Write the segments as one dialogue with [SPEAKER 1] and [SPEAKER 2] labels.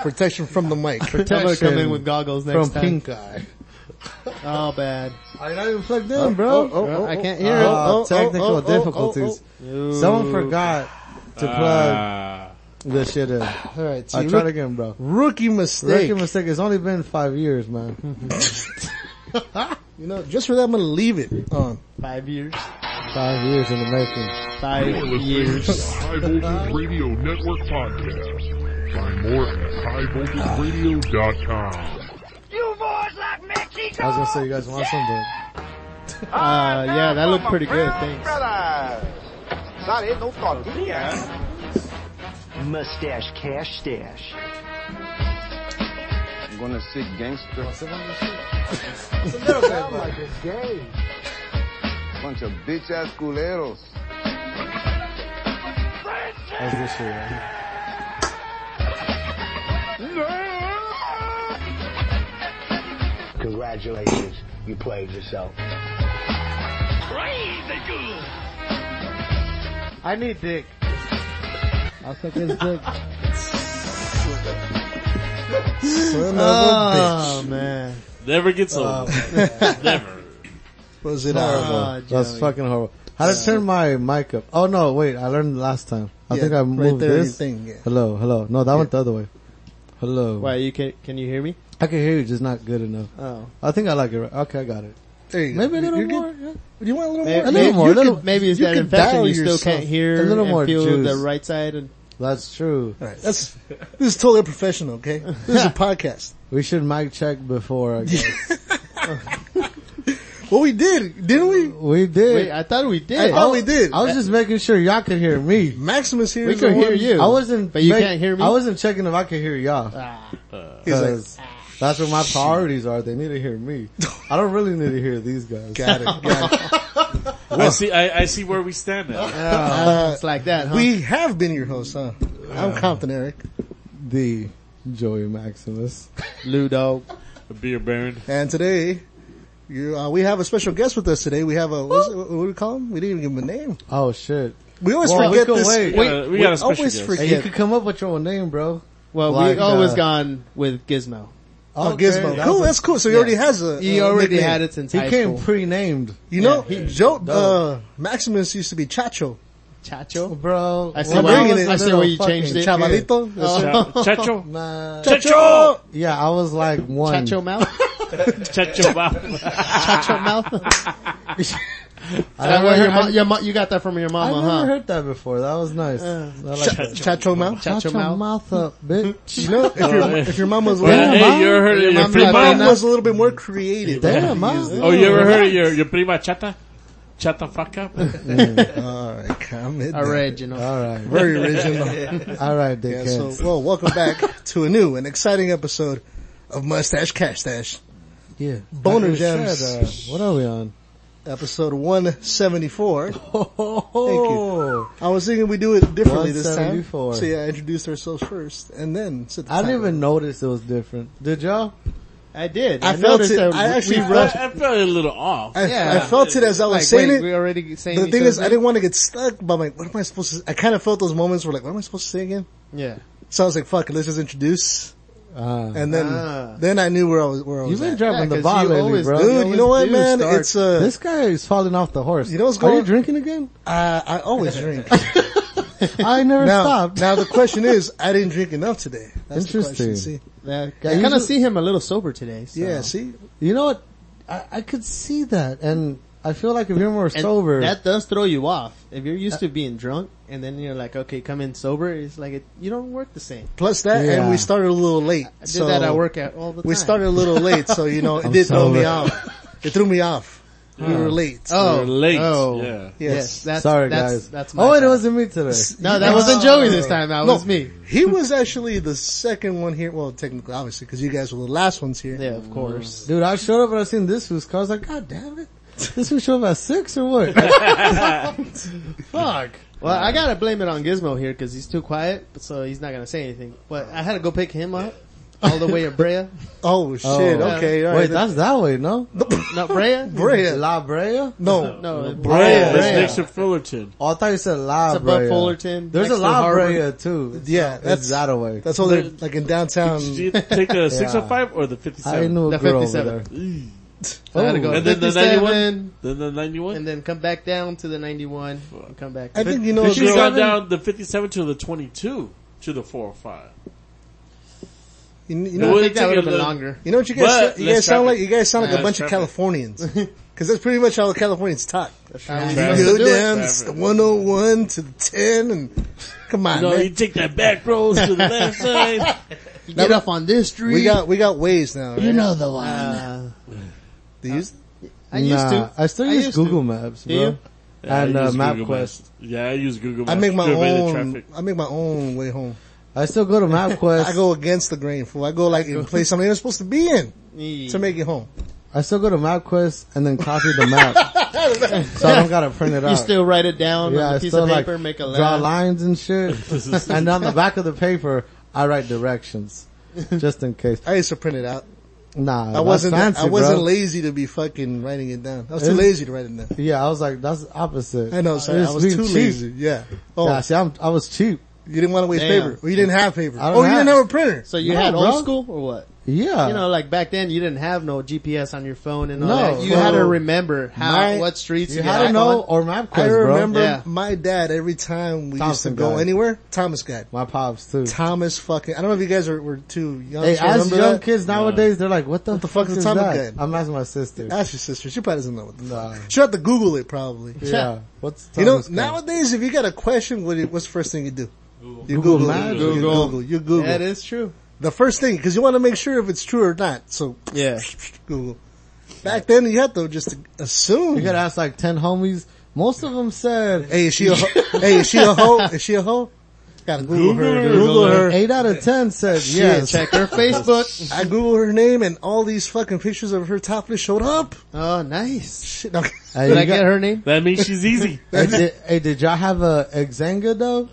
[SPEAKER 1] Protection from the mic.
[SPEAKER 2] I'm gonna
[SPEAKER 1] Protection
[SPEAKER 2] come in with goggles next
[SPEAKER 1] from
[SPEAKER 2] time.
[SPEAKER 1] pink eye.
[SPEAKER 2] Oh, bad.
[SPEAKER 1] I not even plugged in,
[SPEAKER 3] Oh,
[SPEAKER 1] bro.
[SPEAKER 3] bro. I can't hear it.
[SPEAKER 1] Oh, oh,
[SPEAKER 3] technical
[SPEAKER 1] oh, oh,
[SPEAKER 3] difficulties. Someone forgot to plug this shit in.
[SPEAKER 1] All right, see,
[SPEAKER 3] I tried
[SPEAKER 1] rook-
[SPEAKER 3] again, bro.
[SPEAKER 1] rookie mistake.
[SPEAKER 3] Rookie mistake. It's only been five years, man.
[SPEAKER 1] you know, just for that, I'm gonna leave it on.
[SPEAKER 2] Five years.
[SPEAKER 3] Five years in the making.
[SPEAKER 2] Five years.
[SPEAKER 4] to the High Voltage Radio Network podcast. Find more at highvoltageradio.com.
[SPEAKER 5] You boys like Mexico?
[SPEAKER 3] I was gonna say you guys want something.
[SPEAKER 2] Uh, yeah, that looked pretty good. Thanks.
[SPEAKER 5] That ain't no tortilla. Mustache cash stash.
[SPEAKER 6] I'm gonna sit gangster, bunch of bitch ass culeros.
[SPEAKER 3] How's this shit? man?
[SPEAKER 5] Congratulations, you played yourself.
[SPEAKER 2] I need dick.
[SPEAKER 3] I'll suck his dick.
[SPEAKER 1] Son of
[SPEAKER 3] Ah,
[SPEAKER 2] Oh man.
[SPEAKER 7] Never gets
[SPEAKER 1] Um,
[SPEAKER 7] old. Never.
[SPEAKER 1] a bitch. Was it horrible?
[SPEAKER 2] Oh,
[SPEAKER 3] That's
[SPEAKER 2] Joey.
[SPEAKER 3] fucking horrible. How
[SPEAKER 1] Uh,
[SPEAKER 3] to turn my mic up? Oh no, wait. I learned last time. I
[SPEAKER 1] Yeah,
[SPEAKER 3] think I
[SPEAKER 1] right
[SPEAKER 3] moved
[SPEAKER 1] there, your
[SPEAKER 3] this.
[SPEAKER 1] thing, yeah.
[SPEAKER 3] Hello, hello. No, that went the other way. Hello.
[SPEAKER 2] Why you can? Can you hear me?
[SPEAKER 3] I can hear you, just not good enough.
[SPEAKER 2] Oh,
[SPEAKER 3] I think I like it. Right. Okay, I got it.
[SPEAKER 1] There you go.
[SPEAKER 3] Maybe a little
[SPEAKER 1] You're good?
[SPEAKER 3] more. yeah.
[SPEAKER 1] You want a little
[SPEAKER 2] maybe,
[SPEAKER 1] more?
[SPEAKER 3] little
[SPEAKER 2] maybe,
[SPEAKER 3] more,
[SPEAKER 2] you
[SPEAKER 3] a little-
[SPEAKER 2] could- maybe it's
[SPEAKER 1] you
[SPEAKER 2] that
[SPEAKER 1] could
[SPEAKER 2] infection.
[SPEAKER 1] dial
[SPEAKER 2] You still
[SPEAKER 1] yourself.
[SPEAKER 2] can't hear.
[SPEAKER 3] A little
[SPEAKER 2] and
[SPEAKER 3] more
[SPEAKER 2] Feel
[SPEAKER 3] juice.
[SPEAKER 2] the right side and
[SPEAKER 3] That's true.
[SPEAKER 1] All right, that's this is totally professional. Okay, this is a podcast.
[SPEAKER 3] We should mic check before. I guess.
[SPEAKER 1] Well, we did, didn't we?
[SPEAKER 3] we did.
[SPEAKER 2] Wait, I thought we did.
[SPEAKER 1] I thought we did.
[SPEAKER 3] I was just making sure y'all could hear me.
[SPEAKER 1] Maximus here.
[SPEAKER 2] We
[SPEAKER 1] is
[SPEAKER 2] could
[SPEAKER 1] the
[SPEAKER 2] hear
[SPEAKER 1] one-
[SPEAKER 2] you.
[SPEAKER 3] I wasn't,
[SPEAKER 2] But you can't hear me?
[SPEAKER 3] I wasn't checking if I could hear y'all.
[SPEAKER 1] He's like, "Ah,
[SPEAKER 3] 'Cause Ah. that's where my priorities are. They need to hear me. I don't really need to hear these guys.
[SPEAKER 1] got it. Got it.
[SPEAKER 7] I see. I, I see where we stand now.
[SPEAKER 1] Oh,
[SPEAKER 2] Uh, it's like that, huh?
[SPEAKER 1] We have been your hosts, huh? I'm Compton Eric
[SPEAKER 3] The Joey Maximus.
[SPEAKER 2] Ludo.
[SPEAKER 7] Beer Baron.
[SPEAKER 1] and today. You, uh, we have a special guest with us today. We have a what's, what do we call him? We didn't even give him a name.
[SPEAKER 3] Oh shit.
[SPEAKER 1] We always
[SPEAKER 3] Well, we
[SPEAKER 1] forget
[SPEAKER 3] could
[SPEAKER 1] this.
[SPEAKER 3] wait.
[SPEAKER 7] We got a- we got a special
[SPEAKER 1] always
[SPEAKER 7] guest.
[SPEAKER 3] Hey,
[SPEAKER 1] forget.
[SPEAKER 3] you could come up with your own name, bro.
[SPEAKER 2] Well,
[SPEAKER 3] Like,
[SPEAKER 2] we've always
[SPEAKER 3] uh,
[SPEAKER 2] gone with Gizmo.
[SPEAKER 1] Oh, Gizmo.
[SPEAKER 3] Okay.
[SPEAKER 1] cool, that's cool. So he already has a.
[SPEAKER 2] He
[SPEAKER 1] a
[SPEAKER 2] already
[SPEAKER 1] nickname.
[SPEAKER 2] had it since
[SPEAKER 3] He
[SPEAKER 2] high
[SPEAKER 3] came
[SPEAKER 2] school.
[SPEAKER 3] pre-named.
[SPEAKER 1] You know,
[SPEAKER 2] Yeah, he-
[SPEAKER 1] Joe uh, Maximus used to be Chacho.
[SPEAKER 2] Chacho.
[SPEAKER 3] Bro.
[SPEAKER 2] I see
[SPEAKER 3] when
[SPEAKER 1] why-
[SPEAKER 3] was
[SPEAKER 1] I
[SPEAKER 3] a
[SPEAKER 2] see
[SPEAKER 3] little
[SPEAKER 2] why you
[SPEAKER 3] fucking
[SPEAKER 2] changed it. Oh.
[SPEAKER 3] child-
[SPEAKER 1] Chavalito.
[SPEAKER 7] Cha- Chacho.
[SPEAKER 3] Nah.
[SPEAKER 7] Chacho.
[SPEAKER 3] Yeah, I was like one.
[SPEAKER 2] Chacho mouth.
[SPEAKER 7] Chacho. Wow.
[SPEAKER 2] Chacho mouth.
[SPEAKER 3] I
[SPEAKER 2] That
[SPEAKER 3] never,
[SPEAKER 2] what your
[SPEAKER 3] heard,
[SPEAKER 2] mo-
[SPEAKER 3] I,
[SPEAKER 2] your mo- you got that from your
[SPEAKER 3] I
[SPEAKER 2] mama,
[SPEAKER 3] never
[SPEAKER 2] huh?
[SPEAKER 3] heard that before. That was nice. I like that.
[SPEAKER 1] Chacho mouth.
[SPEAKER 2] Shut your mouth.
[SPEAKER 3] up, bitch.
[SPEAKER 1] You know, if, your, if your mom was
[SPEAKER 7] Well,
[SPEAKER 1] Damn,
[SPEAKER 7] hey, you ever heard of your
[SPEAKER 1] mom, your mom
[SPEAKER 7] prima?
[SPEAKER 1] was a little bit more creative.
[SPEAKER 3] Damn, mom.
[SPEAKER 7] Oh, you ever heard of your your prima chata? Chata fucka.
[SPEAKER 1] Alright, comment.
[SPEAKER 2] All right, you know.
[SPEAKER 3] All right,
[SPEAKER 1] Very original.
[SPEAKER 3] all right,
[SPEAKER 1] Yeah,
[SPEAKER 3] dickheads.
[SPEAKER 1] so, well, welcome back to a new and exciting episode of Mustache Cash Stash.
[SPEAKER 3] yeah,
[SPEAKER 1] Boner
[SPEAKER 3] Like I
[SPEAKER 1] gems.
[SPEAKER 3] said, uh, what are we on?
[SPEAKER 1] Episode 174.
[SPEAKER 3] Oh,
[SPEAKER 1] I was thinking we do it differently this time.
[SPEAKER 3] 174.
[SPEAKER 1] So yeah, I introduced ourselves first and then said the
[SPEAKER 3] I didn't
[SPEAKER 1] title.
[SPEAKER 3] even notice it was different. Did y'all?
[SPEAKER 2] I did.
[SPEAKER 1] I felt
[SPEAKER 2] noticed
[SPEAKER 1] it.
[SPEAKER 2] that
[SPEAKER 1] I
[SPEAKER 2] we-
[SPEAKER 1] actually
[SPEAKER 2] we
[SPEAKER 1] felt
[SPEAKER 2] rushed.
[SPEAKER 7] I felt a little off.
[SPEAKER 1] I,
[SPEAKER 2] Yeah.
[SPEAKER 1] I felt it as I was
[SPEAKER 2] Like,
[SPEAKER 1] saying
[SPEAKER 2] wait,
[SPEAKER 1] it.
[SPEAKER 2] we already saying
[SPEAKER 1] But the
[SPEAKER 2] each
[SPEAKER 1] thing is, I
[SPEAKER 2] other's
[SPEAKER 1] didn't want to get stuck, but I'm like, what am I supposed to, I kind of felt those moments where like, what am I supposed to say again?
[SPEAKER 2] name.
[SPEAKER 1] So I was like, fuck it, let's just introduce.
[SPEAKER 3] Uh,
[SPEAKER 1] And then,
[SPEAKER 2] Ah.
[SPEAKER 1] then I knew where I was, where I was
[SPEAKER 3] you've been
[SPEAKER 1] at.
[SPEAKER 2] Yeah,
[SPEAKER 3] dropping
[SPEAKER 2] 'cause
[SPEAKER 3] the ball
[SPEAKER 2] you
[SPEAKER 3] lately,
[SPEAKER 2] always
[SPEAKER 3] bro.
[SPEAKER 2] do.
[SPEAKER 1] Dude, you know what,
[SPEAKER 2] do
[SPEAKER 1] man?
[SPEAKER 2] start-
[SPEAKER 1] It's uh,
[SPEAKER 3] This guy is falling off the horse.
[SPEAKER 1] You know what's
[SPEAKER 3] Are
[SPEAKER 1] going-
[SPEAKER 3] you drinking again?
[SPEAKER 1] uh, I always drink.
[SPEAKER 3] I never
[SPEAKER 1] now,
[SPEAKER 3] stopped.
[SPEAKER 1] now the question is, I didn't drink enough today. That's The question,
[SPEAKER 3] Interesting.
[SPEAKER 1] see?
[SPEAKER 2] Yeah. I kind of see him a little sober today. So.
[SPEAKER 1] Yeah, see?
[SPEAKER 3] Oh. You know what? I, I could see that, and I feel like if you're more
[SPEAKER 2] And
[SPEAKER 3] sober,
[SPEAKER 2] That does throw you off. If you're used to being drunk and then you're like, okay, come in sober, it's like, it, you don't work the same.
[SPEAKER 1] Plus that, and
[SPEAKER 3] Yeah.
[SPEAKER 1] we started a little late.
[SPEAKER 2] I did
[SPEAKER 1] so
[SPEAKER 2] that at work at all the time.
[SPEAKER 1] We started a little late, so you know, it did throw me
[SPEAKER 3] sober.
[SPEAKER 1] off. It threw me off. We were late.
[SPEAKER 2] Oh,
[SPEAKER 7] You're late.
[SPEAKER 2] Oh,
[SPEAKER 7] Yeah.
[SPEAKER 1] yes.
[SPEAKER 2] yes. That's,
[SPEAKER 3] sorry
[SPEAKER 2] that's,
[SPEAKER 3] guys.
[SPEAKER 2] That's my
[SPEAKER 3] oh, it
[SPEAKER 2] fault.
[SPEAKER 3] wasn't me today.
[SPEAKER 2] No, that wasn't Joey this time. That
[SPEAKER 1] No,
[SPEAKER 2] was me.
[SPEAKER 1] He was actually the second one here. Well, technically, obviously, because you guys were the last ones here.
[SPEAKER 2] Yeah, of course.
[SPEAKER 3] Dude, I showed up and I seen this food's car. I was like, God damn it. This food showed up at six or what?
[SPEAKER 2] Fuck. Well, I gotta blame it on Gizmo here because he's too quiet, so he's not gonna say anything. But I had to go pick him up. all the way at Brea.
[SPEAKER 1] Oh shit!
[SPEAKER 2] yeah.
[SPEAKER 1] Okay, all right.
[SPEAKER 3] Wait, that's that way, no?
[SPEAKER 2] Not Brea.
[SPEAKER 1] Brea.
[SPEAKER 3] La Brea?
[SPEAKER 1] no,
[SPEAKER 2] No, Oh,
[SPEAKER 7] Brea.
[SPEAKER 2] Brea.
[SPEAKER 7] That's
[SPEAKER 3] Brea.
[SPEAKER 7] next to Fullerton.
[SPEAKER 3] Oh, I thought you said La
[SPEAKER 2] It's above
[SPEAKER 3] Brea.
[SPEAKER 2] Fullerton,
[SPEAKER 3] There's a
[SPEAKER 2] next to
[SPEAKER 3] La
[SPEAKER 2] Harvard.
[SPEAKER 3] Brea too.
[SPEAKER 1] yeah,
[SPEAKER 3] That's
[SPEAKER 1] that's
[SPEAKER 3] that away.
[SPEAKER 1] that's all. They're like in downtown.
[SPEAKER 7] Did you take the 605 or the 57?
[SPEAKER 3] I knew a
[SPEAKER 2] The
[SPEAKER 3] girl over
[SPEAKER 2] 57.
[SPEAKER 3] there.
[SPEAKER 2] I gotta go.
[SPEAKER 7] And then the 91?
[SPEAKER 2] 57,
[SPEAKER 7] Then the 91?
[SPEAKER 2] and then come back down to the 91 and come back.
[SPEAKER 1] I think you know.
[SPEAKER 7] They should have gone
[SPEAKER 1] 57?
[SPEAKER 7] down the 57 to the 22 to the 405.
[SPEAKER 1] You, you
[SPEAKER 2] I
[SPEAKER 1] know,
[SPEAKER 7] Well,
[SPEAKER 2] think that
[SPEAKER 7] take
[SPEAKER 2] would
[SPEAKER 7] a
[SPEAKER 2] have been
[SPEAKER 7] look.
[SPEAKER 2] longer.
[SPEAKER 1] you know what you guys?
[SPEAKER 7] But
[SPEAKER 1] you
[SPEAKER 7] let's
[SPEAKER 1] guys sound
[SPEAKER 7] trap
[SPEAKER 1] like
[SPEAKER 7] it.
[SPEAKER 1] you guys sound like
[SPEAKER 7] Yeah,
[SPEAKER 1] a bunch
[SPEAKER 7] let's
[SPEAKER 1] of
[SPEAKER 7] trap it.
[SPEAKER 1] Californians because that's pretty much how the Californians talk.
[SPEAKER 2] Trap
[SPEAKER 1] You
[SPEAKER 2] it.
[SPEAKER 1] go down
[SPEAKER 7] Trap it.
[SPEAKER 1] to 101 to the 10 and come on,
[SPEAKER 7] No,
[SPEAKER 1] man.
[SPEAKER 7] you take that back road to the left side.
[SPEAKER 2] You get up on this street.
[SPEAKER 1] we got we got ways now. Right?
[SPEAKER 2] you know the one.
[SPEAKER 7] Uh,
[SPEAKER 1] They use-
[SPEAKER 2] I used
[SPEAKER 3] Nah,
[SPEAKER 2] to.
[SPEAKER 3] I still
[SPEAKER 2] I
[SPEAKER 3] use
[SPEAKER 2] used to.
[SPEAKER 3] Google Maps,
[SPEAKER 2] Do
[SPEAKER 3] bro.
[SPEAKER 2] you?
[SPEAKER 7] Yeah, I
[SPEAKER 3] And uh,
[SPEAKER 7] use Google
[SPEAKER 3] MapQuest.
[SPEAKER 7] Maps. Yeah, I use Google
[SPEAKER 1] I
[SPEAKER 7] Maps.
[SPEAKER 1] make my
[SPEAKER 7] to evade the
[SPEAKER 1] own.
[SPEAKER 7] traffic.
[SPEAKER 1] I make my own way home.
[SPEAKER 3] I still go to MapQuest.
[SPEAKER 1] I go against the grain. Fool. I go like in a place I'm not even supposed to be in to make it home.
[SPEAKER 3] I still go to MapQuest and then copy the map. so I don't gotta print it out.
[SPEAKER 2] You still write it down
[SPEAKER 3] yeah,
[SPEAKER 2] on
[SPEAKER 3] I
[SPEAKER 2] a piece
[SPEAKER 3] still
[SPEAKER 2] of paper,
[SPEAKER 3] like
[SPEAKER 2] make a
[SPEAKER 3] draw
[SPEAKER 2] line.
[SPEAKER 3] lines and shit. and on the back of the paper, I write directions. Just in case.
[SPEAKER 1] I used to print it out.
[SPEAKER 3] Nah,
[SPEAKER 1] I wasn't.
[SPEAKER 3] Fancy,
[SPEAKER 1] I wasn't
[SPEAKER 3] bro.
[SPEAKER 1] lazy to be fucking writing it down. I was too
[SPEAKER 3] It's-
[SPEAKER 1] lazy to write it down.
[SPEAKER 3] Yeah, I was like, that's opposite.
[SPEAKER 1] I know. Sorry, I
[SPEAKER 3] It's
[SPEAKER 1] was
[SPEAKER 3] being
[SPEAKER 1] too
[SPEAKER 3] cheap.
[SPEAKER 1] lazy. Yeah. Oh,
[SPEAKER 3] Yeah, see, I'm, I was cheap.
[SPEAKER 1] you didn't want to waste
[SPEAKER 2] Damn.
[SPEAKER 1] paper. Or you didn't have paper.
[SPEAKER 3] I
[SPEAKER 1] Oh,
[SPEAKER 3] don't
[SPEAKER 1] you didn't
[SPEAKER 3] have-
[SPEAKER 1] have a printer.
[SPEAKER 2] So you
[SPEAKER 3] No,
[SPEAKER 2] had
[SPEAKER 3] bro.
[SPEAKER 2] old school or what?
[SPEAKER 3] Yeah.
[SPEAKER 2] You know, like back then you didn't have no GPS on your phone and all
[SPEAKER 3] No,
[SPEAKER 2] that. You
[SPEAKER 3] no.
[SPEAKER 2] had to remember how,
[SPEAKER 1] My-
[SPEAKER 2] what streets
[SPEAKER 3] you
[SPEAKER 2] you,
[SPEAKER 3] had to
[SPEAKER 2] got
[SPEAKER 3] know
[SPEAKER 2] on.
[SPEAKER 3] or MapQuest,
[SPEAKER 1] I
[SPEAKER 3] bro.
[SPEAKER 1] remember
[SPEAKER 2] Yeah.
[SPEAKER 1] my dad every time we used to
[SPEAKER 3] Thompson
[SPEAKER 1] go
[SPEAKER 3] guy.
[SPEAKER 1] anywhere. Thomas guy.
[SPEAKER 3] My pops too.
[SPEAKER 1] Thomas fucking. I don't know if you guys are, were too young.
[SPEAKER 3] Hey,
[SPEAKER 1] to
[SPEAKER 3] as
[SPEAKER 1] remember
[SPEAKER 3] young
[SPEAKER 1] that.
[SPEAKER 3] kids nowadays, they're like, what the,
[SPEAKER 1] the fuck is a Tommy
[SPEAKER 3] that?
[SPEAKER 1] gun?
[SPEAKER 3] I'm asking my sister.
[SPEAKER 1] Ask your sister. She probably doesn't know what the
[SPEAKER 3] Nah.
[SPEAKER 1] fuck. She'll have to Google it probably.
[SPEAKER 3] Yeah. What's
[SPEAKER 1] You know,
[SPEAKER 3] Thomas gun?
[SPEAKER 1] nowadays if you got a question, what it- what's the first thing you do? You
[SPEAKER 3] Google
[SPEAKER 1] Google,
[SPEAKER 3] Maps.
[SPEAKER 1] it. You
[SPEAKER 2] Google.
[SPEAKER 1] Google. You Google.
[SPEAKER 2] That is true.
[SPEAKER 1] The first thing, cause you want to make sure if it's true or not. So
[SPEAKER 2] Yeah.
[SPEAKER 1] Google. Back then you had to just assume.
[SPEAKER 3] You gotta ask like 10 homies. Most of them said,
[SPEAKER 1] hey, is she a ho- hey, is she a hoe? Is she a hoe? Gotta Google, her.
[SPEAKER 7] Google her.
[SPEAKER 1] Google, her.
[SPEAKER 3] 8 out of 10 said
[SPEAKER 2] Yeah.
[SPEAKER 3] yes.
[SPEAKER 2] Check her Facebook.
[SPEAKER 1] I Google her name and all these fucking pictures of her topless showed up.
[SPEAKER 2] Oh, nice. Uh,
[SPEAKER 1] Shit. no.
[SPEAKER 3] Hey,
[SPEAKER 2] Did
[SPEAKER 3] you
[SPEAKER 2] I
[SPEAKER 3] got-
[SPEAKER 2] get her name?
[SPEAKER 7] That means she's easy.
[SPEAKER 3] Hey, did, hey, did y'all have a Xanga though?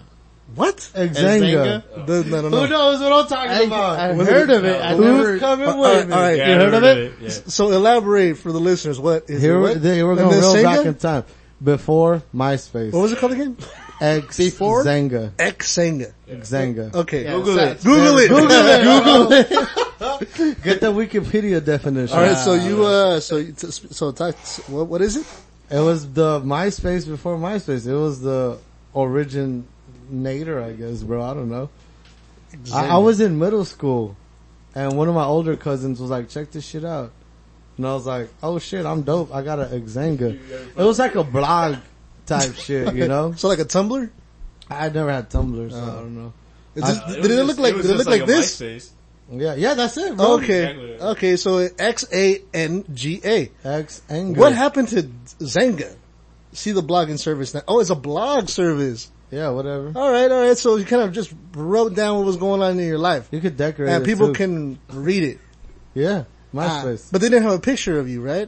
[SPEAKER 1] What?
[SPEAKER 3] Xanga.
[SPEAKER 1] No, no, no, no.
[SPEAKER 2] Who knows what I'm talking about?
[SPEAKER 3] I
[SPEAKER 2] I've heard of it. I never. Uh,
[SPEAKER 3] Who's coming
[SPEAKER 1] All right,
[SPEAKER 3] with
[SPEAKER 1] all
[SPEAKER 3] me?
[SPEAKER 1] right.
[SPEAKER 7] Yeah,
[SPEAKER 2] You
[SPEAKER 7] I
[SPEAKER 2] heard of it?
[SPEAKER 1] So elaborate for the listeners. What is
[SPEAKER 3] Here,
[SPEAKER 1] it?
[SPEAKER 3] we-
[SPEAKER 1] What?
[SPEAKER 3] they- we're
[SPEAKER 1] And
[SPEAKER 3] going
[SPEAKER 1] then
[SPEAKER 3] real
[SPEAKER 1] Sega?
[SPEAKER 3] back in time. Before MySpace.
[SPEAKER 1] What was it called again?
[SPEAKER 3] X
[SPEAKER 2] Before?
[SPEAKER 3] Xanga.
[SPEAKER 1] X Senga.
[SPEAKER 3] Xanga.
[SPEAKER 1] Okay.
[SPEAKER 2] Yeah,
[SPEAKER 1] Google,
[SPEAKER 2] so-
[SPEAKER 1] it. Google it. Google it.
[SPEAKER 3] Get the Wikipedia definition.
[SPEAKER 1] All right. So you, uh, so, you- so- so talk, what, what is it?
[SPEAKER 3] It was the MySpace before MySpace. It was the originator, I guess, bro. I don't know. I, I was in middle school and one of my older cousins was like, check this shit out. And I was like, oh shit, I'm dope. I got a Xanga. It was like a blog type shit, you know?
[SPEAKER 1] So like a Tumblr? Oh.
[SPEAKER 3] I never had Tumblr, so I don't know.
[SPEAKER 1] Is this, did it look like, did it look like, this?
[SPEAKER 3] Yeah, yeah, that's it, bro.
[SPEAKER 1] Okay. Okay. So X A N G A.
[SPEAKER 3] Xanga.
[SPEAKER 1] What happened to Zanga? See the blogging service now. Oh, it's a blog service.
[SPEAKER 3] Yeah, whatever.
[SPEAKER 1] All right. All right. So you kind of just wrote down what was going on in your life.
[SPEAKER 3] You could decorate
[SPEAKER 1] And
[SPEAKER 3] it,
[SPEAKER 1] people
[SPEAKER 3] too.
[SPEAKER 1] can read it.
[SPEAKER 3] Yeah,
[SPEAKER 1] Ah,
[SPEAKER 3] MySpace.
[SPEAKER 1] but they didn't have a picture of you, right?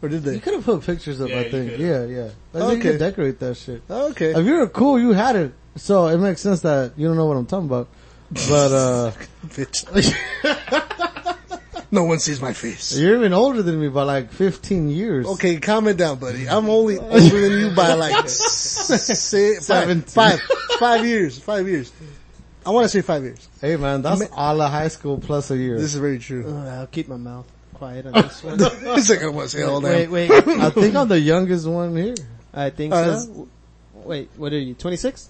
[SPEAKER 1] Or did
[SPEAKER 3] You
[SPEAKER 1] they?
[SPEAKER 3] could have put pictures up, I think. Yeah, yeah. I think you
[SPEAKER 1] Okay.
[SPEAKER 3] could decorate that shit.
[SPEAKER 1] Okay.
[SPEAKER 3] If you were cool, you had it. So it makes sense that you don't know what I'm talking about. But, uh,
[SPEAKER 1] Bitch. no one sees my face.
[SPEAKER 3] you're even older than me by like 15 years.
[SPEAKER 1] Okay, comment down, buddy. I'm only older than you by like s- si-
[SPEAKER 3] Seventeen.
[SPEAKER 1] five, five, five years, five years. I want to say five years.
[SPEAKER 3] Hey man, that's all of high school plus a year.
[SPEAKER 1] This is very true.
[SPEAKER 2] Uh, I'll keep my mouth quiet on this one.
[SPEAKER 1] It's like I want to say all
[SPEAKER 2] wait,
[SPEAKER 1] that.
[SPEAKER 2] wait.
[SPEAKER 3] I think I'm the youngest one here.
[SPEAKER 2] I think
[SPEAKER 1] Uh,
[SPEAKER 2] so. Wait, what are you? 26?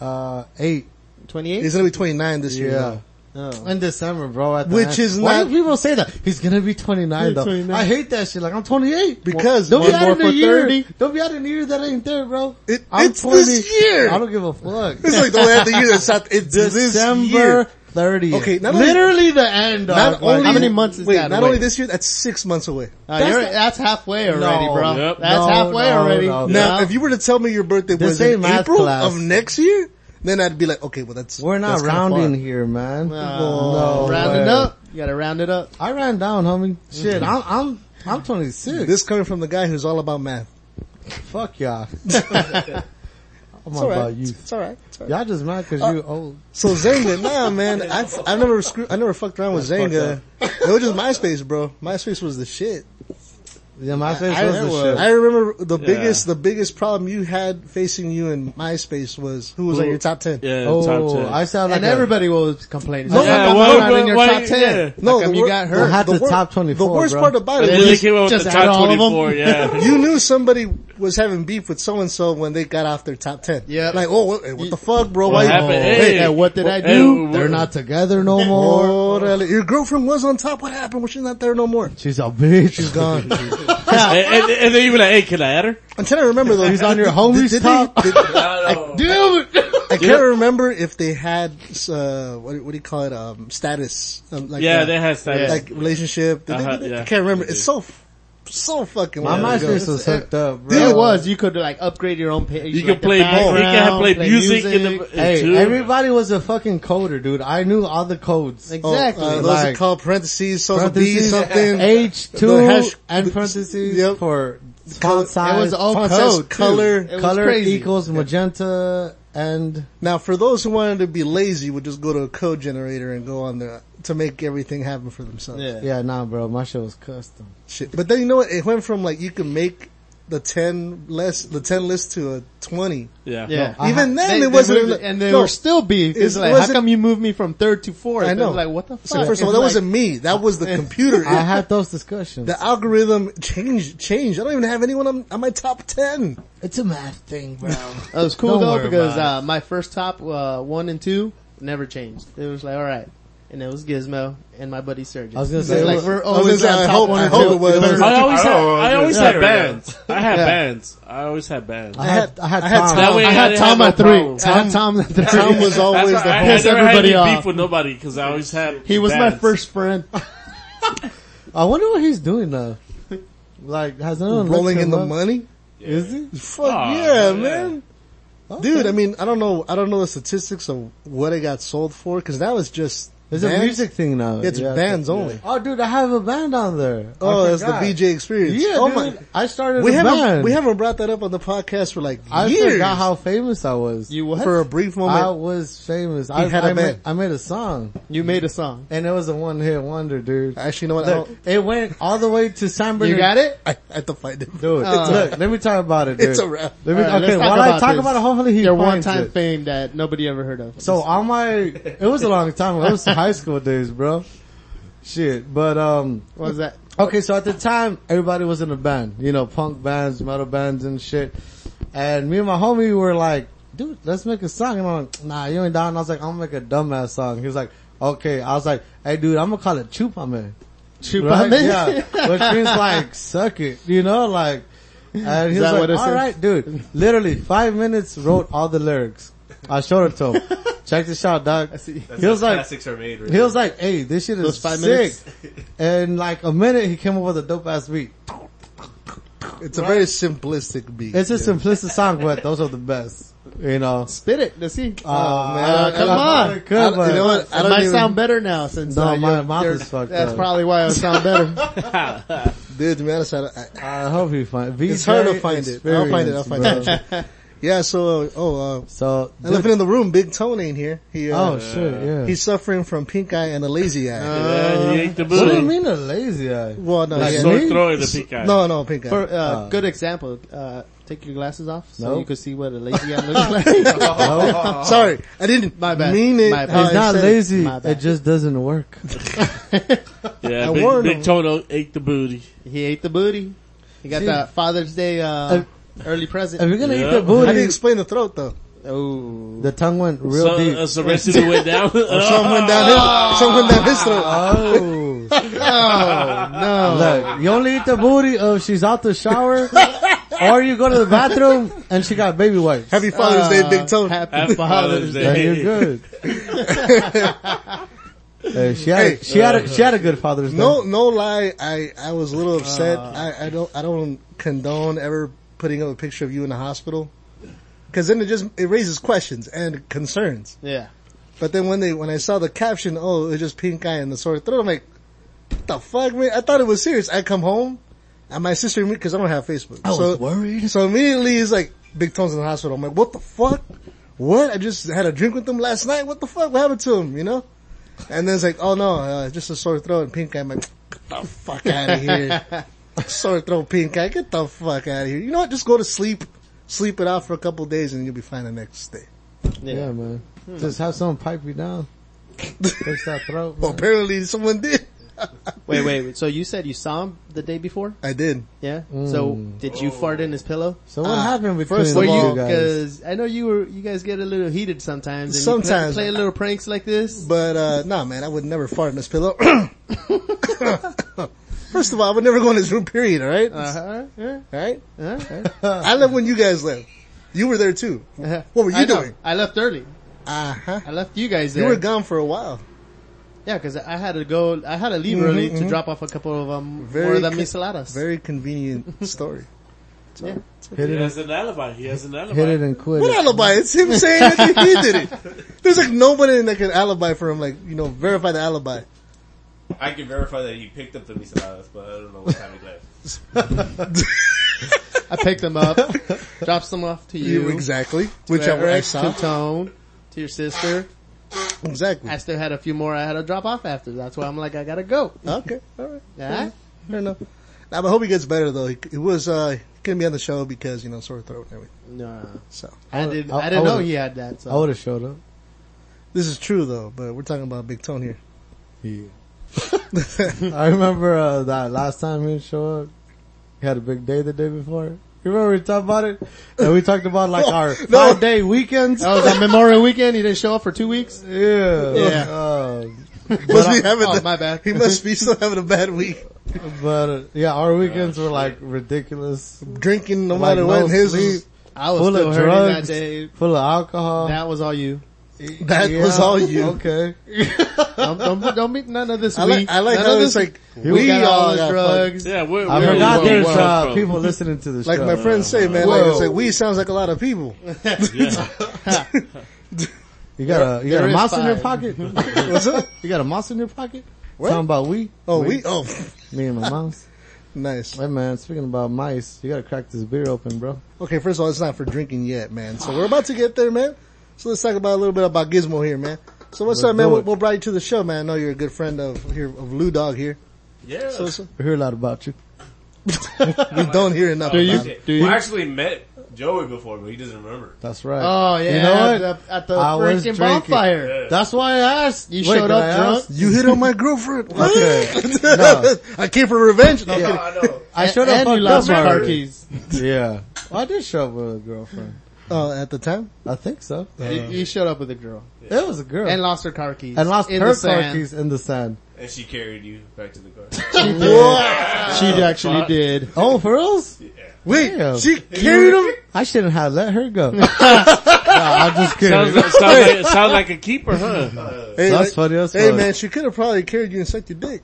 [SPEAKER 3] Uh, eight.
[SPEAKER 2] 28?
[SPEAKER 1] He's gonna be 29 this year.
[SPEAKER 3] Yeah.
[SPEAKER 2] oh.
[SPEAKER 3] In December, bro. At the
[SPEAKER 1] Which
[SPEAKER 3] end.
[SPEAKER 1] is
[SPEAKER 3] Why
[SPEAKER 1] not-
[SPEAKER 3] do people say that? He's gonna be 29 though.
[SPEAKER 2] 29.
[SPEAKER 3] I hate that shit. Like I'm 28.
[SPEAKER 1] Because
[SPEAKER 3] Don't be
[SPEAKER 1] one more
[SPEAKER 3] out in
[SPEAKER 1] for
[SPEAKER 3] a year.
[SPEAKER 1] 30.
[SPEAKER 3] Don't be out in a year that ain't there, bro.
[SPEAKER 1] It-
[SPEAKER 3] I'm
[SPEAKER 1] it's this year.
[SPEAKER 3] I don't give a fuck.
[SPEAKER 1] It's like the last year that's not. It's this
[SPEAKER 3] December
[SPEAKER 1] year.
[SPEAKER 3] 30th.
[SPEAKER 1] Okay, not only-
[SPEAKER 3] literally the end.
[SPEAKER 1] Not
[SPEAKER 3] dog. Like,
[SPEAKER 1] only
[SPEAKER 2] how many months is
[SPEAKER 1] wait,
[SPEAKER 2] that
[SPEAKER 1] Not
[SPEAKER 2] away?
[SPEAKER 1] only this year, that's six months away.
[SPEAKER 2] Uh, you're- that's halfway already,
[SPEAKER 3] No.
[SPEAKER 2] bro.
[SPEAKER 7] Yep.
[SPEAKER 2] That's
[SPEAKER 3] No,
[SPEAKER 2] halfway
[SPEAKER 3] no,
[SPEAKER 2] already.
[SPEAKER 3] no.
[SPEAKER 1] Now, if you were to tell me your birthday
[SPEAKER 3] This
[SPEAKER 1] was in
[SPEAKER 3] ain't math
[SPEAKER 1] April
[SPEAKER 3] class.
[SPEAKER 1] of next year, then I'd be like, okay, well that's
[SPEAKER 3] We're not
[SPEAKER 1] that's kinda far.
[SPEAKER 3] rounding here, man.
[SPEAKER 2] Uh,
[SPEAKER 3] no,
[SPEAKER 2] round it
[SPEAKER 3] way.
[SPEAKER 2] up. You gotta round it up. Mm-hmm.
[SPEAKER 3] I ran down, homie. Shit, I'm I'm I'm 26.
[SPEAKER 1] This coming from the guy who's all about math.
[SPEAKER 3] Fuck y'all. I'm
[SPEAKER 1] It's
[SPEAKER 3] all about
[SPEAKER 1] alright.
[SPEAKER 3] you.
[SPEAKER 1] It's alright. It's Uh, alright.
[SPEAKER 3] Y'all just mad
[SPEAKER 2] Uh,
[SPEAKER 3] because you old.
[SPEAKER 1] So Zynga, nah, man, I I never screw, I never fucked around with Zynga. It was just MySpace, bro. MySpace was the shit.
[SPEAKER 3] Yeah, my face
[SPEAKER 1] I,
[SPEAKER 3] was the
[SPEAKER 1] I
[SPEAKER 3] shit.
[SPEAKER 1] remember the biggest the biggest problem you had facing you in MySpace was who was on your top ten.
[SPEAKER 7] Yeah, top
[SPEAKER 3] Oh,
[SPEAKER 7] ten.
[SPEAKER 3] I sound like
[SPEAKER 2] and
[SPEAKER 3] a-
[SPEAKER 2] everybody was complaining.
[SPEAKER 1] No,
[SPEAKER 2] Like,
[SPEAKER 7] yeah,
[SPEAKER 2] I'm
[SPEAKER 7] well,
[SPEAKER 2] not in your
[SPEAKER 7] well,
[SPEAKER 2] top
[SPEAKER 7] yeah.
[SPEAKER 2] ten.
[SPEAKER 1] No,
[SPEAKER 2] Like,
[SPEAKER 1] the
[SPEAKER 2] um, you
[SPEAKER 1] wor-
[SPEAKER 2] got
[SPEAKER 3] I
[SPEAKER 2] hurt.
[SPEAKER 3] had the
[SPEAKER 1] wor-
[SPEAKER 3] top 24,
[SPEAKER 1] The worst
[SPEAKER 3] bro.
[SPEAKER 1] part about
[SPEAKER 7] And
[SPEAKER 1] it
[SPEAKER 7] then
[SPEAKER 1] was
[SPEAKER 7] they came out with
[SPEAKER 2] just
[SPEAKER 7] the
[SPEAKER 2] add all of
[SPEAKER 7] top
[SPEAKER 2] them.
[SPEAKER 7] 24, yeah.
[SPEAKER 1] you knew somebody was having beef with so and so when they got off their top ten.
[SPEAKER 2] Yeah.
[SPEAKER 1] Like, oh, what, hey, what the fuck, bro?
[SPEAKER 7] What
[SPEAKER 1] Why you, oh,
[SPEAKER 7] happened? Hey,
[SPEAKER 3] and what did I
[SPEAKER 7] hey,
[SPEAKER 3] do?
[SPEAKER 7] what-
[SPEAKER 3] They're not together no more.
[SPEAKER 1] oh, really? your girlfriend was on top. What happened? Well, she's not there no more.
[SPEAKER 3] She's a bitch.
[SPEAKER 1] She's gone.
[SPEAKER 7] And, and, and then you were like, hey, can I add her?
[SPEAKER 1] I'm trying to remember though.
[SPEAKER 3] She's on your
[SPEAKER 1] Did-
[SPEAKER 3] homies
[SPEAKER 1] did they-
[SPEAKER 3] top.
[SPEAKER 1] did-
[SPEAKER 3] Dude.
[SPEAKER 1] I can't remember if they had uh what, what do you call it um status um, like
[SPEAKER 7] yeah,
[SPEAKER 1] that.
[SPEAKER 7] they had status.
[SPEAKER 1] like relationship. Did they-
[SPEAKER 7] Uh-huh,
[SPEAKER 1] did they-
[SPEAKER 7] yeah.
[SPEAKER 1] I can't remember. It's so f- so fucking.
[SPEAKER 3] My
[SPEAKER 1] long ago.
[SPEAKER 3] MySpace was hooked up, bro.
[SPEAKER 2] It was. You could like upgrade your own page.
[SPEAKER 7] You
[SPEAKER 2] like,
[SPEAKER 7] could
[SPEAKER 2] the
[SPEAKER 7] play mu- you could
[SPEAKER 2] background,
[SPEAKER 7] have played music in the-
[SPEAKER 3] Hey,
[SPEAKER 7] Dude.
[SPEAKER 3] everybody was a fucking coder, dude. I knew all the codes.
[SPEAKER 1] Oh,
[SPEAKER 2] Exactly.
[SPEAKER 1] uh, those are
[SPEAKER 3] like-
[SPEAKER 1] called parentheses, so B
[SPEAKER 3] Parentheses,
[SPEAKER 1] something.
[SPEAKER 3] H two
[SPEAKER 1] The hash-
[SPEAKER 3] and parentheses
[SPEAKER 1] Yep.
[SPEAKER 3] for font size.
[SPEAKER 1] it was all
[SPEAKER 3] font
[SPEAKER 1] code,
[SPEAKER 3] size,
[SPEAKER 1] too. Color-
[SPEAKER 3] color.
[SPEAKER 1] it was
[SPEAKER 2] crazy.
[SPEAKER 3] equals magenta and
[SPEAKER 1] Now, for those who wanted to be lazy, would just go to a code generator and go on there to make everything happen for themselves.
[SPEAKER 2] Yeah.
[SPEAKER 3] yeah, nah, bro. My shit was custom.
[SPEAKER 1] Shit. But then you know what? It went from like you can make the ten less the ten list to a twenty.
[SPEAKER 7] yeah.
[SPEAKER 2] Yeah.
[SPEAKER 3] I
[SPEAKER 1] Even
[SPEAKER 3] ha-
[SPEAKER 1] then,
[SPEAKER 2] They-
[SPEAKER 1] it wasn't.
[SPEAKER 2] they moved-
[SPEAKER 1] like-
[SPEAKER 2] and they
[SPEAKER 1] no.
[SPEAKER 2] were still beef.
[SPEAKER 1] It's-
[SPEAKER 2] It's
[SPEAKER 1] it
[SPEAKER 2] like, how
[SPEAKER 1] wasn't-
[SPEAKER 2] come you moved me from third to fourth?
[SPEAKER 1] I
[SPEAKER 2] It's
[SPEAKER 1] know.
[SPEAKER 2] Like, what the fuck?
[SPEAKER 1] So first of all,
[SPEAKER 2] It's
[SPEAKER 1] that
[SPEAKER 2] like-
[SPEAKER 1] wasn't me. That was the computer.
[SPEAKER 3] I had those discussions.
[SPEAKER 1] the algorithm changed. Changed. I don't even have anyone on, on my top ten.
[SPEAKER 3] it's a math thing, bro.
[SPEAKER 2] It was cool
[SPEAKER 3] Don't
[SPEAKER 2] though
[SPEAKER 3] worry
[SPEAKER 2] because
[SPEAKER 3] about
[SPEAKER 2] uh, my first top uh, one and two never changed. It was like all right, and it was Gizmo and my buddy Sergio.
[SPEAKER 3] I was gonna
[SPEAKER 2] So,
[SPEAKER 3] say,
[SPEAKER 2] like
[SPEAKER 3] it was-
[SPEAKER 2] we're
[SPEAKER 1] I was
[SPEAKER 2] always
[SPEAKER 1] gonna
[SPEAKER 2] on
[SPEAKER 1] say, I
[SPEAKER 2] top
[SPEAKER 1] hope-
[SPEAKER 2] one
[SPEAKER 1] I
[SPEAKER 2] and
[SPEAKER 1] hope
[SPEAKER 2] two.
[SPEAKER 1] it was-
[SPEAKER 7] I always had,
[SPEAKER 8] Oh,
[SPEAKER 7] I always
[SPEAKER 8] yeah.
[SPEAKER 7] had bands. I had bands. I always had bands.
[SPEAKER 3] I had I had,
[SPEAKER 1] I had
[SPEAKER 3] Tom.
[SPEAKER 7] That way
[SPEAKER 2] I had
[SPEAKER 7] didn't
[SPEAKER 2] Tom
[SPEAKER 7] have
[SPEAKER 2] at
[SPEAKER 7] no
[SPEAKER 2] three.
[SPEAKER 7] problem.
[SPEAKER 2] I had Tom at three.
[SPEAKER 1] Tom was always
[SPEAKER 7] That's
[SPEAKER 1] the
[SPEAKER 7] why I,
[SPEAKER 1] host.
[SPEAKER 7] I never had
[SPEAKER 2] everybody
[SPEAKER 7] any
[SPEAKER 2] off.
[SPEAKER 7] beef with nobody because I always had.
[SPEAKER 2] He was my
[SPEAKER 7] bands.
[SPEAKER 2] first friend.
[SPEAKER 3] I wonder what he's doing now. Like, has no one
[SPEAKER 1] Rolling in the money.
[SPEAKER 3] Is he?
[SPEAKER 1] Fuck
[SPEAKER 7] Aw,
[SPEAKER 1] Oh, yeah,
[SPEAKER 7] yeah.
[SPEAKER 1] man. Dude, I mean, I don't know, I don't know the statistics of what it got sold for, cause now it's just,
[SPEAKER 3] It's a
[SPEAKER 1] bands.
[SPEAKER 3] music thing now.
[SPEAKER 1] It's
[SPEAKER 3] Yeah.
[SPEAKER 1] bands only.
[SPEAKER 3] Oh, dude, I have a band on there.
[SPEAKER 1] Oh,
[SPEAKER 3] I
[SPEAKER 1] that's the
[SPEAKER 3] forgot.
[SPEAKER 1] BJ experience.
[SPEAKER 3] Yeah,
[SPEAKER 1] oh
[SPEAKER 3] dude, I started
[SPEAKER 1] we
[SPEAKER 3] a
[SPEAKER 1] haven't,
[SPEAKER 3] band.
[SPEAKER 1] we haven't brought that up on the podcast for like
[SPEAKER 3] I
[SPEAKER 1] years.
[SPEAKER 3] forgot how famous I was.
[SPEAKER 2] You what?
[SPEAKER 1] for a brief
[SPEAKER 3] I
[SPEAKER 1] moment.
[SPEAKER 3] was famous. I
[SPEAKER 1] had a
[SPEAKER 3] I ma-
[SPEAKER 1] band.
[SPEAKER 3] I made a song,
[SPEAKER 2] you made a song.
[SPEAKER 3] and it was a one-hit wonder, dude.
[SPEAKER 1] Actually, you know what? I
[SPEAKER 3] Look,
[SPEAKER 1] don't,
[SPEAKER 3] it went all the way to San
[SPEAKER 2] You
[SPEAKER 3] Bernardino.
[SPEAKER 2] got it?
[SPEAKER 1] I, I have to find it.
[SPEAKER 3] Dude, look, let me talk about it, dude.
[SPEAKER 1] It's a wrap.
[SPEAKER 3] Let me,
[SPEAKER 2] All right, let's
[SPEAKER 3] okay,
[SPEAKER 2] talk
[SPEAKER 3] while I
[SPEAKER 2] about
[SPEAKER 3] talk
[SPEAKER 2] this.
[SPEAKER 3] about it, hopefully he
[SPEAKER 2] Your
[SPEAKER 3] finds
[SPEAKER 2] one-time
[SPEAKER 3] it.
[SPEAKER 2] fame that nobody ever heard of.
[SPEAKER 3] So on my, it was a long time ago. It was high school days, bro. Shit, but um,
[SPEAKER 2] what was that?
[SPEAKER 3] Okay, so at the time, everybody was in a band, you know, punk bands, metal bands and shit. And me and my homie were like, dude, let's make a song. And I'm like, nah, you ain't down. And I was like, I'm gonna make a dumbass song. He was like, okay. I was like, hey dude, I'm gonna call it Chupa Man.
[SPEAKER 2] Chupa
[SPEAKER 3] Right?
[SPEAKER 2] Man?
[SPEAKER 3] Yeah. Which means like, suck it, you know, like, and he
[SPEAKER 2] Is
[SPEAKER 3] was
[SPEAKER 2] that
[SPEAKER 3] like,
[SPEAKER 2] what it
[SPEAKER 3] all
[SPEAKER 2] says?
[SPEAKER 3] right, dude. Literally five minutes wrote all the lyrics. I showed it to him. Check this out, dog. he was like,
[SPEAKER 8] classics are made.
[SPEAKER 3] he was like, "Hey, this shit is
[SPEAKER 2] Those five
[SPEAKER 3] sick."
[SPEAKER 2] minutes?
[SPEAKER 3] and like a minute, he came up with a dope ass beat.
[SPEAKER 1] It's a very simplistic beat.
[SPEAKER 3] It's a simplistic song, but those are the best. You know.
[SPEAKER 2] Spit it. Let's see.
[SPEAKER 3] Oh
[SPEAKER 2] Uh, come on.
[SPEAKER 3] Good, but-
[SPEAKER 1] you know what? I
[SPEAKER 2] it
[SPEAKER 1] don't
[SPEAKER 2] might
[SPEAKER 1] even-
[SPEAKER 2] sound better now since
[SPEAKER 3] No,
[SPEAKER 2] uh,
[SPEAKER 3] my
[SPEAKER 2] you're-
[SPEAKER 3] mouth
[SPEAKER 2] you're-
[SPEAKER 3] is fucked
[SPEAKER 2] That's
[SPEAKER 3] up.
[SPEAKER 2] probably why it'll sound better.
[SPEAKER 1] dude, to be honest, I, I,
[SPEAKER 3] I hope you find. VJ
[SPEAKER 1] it's hard to find it. I'll find it. I'll find
[SPEAKER 3] experience, bro.
[SPEAKER 1] it. yeah. So, uh, oh, uh,
[SPEAKER 3] So,
[SPEAKER 1] elephant in the room. Big Tone ain't here. He, uh,
[SPEAKER 3] oh shit, yeah.
[SPEAKER 1] He's suffering from pink eye and a lazy eye.
[SPEAKER 7] Yeah, he ate the
[SPEAKER 3] what do you
[SPEAKER 7] booty.
[SPEAKER 3] mean a lazy eye?
[SPEAKER 1] well, no,
[SPEAKER 3] Like
[SPEAKER 1] yeah.
[SPEAKER 7] Sore
[SPEAKER 3] me?
[SPEAKER 7] throat and the pink eye.
[SPEAKER 1] no, no, pink eye.
[SPEAKER 2] For uh, good example, uh, take your glasses off so
[SPEAKER 3] Nope.
[SPEAKER 2] you can see what a lazy guy looks like.
[SPEAKER 1] Sorry, I didn't
[SPEAKER 2] My bad.
[SPEAKER 1] mean it.
[SPEAKER 2] My bad.
[SPEAKER 1] how
[SPEAKER 3] It's
[SPEAKER 1] I
[SPEAKER 3] not
[SPEAKER 1] said it.
[SPEAKER 3] lazy.
[SPEAKER 2] My bad.
[SPEAKER 3] It just doesn't work.
[SPEAKER 7] Yeah,
[SPEAKER 1] I
[SPEAKER 7] big,
[SPEAKER 1] warned him.
[SPEAKER 7] big Toto ate the booty.
[SPEAKER 2] he ate the booty. He got
[SPEAKER 3] See-
[SPEAKER 2] that Father's Day uh, early present.
[SPEAKER 3] If you're gonna eat the
[SPEAKER 7] Yeah.
[SPEAKER 1] How do you
[SPEAKER 3] booty,
[SPEAKER 1] explain the throat though?
[SPEAKER 2] oh,
[SPEAKER 3] the tongue went real
[SPEAKER 7] so,
[SPEAKER 3] deep.
[SPEAKER 7] Uh, so rest of the way down.
[SPEAKER 1] Someone down his, someone down his throat.
[SPEAKER 3] Oh. no. Look, you only eat the booty if she's out the shower or you go to the bathroom and she got baby wipes.
[SPEAKER 1] Happy Father's Day,
[SPEAKER 3] Ah,
[SPEAKER 1] Big Tone.
[SPEAKER 2] happy
[SPEAKER 7] Happy
[SPEAKER 2] Father's
[SPEAKER 7] Father's
[SPEAKER 2] Day.
[SPEAKER 7] Day.
[SPEAKER 3] Then you're good. Hey, she had, a, she had a, she had a good Father's Day. Ah.
[SPEAKER 1] No, no lie. I, I was a little upset. I, I don't, I don't condone ever putting up a picture of you in the hospital. Cause then it just, it raises questions and concerns.
[SPEAKER 2] Yeah.
[SPEAKER 1] But then when they, when I saw the caption, oh, it was just pink eye and the sore throat, I'm like, what the fuck, man? I thought it was serious. I come home and my sister, cause I don't have Facebook.
[SPEAKER 3] I was
[SPEAKER 1] so,
[SPEAKER 3] worried.
[SPEAKER 1] so immediately it's like, Big Tone's in the hospital. I'm like, what the fuck? What? I just had a drink with him last night. What the fuck? What happened to him? You know? And then it's like, oh no, uh, just a sore throat and pink eye. I'm like, get the fuck out of here. sore throat, pink eye. Get the fuck out of here. You know what? Just go to sleep. Sleep it out for a couple days and you'll be fine the next day.
[SPEAKER 3] Yeah, Hmm. man.
[SPEAKER 1] Hmm.
[SPEAKER 3] Just have someone pipe you down. Fix that throat.
[SPEAKER 1] Well,
[SPEAKER 3] man.
[SPEAKER 1] apparently someone did.
[SPEAKER 2] Wait, wait, wait. So you said you saw him the day before?
[SPEAKER 1] I did.
[SPEAKER 2] Yeah. So did you fart in his pillow?
[SPEAKER 3] So what
[SPEAKER 1] Uh,
[SPEAKER 3] Hmm. happened between
[SPEAKER 1] first
[SPEAKER 3] the
[SPEAKER 1] of
[SPEAKER 3] two
[SPEAKER 1] all-
[SPEAKER 3] guys?
[SPEAKER 2] Because I know you were, you guys get a little heated sometimes. And you
[SPEAKER 1] Sometimes.
[SPEAKER 2] play, play little pranks like this.
[SPEAKER 1] But uh nah man, I would never fart in this pillow. First of all, I would never go in his room period, alright?
[SPEAKER 2] Uh-huh. Yeah.
[SPEAKER 1] alright?
[SPEAKER 2] Uh-huh.
[SPEAKER 1] I left when you guys left. You were there too.
[SPEAKER 2] What
[SPEAKER 1] were you
[SPEAKER 2] I know.
[SPEAKER 1] doing?
[SPEAKER 2] I left early.
[SPEAKER 1] Uh huh.
[SPEAKER 2] I left you guys
[SPEAKER 1] You
[SPEAKER 2] there.
[SPEAKER 1] were gone for a while.
[SPEAKER 2] yeah, because I had to go. I had to leave early to drop off a couple of um
[SPEAKER 1] Mm-hmm, Very
[SPEAKER 2] more of the
[SPEAKER 1] co-
[SPEAKER 2] miseladas.
[SPEAKER 1] Very convenient story.
[SPEAKER 2] yeah.
[SPEAKER 3] Hit
[SPEAKER 7] He
[SPEAKER 3] it,
[SPEAKER 7] has an alibi. He has an
[SPEAKER 3] hit it
[SPEAKER 7] alibi.
[SPEAKER 3] and quit.
[SPEAKER 1] What
[SPEAKER 3] it.
[SPEAKER 1] alibi? It's him saying that he did it. There's like nobody that can alibi for him, like, you know, verify the alibi.
[SPEAKER 8] I can verify that he picked up the miseladas, but I don't know what time he left.
[SPEAKER 2] I picked them up, drops them off to you,
[SPEAKER 1] You- exactly. Which
[SPEAKER 2] to
[SPEAKER 1] I, I
[SPEAKER 2] Eric,
[SPEAKER 1] saw.
[SPEAKER 2] to Tone, to your sister.
[SPEAKER 1] Exactly.
[SPEAKER 2] I still had a few more I had to drop off after. That's why I'm like, I gotta go.
[SPEAKER 1] Okay. Alright.
[SPEAKER 2] Yeah.
[SPEAKER 1] Fair enough. Nah, but I hope he gets better though. He, he was, uh, he couldn't be on the show because, you know, sore throat and everything.
[SPEAKER 2] No,
[SPEAKER 1] So.
[SPEAKER 2] I didn't.
[SPEAKER 3] I-
[SPEAKER 2] I, didn't
[SPEAKER 3] I
[SPEAKER 2] know
[SPEAKER 3] would've-
[SPEAKER 2] he had that. So.
[SPEAKER 3] I would have showed up.
[SPEAKER 1] This is true though, but we're talking about Big Tone here.
[SPEAKER 3] I remember uh, that last time he didn't show up. He had a big day the day before. You remember we talked about it? And we talked about like our five day weekends.
[SPEAKER 2] Oh, That was on Memorial Weekend. He didn't show up for two weeks.
[SPEAKER 3] Yeah.
[SPEAKER 2] Yeah.
[SPEAKER 3] Uh,
[SPEAKER 1] Must be having
[SPEAKER 2] Oh,
[SPEAKER 1] the-
[SPEAKER 2] my bad.
[SPEAKER 1] he must be still having a bad week.
[SPEAKER 3] but uh, yeah, our weekends were like ridiculous.
[SPEAKER 1] Drinking no
[SPEAKER 3] Like,
[SPEAKER 1] matter
[SPEAKER 3] no
[SPEAKER 1] what. His
[SPEAKER 3] sleep.
[SPEAKER 1] was,
[SPEAKER 2] I was
[SPEAKER 3] Full
[SPEAKER 2] still
[SPEAKER 3] of
[SPEAKER 2] hurting
[SPEAKER 3] drugs.
[SPEAKER 2] that day.
[SPEAKER 3] Full of alcohol.
[SPEAKER 2] That was all you.
[SPEAKER 1] that
[SPEAKER 3] Yeah,
[SPEAKER 1] was all you.
[SPEAKER 3] Okay.
[SPEAKER 2] Don't, don't, don't be none of this.
[SPEAKER 1] I
[SPEAKER 2] we.
[SPEAKER 1] like, I like
[SPEAKER 2] none
[SPEAKER 1] how
[SPEAKER 2] of
[SPEAKER 1] it's
[SPEAKER 2] this.
[SPEAKER 1] like,
[SPEAKER 2] we,
[SPEAKER 1] we
[SPEAKER 2] got all
[SPEAKER 1] all
[SPEAKER 2] the
[SPEAKER 1] got fucked.
[SPEAKER 2] drugs.
[SPEAKER 7] Yeah, we're,
[SPEAKER 3] I
[SPEAKER 7] we're,
[SPEAKER 3] forgot
[SPEAKER 7] we're,
[SPEAKER 3] there's
[SPEAKER 7] we're
[SPEAKER 3] uh,
[SPEAKER 7] from.
[SPEAKER 3] people listening to the
[SPEAKER 1] Like
[SPEAKER 3] show.
[SPEAKER 1] my friends say, man,
[SPEAKER 3] Whoa.
[SPEAKER 1] like, it's like we sounds like a lot of people.
[SPEAKER 7] Yeah.
[SPEAKER 3] you got a you
[SPEAKER 2] There
[SPEAKER 3] got a
[SPEAKER 2] is
[SPEAKER 3] mouse in your
[SPEAKER 2] five.
[SPEAKER 3] pocket.
[SPEAKER 1] What's up?
[SPEAKER 3] you got a mouse in your pocket.
[SPEAKER 1] What?
[SPEAKER 3] Talking about we.
[SPEAKER 1] Oh, we, oh,
[SPEAKER 3] Me and my mouse.
[SPEAKER 1] nice.
[SPEAKER 3] Hey man, speaking about mice, you gotta crack this beer open, bro.
[SPEAKER 1] Okay, first of all, it's not for drinking yet, man. So we're about to get there, man. So let's talk about a little bit about Gizmo here, man. So what's
[SPEAKER 3] Let's
[SPEAKER 1] up, man?
[SPEAKER 3] do
[SPEAKER 1] What,
[SPEAKER 3] it.
[SPEAKER 1] what brought you to the show, man? I know you're a good friend of here, of Lou Dog here.
[SPEAKER 8] Yeah.
[SPEAKER 1] So, so
[SPEAKER 3] We hear a lot about you.
[SPEAKER 1] we don't hear enough. about it.
[SPEAKER 8] Shit. Well, I actually met Joey before, but he doesn't remember.
[SPEAKER 3] That's right.
[SPEAKER 2] Oh yeah.
[SPEAKER 3] You know
[SPEAKER 2] at
[SPEAKER 3] what?
[SPEAKER 2] the- At the
[SPEAKER 3] I was
[SPEAKER 2] freaking
[SPEAKER 3] drinking.
[SPEAKER 2] bonfire.
[SPEAKER 8] Yeah.
[SPEAKER 3] That's why I asked.
[SPEAKER 2] You
[SPEAKER 3] Wait,
[SPEAKER 2] showed
[SPEAKER 3] did
[SPEAKER 2] up
[SPEAKER 3] I
[SPEAKER 2] drunk.
[SPEAKER 3] ask?
[SPEAKER 1] You hit on my girlfriend. What?
[SPEAKER 3] Okay. No.
[SPEAKER 1] I came for revenge. No, I'm
[SPEAKER 8] No,
[SPEAKER 1] kidding.
[SPEAKER 8] I know.
[SPEAKER 3] I showed up
[SPEAKER 2] and you
[SPEAKER 3] fucked
[SPEAKER 2] lost
[SPEAKER 3] up
[SPEAKER 2] my car
[SPEAKER 3] already.
[SPEAKER 2] keys.
[SPEAKER 3] Yeah. Well, I did show up with a girlfriend.
[SPEAKER 1] Uh, at the time,
[SPEAKER 3] I think so.
[SPEAKER 2] You you showed up with a girl
[SPEAKER 3] It was a girl.
[SPEAKER 2] and lost her car keys
[SPEAKER 3] And lost
[SPEAKER 2] in
[SPEAKER 3] her
[SPEAKER 2] the
[SPEAKER 3] car
[SPEAKER 2] sand.
[SPEAKER 3] keys in the sand.
[SPEAKER 8] And she carried you back to the car.
[SPEAKER 2] She actually
[SPEAKER 7] fuck.
[SPEAKER 2] did.
[SPEAKER 3] Oh, for reals?
[SPEAKER 1] wait,
[SPEAKER 3] Damn.
[SPEAKER 1] she carried him.
[SPEAKER 3] I shouldn't have let her go. no, I'm just kidding.
[SPEAKER 7] Sounds, like, sounds, like, sounds like a keeper, huh?
[SPEAKER 1] Hey,
[SPEAKER 3] That's
[SPEAKER 1] like-
[SPEAKER 3] funny. That's
[SPEAKER 1] Hey,
[SPEAKER 3] funny.
[SPEAKER 1] man, she could have probably carried you and sucked your dick.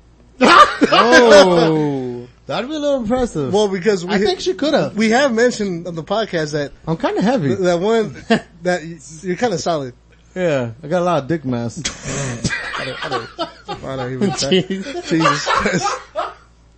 [SPEAKER 3] Oh, that'd be a little impressive.
[SPEAKER 1] Well, because we
[SPEAKER 2] I think she could have.
[SPEAKER 1] we have mentioned on the podcast that
[SPEAKER 3] I'm kind of heavy.
[SPEAKER 1] that one that you- you're kind of solid.
[SPEAKER 3] Yeah, I got a lot of dick mass.
[SPEAKER 1] Why not even try? Jesus Christ.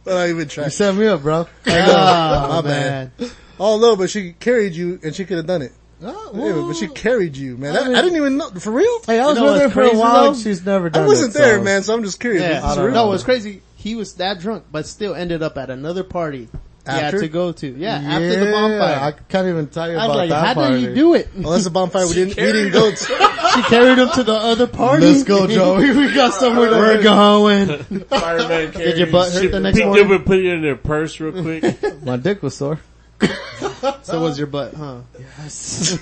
[SPEAKER 1] Why not even try?
[SPEAKER 3] You set me up, bro. Ah,
[SPEAKER 1] my
[SPEAKER 2] Oh,
[SPEAKER 1] bad.
[SPEAKER 2] man.
[SPEAKER 1] Oh no, but she carried you and she could have done it.
[SPEAKER 3] Oh,
[SPEAKER 1] Yeah,
[SPEAKER 3] well,
[SPEAKER 1] but she carried you, man.
[SPEAKER 3] I
[SPEAKER 1] I,
[SPEAKER 3] mean-
[SPEAKER 1] I didn't even know. For real?
[SPEAKER 3] hey, I was
[SPEAKER 2] know
[SPEAKER 3] with her
[SPEAKER 2] what's
[SPEAKER 3] for a
[SPEAKER 2] crazy,
[SPEAKER 3] while.
[SPEAKER 2] though?
[SPEAKER 3] She's never
[SPEAKER 1] I
[SPEAKER 3] done.
[SPEAKER 1] wasn't
[SPEAKER 3] it, so-
[SPEAKER 1] there, man, so I'm just curious.
[SPEAKER 2] Yeah.
[SPEAKER 1] This is
[SPEAKER 3] don't
[SPEAKER 1] real.
[SPEAKER 2] No,
[SPEAKER 3] know.
[SPEAKER 2] it was crazy. He was that drunk, but still ended up at another party.
[SPEAKER 1] After?
[SPEAKER 2] Yeah, to go to. Yeah, after the
[SPEAKER 3] Yeah, I
[SPEAKER 2] bonfire.
[SPEAKER 3] can't even tell you
[SPEAKER 2] I,
[SPEAKER 3] about
[SPEAKER 2] was like,
[SPEAKER 3] that
[SPEAKER 2] how
[SPEAKER 3] party.
[SPEAKER 2] did you do it?
[SPEAKER 1] Oh, that's a bonfire we didn't, we didn't go to.
[SPEAKER 2] she carried him to the other party.
[SPEAKER 3] Let's go, Joey. We got somewhere to
[SPEAKER 2] We're going.
[SPEAKER 8] Fireman carried
[SPEAKER 2] Did your butt hurt
[SPEAKER 7] She
[SPEAKER 2] the next
[SPEAKER 7] picked
[SPEAKER 2] morning?
[SPEAKER 7] up and put it in their purse real quick.
[SPEAKER 3] My dick was sore.
[SPEAKER 2] So was your butt, huh?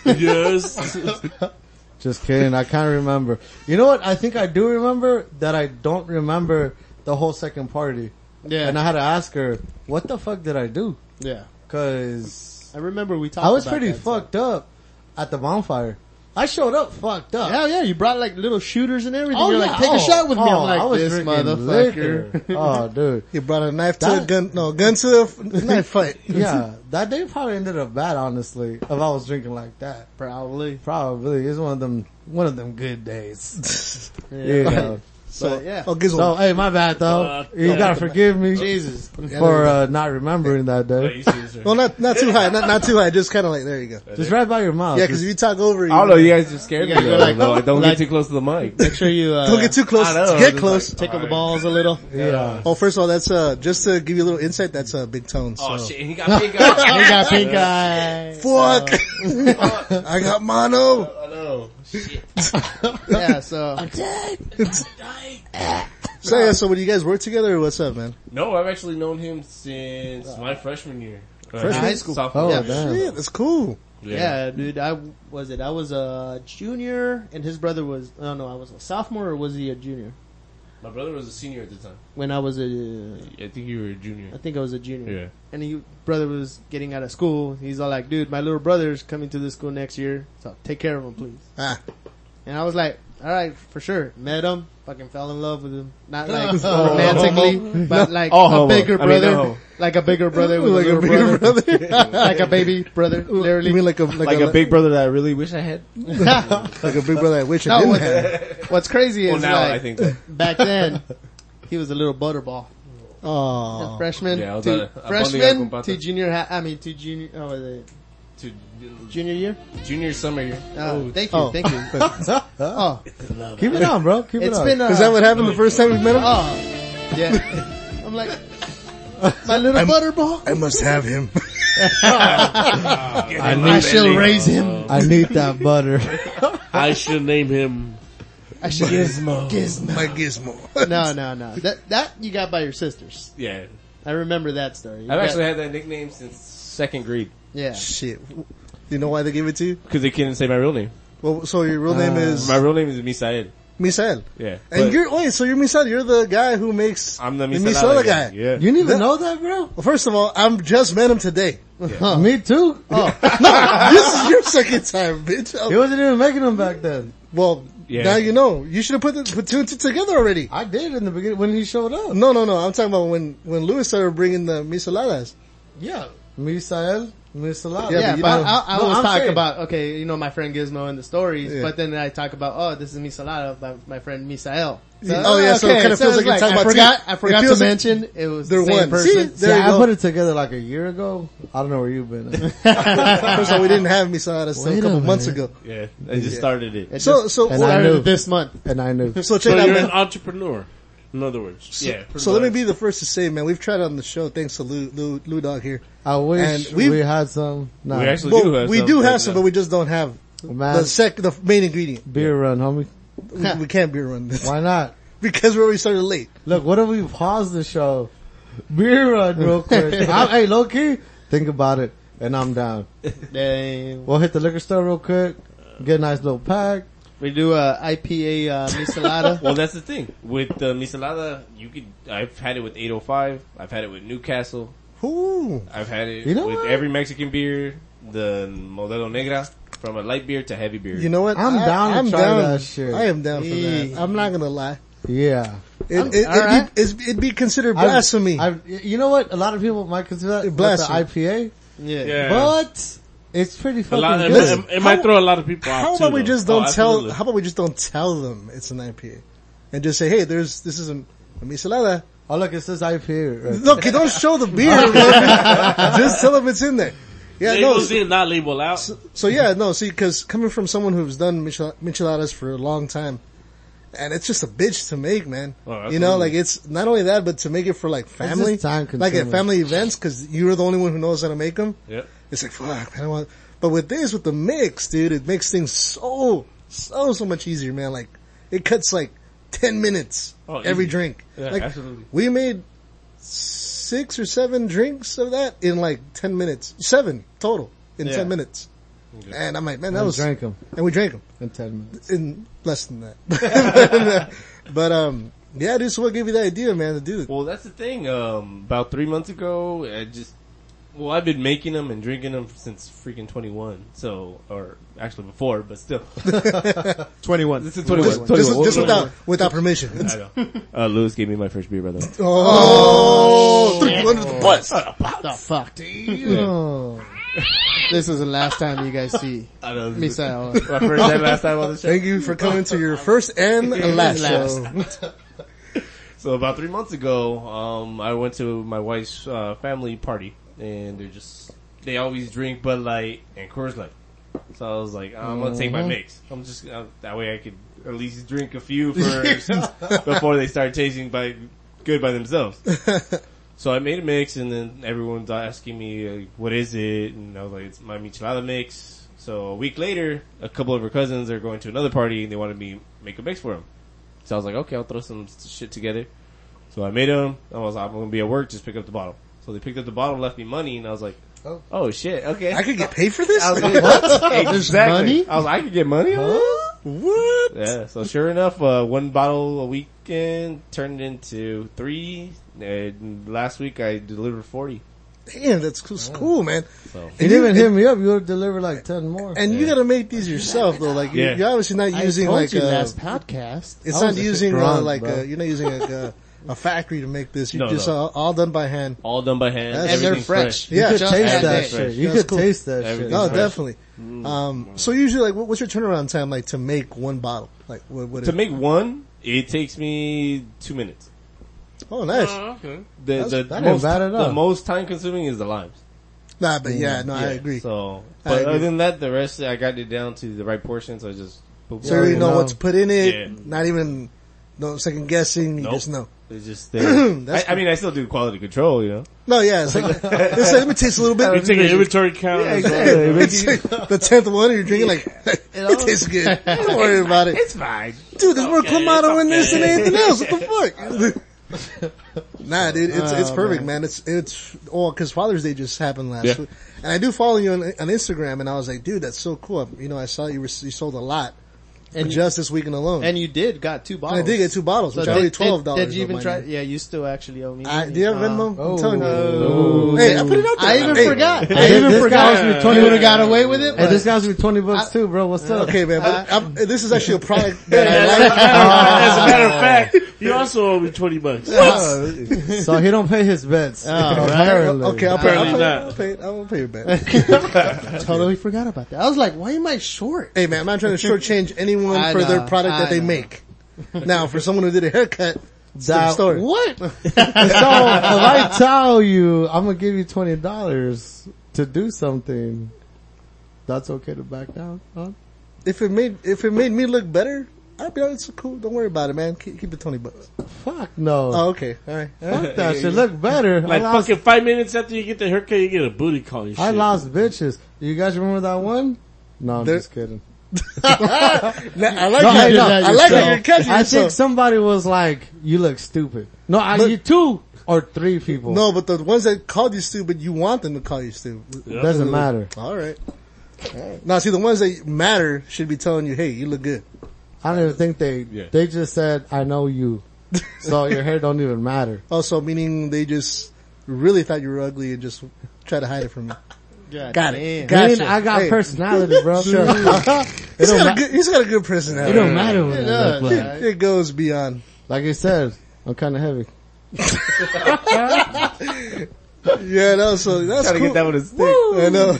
[SPEAKER 7] yes.
[SPEAKER 3] Just kidding. I can't remember. You know what? I think I do remember that I don't remember the whole second party.
[SPEAKER 2] Yeah.
[SPEAKER 3] And I had to ask her, what the fuck did I do?
[SPEAKER 2] yeah.
[SPEAKER 3] Cause
[SPEAKER 2] I remember we talked
[SPEAKER 3] I was
[SPEAKER 2] about
[SPEAKER 3] pretty
[SPEAKER 2] that,
[SPEAKER 3] fucked up at the bonfire. I showed up fucked
[SPEAKER 2] so-
[SPEAKER 3] up.
[SPEAKER 2] Hell yeah, you brought like little shooters and everything. You're like,
[SPEAKER 3] yeah.
[SPEAKER 2] take
[SPEAKER 3] Oh,
[SPEAKER 2] a shot with me.
[SPEAKER 3] oh,
[SPEAKER 2] I'm like,
[SPEAKER 3] I was
[SPEAKER 2] this
[SPEAKER 3] drinking
[SPEAKER 2] motherfucker.
[SPEAKER 3] liquor. oh, dude.
[SPEAKER 1] You brought a knife to a
[SPEAKER 3] That-
[SPEAKER 1] gun, no, gun to a f- knife fight.
[SPEAKER 3] Yeah, that day probably ended up bad, honestly, if I was drinking like that.
[SPEAKER 2] Probably.
[SPEAKER 3] Probably. It's one of them, one of them good days.
[SPEAKER 2] Yeah.
[SPEAKER 3] You know.
[SPEAKER 2] But yeah. Uh,
[SPEAKER 1] Oh, Gizzle.
[SPEAKER 3] So, hey, my bad though.
[SPEAKER 7] Fuck
[SPEAKER 3] you
[SPEAKER 7] that.
[SPEAKER 3] gotta forgive me
[SPEAKER 2] Jesus.
[SPEAKER 3] for uh, not remembering that day.
[SPEAKER 1] Well, not not too high, not not too high. Just kind of like there you go.
[SPEAKER 3] Just right by your mouth.
[SPEAKER 1] Yeah, because if you talk over, you
[SPEAKER 9] I don't know. You guys just scared
[SPEAKER 2] You
[SPEAKER 9] me.
[SPEAKER 2] gotta go
[SPEAKER 9] Though.
[SPEAKER 2] like-
[SPEAKER 9] No, don't
[SPEAKER 2] like-
[SPEAKER 9] get too close to the mic.
[SPEAKER 2] Make sure you, uh,
[SPEAKER 1] don't get too close.
[SPEAKER 9] I know,
[SPEAKER 1] Get
[SPEAKER 9] just
[SPEAKER 1] close.
[SPEAKER 2] tickle the balls a little.
[SPEAKER 3] yeah.
[SPEAKER 1] Oh, first of all, that's uh just to give you a little insight. That's uh big tone. So.
[SPEAKER 9] Oh shit, he got big eyes.
[SPEAKER 2] You got pink eye.
[SPEAKER 1] Fuck! Uh, I got mono.
[SPEAKER 9] I know.
[SPEAKER 2] Yeah, so.
[SPEAKER 1] So yeah, so when you guys work together, what's up, man?
[SPEAKER 7] No, I've actually known him since my freshman year. Uh,
[SPEAKER 1] Freshman?
[SPEAKER 7] high school.
[SPEAKER 3] Oh
[SPEAKER 7] Sophomore.
[SPEAKER 2] Yeah.
[SPEAKER 3] damn.
[SPEAKER 1] Shit, that's cool.
[SPEAKER 7] Yeah.
[SPEAKER 2] Yeah, dude, I was it. I was a junior, and his brother was. I don't know. I was a sophomore, or was he a junior?
[SPEAKER 7] My brother was a senior at the time.
[SPEAKER 2] When I was a,
[SPEAKER 7] I think you were a
[SPEAKER 2] I
[SPEAKER 7] junior.
[SPEAKER 2] think I was a junior.
[SPEAKER 7] Yeah.
[SPEAKER 2] And he brother was getting out of school. He's all like, "Dude, my little brother's coming to this school next year, so take care of him, please."
[SPEAKER 1] Ah.
[SPEAKER 2] And I was like, "All right, for sure." Met him, fucking fell in love with him. Not like
[SPEAKER 1] Oh.
[SPEAKER 2] romantically, but like
[SPEAKER 9] Oh,
[SPEAKER 2] a
[SPEAKER 9] homo.
[SPEAKER 2] bigger
[SPEAKER 9] I mean,
[SPEAKER 2] brother,
[SPEAKER 9] no.
[SPEAKER 2] like a bigger brother with
[SPEAKER 1] Like
[SPEAKER 2] a
[SPEAKER 1] a
[SPEAKER 2] little
[SPEAKER 1] bigger
[SPEAKER 2] brother,
[SPEAKER 1] brother.
[SPEAKER 2] like a baby brother, literally.
[SPEAKER 1] You mean like a like,
[SPEAKER 9] Like a big brother that I really wish I had.
[SPEAKER 1] like a big brother I wish I
[SPEAKER 2] No,
[SPEAKER 1] didn't
[SPEAKER 2] what-
[SPEAKER 1] have.
[SPEAKER 2] What's crazy is
[SPEAKER 9] Well, now
[SPEAKER 2] like,
[SPEAKER 9] I think that.
[SPEAKER 2] back then, he was a little butterball.
[SPEAKER 1] Oh,
[SPEAKER 2] Freshman
[SPEAKER 9] Yeah, I was
[SPEAKER 2] to
[SPEAKER 9] a- a
[SPEAKER 2] freshman
[SPEAKER 9] bundy guy
[SPEAKER 2] to
[SPEAKER 9] compadre.
[SPEAKER 2] junior. Ha- I mean to junior. Oh, was it
[SPEAKER 7] To
[SPEAKER 2] junior year?
[SPEAKER 7] junior summer year.
[SPEAKER 2] Oh, thank you,
[SPEAKER 1] Oh.
[SPEAKER 2] thank you. oh,
[SPEAKER 3] Keep it on, bro. Keep it
[SPEAKER 2] it's
[SPEAKER 3] on.
[SPEAKER 2] been. Uh,
[SPEAKER 1] is that what happened the first time we met him?
[SPEAKER 2] Oh, yeah. I'm like my little butterball.
[SPEAKER 1] I must have him. Ah.
[SPEAKER 7] I,
[SPEAKER 2] I shall raise him.
[SPEAKER 3] I need that butter.
[SPEAKER 7] I should name him
[SPEAKER 2] I should
[SPEAKER 7] Gizmo.
[SPEAKER 1] My gizmo.
[SPEAKER 2] No, no, no. That that you got by your sisters.
[SPEAKER 7] Yeah.
[SPEAKER 2] I remember that story. You
[SPEAKER 7] I've
[SPEAKER 2] got-
[SPEAKER 7] actually had that nickname since second grade.
[SPEAKER 2] yeah.
[SPEAKER 1] Shit. You know why they gave it to you?
[SPEAKER 7] Cause they couldn't say my real name.
[SPEAKER 1] Well, so your real name is
[SPEAKER 7] My real name is Misael.
[SPEAKER 1] Misael.
[SPEAKER 7] Yeah.
[SPEAKER 1] And
[SPEAKER 7] But
[SPEAKER 1] you're wait, so you're Misael. You're the guy who makes
[SPEAKER 7] I'm the
[SPEAKER 1] the
[SPEAKER 7] Misael
[SPEAKER 1] Misael guy.
[SPEAKER 7] Yeah.
[SPEAKER 3] You didn't even
[SPEAKER 1] That-
[SPEAKER 3] know that, bro.
[SPEAKER 1] Well, first of all, I'm just met him today. Oh.
[SPEAKER 3] Me too.
[SPEAKER 1] no, this is your second time, bitch.
[SPEAKER 3] He
[SPEAKER 1] Oh,
[SPEAKER 3] wasn't even making them back then.
[SPEAKER 1] well,
[SPEAKER 7] Yeah.
[SPEAKER 1] now you know. You should have put the, put two and two together already.
[SPEAKER 3] I did in the beginning when he showed up.
[SPEAKER 1] No, no, no. I'm talking about when when Lewis started bringing the misaladas.
[SPEAKER 3] Yeah. Misael, Misalada.
[SPEAKER 1] Yeah,
[SPEAKER 2] Yeah,
[SPEAKER 1] but you
[SPEAKER 2] but
[SPEAKER 1] know-
[SPEAKER 2] I, I
[SPEAKER 3] No,
[SPEAKER 2] was
[SPEAKER 3] I'm
[SPEAKER 2] talking
[SPEAKER 3] saying-
[SPEAKER 2] about okay, you know my friend Gizmo in the stories,
[SPEAKER 1] Yeah.
[SPEAKER 2] but then I talk about oh this is Misalada by my friend Misael. So,
[SPEAKER 1] Oh, yeah, so it kinda feels
[SPEAKER 2] it's
[SPEAKER 1] like you're talking
[SPEAKER 2] I
[SPEAKER 1] about two-
[SPEAKER 2] forgot, I
[SPEAKER 1] it
[SPEAKER 2] forgot to
[SPEAKER 1] feels like
[SPEAKER 2] mention it was
[SPEAKER 1] They're
[SPEAKER 2] the same
[SPEAKER 1] one. See,
[SPEAKER 2] person.
[SPEAKER 1] there
[SPEAKER 3] See,
[SPEAKER 1] you
[SPEAKER 3] I
[SPEAKER 1] go.
[SPEAKER 3] put it together like a year ago. I don't know where you've been. at.
[SPEAKER 1] First of all, we didn't have misaladas
[SPEAKER 3] Wait
[SPEAKER 1] a
[SPEAKER 3] a
[SPEAKER 1] couple months ago.
[SPEAKER 3] minute.
[SPEAKER 7] Yeah. I just started it.
[SPEAKER 2] It
[SPEAKER 1] So,
[SPEAKER 2] just
[SPEAKER 1] so,
[SPEAKER 3] and I
[SPEAKER 1] well,
[SPEAKER 2] started
[SPEAKER 3] knew.
[SPEAKER 2] this month.
[SPEAKER 3] and I knew.
[SPEAKER 1] so check
[SPEAKER 7] So
[SPEAKER 1] it out,
[SPEAKER 7] you're an
[SPEAKER 1] man.
[SPEAKER 7] entrepreneur. In other words. Yeah. pretty
[SPEAKER 1] So let me
[SPEAKER 7] much.
[SPEAKER 1] be the first to say, man, we've tried on the show. Thanks to Lou, Lou, Lou Dog here.
[SPEAKER 3] I wish
[SPEAKER 1] And we've-
[SPEAKER 3] we had some. Nah,
[SPEAKER 7] We actually do
[SPEAKER 1] Well,
[SPEAKER 7] have
[SPEAKER 1] we
[SPEAKER 7] some. uh,
[SPEAKER 1] do have some, but we just don't have the
[SPEAKER 3] Oh, man,
[SPEAKER 1] sec, the main ingredient.
[SPEAKER 3] beer run, homie.
[SPEAKER 1] We, we can't beer run this
[SPEAKER 3] Why not?
[SPEAKER 1] because we already started late.
[SPEAKER 3] Look, what if we pause the show? Beer run real quick. I'm, hey, low key, think about it, and I'm down.
[SPEAKER 2] They,
[SPEAKER 3] We'll hit the liquor store real quick, get a nice little pack.
[SPEAKER 2] we do a IPA uh, Misalada.
[SPEAKER 7] Well, that's the thing. With the misalada, you could. I've had it with 805. I've had it with Newcastle.
[SPEAKER 1] Ooh,
[SPEAKER 7] I've had it
[SPEAKER 3] You know
[SPEAKER 7] with
[SPEAKER 3] what?
[SPEAKER 7] every Mexican beer. The Modelo Negra from a light beer to heavy beer.
[SPEAKER 1] you know what?
[SPEAKER 3] I'm
[SPEAKER 1] I-
[SPEAKER 3] down to try that shit.
[SPEAKER 1] I am down for that.
[SPEAKER 2] Yeah.
[SPEAKER 1] I'm not gonna lie.
[SPEAKER 3] Yeah.
[SPEAKER 1] It, it, it'd,
[SPEAKER 2] alright.
[SPEAKER 1] be, it's, it'd be considered
[SPEAKER 3] I've-
[SPEAKER 1] blasphemy.
[SPEAKER 3] I've- you know what? A lot of people might consider that
[SPEAKER 1] It
[SPEAKER 3] like
[SPEAKER 1] blasts
[SPEAKER 3] the
[SPEAKER 1] you.
[SPEAKER 3] IPA,
[SPEAKER 2] yeah.
[SPEAKER 7] yeah.
[SPEAKER 3] but it's pretty
[SPEAKER 7] a
[SPEAKER 3] fucking
[SPEAKER 7] lot, it,
[SPEAKER 3] good.
[SPEAKER 7] might- it might
[SPEAKER 1] How-
[SPEAKER 7] throw a lot of people off.
[SPEAKER 1] how
[SPEAKER 7] too,
[SPEAKER 1] about we
[SPEAKER 7] though.
[SPEAKER 1] just don't
[SPEAKER 7] Oh,
[SPEAKER 1] tell?
[SPEAKER 7] absolutely.
[SPEAKER 1] How about we just don't tell them it's an IPA, and just say, "Hey, there's this is a, a misalada."
[SPEAKER 3] Oh look, it says IPA. Right.
[SPEAKER 1] Look, you don't show the beer. man. just tell them it's in there. Yeah,
[SPEAKER 7] Label
[SPEAKER 1] no.
[SPEAKER 7] in, not label out.
[SPEAKER 1] So yeah, no. See, because coming from someone who's done michel- micheladas for a long time, and it's just a bitch to make, man.
[SPEAKER 7] Oh,
[SPEAKER 1] you know,
[SPEAKER 7] absolutely.
[SPEAKER 1] like it's not only that, but to make it for like family,
[SPEAKER 3] just time
[SPEAKER 1] like at
[SPEAKER 3] consuming.
[SPEAKER 1] family events, because you're the only one who knows how to make them.
[SPEAKER 7] Yep.
[SPEAKER 1] It's like fuck, I don't want. But with this, with the mix, dude, it makes things so so so much easier, man. Like it cuts like ten minutes
[SPEAKER 7] Oh,
[SPEAKER 1] every
[SPEAKER 7] easy.
[SPEAKER 1] drink.
[SPEAKER 7] Yeah,
[SPEAKER 1] like
[SPEAKER 7] absolutely.
[SPEAKER 1] we made six or seven drinks of that in like ten minutes, seven total in
[SPEAKER 2] Yeah.
[SPEAKER 1] ten minutes. And I'm like, man, that
[SPEAKER 3] I
[SPEAKER 1] was
[SPEAKER 3] drank them
[SPEAKER 1] and we drank them
[SPEAKER 3] in ten minutes.
[SPEAKER 1] in less than that. but um, yeah, dude, so what gave you the idea, man, to do it?
[SPEAKER 7] Well, that's the thing. Um, about three months ago, I just well, I've been making them and drinking them since freaking twenty one. So, or actually before, but still,
[SPEAKER 2] Twenty one.
[SPEAKER 7] this is twenty one.
[SPEAKER 1] Just, just without without permission.
[SPEAKER 7] I know. Uh, Lewis gave me my first beer, by the way.
[SPEAKER 1] Oh, threw you under the bus.
[SPEAKER 2] The fuck, dude.
[SPEAKER 3] Oh,
[SPEAKER 2] This is the last time you guys see
[SPEAKER 7] I know. this is
[SPEAKER 2] Misael.
[SPEAKER 7] My first and last time on the show.
[SPEAKER 1] Thank you for coming to your first and last
[SPEAKER 2] Last.
[SPEAKER 1] show.
[SPEAKER 7] so about three months ago, um, I went to my wife's uh, family party, and they're just they always drink Bud Light and Coors Light. So I was like, I'm gonna take my mix. I'm just uh, that way I could at least drink a few first before they start tasting by good by themselves. So I made a mix, and then everyone's asking me, like, "What is it?" And I was like, "It's my michelada mix." So a week later, a couple of her cousins are going to another party, and they wanted me to make a mix for them. So I was like, "Okay, I'll throw some s- shit together." So I made them. I was like, "I'm gonna be at work, just pick up the bottle." So they picked up the bottle, left me money, and I was like, "Oh, shit, okay."
[SPEAKER 1] I could get paid for this?
[SPEAKER 7] exactly. I was like, I could get money on this?
[SPEAKER 1] What?
[SPEAKER 7] Yeah, so sure enough, uh, one bottle a weekend turned into three. And last week I delivered 40.
[SPEAKER 1] Damn, that's cool, it's cool man.
[SPEAKER 7] So.
[SPEAKER 1] And
[SPEAKER 3] didn't
[SPEAKER 1] you,
[SPEAKER 3] even hit me up. You would deliver like ten more.
[SPEAKER 1] and you gotta make these yourself though. Like you-
[SPEAKER 7] Yeah.
[SPEAKER 1] you're obviously not
[SPEAKER 2] I
[SPEAKER 1] using
[SPEAKER 2] told
[SPEAKER 1] like
[SPEAKER 2] you
[SPEAKER 1] uh,
[SPEAKER 2] last podcast.
[SPEAKER 1] it's
[SPEAKER 3] I
[SPEAKER 1] not
[SPEAKER 3] was
[SPEAKER 1] using uh,
[SPEAKER 3] drunk,
[SPEAKER 1] like
[SPEAKER 3] bro.
[SPEAKER 1] uh you're not using like a, a factory to make this. You
[SPEAKER 7] No,
[SPEAKER 1] just
[SPEAKER 7] no.
[SPEAKER 1] All, all done by hand.
[SPEAKER 7] All done by hand.
[SPEAKER 1] That's-
[SPEAKER 7] Everything's
[SPEAKER 1] And they're
[SPEAKER 7] fresh.
[SPEAKER 3] You
[SPEAKER 1] Yeah,
[SPEAKER 3] could
[SPEAKER 1] just
[SPEAKER 3] taste
[SPEAKER 1] add
[SPEAKER 3] that
[SPEAKER 1] that.
[SPEAKER 3] shit. You
[SPEAKER 1] That's
[SPEAKER 3] could
[SPEAKER 1] cool.
[SPEAKER 3] taste that shit.
[SPEAKER 7] Everything's
[SPEAKER 1] No,
[SPEAKER 7] fresh. Mm.
[SPEAKER 1] definitely. Um, so usually, like, what- what's your turnaround time like to make one bottle? Like, what? what
[SPEAKER 7] To
[SPEAKER 1] is-
[SPEAKER 7] make one, it takes me two minutes.
[SPEAKER 1] oh, nice.
[SPEAKER 8] okay.
[SPEAKER 7] The,
[SPEAKER 1] That's-
[SPEAKER 7] the,
[SPEAKER 3] that ain't
[SPEAKER 7] most,
[SPEAKER 3] bad at all.
[SPEAKER 7] the most time consuming is the limes.
[SPEAKER 1] Nah, but yeah, no, I agree. So, I
[SPEAKER 7] So, but
[SPEAKER 1] agree.
[SPEAKER 7] other than that, the rest I got it down to the right portion, so I just.
[SPEAKER 1] you already know
[SPEAKER 3] no.
[SPEAKER 1] what to put in it.
[SPEAKER 7] Yeah.
[SPEAKER 1] Not even no second guessing. You
[SPEAKER 7] Nope.
[SPEAKER 1] just know.
[SPEAKER 7] It's just there. I,
[SPEAKER 1] That's
[SPEAKER 7] I mean, I still do quality control, you know.
[SPEAKER 1] No, yeah, it's like, it's like, let me taste a little bit.
[SPEAKER 8] You take an inventory count. as well.
[SPEAKER 1] It's like the tenth one, and you're drinking like it tastes good. Don't worry about it. It's fine, dude. There's more clamato in this than anything else. What the fuck? nah, dude, it's
[SPEAKER 8] Ah,
[SPEAKER 1] it's perfect, man. It's it's all because Father's Day just happened last week, and I do follow you on, on Instagram, and I was like, dude, that's so cool. You know, I saw you were, you sold a lot
[SPEAKER 2] And you,
[SPEAKER 1] just this weekend alone, and,
[SPEAKER 2] and you did got two bottles.
[SPEAKER 1] I did get two bottles,
[SPEAKER 2] So
[SPEAKER 1] which
[SPEAKER 2] did-
[SPEAKER 1] I only
[SPEAKER 2] did-
[SPEAKER 1] twelve dollars.
[SPEAKER 2] Did you even try? Yeah, you still actually owe me.
[SPEAKER 1] I,
[SPEAKER 2] money.
[SPEAKER 1] do you have
[SPEAKER 2] Uh,
[SPEAKER 1] Venmo?
[SPEAKER 3] Oh.
[SPEAKER 1] I'm telling you.
[SPEAKER 3] Oh.
[SPEAKER 1] Hey, I put it out there.
[SPEAKER 2] I even
[SPEAKER 1] Hey.
[SPEAKER 2] forgot. I
[SPEAKER 3] Hey,
[SPEAKER 2] even
[SPEAKER 3] this
[SPEAKER 2] forgot.
[SPEAKER 3] guy was with
[SPEAKER 2] You
[SPEAKER 3] 20
[SPEAKER 2] would have got away with it.
[SPEAKER 3] Hey,
[SPEAKER 2] but-
[SPEAKER 3] this guy's me twenty bucks too, bro. What's up?
[SPEAKER 1] Okay, man, but I'm, this is actually a product that I like.
[SPEAKER 8] As a matter of fact, you also owe me twenty bucks.
[SPEAKER 1] Oh.
[SPEAKER 3] So he don't pay his bets. Apparently.
[SPEAKER 1] Okay, I'll pay, I'll
[SPEAKER 8] Apparently
[SPEAKER 1] pay,
[SPEAKER 8] not.
[SPEAKER 1] I'll pay, I'll pay your bet.
[SPEAKER 2] totally forgot about that. I was like, why am I short?
[SPEAKER 1] hey man, I'm not trying to shortchange anyone
[SPEAKER 2] I
[SPEAKER 1] for their
[SPEAKER 2] know,
[SPEAKER 1] product that
[SPEAKER 2] I
[SPEAKER 1] they
[SPEAKER 2] know.
[SPEAKER 1] make. Now, for someone who did a haircut, it's a different
[SPEAKER 3] That-
[SPEAKER 1] story.
[SPEAKER 2] What?
[SPEAKER 3] so if I tell you I'm gonna give you twenty dollars to do something, that's okay to back down. Huh?
[SPEAKER 1] If it made if it made me look better, I'd be like, it's cool. Don't worry about it, man. Keep, keep it twenty bucks.
[SPEAKER 3] Fuck no.
[SPEAKER 1] Oh, okay, all right. All right.
[SPEAKER 3] Fuck that shit. Look better.
[SPEAKER 8] Like
[SPEAKER 3] I lost,
[SPEAKER 8] fucking five minutes after you get the haircut, you get a booty call. And shit.
[SPEAKER 3] I lost bitches. You guys remember that one? No, I'm
[SPEAKER 1] There-
[SPEAKER 3] just kidding.
[SPEAKER 1] Now, I like
[SPEAKER 3] Ah! No,
[SPEAKER 1] how
[SPEAKER 3] I
[SPEAKER 1] you-
[SPEAKER 3] did
[SPEAKER 1] I,
[SPEAKER 3] that
[SPEAKER 1] like how
[SPEAKER 3] yourself.
[SPEAKER 1] you're catching
[SPEAKER 3] I think
[SPEAKER 1] yourself.
[SPEAKER 3] somebody was like, "You look stupid." No, I,
[SPEAKER 1] Look-
[SPEAKER 3] you two or three people.
[SPEAKER 1] No, but the ones that called you stupid, you want them to call you stupid.
[SPEAKER 3] doesn't matter.
[SPEAKER 1] All right. All right. Now, see, the ones that matter should be telling you, "Hey, you look good."
[SPEAKER 3] I don't even think they.
[SPEAKER 7] Yeah.
[SPEAKER 3] They just said, "I know you," so your hair don't even matter.
[SPEAKER 1] Also, meaning they just really thought you were ugly and just try to hide it from you. Got it.
[SPEAKER 2] Damn.
[SPEAKER 1] Gotcha.
[SPEAKER 3] Meaning I got
[SPEAKER 1] Hey.
[SPEAKER 3] personality, bro.
[SPEAKER 1] Sure.
[SPEAKER 3] it
[SPEAKER 1] He's
[SPEAKER 3] don't
[SPEAKER 1] got,
[SPEAKER 3] ma-
[SPEAKER 1] a good, he's got a good
[SPEAKER 3] it
[SPEAKER 1] personality.
[SPEAKER 3] don't matter what it look like.
[SPEAKER 1] It, it goes beyond.
[SPEAKER 3] Like you said, I'm kind of heavy.
[SPEAKER 1] Yeah, no, so that's cool.
[SPEAKER 7] Get that one to stick. Oh.
[SPEAKER 1] I know.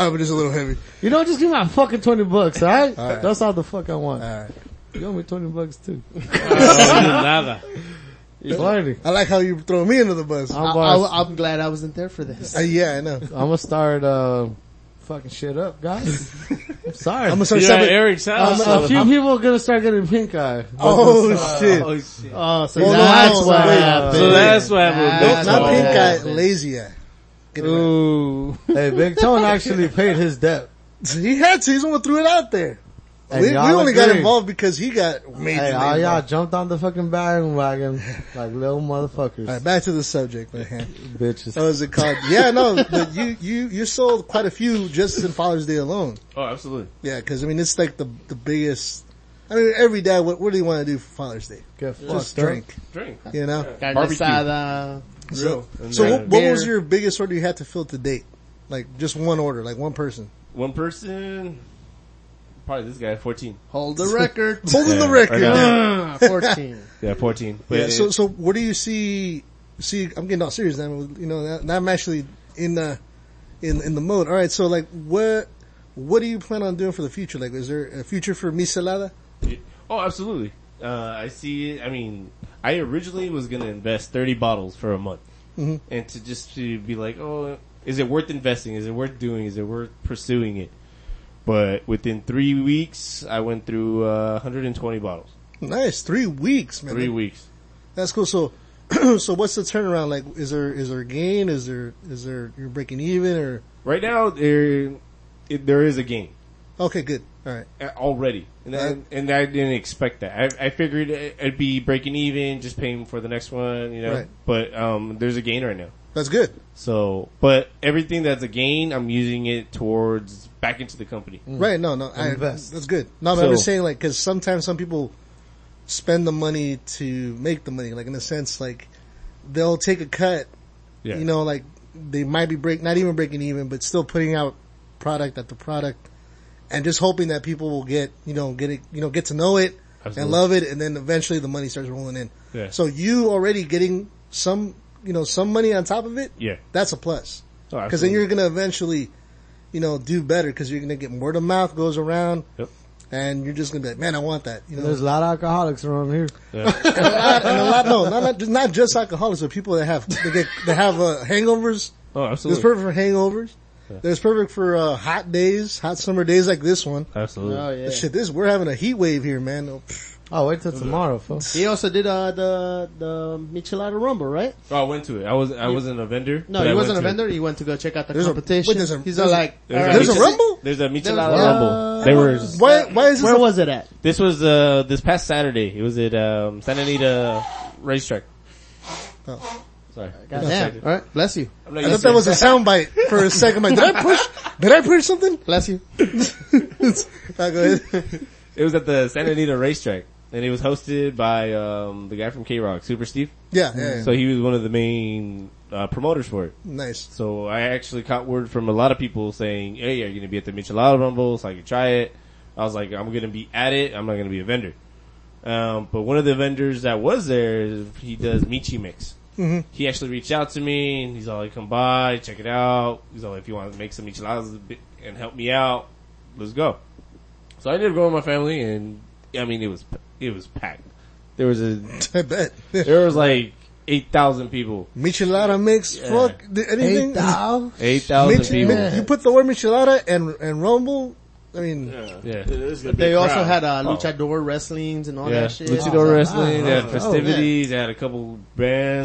[SPEAKER 1] I'm just a little heavy.
[SPEAKER 3] You know, just give me my fucking twenty bucks, all right?
[SPEAKER 1] All right.
[SPEAKER 3] That's all the fuck I want.
[SPEAKER 1] All right.
[SPEAKER 3] You owe me twenty bucks too.
[SPEAKER 8] Nada.
[SPEAKER 3] Barney,
[SPEAKER 1] I like how you throw me under the bus.
[SPEAKER 3] I'm,
[SPEAKER 2] I,
[SPEAKER 3] gonna-
[SPEAKER 2] I, am glad I wasn't there for this.
[SPEAKER 1] Uh, yeah, I know. I'm
[SPEAKER 3] I'm gonna start uh, fucking shit up, guys. I'm sorry.
[SPEAKER 1] gonna start
[SPEAKER 8] You're at
[SPEAKER 1] selling.
[SPEAKER 8] Eric's house.
[SPEAKER 3] a few people are gonna start getting pink eye.
[SPEAKER 1] oh shit!
[SPEAKER 7] Oh, shit.
[SPEAKER 2] Oh, so
[SPEAKER 1] Well, no,
[SPEAKER 2] that's
[SPEAKER 1] no,
[SPEAKER 2] what
[SPEAKER 1] wait.
[SPEAKER 2] happened.
[SPEAKER 8] so that's what happened.
[SPEAKER 2] That's
[SPEAKER 8] with
[SPEAKER 1] Not
[SPEAKER 2] what
[SPEAKER 1] pink eye,
[SPEAKER 2] happened.
[SPEAKER 1] lazy eye. Get it right.
[SPEAKER 3] Ooh. Hey, Big Tone actually paid his debt.
[SPEAKER 1] He had to. He's the one who threw it out there.
[SPEAKER 3] And
[SPEAKER 1] we we
[SPEAKER 3] y'all
[SPEAKER 1] only got
[SPEAKER 3] agreed.
[SPEAKER 1] involved because he got majorly
[SPEAKER 3] Hey, all y'all
[SPEAKER 1] involved.
[SPEAKER 3] jumped on the fucking bandwagon like little motherfuckers,
[SPEAKER 1] All right, back to the subject, man.
[SPEAKER 3] bitches.
[SPEAKER 1] What was it called? yeah, no, but you, you, you sold quite a few just in Father's Day alone.
[SPEAKER 7] Oh, absolutely.
[SPEAKER 1] Yeah, cause I mean, it's like the, the biggest, I mean, every dad, what, what do you want to do for Father's Day?
[SPEAKER 3] Get fucked
[SPEAKER 1] Just
[SPEAKER 3] up. uh,
[SPEAKER 1] drink,
[SPEAKER 7] Drink.
[SPEAKER 1] you know?
[SPEAKER 2] Carne
[SPEAKER 7] Barbecue.
[SPEAKER 2] asada.
[SPEAKER 1] So,
[SPEAKER 7] And
[SPEAKER 1] so
[SPEAKER 7] then
[SPEAKER 1] what, what was
[SPEAKER 2] Beer.
[SPEAKER 1] your biggest order you had to fill to date? Like just one order, like one person.
[SPEAKER 7] One person, probably this guy, 14.
[SPEAKER 2] Hold the record.
[SPEAKER 1] Holding the
[SPEAKER 7] Yeah,
[SPEAKER 1] record.
[SPEAKER 7] right now.
[SPEAKER 2] Ah, 14.
[SPEAKER 7] Yeah, 14. But
[SPEAKER 1] Yeah,
[SPEAKER 7] it-
[SPEAKER 1] so, so what do you see? See, I'm getting all serious now. You know, now, now I'm actually in the in in the mode. All right, so like, what what do you plan on doing for the future? Like, is there a future for Miselada?
[SPEAKER 7] Oh, absolutely. Uh, I see. I mean, I originally was gonna invest thirty bottles for a month,
[SPEAKER 1] Mm-hmm.
[SPEAKER 7] and to just to be like, oh, is it worth investing? Is it worth doing? Is it worth pursuing it? But within three weeks, I went through uh, 120 bottles.
[SPEAKER 1] Nice. Three weeks, man.
[SPEAKER 7] Three weeks.
[SPEAKER 1] That's cool. So, so what's the turnaround like? Is there is there a gain? Is there is there you're breaking even or
[SPEAKER 7] Right now, there it, there is a gain.
[SPEAKER 1] okay? Good. All right.
[SPEAKER 7] uh, already, and I, and I didn't expect that. I, I figured it- it'd be breaking even, just paying for the next one, you know.
[SPEAKER 1] Right.
[SPEAKER 7] But um, there's a gain right now.
[SPEAKER 1] That's good.
[SPEAKER 7] So, but everything that's a gain, I'm using it towards back into the company.
[SPEAKER 1] Mm. Right. No. No. I,
[SPEAKER 3] Invest.
[SPEAKER 1] that's good. No, but I'm just
[SPEAKER 7] Mm. So-
[SPEAKER 1] saying like because sometimes some people spend the money to make the money. Like in a sense, like they'll take a cut.
[SPEAKER 7] Yeah.
[SPEAKER 1] You know, like they might be break not even breaking even, but still putting out product after product, and just hoping that people will get you know get it you know get to know it and
[SPEAKER 7] Absolutely.
[SPEAKER 1] love it, and then eventually the money starts rolling in.
[SPEAKER 7] Yeah.
[SPEAKER 1] So you already getting some you know some money on top of it.
[SPEAKER 7] Yeah.
[SPEAKER 1] That's a plus
[SPEAKER 7] Oh,
[SPEAKER 1] because then
[SPEAKER 7] absolutely.
[SPEAKER 1] you're gonna eventually, you know, do better because you're gonna get word of mouth goes around,
[SPEAKER 7] Yep.
[SPEAKER 1] and you're just gonna be like, man, I want that. You know,
[SPEAKER 3] There's a lot of alcoholics around here.
[SPEAKER 1] and a lot, and a lot no, not, not just not just alcoholics, but people that have that, get, that have uh, hangovers.
[SPEAKER 7] Oh,
[SPEAKER 1] There's
[SPEAKER 7] absolutely.
[SPEAKER 1] perfect for hangovers. There's perfect for uh, hot days, hot summer days like this one.
[SPEAKER 7] Absolutely.
[SPEAKER 2] Oh yeah.
[SPEAKER 1] Shit, this we're having a heat wave here, man. Oh, pff,
[SPEAKER 3] Oh, wait till tomorrow, fool.
[SPEAKER 2] He also did uh, the the Michelada Rumble, right?
[SPEAKER 7] Oh, I went to it. I was I wasn't a vendor.
[SPEAKER 2] No,
[SPEAKER 7] but I
[SPEAKER 2] he
[SPEAKER 7] went
[SPEAKER 2] wasn't a
[SPEAKER 7] to it.
[SPEAKER 2] vendor. He went to go check out the
[SPEAKER 1] There's a-
[SPEAKER 2] competition.
[SPEAKER 1] wait, there's a-
[SPEAKER 2] He's
[SPEAKER 1] there's
[SPEAKER 2] all
[SPEAKER 1] a-
[SPEAKER 2] like, all right,
[SPEAKER 1] there's a
[SPEAKER 2] just-
[SPEAKER 1] rumble.
[SPEAKER 7] There's a Michelada
[SPEAKER 2] was-
[SPEAKER 7] Rumble. They were.
[SPEAKER 1] Why? Why is this?
[SPEAKER 2] Where
[SPEAKER 1] a-
[SPEAKER 2] was it at?
[SPEAKER 7] This was uh this past Saturday. It was at um Santa Anita racetrack.
[SPEAKER 1] Oh.
[SPEAKER 7] Sorry.
[SPEAKER 2] Goddamn. All right, bless you,
[SPEAKER 7] I'm not
[SPEAKER 1] I
[SPEAKER 7] used
[SPEAKER 1] thought
[SPEAKER 7] to
[SPEAKER 1] that
[SPEAKER 7] it.
[SPEAKER 1] was a soundbite for a second. I'm like, did I push? Did I push something?
[SPEAKER 2] bless you.
[SPEAKER 1] I go ahead.
[SPEAKER 7] It was at the Santa Anita racetrack, and it was hosted by um, the guy from K Rock, Super Steve.
[SPEAKER 1] Yeah, yeah, yeah.
[SPEAKER 7] So he was one of the main uh, promoters for it.
[SPEAKER 1] nice.
[SPEAKER 7] So I actually caught word from a lot of people saying, "Hey, are you going to be at the Michelada Rumble so I can try it?" I was like, "I'm going to be at it. I'm not going to be a vendor." Um, but one of the vendors that was there, he does Michi Mix. Mm-hmm. He actually reached out to me and he's all like, "Come by, check it out." He's all, "If you want to make some micheladas and help me out, let's go." So I ended up going with my family, and I mean, it was it was packed. There was a
[SPEAKER 1] I bet.
[SPEAKER 7] there was like eight thousand people,
[SPEAKER 1] Michelada mix,
[SPEAKER 7] Yeah.
[SPEAKER 1] fuck, th- anything.
[SPEAKER 7] eight thousand
[SPEAKER 1] Mich-
[SPEAKER 7] people.
[SPEAKER 1] mi- you put the word michelada and and rumble. I mean,
[SPEAKER 7] Yeah.
[SPEAKER 2] They also had uh,
[SPEAKER 7] Oh.
[SPEAKER 2] luchador wrestlings and all
[SPEAKER 7] Yeah,
[SPEAKER 2] that shit. Oh,
[SPEAKER 7] luchador wrestling. they had festivities. they had a couple bands.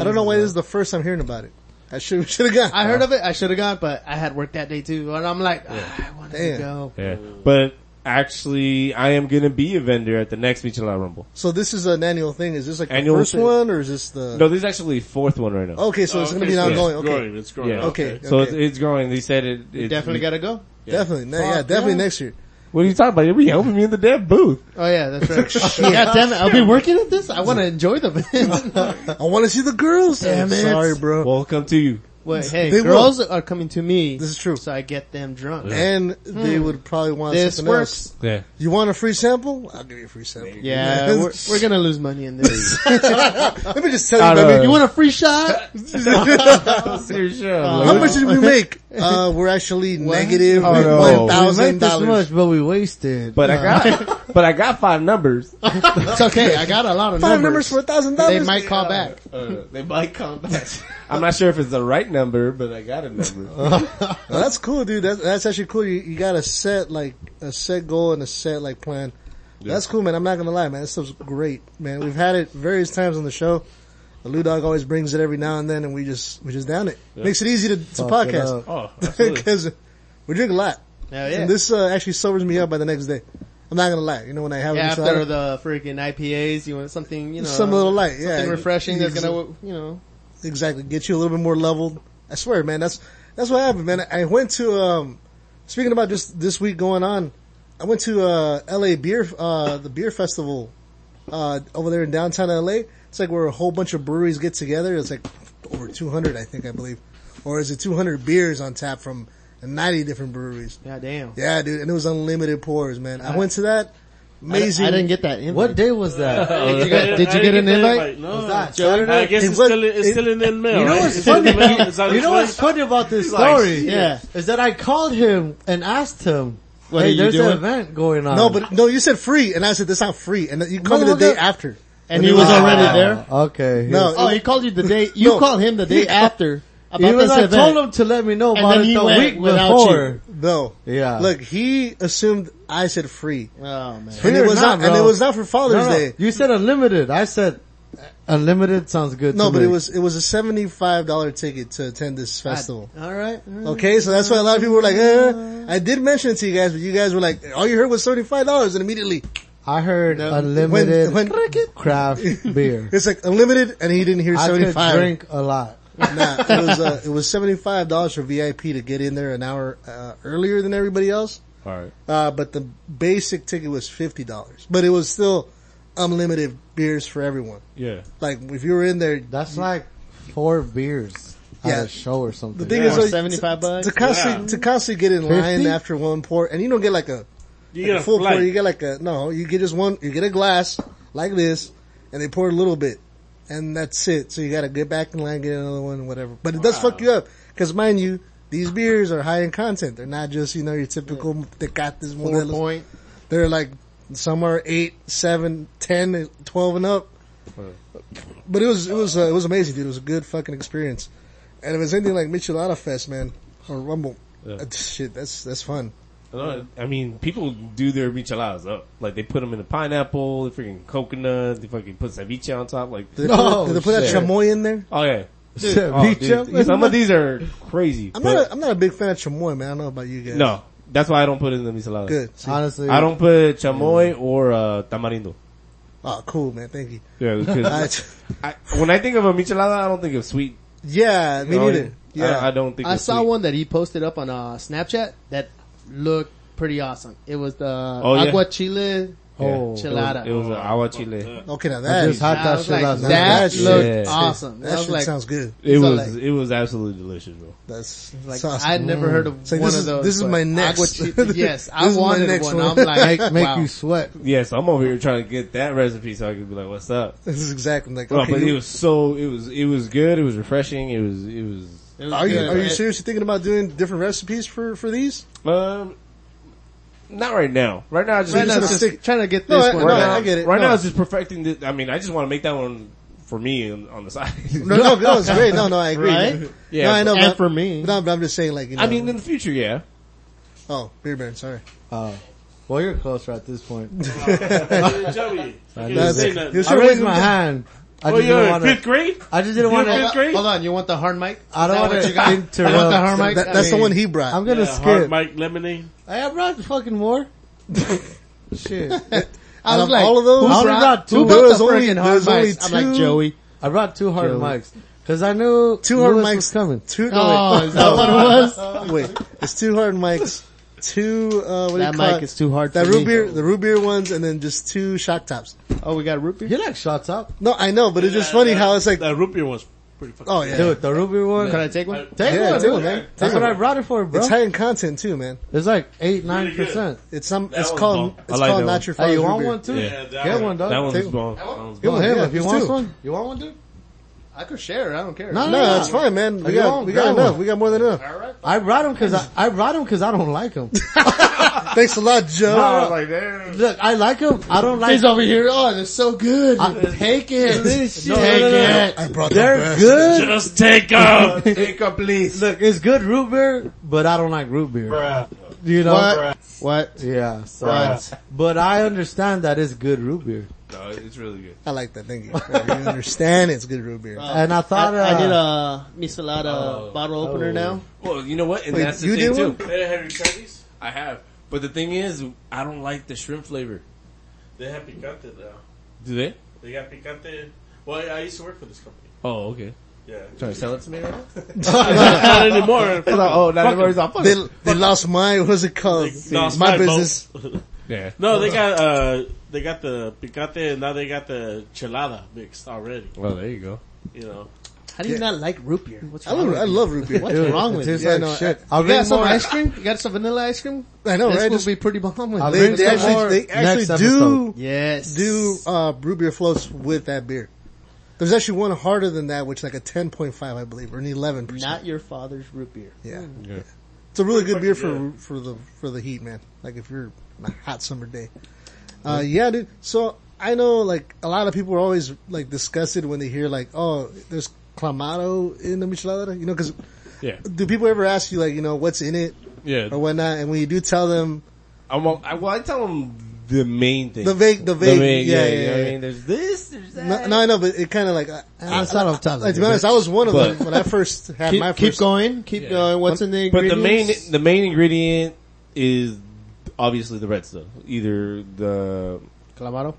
[SPEAKER 1] "Ah, oh, I don't know why this is the first I'm hearing about it. I should should have gone.
[SPEAKER 2] I heard of it. I should have gone, but I had work that day too, and I'm like, ah, I want to
[SPEAKER 1] Damn.
[SPEAKER 2] go.
[SPEAKER 7] Yeah, but actually, I am gonna be a vendor at the next Michelada Rumble.
[SPEAKER 1] So this is an annual thing. Is this like
[SPEAKER 7] Annual
[SPEAKER 1] the first
[SPEAKER 7] thing.
[SPEAKER 1] one or is this the?
[SPEAKER 7] No, this is actually fourth one right now.
[SPEAKER 1] Okay, so it's gonna be an
[SPEAKER 8] so it's
[SPEAKER 1] ongoing. Okay,
[SPEAKER 8] growing, It's growing.
[SPEAKER 7] Yeah.
[SPEAKER 1] okay, okay.
[SPEAKER 7] So it's, it's growing. They said it. It's,
[SPEAKER 2] Definitely gotta go.
[SPEAKER 1] definitely, ne- yeah, definitely next year.
[SPEAKER 7] What are you talking about? You'll be helping me in the damn booth.
[SPEAKER 2] Oh yeah, that's right. God damn it! I'll be working at this. I want to enjoy the event.
[SPEAKER 1] I want to see the girls.
[SPEAKER 2] Damn it.
[SPEAKER 1] Sorry, bro.
[SPEAKER 7] Welcome to you.
[SPEAKER 2] Wait, hey,
[SPEAKER 1] They will.
[SPEAKER 2] girls are coming to me,
[SPEAKER 1] this is true.
[SPEAKER 2] so I get them drunk. Hmm.
[SPEAKER 1] And they would probably want
[SPEAKER 2] This
[SPEAKER 1] something
[SPEAKER 2] works.
[SPEAKER 1] else.
[SPEAKER 7] Yeah.
[SPEAKER 1] You want a free sample? I'll give you a free sample.
[SPEAKER 2] Yeah, we're, we're gonna lose money in this.
[SPEAKER 1] Let me just tell
[SPEAKER 7] I
[SPEAKER 1] you,
[SPEAKER 7] don't
[SPEAKER 1] baby.
[SPEAKER 7] know.
[SPEAKER 2] you want a free shot?
[SPEAKER 1] How much did we make? Uh, we're actually negative
[SPEAKER 3] Oh, no.
[SPEAKER 1] one
[SPEAKER 3] We
[SPEAKER 1] thousand
[SPEAKER 3] made this
[SPEAKER 1] dollars.
[SPEAKER 3] much, but we wasted.
[SPEAKER 7] But I got, but I got five numbers.
[SPEAKER 2] It's okay. I got a lot of
[SPEAKER 1] Five
[SPEAKER 2] numbers.
[SPEAKER 1] numbers for a thousand
[SPEAKER 2] They
[SPEAKER 1] dollars.
[SPEAKER 2] might call back.
[SPEAKER 7] they might come back. I'm not sure if it's the right number, but I got a number.
[SPEAKER 1] Well, that's cool, dude. That's, that's actually cool. You, you got a set like a set goal and a set like plan. That's cool, man. I'm not gonna lie, man. This stuff's great, man. We've had it various times on the show. The Lou Dog always brings it every now and then, and we just we just down it. Makes it easy to, to
[SPEAKER 3] Fuck it
[SPEAKER 1] podcast
[SPEAKER 3] up.
[SPEAKER 7] oh,
[SPEAKER 1] because we drink a lot.
[SPEAKER 2] Hell yeah.
[SPEAKER 1] And this uh, actually sobers me up by the next day. I'm not gonna lie. You know when I have
[SPEAKER 2] Yeah,
[SPEAKER 1] a
[SPEAKER 2] after
[SPEAKER 1] michelada,
[SPEAKER 2] the freaking IPAs, you want something, you know,
[SPEAKER 1] some little light, yeah,
[SPEAKER 2] something refreshing that's
[SPEAKER 1] Ex-
[SPEAKER 2] gonna, you know,
[SPEAKER 1] Exactly. Get you a little bit more leveled. I swear, man, that's, that's what happened, man. I went to, um, speaking about just this week going on, I went to, uh, LA beer, uh, the beer festival, uh, over there in downtown LA. It's like where a whole bunch of breweries get together. It's like over 200, I think, I believe. Or is it 200 beers on tap from 90 different breweries?
[SPEAKER 2] goddamn.
[SPEAKER 1] Yeah, dude. And it was unlimited pours, man. I went to that. Amazing.
[SPEAKER 2] I didn't get that. Invite.
[SPEAKER 3] what day was that?
[SPEAKER 2] Did you get, did you get an invite?
[SPEAKER 8] No. I
[SPEAKER 3] Saturday?
[SPEAKER 8] guess
[SPEAKER 1] It
[SPEAKER 8] it's
[SPEAKER 1] was-
[SPEAKER 8] still, in- it's still in the mail.
[SPEAKER 3] You know
[SPEAKER 8] right?
[SPEAKER 3] what's
[SPEAKER 8] It's still in
[SPEAKER 3] funny?
[SPEAKER 8] the mail. It's on
[SPEAKER 3] You
[SPEAKER 8] its
[SPEAKER 3] know
[SPEAKER 8] way.
[SPEAKER 3] what's funny about this
[SPEAKER 8] like,
[SPEAKER 3] story?
[SPEAKER 2] Yeah.
[SPEAKER 3] Is that I called him and asked him
[SPEAKER 2] What
[SPEAKER 3] hey,
[SPEAKER 2] are you
[SPEAKER 3] there's an
[SPEAKER 2] doing?
[SPEAKER 3] event going on.
[SPEAKER 1] No, but no, you said free, and I said that's not free, and you called me
[SPEAKER 3] No,
[SPEAKER 1] the day
[SPEAKER 3] that-
[SPEAKER 1] after.
[SPEAKER 2] and he was already there.
[SPEAKER 3] Okay. he
[SPEAKER 1] No,
[SPEAKER 3] was-
[SPEAKER 2] Oh, he called you the day. You
[SPEAKER 1] No.
[SPEAKER 2] called him the day after about
[SPEAKER 3] even
[SPEAKER 2] this
[SPEAKER 3] I
[SPEAKER 2] event.
[SPEAKER 3] told him to let me know
[SPEAKER 2] And
[SPEAKER 3] about
[SPEAKER 2] then
[SPEAKER 3] it
[SPEAKER 2] he
[SPEAKER 3] the
[SPEAKER 2] went
[SPEAKER 3] week
[SPEAKER 2] without
[SPEAKER 3] before.
[SPEAKER 1] No,
[SPEAKER 3] Yeah.
[SPEAKER 1] look, he assumed I said free,
[SPEAKER 2] Oh man.
[SPEAKER 1] and
[SPEAKER 3] Free
[SPEAKER 1] it
[SPEAKER 3] or
[SPEAKER 1] was
[SPEAKER 3] not,
[SPEAKER 1] not, and
[SPEAKER 3] bro.
[SPEAKER 1] it was not for
[SPEAKER 3] No,
[SPEAKER 1] Father's
[SPEAKER 3] no,
[SPEAKER 1] Day.
[SPEAKER 3] You said unlimited. I said uh, unlimited sounds good.
[SPEAKER 1] No,
[SPEAKER 3] to
[SPEAKER 1] but
[SPEAKER 3] me.
[SPEAKER 1] it was it was a seventy five dollar ticket to attend this festival.
[SPEAKER 2] All right. all right.
[SPEAKER 1] Okay, so that's why a lot of people were like, eh. I did mention it to you guys, but you guys were like, all you heard was seventy five dollars, and immediately
[SPEAKER 3] I heard
[SPEAKER 1] when
[SPEAKER 3] unlimited
[SPEAKER 1] when
[SPEAKER 3] craft beer.
[SPEAKER 1] it's like unlimited, and he didn't hear
[SPEAKER 3] I
[SPEAKER 1] seventy
[SPEAKER 3] could
[SPEAKER 1] five.
[SPEAKER 3] drink a lot.
[SPEAKER 1] Nah, it was uh, it was seventy five dollars for VIP to get in there an hour uh, earlier than everybody else.
[SPEAKER 7] All right.
[SPEAKER 1] Uh, but the basic ticket was fifty dollars, but it was still unlimited beers for everyone.
[SPEAKER 7] Yeah.
[SPEAKER 1] Like if you were in there,
[SPEAKER 3] That's like four beers at
[SPEAKER 1] Yeah.
[SPEAKER 3] a show or something.
[SPEAKER 1] the thing
[SPEAKER 2] Or
[SPEAKER 1] is, like,
[SPEAKER 2] seventy-five bucks.
[SPEAKER 1] to constantly to constantly get in line
[SPEAKER 3] 50?
[SPEAKER 1] after one pour, and you don't get like a,
[SPEAKER 8] You
[SPEAKER 1] like
[SPEAKER 8] get
[SPEAKER 1] a
[SPEAKER 8] a
[SPEAKER 1] full pour.
[SPEAKER 8] flight.
[SPEAKER 1] You get like a no, you get just one. You get a glass like this, and they pour a little bit, and that's it. So you got to get back in line, get another one, whatever. But it does fuck you up because mind you, these beers are high in content. They're not just you know your typical Tecates,
[SPEAKER 2] Four
[SPEAKER 1] Modelos.
[SPEAKER 2] point.
[SPEAKER 1] They're like some are eight, seven, ten, twelve and up. But it was it was uh, it was amazing, dude. It was a good fucking experience. And if it's anything like Michelada Fest, man, or Rumble,
[SPEAKER 7] Yeah.
[SPEAKER 1] uh, shit, that's that's fun.
[SPEAKER 7] Uh, I mean, people do their micheladas up. Like they put them in the pineapple, the freaking coconut, they fucking put ceviche on top. Like,
[SPEAKER 1] Did they
[SPEAKER 3] No,
[SPEAKER 1] put, did they put that
[SPEAKER 3] shit.
[SPEAKER 1] chamoy in there?
[SPEAKER 7] oh yeah, Oh,
[SPEAKER 3] Ceviche?
[SPEAKER 7] dude, some of these are crazy.
[SPEAKER 1] I'm
[SPEAKER 7] but
[SPEAKER 1] not a, I'm not a big fan of chamoy, man. I don't know about you guys.
[SPEAKER 7] no, that's why I don't put it in the micheladas.
[SPEAKER 1] good. See?
[SPEAKER 3] Honestly,
[SPEAKER 7] I don't put chamoy or uh, tamarindo.
[SPEAKER 1] Oh, cool, man. Thank you.
[SPEAKER 7] Yeah,
[SPEAKER 1] I,
[SPEAKER 7] because I, when I think of a michelada, I don't think of sweet.
[SPEAKER 1] yeah, me
[SPEAKER 7] Oh,
[SPEAKER 1] neither. Yeah,
[SPEAKER 7] I, I don't think.
[SPEAKER 2] I
[SPEAKER 7] of
[SPEAKER 2] saw
[SPEAKER 7] sweet.
[SPEAKER 2] one that he posted up on uh, Snapchat that looked pretty awesome. It was the
[SPEAKER 7] Oh,
[SPEAKER 8] Oh,
[SPEAKER 7] yeah.
[SPEAKER 2] agua chile
[SPEAKER 3] Oh,
[SPEAKER 2] chelada.
[SPEAKER 7] It was an agua chile.
[SPEAKER 1] okay, now
[SPEAKER 3] I
[SPEAKER 1] that
[SPEAKER 3] just
[SPEAKER 1] that,
[SPEAKER 3] had
[SPEAKER 2] Oh, I
[SPEAKER 3] that
[SPEAKER 2] was
[SPEAKER 3] shit
[SPEAKER 2] like,
[SPEAKER 3] last night.
[SPEAKER 2] that
[SPEAKER 7] Yeah.
[SPEAKER 2] looked
[SPEAKER 7] Yeah.
[SPEAKER 2] awesome. I was
[SPEAKER 1] shit
[SPEAKER 2] like,
[SPEAKER 1] sounds good.
[SPEAKER 7] It
[SPEAKER 2] So,
[SPEAKER 7] was
[SPEAKER 2] like-
[SPEAKER 7] it was absolutely delicious, bro.
[SPEAKER 1] That's
[SPEAKER 2] like
[SPEAKER 1] sounds-
[SPEAKER 2] I had never heard of
[SPEAKER 1] So
[SPEAKER 2] one
[SPEAKER 1] Mm. this
[SPEAKER 2] of
[SPEAKER 1] is-
[SPEAKER 2] those.
[SPEAKER 1] this is
[SPEAKER 2] but
[SPEAKER 1] my next-
[SPEAKER 2] agua chile- yes, I
[SPEAKER 1] this is my
[SPEAKER 2] wanted
[SPEAKER 1] next
[SPEAKER 2] one.
[SPEAKER 1] one.
[SPEAKER 2] I'm like,
[SPEAKER 3] make, make
[SPEAKER 2] wow.
[SPEAKER 3] you sweat.
[SPEAKER 7] Yeah, so I'm over here trying to get that recipe so I could be like, "What's up?"
[SPEAKER 1] This is exactly like.
[SPEAKER 7] Bro,
[SPEAKER 1] okay,
[SPEAKER 7] but
[SPEAKER 1] you-
[SPEAKER 7] it was so it was it was good. It was refreshing. It was it was
[SPEAKER 2] It was
[SPEAKER 1] are you
[SPEAKER 2] good.
[SPEAKER 1] are you
[SPEAKER 2] It-
[SPEAKER 1] seriously thinking about doing different recipes for for these?
[SPEAKER 7] Um, not right now. Right now, I just
[SPEAKER 2] Right now,
[SPEAKER 1] gonna
[SPEAKER 2] it's
[SPEAKER 1] stick-
[SPEAKER 2] just trying to get
[SPEAKER 1] No,
[SPEAKER 2] this
[SPEAKER 1] I-
[SPEAKER 2] one.
[SPEAKER 1] no,
[SPEAKER 2] out.
[SPEAKER 1] I get it.
[SPEAKER 7] Right
[SPEAKER 1] No.
[SPEAKER 7] now, it's just perfecting. The, I mean, I just want to make that one for me on, on the side.
[SPEAKER 1] No, no, no, it's great. No, no, I agree.
[SPEAKER 2] Right?
[SPEAKER 7] Yeah,
[SPEAKER 1] no, I know.
[SPEAKER 2] and
[SPEAKER 1] But,
[SPEAKER 2] for me,
[SPEAKER 1] no, but I'm just saying, like, you know.
[SPEAKER 7] I mean, in the future, yeah.
[SPEAKER 1] oh, beer baron, sorry.
[SPEAKER 3] Uh, well, you're closer at this point.
[SPEAKER 8] Joey, you
[SPEAKER 1] That's-
[SPEAKER 8] say nothing.
[SPEAKER 1] you
[SPEAKER 3] I
[SPEAKER 1] should've
[SPEAKER 3] raised
[SPEAKER 1] waited
[SPEAKER 3] my
[SPEAKER 1] until-
[SPEAKER 3] hand. I
[SPEAKER 8] Oh,
[SPEAKER 3] just
[SPEAKER 8] you're
[SPEAKER 3] didn't
[SPEAKER 8] in
[SPEAKER 3] want to.
[SPEAKER 8] fifth grade?
[SPEAKER 3] I just didn't
[SPEAKER 8] You're
[SPEAKER 3] want
[SPEAKER 8] in fifth
[SPEAKER 3] to.
[SPEAKER 8] grade?
[SPEAKER 2] hold on. You want the hard mic?
[SPEAKER 3] I don't
[SPEAKER 2] Is that
[SPEAKER 3] want
[SPEAKER 2] what
[SPEAKER 3] to
[SPEAKER 2] you got?
[SPEAKER 3] interrupt.
[SPEAKER 2] You want the hard mic?
[SPEAKER 1] That,
[SPEAKER 2] I
[SPEAKER 1] that's the
[SPEAKER 2] mean,
[SPEAKER 1] one he brought.
[SPEAKER 3] I'm gonna
[SPEAKER 8] Yeah, Hard
[SPEAKER 3] skip.
[SPEAKER 8] Mike Lemonade.
[SPEAKER 3] I brought fucking more. Shit,
[SPEAKER 2] I
[SPEAKER 1] Out
[SPEAKER 2] was
[SPEAKER 1] of
[SPEAKER 2] like,
[SPEAKER 1] all of those,
[SPEAKER 2] who
[SPEAKER 3] I only
[SPEAKER 2] brought-
[SPEAKER 3] got two.
[SPEAKER 2] Who
[SPEAKER 1] There
[SPEAKER 2] brought
[SPEAKER 1] was
[SPEAKER 2] the
[SPEAKER 1] only-
[SPEAKER 2] freaking
[SPEAKER 1] there
[SPEAKER 2] hard
[SPEAKER 1] was only
[SPEAKER 2] mics? I'm like
[SPEAKER 1] two-
[SPEAKER 2] Joey.
[SPEAKER 3] I brought two hard mics because I knew
[SPEAKER 1] two hard
[SPEAKER 3] Lewis was
[SPEAKER 1] mics
[SPEAKER 3] coming.
[SPEAKER 1] Two.
[SPEAKER 2] Oh,
[SPEAKER 1] No,
[SPEAKER 2] is that what it was?
[SPEAKER 1] wait, wait, it's two hard mics. Two. Uh, what
[SPEAKER 2] That
[SPEAKER 1] do you call
[SPEAKER 2] mic
[SPEAKER 1] it?
[SPEAKER 2] is too hard.
[SPEAKER 1] That
[SPEAKER 2] for
[SPEAKER 1] root
[SPEAKER 2] me.
[SPEAKER 1] beer, the root beer ones, and then just two shock tops.
[SPEAKER 2] Oh, we got root beer.
[SPEAKER 3] You like shots up,
[SPEAKER 1] No, I know, but it's just funny how it's like,
[SPEAKER 8] That root beer was pretty fucking
[SPEAKER 1] oh yeah,
[SPEAKER 3] dude. The Ruby one.
[SPEAKER 2] Can I take one?
[SPEAKER 3] Take
[SPEAKER 1] Yeah,
[SPEAKER 3] one,
[SPEAKER 1] take
[SPEAKER 3] dude.
[SPEAKER 1] one, man.
[SPEAKER 3] That's what I brought it for, bro.
[SPEAKER 1] it's
[SPEAKER 3] It's,
[SPEAKER 1] high in content too, man.
[SPEAKER 3] like eight, nine
[SPEAKER 8] good.
[SPEAKER 3] percent.
[SPEAKER 1] It's some.
[SPEAKER 8] That
[SPEAKER 1] it's
[SPEAKER 8] one's
[SPEAKER 1] called.
[SPEAKER 8] bomb.
[SPEAKER 1] It's
[SPEAKER 7] I like
[SPEAKER 1] called
[SPEAKER 7] that
[SPEAKER 1] not
[SPEAKER 7] one.
[SPEAKER 1] your father's
[SPEAKER 3] Hey, you
[SPEAKER 1] root
[SPEAKER 3] want
[SPEAKER 1] beer.
[SPEAKER 3] one too?
[SPEAKER 8] Yeah, that
[SPEAKER 3] Get
[SPEAKER 8] one.
[SPEAKER 3] one, dog.
[SPEAKER 7] That one
[SPEAKER 3] Take-
[SPEAKER 7] was bomb. That one was
[SPEAKER 3] Give
[SPEAKER 7] bomb.
[SPEAKER 3] him
[SPEAKER 1] Yeah,
[SPEAKER 3] if he
[SPEAKER 1] there's
[SPEAKER 3] wants
[SPEAKER 1] two.
[SPEAKER 3] one. You want one, dude?
[SPEAKER 2] I could share. I don't care.
[SPEAKER 3] No,
[SPEAKER 1] No, that's fine, man. We
[SPEAKER 3] You
[SPEAKER 1] got
[SPEAKER 3] want
[SPEAKER 1] we got
[SPEAKER 3] that
[SPEAKER 1] enough.
[SPEAKER 3] one?
[SPEAKER 1] We got more than enough.
[SPEAKER 3] I brought him because I, I brought him because I don't like him.
[SPEAKER 1] Thanks a lot, Joe.
[SPEAKER 7] like, damn.
[SPEAKER 3] Look, I like him. I don't like.
[SPEAKER 2] He's over here. Oh, they're so good.
[SPEAKER 3] I, take it.
[SPEAKER 2] no, no, no, no.
[SPEAKER 1] I brought the
[SPEAKER 3] They're
[SPEAKER 1] best.
[SPEAKER 3] good.
[SPEAKER 8] Just take up.
[SPEAKER 7] Take up, please.
[SPEAKER 3] Look, it's good root beer, but I don't like root beer. You know?
[SPEAKER 2] What?
[SPEAKER 3] Yeah. So, but I understand that it's good root beer,
[SPEAKER 7] No, it's really good.
[SPEAKER 1] I like that. Thank you. I understand it's good root beer.
[SPEAKER 3] and I
[SPEAKER 2] I,
[SPEAKER 3] thought uh,
[SPEAKER 2] I need a misalada
[SPEAKER 7] Oh.
[SPEAKER 2] bottle opener now.
[SPEAKER 7] Well, you know what? And
[SPEAKER 1] Wait,
[SPEAKER 7] that's
[SPEAKER 1] you
[SPEAKER 7] the thing
[SPEAKER 1] did one?
[SPEAKER 7] too.
[SPEAKER 8] Hey, have you tried these?
[SPEAKER 7] I have, but the thing is, I don't like the shrimp flavor.
[SPEAKER 8] They have picante now.
[SPEAKER 7] Do they?
[SPEAKER 8] They got picante. Well, I used to work for this company.
[SPEAKER 7] Oh, okay.
[SPEAKER 8] Yeah.
[SPEAKER 7] Trying to sell it to me right now?
[SPEAKER 8] Not anymore.
[SPEAKER 7] oh, not everybody's off.
[SPEAKER 1] They, they lost my, what's it called?
[SPEAKER 8] Lost
[SPEAKER 1] my,
[SPEAKER 8] my
[SPEAKER 1] business.
[SPEAKER 7] Yeah.
[SPEAKER 8] No, they got uh, they got the picante, and now they got the chelada mixed already.
[SPEAKER 7] Well, there you go.
[SPEAKER 8] You know,
[SPEAKER 2] How do you not like root beer? What's
[SPEAKER 1] I love, I love root beer.
[SPEAKER 2] What's
[SPEAKER 3] dude,
[SPEAKER 2] wrong
[SPEAKER 3] it
[SPEAKER 2] with
[SPEAKER 3] tastes
[SPEAKER 1] you? Yeah,
[SPEAKER 3] like
[SPEAKER 1] no,
[SPEAKER 3] shit.
[SPEAKER 2] you?
[SPEAKER 3] I'll
[SPEAKER 2] You got
[SPEAKER 3] bring
[SPEAKER 2] some
[SPEAKER 3] more.
[SPEAKER 2] ice cream? You got some vanilla ice cream?
[SPEAKER 1] I know,
[SPEAKER 2] this
[SPEAKER 1] right?
[SPEAKER 2] will
[SPEAKER 1] Just-
[SPEAKER 2] be pretty bomb.
[SPEAKER 3] I'll
[SPEAKER 1] they,
[SPEAKER 3] bring
[SPEAKER 1] they
[SPEAKER 3] some more
[SPEAKER 1] actually, they actually
[SPEAKER 3] next
[SPEAKER 1] do,
[SPEAKER 3] episode.
[SPEAKER 2] yes.
[SPEAKER 1] do, uh, root beer floats with that beer. There's actually one harder than that, which is like a 10.5, I believe, or an 11%.
[SPEAKER 2] Not your father's root beer.
[SPEAKER 1] yeah. It's a really good beer for
[SPEAKER 8] Fucking
[SPEAKER 1] for the for the heat, man. Like if you're on a hot summer day. Uh, yeah, dude. So I know like a lot of people are always like disgusted when they hear like, oh, there's clamato in the michelada, you know? Because
[SPEAKER 7] Yeah.
[SPEAKER 1] do people ever ask you like, you know, what's in it
[SPEAKER 7] Yeah.
[SPEAKER 1] or whatnot? And when you do tell them
[SPEAKER 7] I'm, all- I, well, I tell them the main thing.
[SPEAKER 1] the vague, the vague,
[SPEAKER 7] main-
[SPEAKER 1] yeah, yeah,
[SPEAKER 7] you know
[SPEAKER 1] yeah.
[SPEAKER 7] what I mean? There's this, there's that.
[SPEAKER 1] No, no, I know, but it kind of like I, I,
[SPEAKER 3] Outside of top.
[SPEAKER 1] like, to be honest, I was one of
[SPEAKER 7] But-
[SPEAKER 1] them when I first had
[SPEAKER 2] Keep,
[SPEAKER 1] my
[SPEAKER 2] keep
[SPEAKER 1] first.
[SPEAKER 2] going. Keep
[SPEAKER 7] Yeah.
[SPEAKER 2] going. What's in the
[SPEAKER 7] But the
[SPEAKER 2] ingredients?
[SPEAKER 7] main the main ingredient is obviously the red stuff. Either the
[SPEAKER 2] Clamato.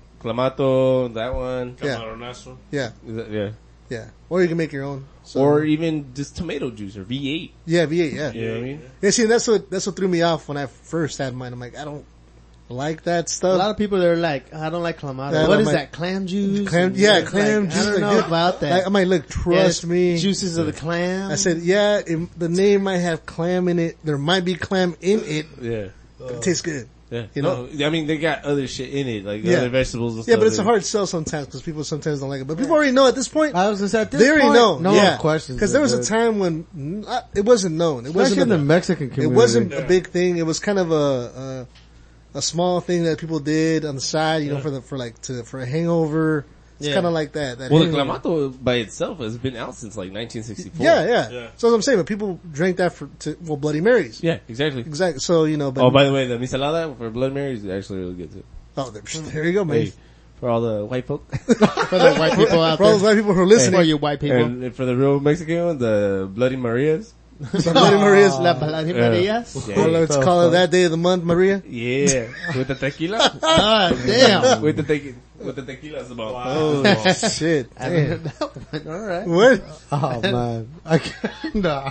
[SPEAKER 7] clamato, that one,
[SPEAKER 1] Yeah.
[SPEAKER 8] Camaronazo.
[SPEAKER 1] Yeah,
[SPEAKER 7] Is that- yeah,
[SPEAKER 1] yeah. Or you can make your own. So,
[SPEAKER 7] or even just tomato juice or V8.
[SPEAKER 1] yeah, V8, yeah.
[SPEAKER 7] You know what I mean?
[SPEAKER 1] Yeah, see, that's what that's what threw me off when I first had mine. I'm like, I don't like that
[SPEAKER 2] A
[SPEAKER 1] stuff.
[SPEAKER 2] lot of people they're like, I don't like clamato.
[SPEAKER 1] Yeah,
[SPEAKER 2] what
[SPEAKER 1] I'm
[SPEAKER 2] is
[SPEAKER 1] like-
[SPEAKER 2] that? Clam juice?
[SPEAKER 1] clam,
[SPEAKER 2] And
[SPEAKER 1] yeah,
[SPEAKER 2] like,
[SPEAKER 1] clam juice.
[SPEAKER 2] I don't
[SPEAKER 1] like,
[SPEAKER 2] know
[SPEAKER 1] dude,
[SPEAKER 2] about that.
[SPEAKER 1] Like, I'm like, look,
[SPEAKER 2] Yeah,
[SPEAKER 1] trust me.
[SPEAKER 2] Juices of the clam.
[SPEAKER 1] I said, yeah, it, the name might have clam in it. There might be clam in it.
[SPEAKER 7] Yeah.
[SPEAKER 1] but it tastes good.
[SPEAKER 7] Yeah,
[SPEAKER 1] You
[SPEAKER 7] you
[SPEAKER 1] know?
[SPEAKER 7] know, I mean, they got other shit in it, like the
[SPEAKER 1] Yeah.
[SPEAKER 7] other vegetables and
[SPEAKER 1] Yeah,
[SPEAKER 7] stuff.
[SPEAKER 1] but it's a
[SPEAKER 7] that-
[SPEAKER 1] hard sell sometimes because people sometimes don't like it. But people already know at this point.
[SPEAKER 3] I was gonna say, at this
[SPEAKER 1] they already
[SPEAKER 3] point,
[SPEAKER 1] know.
[SPEAKER 3] no
[SPEAKER 1] yeah.
[SPEAKER 3] questions.
[SPEAKER 1] Because there was a
[SPEAKER 3] dude.
[SPEAKER 1] time when not, it wasn't known. It
[SPEAKER 3] Especially
[SPEAKER 1] wasn't.
[SPEAKER 3] in the
[SPEAKER 1] a-
[SPEAKER 3] Mexican community.
[SPEAKER 1] It wasn't a big thing. It was kind of a, a a small thing that people did on the side, you know, for the for like to for a hangover. It's
[SPEAKER 2] Yeah.
[SPEAKER 1] kind of like that. that
[SPEAKER 7] Well, the
[SPEAKER 1] hangover.
[SPEAKER 7] clamato by itself has been out since like 1964.
[SPEAKER 1] yeah, yeah,
[SPEAKER 8] Yeah.
[SPEAKER 1] So that's what I'm saying. But people drank that for to, well Bloody Marys.
[SPEAKER 7] yeah, exactly.
[SPEAKER 1] Exactly. So you know, but
[SPEAKER 7] Oh, by the way, the misalada for Blood Mary is actually really good too.
[SPEAKER 1] oh, there, there you go, man.
[SPEAKER 7] Hey, for all the white folk
[SPEAKER 2] for the white people out
[SPEAKER 1] For all
[SPEAKER 2] there.
[SPEAKER 1] those white people who are
[SPEAKER 2] For
[SPEAKER 1] listening,
[SPEAKER 2] you white people.
[SPEAKER 7] and for the real Mexican ones, the Bloody Marias.
[SPEAKER 1] so Bloody Maria's.
[SPEAKER 2] La Paladi
[SPEAKER 7] Yeah.
[SPEAKER 2] Marias.
[SPEAKER 1] Or let's call it that day of the month, Maria. Ah,
[SPEAKER 7] Yeah, with the tequila,
[SPEAKER 2] God damn.
[SPEAKER 7] with the tequila, with the tequila
[SPEAKER 1] Oh
[SPEAKER 7] about.
[SPEAKER 1] shit! Damn.
[SPEAKER 2] Alright.
[SPEAKER 1] What?
[SPEAKER 3] Oh man, I can't, nah.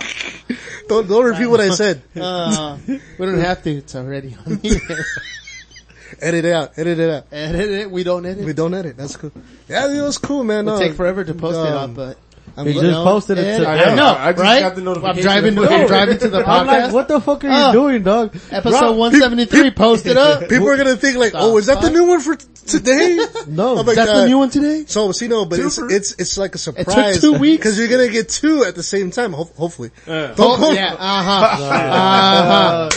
[SPEAKER 1] Don't don't repeat what I said.
[SPEAKER 2] Uh, we don't have to. It's already on the air.
[SPEAKER 1] Edit it out. Edit it out.
[SPEAKER 2] Edit it. We don't edit.
[SPEAKER 1] We
[SPEAKER 2] it.
[SPEAKER 1] don't edit. That's cool. Yeah, dude, it was cool, man.
[SPEAKER 2] It'll
[SPEAKER 1] No,
[SPEAKER 2] take forever to post it
[SPEAKER 1] um,
[SPEAKER 2] up, but
[SPEAKER 1] I'm
[SPEAKER 3] You
[SPEAKER 1] glad-
[SPEAKER 3] just posted it
[SPEAKER 2] edit.
[SPEAKER 3] today.
[SPEAKER 2] I know,
[SPEAKER 7] I just
[SPEAKER 2] right?
[SPEAKER 7] got the
[SPEAKER 2] I'm
[SPEAKER 7] notification.
[SPEAKER 2] driving. I'm driving to the
[SPEAKER 3] I'm like,
[SPEAKER 2] podcast.
[SPEAKER 3] what the fuck are you
[SPEAKER 2] Uh,
[SPEAKER 3] doing, dog?
[SPEAKER 2] Episode 173 posted up.
[SPEAKER 1] People are gonna think like, oh, is that the new one for t- today?
[SPEAKER 3] No,
[SPEAKER 1] I'm like,
[SPEAKER 2] That's
[SPEAKER 1] uh,
[SPEAKER 2] the new one today?
[SPEAKER 1] So, see, no, but it's,
[SPEAKER 2] Twofer.
[SPEAKER 1] it's, it's like a surprise.
[SPEAKER 2] two weeks.
[SPEAKER 1] Cause you're gonna get two at the same time, ho- hopefully.
[SPEAKER 8] Yeah.
[SPEAKER 1] Don't, quote,
[SPEAKER 2] yeah. Uh-huh. uh-huh.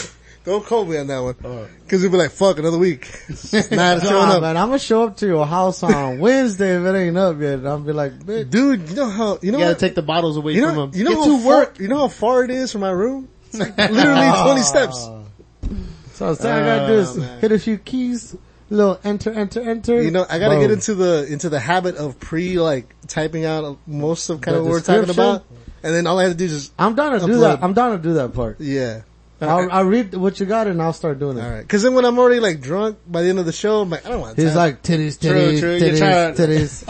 [SPEAKER 1] don't quote me on that one.
[SPEAKER 7] Uh.
[SPEAKER 1] Cause you'll be like, fuck, another week. Not showing
[SPEAKER 3] Nah,
[SPEAKER 1] up.
[SPEAKER 3] man, I'm gonna show up to your house on Wednesday if it ain't up yet. I'll be like, bitch,
[SPEAKER 1] Dude, you know how, you know
[SPEAKER 2] You gotta
[SPEAKER 1] what?
[SPEAKER 2] take the bottles away
[SPEAKER 1] you
[SPEAKER 2] from
[SPEAKER 1] know,
[SPEAKER 2] them.
[SPEAKER 1] you know how far, you know how far it is from my room? It's like literally 20 steps.
[SPEAKER 3] so I'm saying I
[SPEAKER 2] Ah,
[SPEAKER 3] gotta do is hit a few keys, little enter, enter, enter.
[SPEAKER 1] You know, I gotta get
[SPEAKER 3] Boom.
[SPEAKER 1] into the into the habit of pre like typing out most of kind
[SPEAKER 3] The
[SPEAKER 1] of what we're talking
[SPEAKER 3] description?
[SPEAKER 1] about, and then all I had to do is just
[SPEAKER 3] I'm down to do
[SPEAKER 1] Upload.
[SPEAKER 3] that. I'm down to do that part.
[SPEAKER 1] yeah.
[SPEAKER 3] I'll, I'll read what you got and I'll start doing it.
[SPEAKER 1] All right, because then when I'm already like drunk by the end of the show, I'm like, I don't want to.
[SPEAKER 3] He's like titties,
[SPEAKER 2] True,
[SPEAKER 3] titties,
[SPEAKER 2] true, you're
[SPEAKER 3] titties,
[SPEAKER 2] trying-
[SPEAKER 3] titties.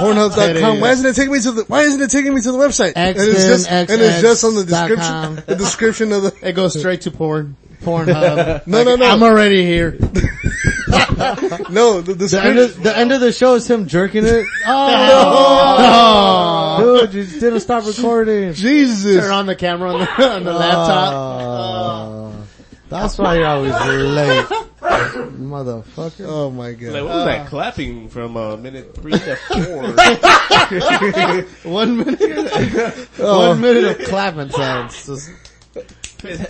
[SPEAKER 1] Pornhub.com. Why isn't it taking me to the Why isn't it taking me to the website? and it's just and it's just on the
[SPEAKER 3] XNXX.com.
[SPEAKER 1] description. The description of the
[SPEAKER 2] It goes straight to porn. Pornhub.
[SPEAKER 1] no no
[SPEAKER 2] I'm
[SPEAKER 1] no
[SPEAKER 2] already here.
[SPEAKER 1] no the
[SPEAKER 3] The end,
[SPEAKER 1] description.
[SPEAKER 3] of, the end of the show is him jerking it.
[SPEAKER 2] Oh,
[SPEAKER 3] Dude, you just didn't stop recording.
[SPEAKER 2] Turn
[SPEAKER 1] Jesus,
[SPEAKER 2] on the camera on the, on the laptop.
[SPEAKER 3] Oh, that's why you're always late. Motherfucker.
[SPEAKER 1] oh my god.
[SPEAKER 7] Like, what was that clapping from uh, minute three to four?
[SPEAKER 2] One minute.
[SPEAKER 1] Oh.
[SPEAKER 2] One minute of clapping sounds. Just-
[SPEAKER 7] Oh.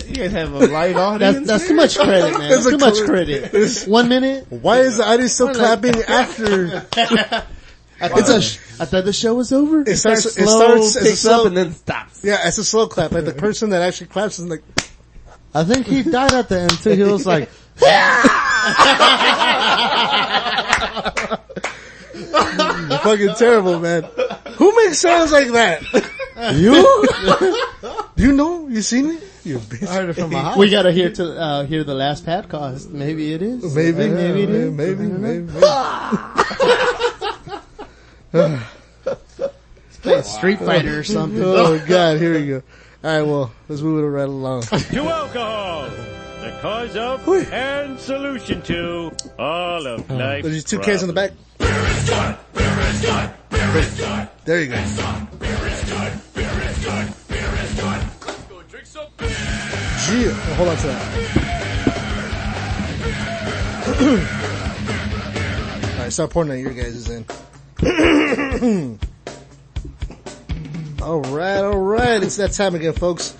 [SPEAKER 7] you guys have a live audience.
[SPEAKER 2] That's, that's too much credit, man. That's too much credit. One minute.
[SPEAKER 1] Why is the audience still clapping after
[SPEAKER 2] It's a sh- I thought the show was over.
[SPEAKER 1] it starts? It
[SPEAKER 7] Slow,
[SPEAKER 1] starts as a
[SPEAKER 7] picks up
[SPEAKER 1] slow.
[SPEAKER 7] and then stops.
[SPEAKER 1] Yeah, it's a slow clap. Like the person that actually claps is like,
[SPEAKER 3] I think he died at the end too. He was like,
[SPEAKER 1] fucking terrible, man. Who makes sounds like that?
[SPEAKER 3] you?
[SPEAKER 1] You know, you seen it? You bitch.
[SPEAKER 3] I heard it from my house.
[SPEAKER 2] We gotta hear to uh, hear the last podcast. Maybe it is.
[SPEAKER 1] Maybe,
[SPEAKER 3] maybe
[SPEAKER 1] maybe,
[SPEAKER 3] it
[SPEAKER 1] maybe,
[SPEAKER 3] is.
[SPEAKER 1] maybe, maybe.
[SPEAKER 2] Play Street Fighter or something.
[SPEAKER 1] Oh god, here we go. Alright, well, let's move it right along.
[SPEAKER 10] to alcohol, the cause of and solution to all of
[SPEAKER 8] Oh,
[SPEAKER 10] life.
[SPEAKER 1] There's just two kids in the back. There you go. Yeah, oh, hold on to that. Alright, stop pouring that your guys is in. alright, alright, it's that time again folks.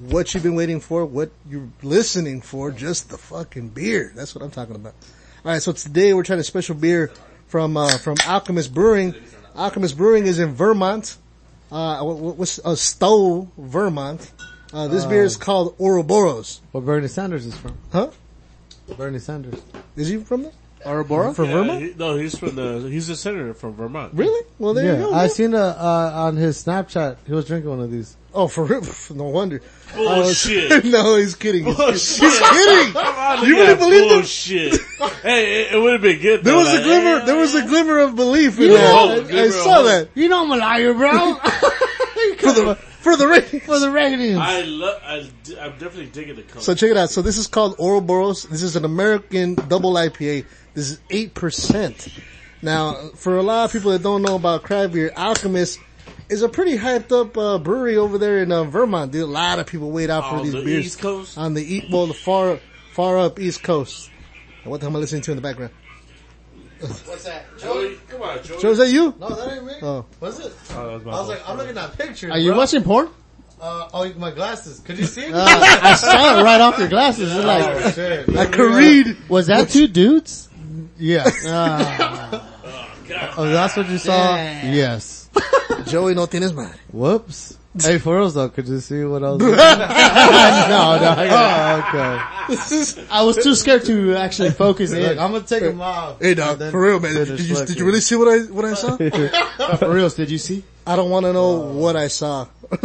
[SPEAKER 1] what you've been waiting for, what you're listening for, just the fucking beer. That's what I'm talking about. All right, so today we're trying a special beer from uh, from Alchemist Brewing. Alchemist Brewing is in Vermont. Uh, what- what- what's uh, Stowe, Vermont? Uh, this beer is called Ouroboros.
[SPEAKER 3] Where Bernie Sanders is from.
[SPEAKER 1] Huh?
[SPEAKER 3] Bernie Sanders.
[SPEAKER 1] Is he from there?
[SPEAKER 2] Ouroboros?
[SPEAKER 1] From
[SPEAKER 8] Yeah,
[SPEAKER 1] Vermont?
[SPEAKER 8] he- no, he's from the. He's a senator from Vermont.
[SPEAKER 1] Really? Well, there
[SPEAKER 3] yeah,
[SPEAKER 1] you go.
[SPEAKER 3] I
[SPEAKER 1] yeah.
[SPEAKER 3] seen a, uh, on his Snapchat. He was drinking one of these.
[SPEAKER 1] Oh, for real? No wonder.
[SPEAKER 3] Oh,
[SPEAKER 8] Bullshit.
[SPEAKER 1] no, he's kidding. He's kidding.
[SPEAKER 8] Bullshit.
[SPEAKER 1] He's kidding.
[SPEAKER 8] Come on,
[SPEAKER 1] You
[SPEAKER 8] look
[SPEAKER 1] really
[SPEAKER 8] at that
[SPEAKER 1] believe them?
[SPEAKER 8] bullshit. hey, it, would have been good.
[SPEAKER 1] There
[SPEAKER 8] though,
[SPEAKER 1] was a
[SPEAKER 8] like,
[SPEAKER 1] glimmer.
[SPEAKER 8] eh,
[SPEAKER 1] There was a glimmer of belief in
[SPEAKER 8] Yeah. Oh,
[SPEAKER 1] that. I- I,
[SPEAKER 8] glimmer
[SPEAKER 1] saw
[SPEAKER 8] of
[SPEAKER 1] that
[SPEAKER 2] You know I'm a liar,
[SPEAKER 3] Oh,
[SPEAKER 2] bro.
[SPEAKER 1] for the for the ratings.
[SPEAKER 2] For the records.
[SPEAKER 8] I love. I'm definitely digging the color.
[SPEAKER 1] So check it out. So this is called Ouroboros. This is an American double IPA. This is 8%. Now, for a lot of people that don't know about craft beer, Alchemist is a pretty hyped up uh, brewery over there in uh, Vermont. Dude, a lot of people wait out for
[SPEAKER 8] On
[SPEAKER 1] these
[SPEAKER 8] the
[SPEAKER 1] beers.
[SPEAKER 8] East Coast?
[SPEAKER 1] On the east, well, the far, far up East Coast. And What the hell am I listening to in the background?
[SPEAKER 2] What's that?
[SPEAKER 8] Joey, come on, Joey.
[SPEAKER 1] Joe, is that you?
[SPEAKER 3] No, that ain't me.
[SPEAKER 1] Oh.
[SPEAKER 3] Was it?
[SPEAKER 7] Oh, that was my
[SPEAKER 3] I was
[SPEAKER 7] fault.
[SPEAKER 3] like, I'm looking at pictures.
[SPEAKER 2] Are you
[SPEAKER 3] bro.
[SPEAKER 2] watching porn?
[SPEAKER 3] Uh, oh, my glasses. Could you see?
[SPEAKER 2] Uh, I saw it right off your glasses. It's
[SPEAKER 1] Oh,
[SPEAKER 2] like,
[SPEAKER 3] Oh, shit.
[SPEAKER 1] I Kareed.
[SPEAKER 2] was that two dudes? Ah.
[SPEAKER 3] Yeah.
[SPEAKER 8] God.
[SPEAKER 3] Oh, that's what you saw?
[SPEAKER 2] Yeah.
[SPEAKER 3] Yes.
[SPEAKER 1] Joey no tienes madre.
[SPEAKER 3] Whoops. Hey, for real though, could you see what I was doing? no, no. I- Oh, okay.
[SPEAKER 2] I was too scared to actually focus
[SPEAKER 3] Look,
[SPEAKER 2] in.
[SPEAKER 3] I'm gonna take them off.
[SPEAKER 1] Hey dog,
[SPEAKER 3] Then
[SPEAKER 1] for real man,
[SPEAKER 3] finish
[SPEAKER 1] did you, did
[SPEAKER 3] looking.
[SPEAKER 1] you really see what I, what I saw?
[SPEAKER 2] For reals, did you see?
[SPEAKER 1] I don't want to know what I saw.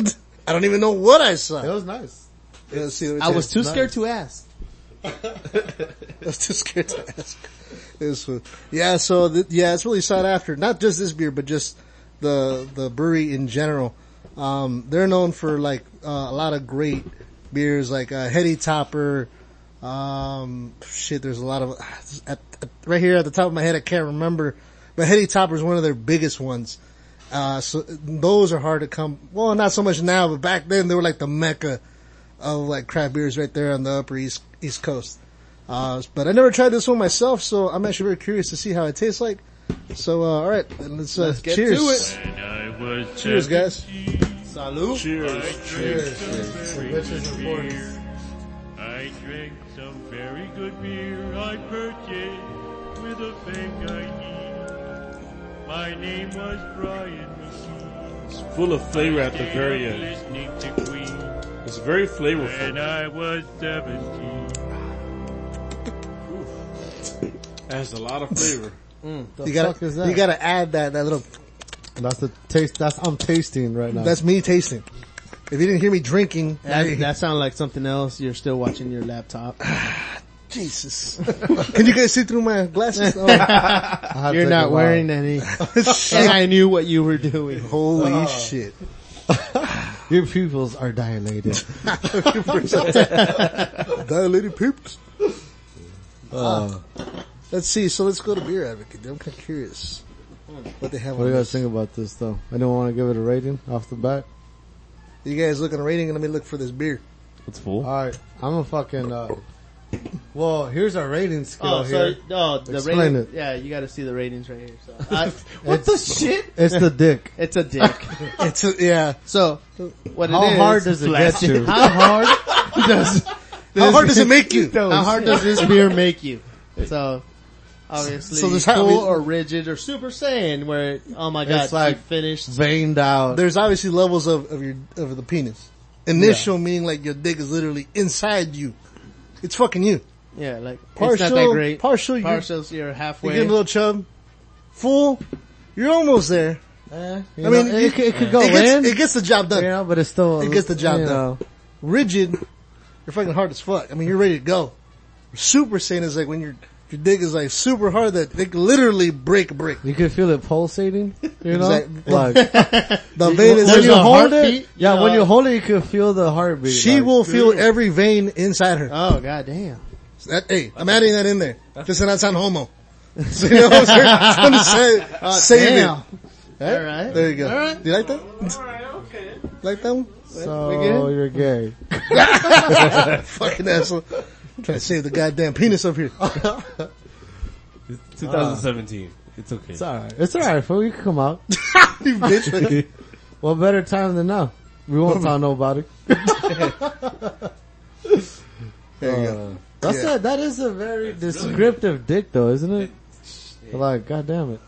[SPEAKER 1] I don't even know what I saw.
[SPEAKER 3] It was nice.
[SPEAKER 1] Yeah, let's see what it
[SPEAKER 2] I was
[SPEAKER 1] says.
[SPEAKER 2] too scared to ask.
[SPEAKER 1] I was too scared to ask. This was, yeah, so th- yeah, it's really sought after. Not just this beer, but just the the brewery in general. Um, they're known for like uh, a lot of great beers, like uh, Heady Topper. Um, shit, there's a lot of at, at, right here at the top of my head. I can't remember, but Heady Topper is one of their biggest ones. Uh, so those are hard to come. Well, not so much now, but back then they were like the mecca of like craft beers right there on the upper east east coast. Uh, but I never tried this one myself, so I'm actually very curious to see how it tastes like. So, uh, all right, then let's, uh,
[SPEAKER 2] Let's get
[SPEAKER 1] cheers.
[SPEAKER 2] to it.
[SPEAKER 10] And I was
[SPEAKER 1] Cheers, guys.
[SPEAKER 2] Salute.
[SPEAKER 8] Cheers.
[SPEAKER 10] I drank some very good beer I purchased with a thing I need. My name was Brian McKee.
[SPEAKER 8] It's full of flavor at the very end.
[SPEAKER 10] Stayed up Listening to Queen
[SPEAKER 8] It's very flavorful.
[SPEAKER 10] when I was 17.
[SPEAKER 8] It has a lot of flavor.
[SPEAKER 1] You
[SPEAKER 3] fuck is
[SPEAKER 1] gotta,
[SPEAKER 3] that?
[SPEAKER 1] you gotta add that, that little,
[SPEAKER 3] That's the taste, that's, I'm tasting right now.
[SPEAKER 1] that's me tasting. If you didn't hear me drinking, hey,
[SPEAKER 2] That, that sounded like something else. You're still watching your laptop.
[SPEAKER 1] Jesus. Can you guys see through my glasses? Oh,
[SPEAKER 3] I have
[SPEAKER 2] You're
[SPEAKER 3] to take a
[SPEAKER 2] not
[SPEAKER 3] while.
[SPEAKER 2] wearing any. and I knew what you were doing.
[SPEAKER 1] holy shit.
[SPEAKER 3] Oh. Your pupils are dilated.
[SPEAKER 1] Dilated poops. Uh, Let's see, so let's go to Beer Advocate. I'm kinda curious what they have
[SPEAKER 3] what do
[SPEAKER 1] on
[SPEAKER 3] you
[SPEAKER 1] this.
[SPEAKER 3] guys think about this though? Anyone want to give it a rating off the bat?
[SPEAKER 1] You guys look at a rating and let me look for this beer.
[SPEAKER 9] That's full.
[SPEAKER 3] Alright, I'm a fucking, uh, well, here's our rating scale
[SPEAKER 2] Oh,
[SPEAKER 3] here.
[SPEAKER 2] so, oh, the
[SPEAKER 3] Explain
[SPEAKER 2] rating,
[SPEAKER 3] it.
[SPEAKER 2] Yeah, you gotta see the ratings right here. So. I,
[SPEAKER 3] What
[SPEAKER 2] the shit?
[SPEAKER 3] It's the dick.
[SPEAKER 2] It's a dick.
[SPEAKER 1] It's a, yeah.
[SPEAKER 2] So, what
[SPEAKER 3] How
[SPEAKER 2] it is,
[SPEAKER 3] hard does it get you?
[SPEAKER 2] How hard does,
[SPEAKER 1] How hard does it make you?
[SPEAKER 2] how hard does this beer make you? So, obviously,
[SPEAKER 1] So there's how-
[SPEAKER 2] cool or rigid or super saiyan where, oh my god,
[SPEAKER 3] It's like-
[SPEAKER 2] you finished.
[SPEAKER 3] Veined out.
[SPEAKER 1] there's obviously levels of, of your of the penis. Initial meaning like your dick is literally inside you. It's fucking you.
[SPEAKER 2] Yeah, like, it's
[SPEAKER 1] Partial-
[SPEAKER 2] not that great.
[SPEAKER 1] partial, you-
[SPEAKER 2] Partials, you're
[SPEAKER 1] You
[SPEAKER 2] halfway.
[SPEAKER 1] get a little chub, full. You're almost there.
[SPEAKER 2] Eh?
[SPEAKER 3] You
[SPEAKER 1] I mean,
[SPEAKER 3] know,
[SPEAKER 1] you-
[SPEAKER 3] it, could- it could go
[SPEAKER 1] it, gets,
[SPEAKER 3] in,
[SPEAKER 1] it gets the job done.
[SPEAKER 3] you know, but it's still
[SPEAKER 1] It gets the job
[SPEAKER 3] you
[SPEAKER 1] done.
[SPEAKER 3] know.
[SPEAKER 1] Rigid, you're fucking hard as fuck. I mean, you're ready to go. Super Saiyan is like when your your dick is like super hard that they can literally break a brick.
[SPEAKER 3] You can feel it pulsating, you know.
[SPEAKER 1] Exactly.
[SPEAKER 3] Like
[SPEAKER 1] The vein is
[SPEAKER 3] when
[SPEAKER 2] There's
[SPEAKER 3] you
[SPEAKER 2] a
[SPEAKER 3] hold it,
[SPEAKER 2] heartbeat,
[SPEAKER 3] yeah.
[SPEAKER 2] you
[SPEAKER 3] when
[SPEAKER 2] know.
[SPEAKER 3] you hold it, you can feel the heartbeat.
[SPEAKER 1] she
[SPEAKER 3] like,
[SPEAKER 1] will feel every vein inside her.
[SPEAKER 2] oh god damn.
[SPEAKER 1] That, hey, I'm adding that in there. Just so that's on homo. So you know what I'm saying? I'm just saying,
[SPEAKER 3] Oh,
[SPEAKER 1] save it.
[SPEAKER 2] Damn. Alright.
[SPEAKER 1] There you go.
[SPEAKER 2] Alright.
[SPEAKER 1] Do you like that? Like that one?
[SPEAKER 3] So you're gay.
[SPEAKER 1] Fucking asshole. trying to save the goddamn penis up here.
[SPEAKER 7] 2017. It's okay.
[SPEAKER 3] It's alright. It's alright. Fool, you can come out.
[SPEAKER 1] you bitch.
[SPEAKER 3] What better time than now? We won't tell nobody.
[SPEAKER 1] There you
[SPEAKER 3] Uh,
[SPEAKER 1] go.
[SPEAKER 3] That's
[SPEAKER 1] Yeah.
[SPEAKER 3] a, that is a very descriptive dick though, isn't it? Like, god damn it.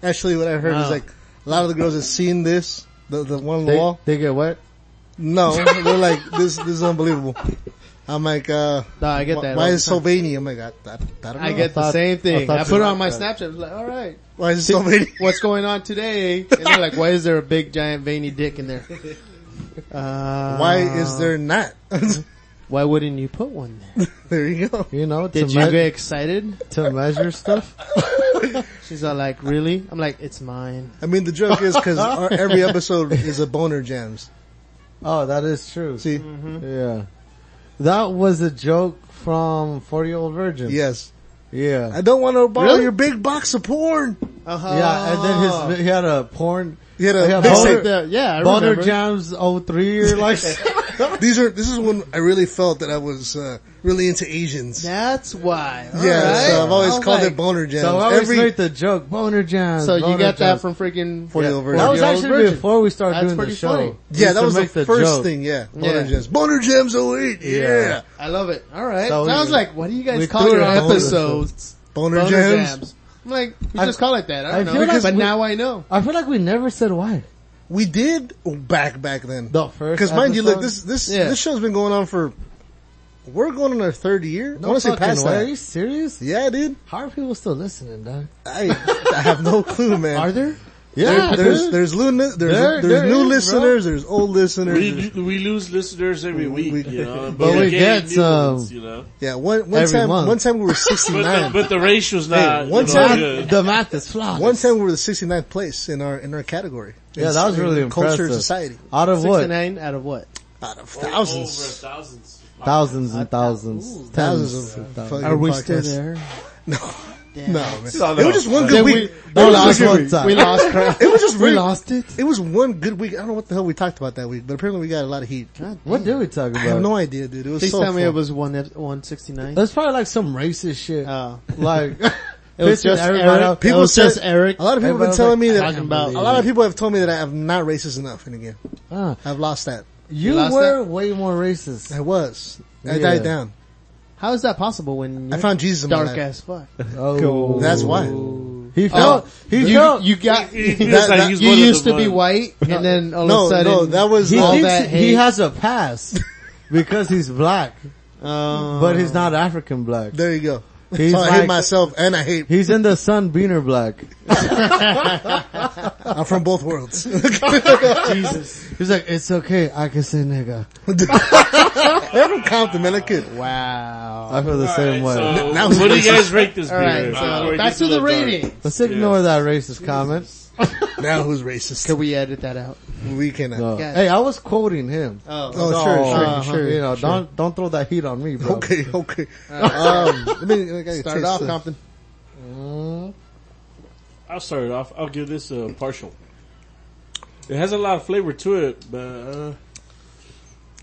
[SPEAKER 1] Actually, what I heard
[SPEAKER 3] Wow.
[SPEAKER 1] is like a lot of the girls have seen this, the the one on the
[SPEAKER 3] They-
[SPEAKER 1] wall.
[SPEAKER 3] They get wet.
[SPEAKER 1] No, they're like this. This is unbelievable. I'm like, uh,
[SPEAKER 2] No, I get
[SPEAKER 1] wh-
[SPEAKER 2] that
[SPEAKER 1] Why
[SPEAKER 2] all the
[SPEAKER 1] is it so veiny? I'm like, I, I, I don't know.
[SPEAKER 2] I get the same thing. I, put it on my Snapchat. It's like, all right,
[SPEAKER 1] Why is it so veiny?
[SPEAKER 2] what's going on today? And they're like, why is there a big giant veiny dick in there? Uh,
[SPEAKER 1] Why is there not?
[SPEAKER 2] Why wouldn't you put one there?
[SPEAKER 1] there you go.
[SPEAKER 3] You know, to,
[SPEAKER 2] Did you
[SPEAKER 3] me-
[SPEAKER 2] get excited?
[SPEAKER 3] to measure stuff.
[SPEAKER 2] She's all like, really? I'm like, it's mine.
[SPEAKER 1] I mean, the joke is because every episode is a boner jams.
[SPEAKER 3] Oh, that is true. Mm-hmm.
[SPEAKER 1] See,
[SPEAKER 3] Yeah. That was a joke from 40 Year Old Virgin.
[SPEAKER 1] yes,
[SPEAKER 3] Yeah.
[SPEAKER 1] I don't want to borrow
[SPEAKER 2] Really?
[SPEAKER 1] your big box of porn.
[SPEAKER 2] Uh-huh.
[SPEAKER 3] Yeah, and then his, he had a porn,
[SPEAKER 1] You Ah. had a
[SPEAKER 3] I got
[SPEAKER 1] big
[SPEAKER 3] boner-
[SPEAKER 1] tape.
[SPEAKER 2] Right there. Yeah, I
[SPEAKER 3] Boner
[SPEAKER 2] remember.
[SPEAKER 3] Jams 03 or like,
[SPEAKER 1] These are this is when I really felt that I was uh, really into Asians.
[SPEAKER 2] That's why. All
[SPEAKER 1] yeah, so
[SPEAKER 2] right.
[SPEAKER 1] I've always
[SPEAKER 2] I was
[SPEAKER 1] called
[SPEAKER 2] like-
[SPEAKER 1] it boner jams.
[SPEAKER 3] so I always
[SPEAKER 1] Every
[SPEAKER 3] made the joke, Boner Jams.
[SPEAKER 2] So you
[SPEAKER 3] boner
[SPEAKER 2] got that
[SPEAKER 3] jams.
[SPEAKER 2] from freaking
[SPEAKER 1] 40
[SPEAKER 2] Yeah.
[SPEAKER 1] over
[SPEAKER 3] That was
[SPEAKER 2] Year Old
[SPEAKER 3] actually
[SPEAKER 2] Virgin.
[SPEAKER 3] before we started
[SPEAKER 2] That's
[SPEAKER 3] doing the
[SPEAKER 2] pretty
[SPEAKER 3] show.
[SPEAKER 2] funny.
[SPEAKER 3] We
[SPEAKER 1] yeah,
[SPEAKER 3] used
[SPEAKER 1] that
[SPEAKER 3] to
[SPEAKER 1] was the
[SPEAKER 3] make
[SPEAKER 1] first
[SPEAKER 3] joke.
[SPEAKER 1] thing. Yeah, boner
[SPEAKER 2] Yeah.
[SPEAKER 1] jams. Boner jams 08. Yeah,
[SPEAKER 3] Yeah.
[SPEAKER 2] I love it. All right.
[SPEAKER 3] So
[SPEAKER 2] So I
[SPEAKER 3] we-
[SPEAKER 2] was like, what do you
[SPEAKER 3] we
[SPEAKER 2] guys call
[SPEAKER 3] threw
[SPEAKER 2] your
[SPEAKER 3] it on
[SPEAKER 2] episodes?
[SPEAKER 1] boner,
[SPEAKER 2] Boner
[SPEAKER 1] jams.
[SPEAKER 2] jams. I'm like, we
[SPEAKER 3] I-
[SPEAKER 2] just call it that. I
[SPEAKER 3] I
[SPEAKER 2] don't know.
[SPEAKER 3] feel like
[SPEAKER 2] but
[SPEAKER 3] we-
[SPEAKER 2] now I know.
[SPEAKER 3] I feel like we never said why.
[SPEAKER 1] We did back back then.
[SPEAKER 3] The first
[SPEAKER 1] Because mind you, look,
[SPEAKER 3] episode?
[SPEAKER 1] this this
[SPEAKER 2] Yeah.
[SPEAKER 1] this show's been going on for we're going on our third year. I
[SPEAKER 3] No
[SPEAKER 1] want to say
[SPEAKER 3] fucking
[SPEAKER 1] past
[SPEAKER 3] way. Are
[SPEAKER 1] that.
[SPEAKER 3] you serious?
[SPEAKER 1] Yeah, dude.
[SPEAKER 3] How are people still listening, dog?
[SPEAKER 1] I I have no clue, man.
[SPEAKER 2] Are there?
[SPEAKER 1] There- there's
[SPEAKER 3] dude.
[SPEAKER 1] there's, luna, there's,
[SPEAKER 3] There-
[SPEAKER 1] there's
[SPEAKER 3] there
[SPEAKER 1] new
[SPEAKER 3] is, bro.
[SPEAKER 1] listeners, there's old listeners.
[SPEAKER 8] We, we lose listeners every week, you know.
[SPEAKER 3] But we get
[SPEAKER 8] new
[SPEAKER 3] some.
[SPEAKER 8] ones, you know.
[SPEAKER 1] yeah, one one
[SPEAKER 3] Every
[SPEAKER 1] time
[SPEAKER 3] month.
[SPEAKER 1] one time we were 69.
[SPEAKER 8] But the, but the ratio's not.
[SPEAKER 1] one
[SPEAKER 8] you know,
[SPEAKER 1] time-
[SPEAKER 8] good.
[SPEAKER 3] the math is flawed.
[SPEAKER 1] one time we were the 69th place in our in our category.
[SPEAKER 3] Yeah,
[SPEAKER 1] In-
[SPEAKER 3] that was
[SPEAKER 1] in
[SPEAKER 3] really
[SPEAKER 1] culture
[SPEAKER 3] impressive.
[SPEAKER 1] society
[SPEAKER 3] Out of what?
[SPEAKER 2] 69 out of what?
[SPEAKER 1] out of
[SPEAKER 8] Over
[SPEAKER 1] thousands.
[SPEAKER 8] thousands.
[SPEAKER 3] Thousands and thousands. Tens
[SPEAKER 1] Thousands
[SPEAKER 3] and
[SPEAKER 1] of
[SPEAKER 3] thousands.
[SPEAKER 1] fucking
[SPEAKER 2] Are we
[SPEAKER 1] podcasts.
[SPEAKER 2] still there?
[SPEAKER 1] No, man. It was just one good
[SPEAKER 3] Then we-
[SPEAKER 1] week.
[SPEAKER 3] we
[SPEAKER 1] It was
[SPEAKER 3] lost
[SPEAKER 1] just-
[SPEAKER 3] one time.
[SPEAKER 2] We lost her.
[SPEAKER 1] It was just
[SPEAKER 3] We
[SPEAKER 1] really-
[SPEAKER 3] lost it.
[SPEAKER 1] It was one good week. I don't know what the hell we talked about that week, but apparently we got a lot of heat.
[SPEAKER 3] What did we talk about?
[SPEAKER 1] I have no idea, dude. It was
[SPEAKER 2] Please
[SPEAKER 1] so
[SPEAKER 2] tell me
[SPEAKER 1] fun. Uh,
[SPEAKER 2] it was one ep- 169.
[SPEAKER 3] That's probably like some racist shit.
[SPEAKER 2] Oh.
[SPEAKER 3] like
[SPEAKER 2] It was
[SPEAKER 3] pissing
[SPEAKER 2] just
[SPEAKER 3] everybody
[SPEAKER 2] Eric.
[SPEAKER 3] off.
[SPEAKER 2] People it was
[SPEAKER 1] said-
[SPEAKER 2] just Eric.
[SPEAKER 1] A lot of people have
[SPEAKER 3] Everybody
[SPEAKER 1] been
[SPEAKER 3] was
[SPEAKER 1] telling me
[SPEAKER 3] like,
[SPEAKER 1] that.
[SPEAKER 2] talking about-
[SPEAKER 1] a lot of people have told me that I am not racist enough. And again,
[SPEAKER 3] Ah,
[SPEAKER 1] I've lost that.
[SPEAKER 3] you
[SPEAKER 2] You lost
[SPEAKER 3] were way more racist.
[SPEAKER 1] I was. I
[SPEAKER 3] Yeah.
[SPEAKER 1] died down.
[SPEAKER 2] How is that possible when
[SPEAKER 1] I
[SPEAKER 2] you're
[SPEAKER 1] found Jesus in my
[SPEAKER 2] dark
[SPEAKER 1] life.
[SPEAKER 2] as fuck?
[SPEAKER 3] Oh,
[SPEAKER 1] That's why.
[SPEAKER 3] he
[SPEAKER 1] Oh.
[SPEAKER 3] felt. he
[SPEAKER 2] You,
[SPEAKER 3] felt.
[SPEAKER 2] you got,
[SPEAKER 8] He
[SPEAKER 2] you
[SPEAKER 8] feels
[SPEAKER 1] That-
[SPEAKER 8] like
[SPEAKER 1] that-
[SPEAKER 8] he's one of the
[SPEAKER 2] used to be
[SPEAKER 8] ones.
[SPEAKER 2] white and then all
[SPEAKER 1] No,
[SPEAKER 2] of a sudden.
[SPEAKER 1] no, that was
[SPEAKER 3] he
[SPEAKER 2] all
[SPEAKER 3] thinks
[SPEAKER 2] that
[SPEAKER 3] he
[SPEAKER 2] hate.
[SPEAKER 3] has a pass because he's black,
[SPEAKER 2] Um,
[SPEAKER 3] but he's not African black.
[SPEAKER 1] Uh, There you go.
[SPEAKER 3] He's
[SPEAKER 1] so I
[SPEAKER 3] like-
[SPEAKER 1] hate myself and I hate.
[SPEAKER 3] He's in the sunbeaner black.
[SPEAKER 1] I'm from both worlds.
[SPEAKER 3] Jesus. He's like, it's okay. I can say nigga.
[SPEAKER 1] Every compliment I could.
[SPEAKER 2] wow.
[SPEAKER 3] I feel the same way.
[SPEAKER 8] So,
[SPEAKER 1] Now-
[SPEAKER 8] what do you guys rate this beer?
[SPEAKER 2] Alright, so back to the rating.
[SPEAKER 3] Let's ignore that racist comment.
[SPEAKER 1] Now who's racist?
[SPEAKER 2] Can we edit that out?
[SPEAKER 1] we uh, cannot.
[SPEAKER 3] No.
[SPEAKER 2] God.
[SPEAKER 3] Hey, I was quoting him.
[SPEAKER 2] Oh.
[SPEAKER 1] Oh,
[SPEAKER 3] So,
[SPEAKER 1] sure, sure,
[SPEAKER 3] uh,
[SPEAKER 1] sure.
[SPEAKER 3] You know, don't don't throw that heat on me, bro. Uh,
[SPEAKER 1] Okay, okay. Um, let me, I gotta
[SPEAKER 2] Start
[SPEAKER 1] taste
[SPEAKER 2] off,
[SPEAKER 1] this.
[SPEAKER 2] Compton.
[SPEAKER 8] I'll start it off. I'll give this a partial. It has a lot of flavor to it, but uh,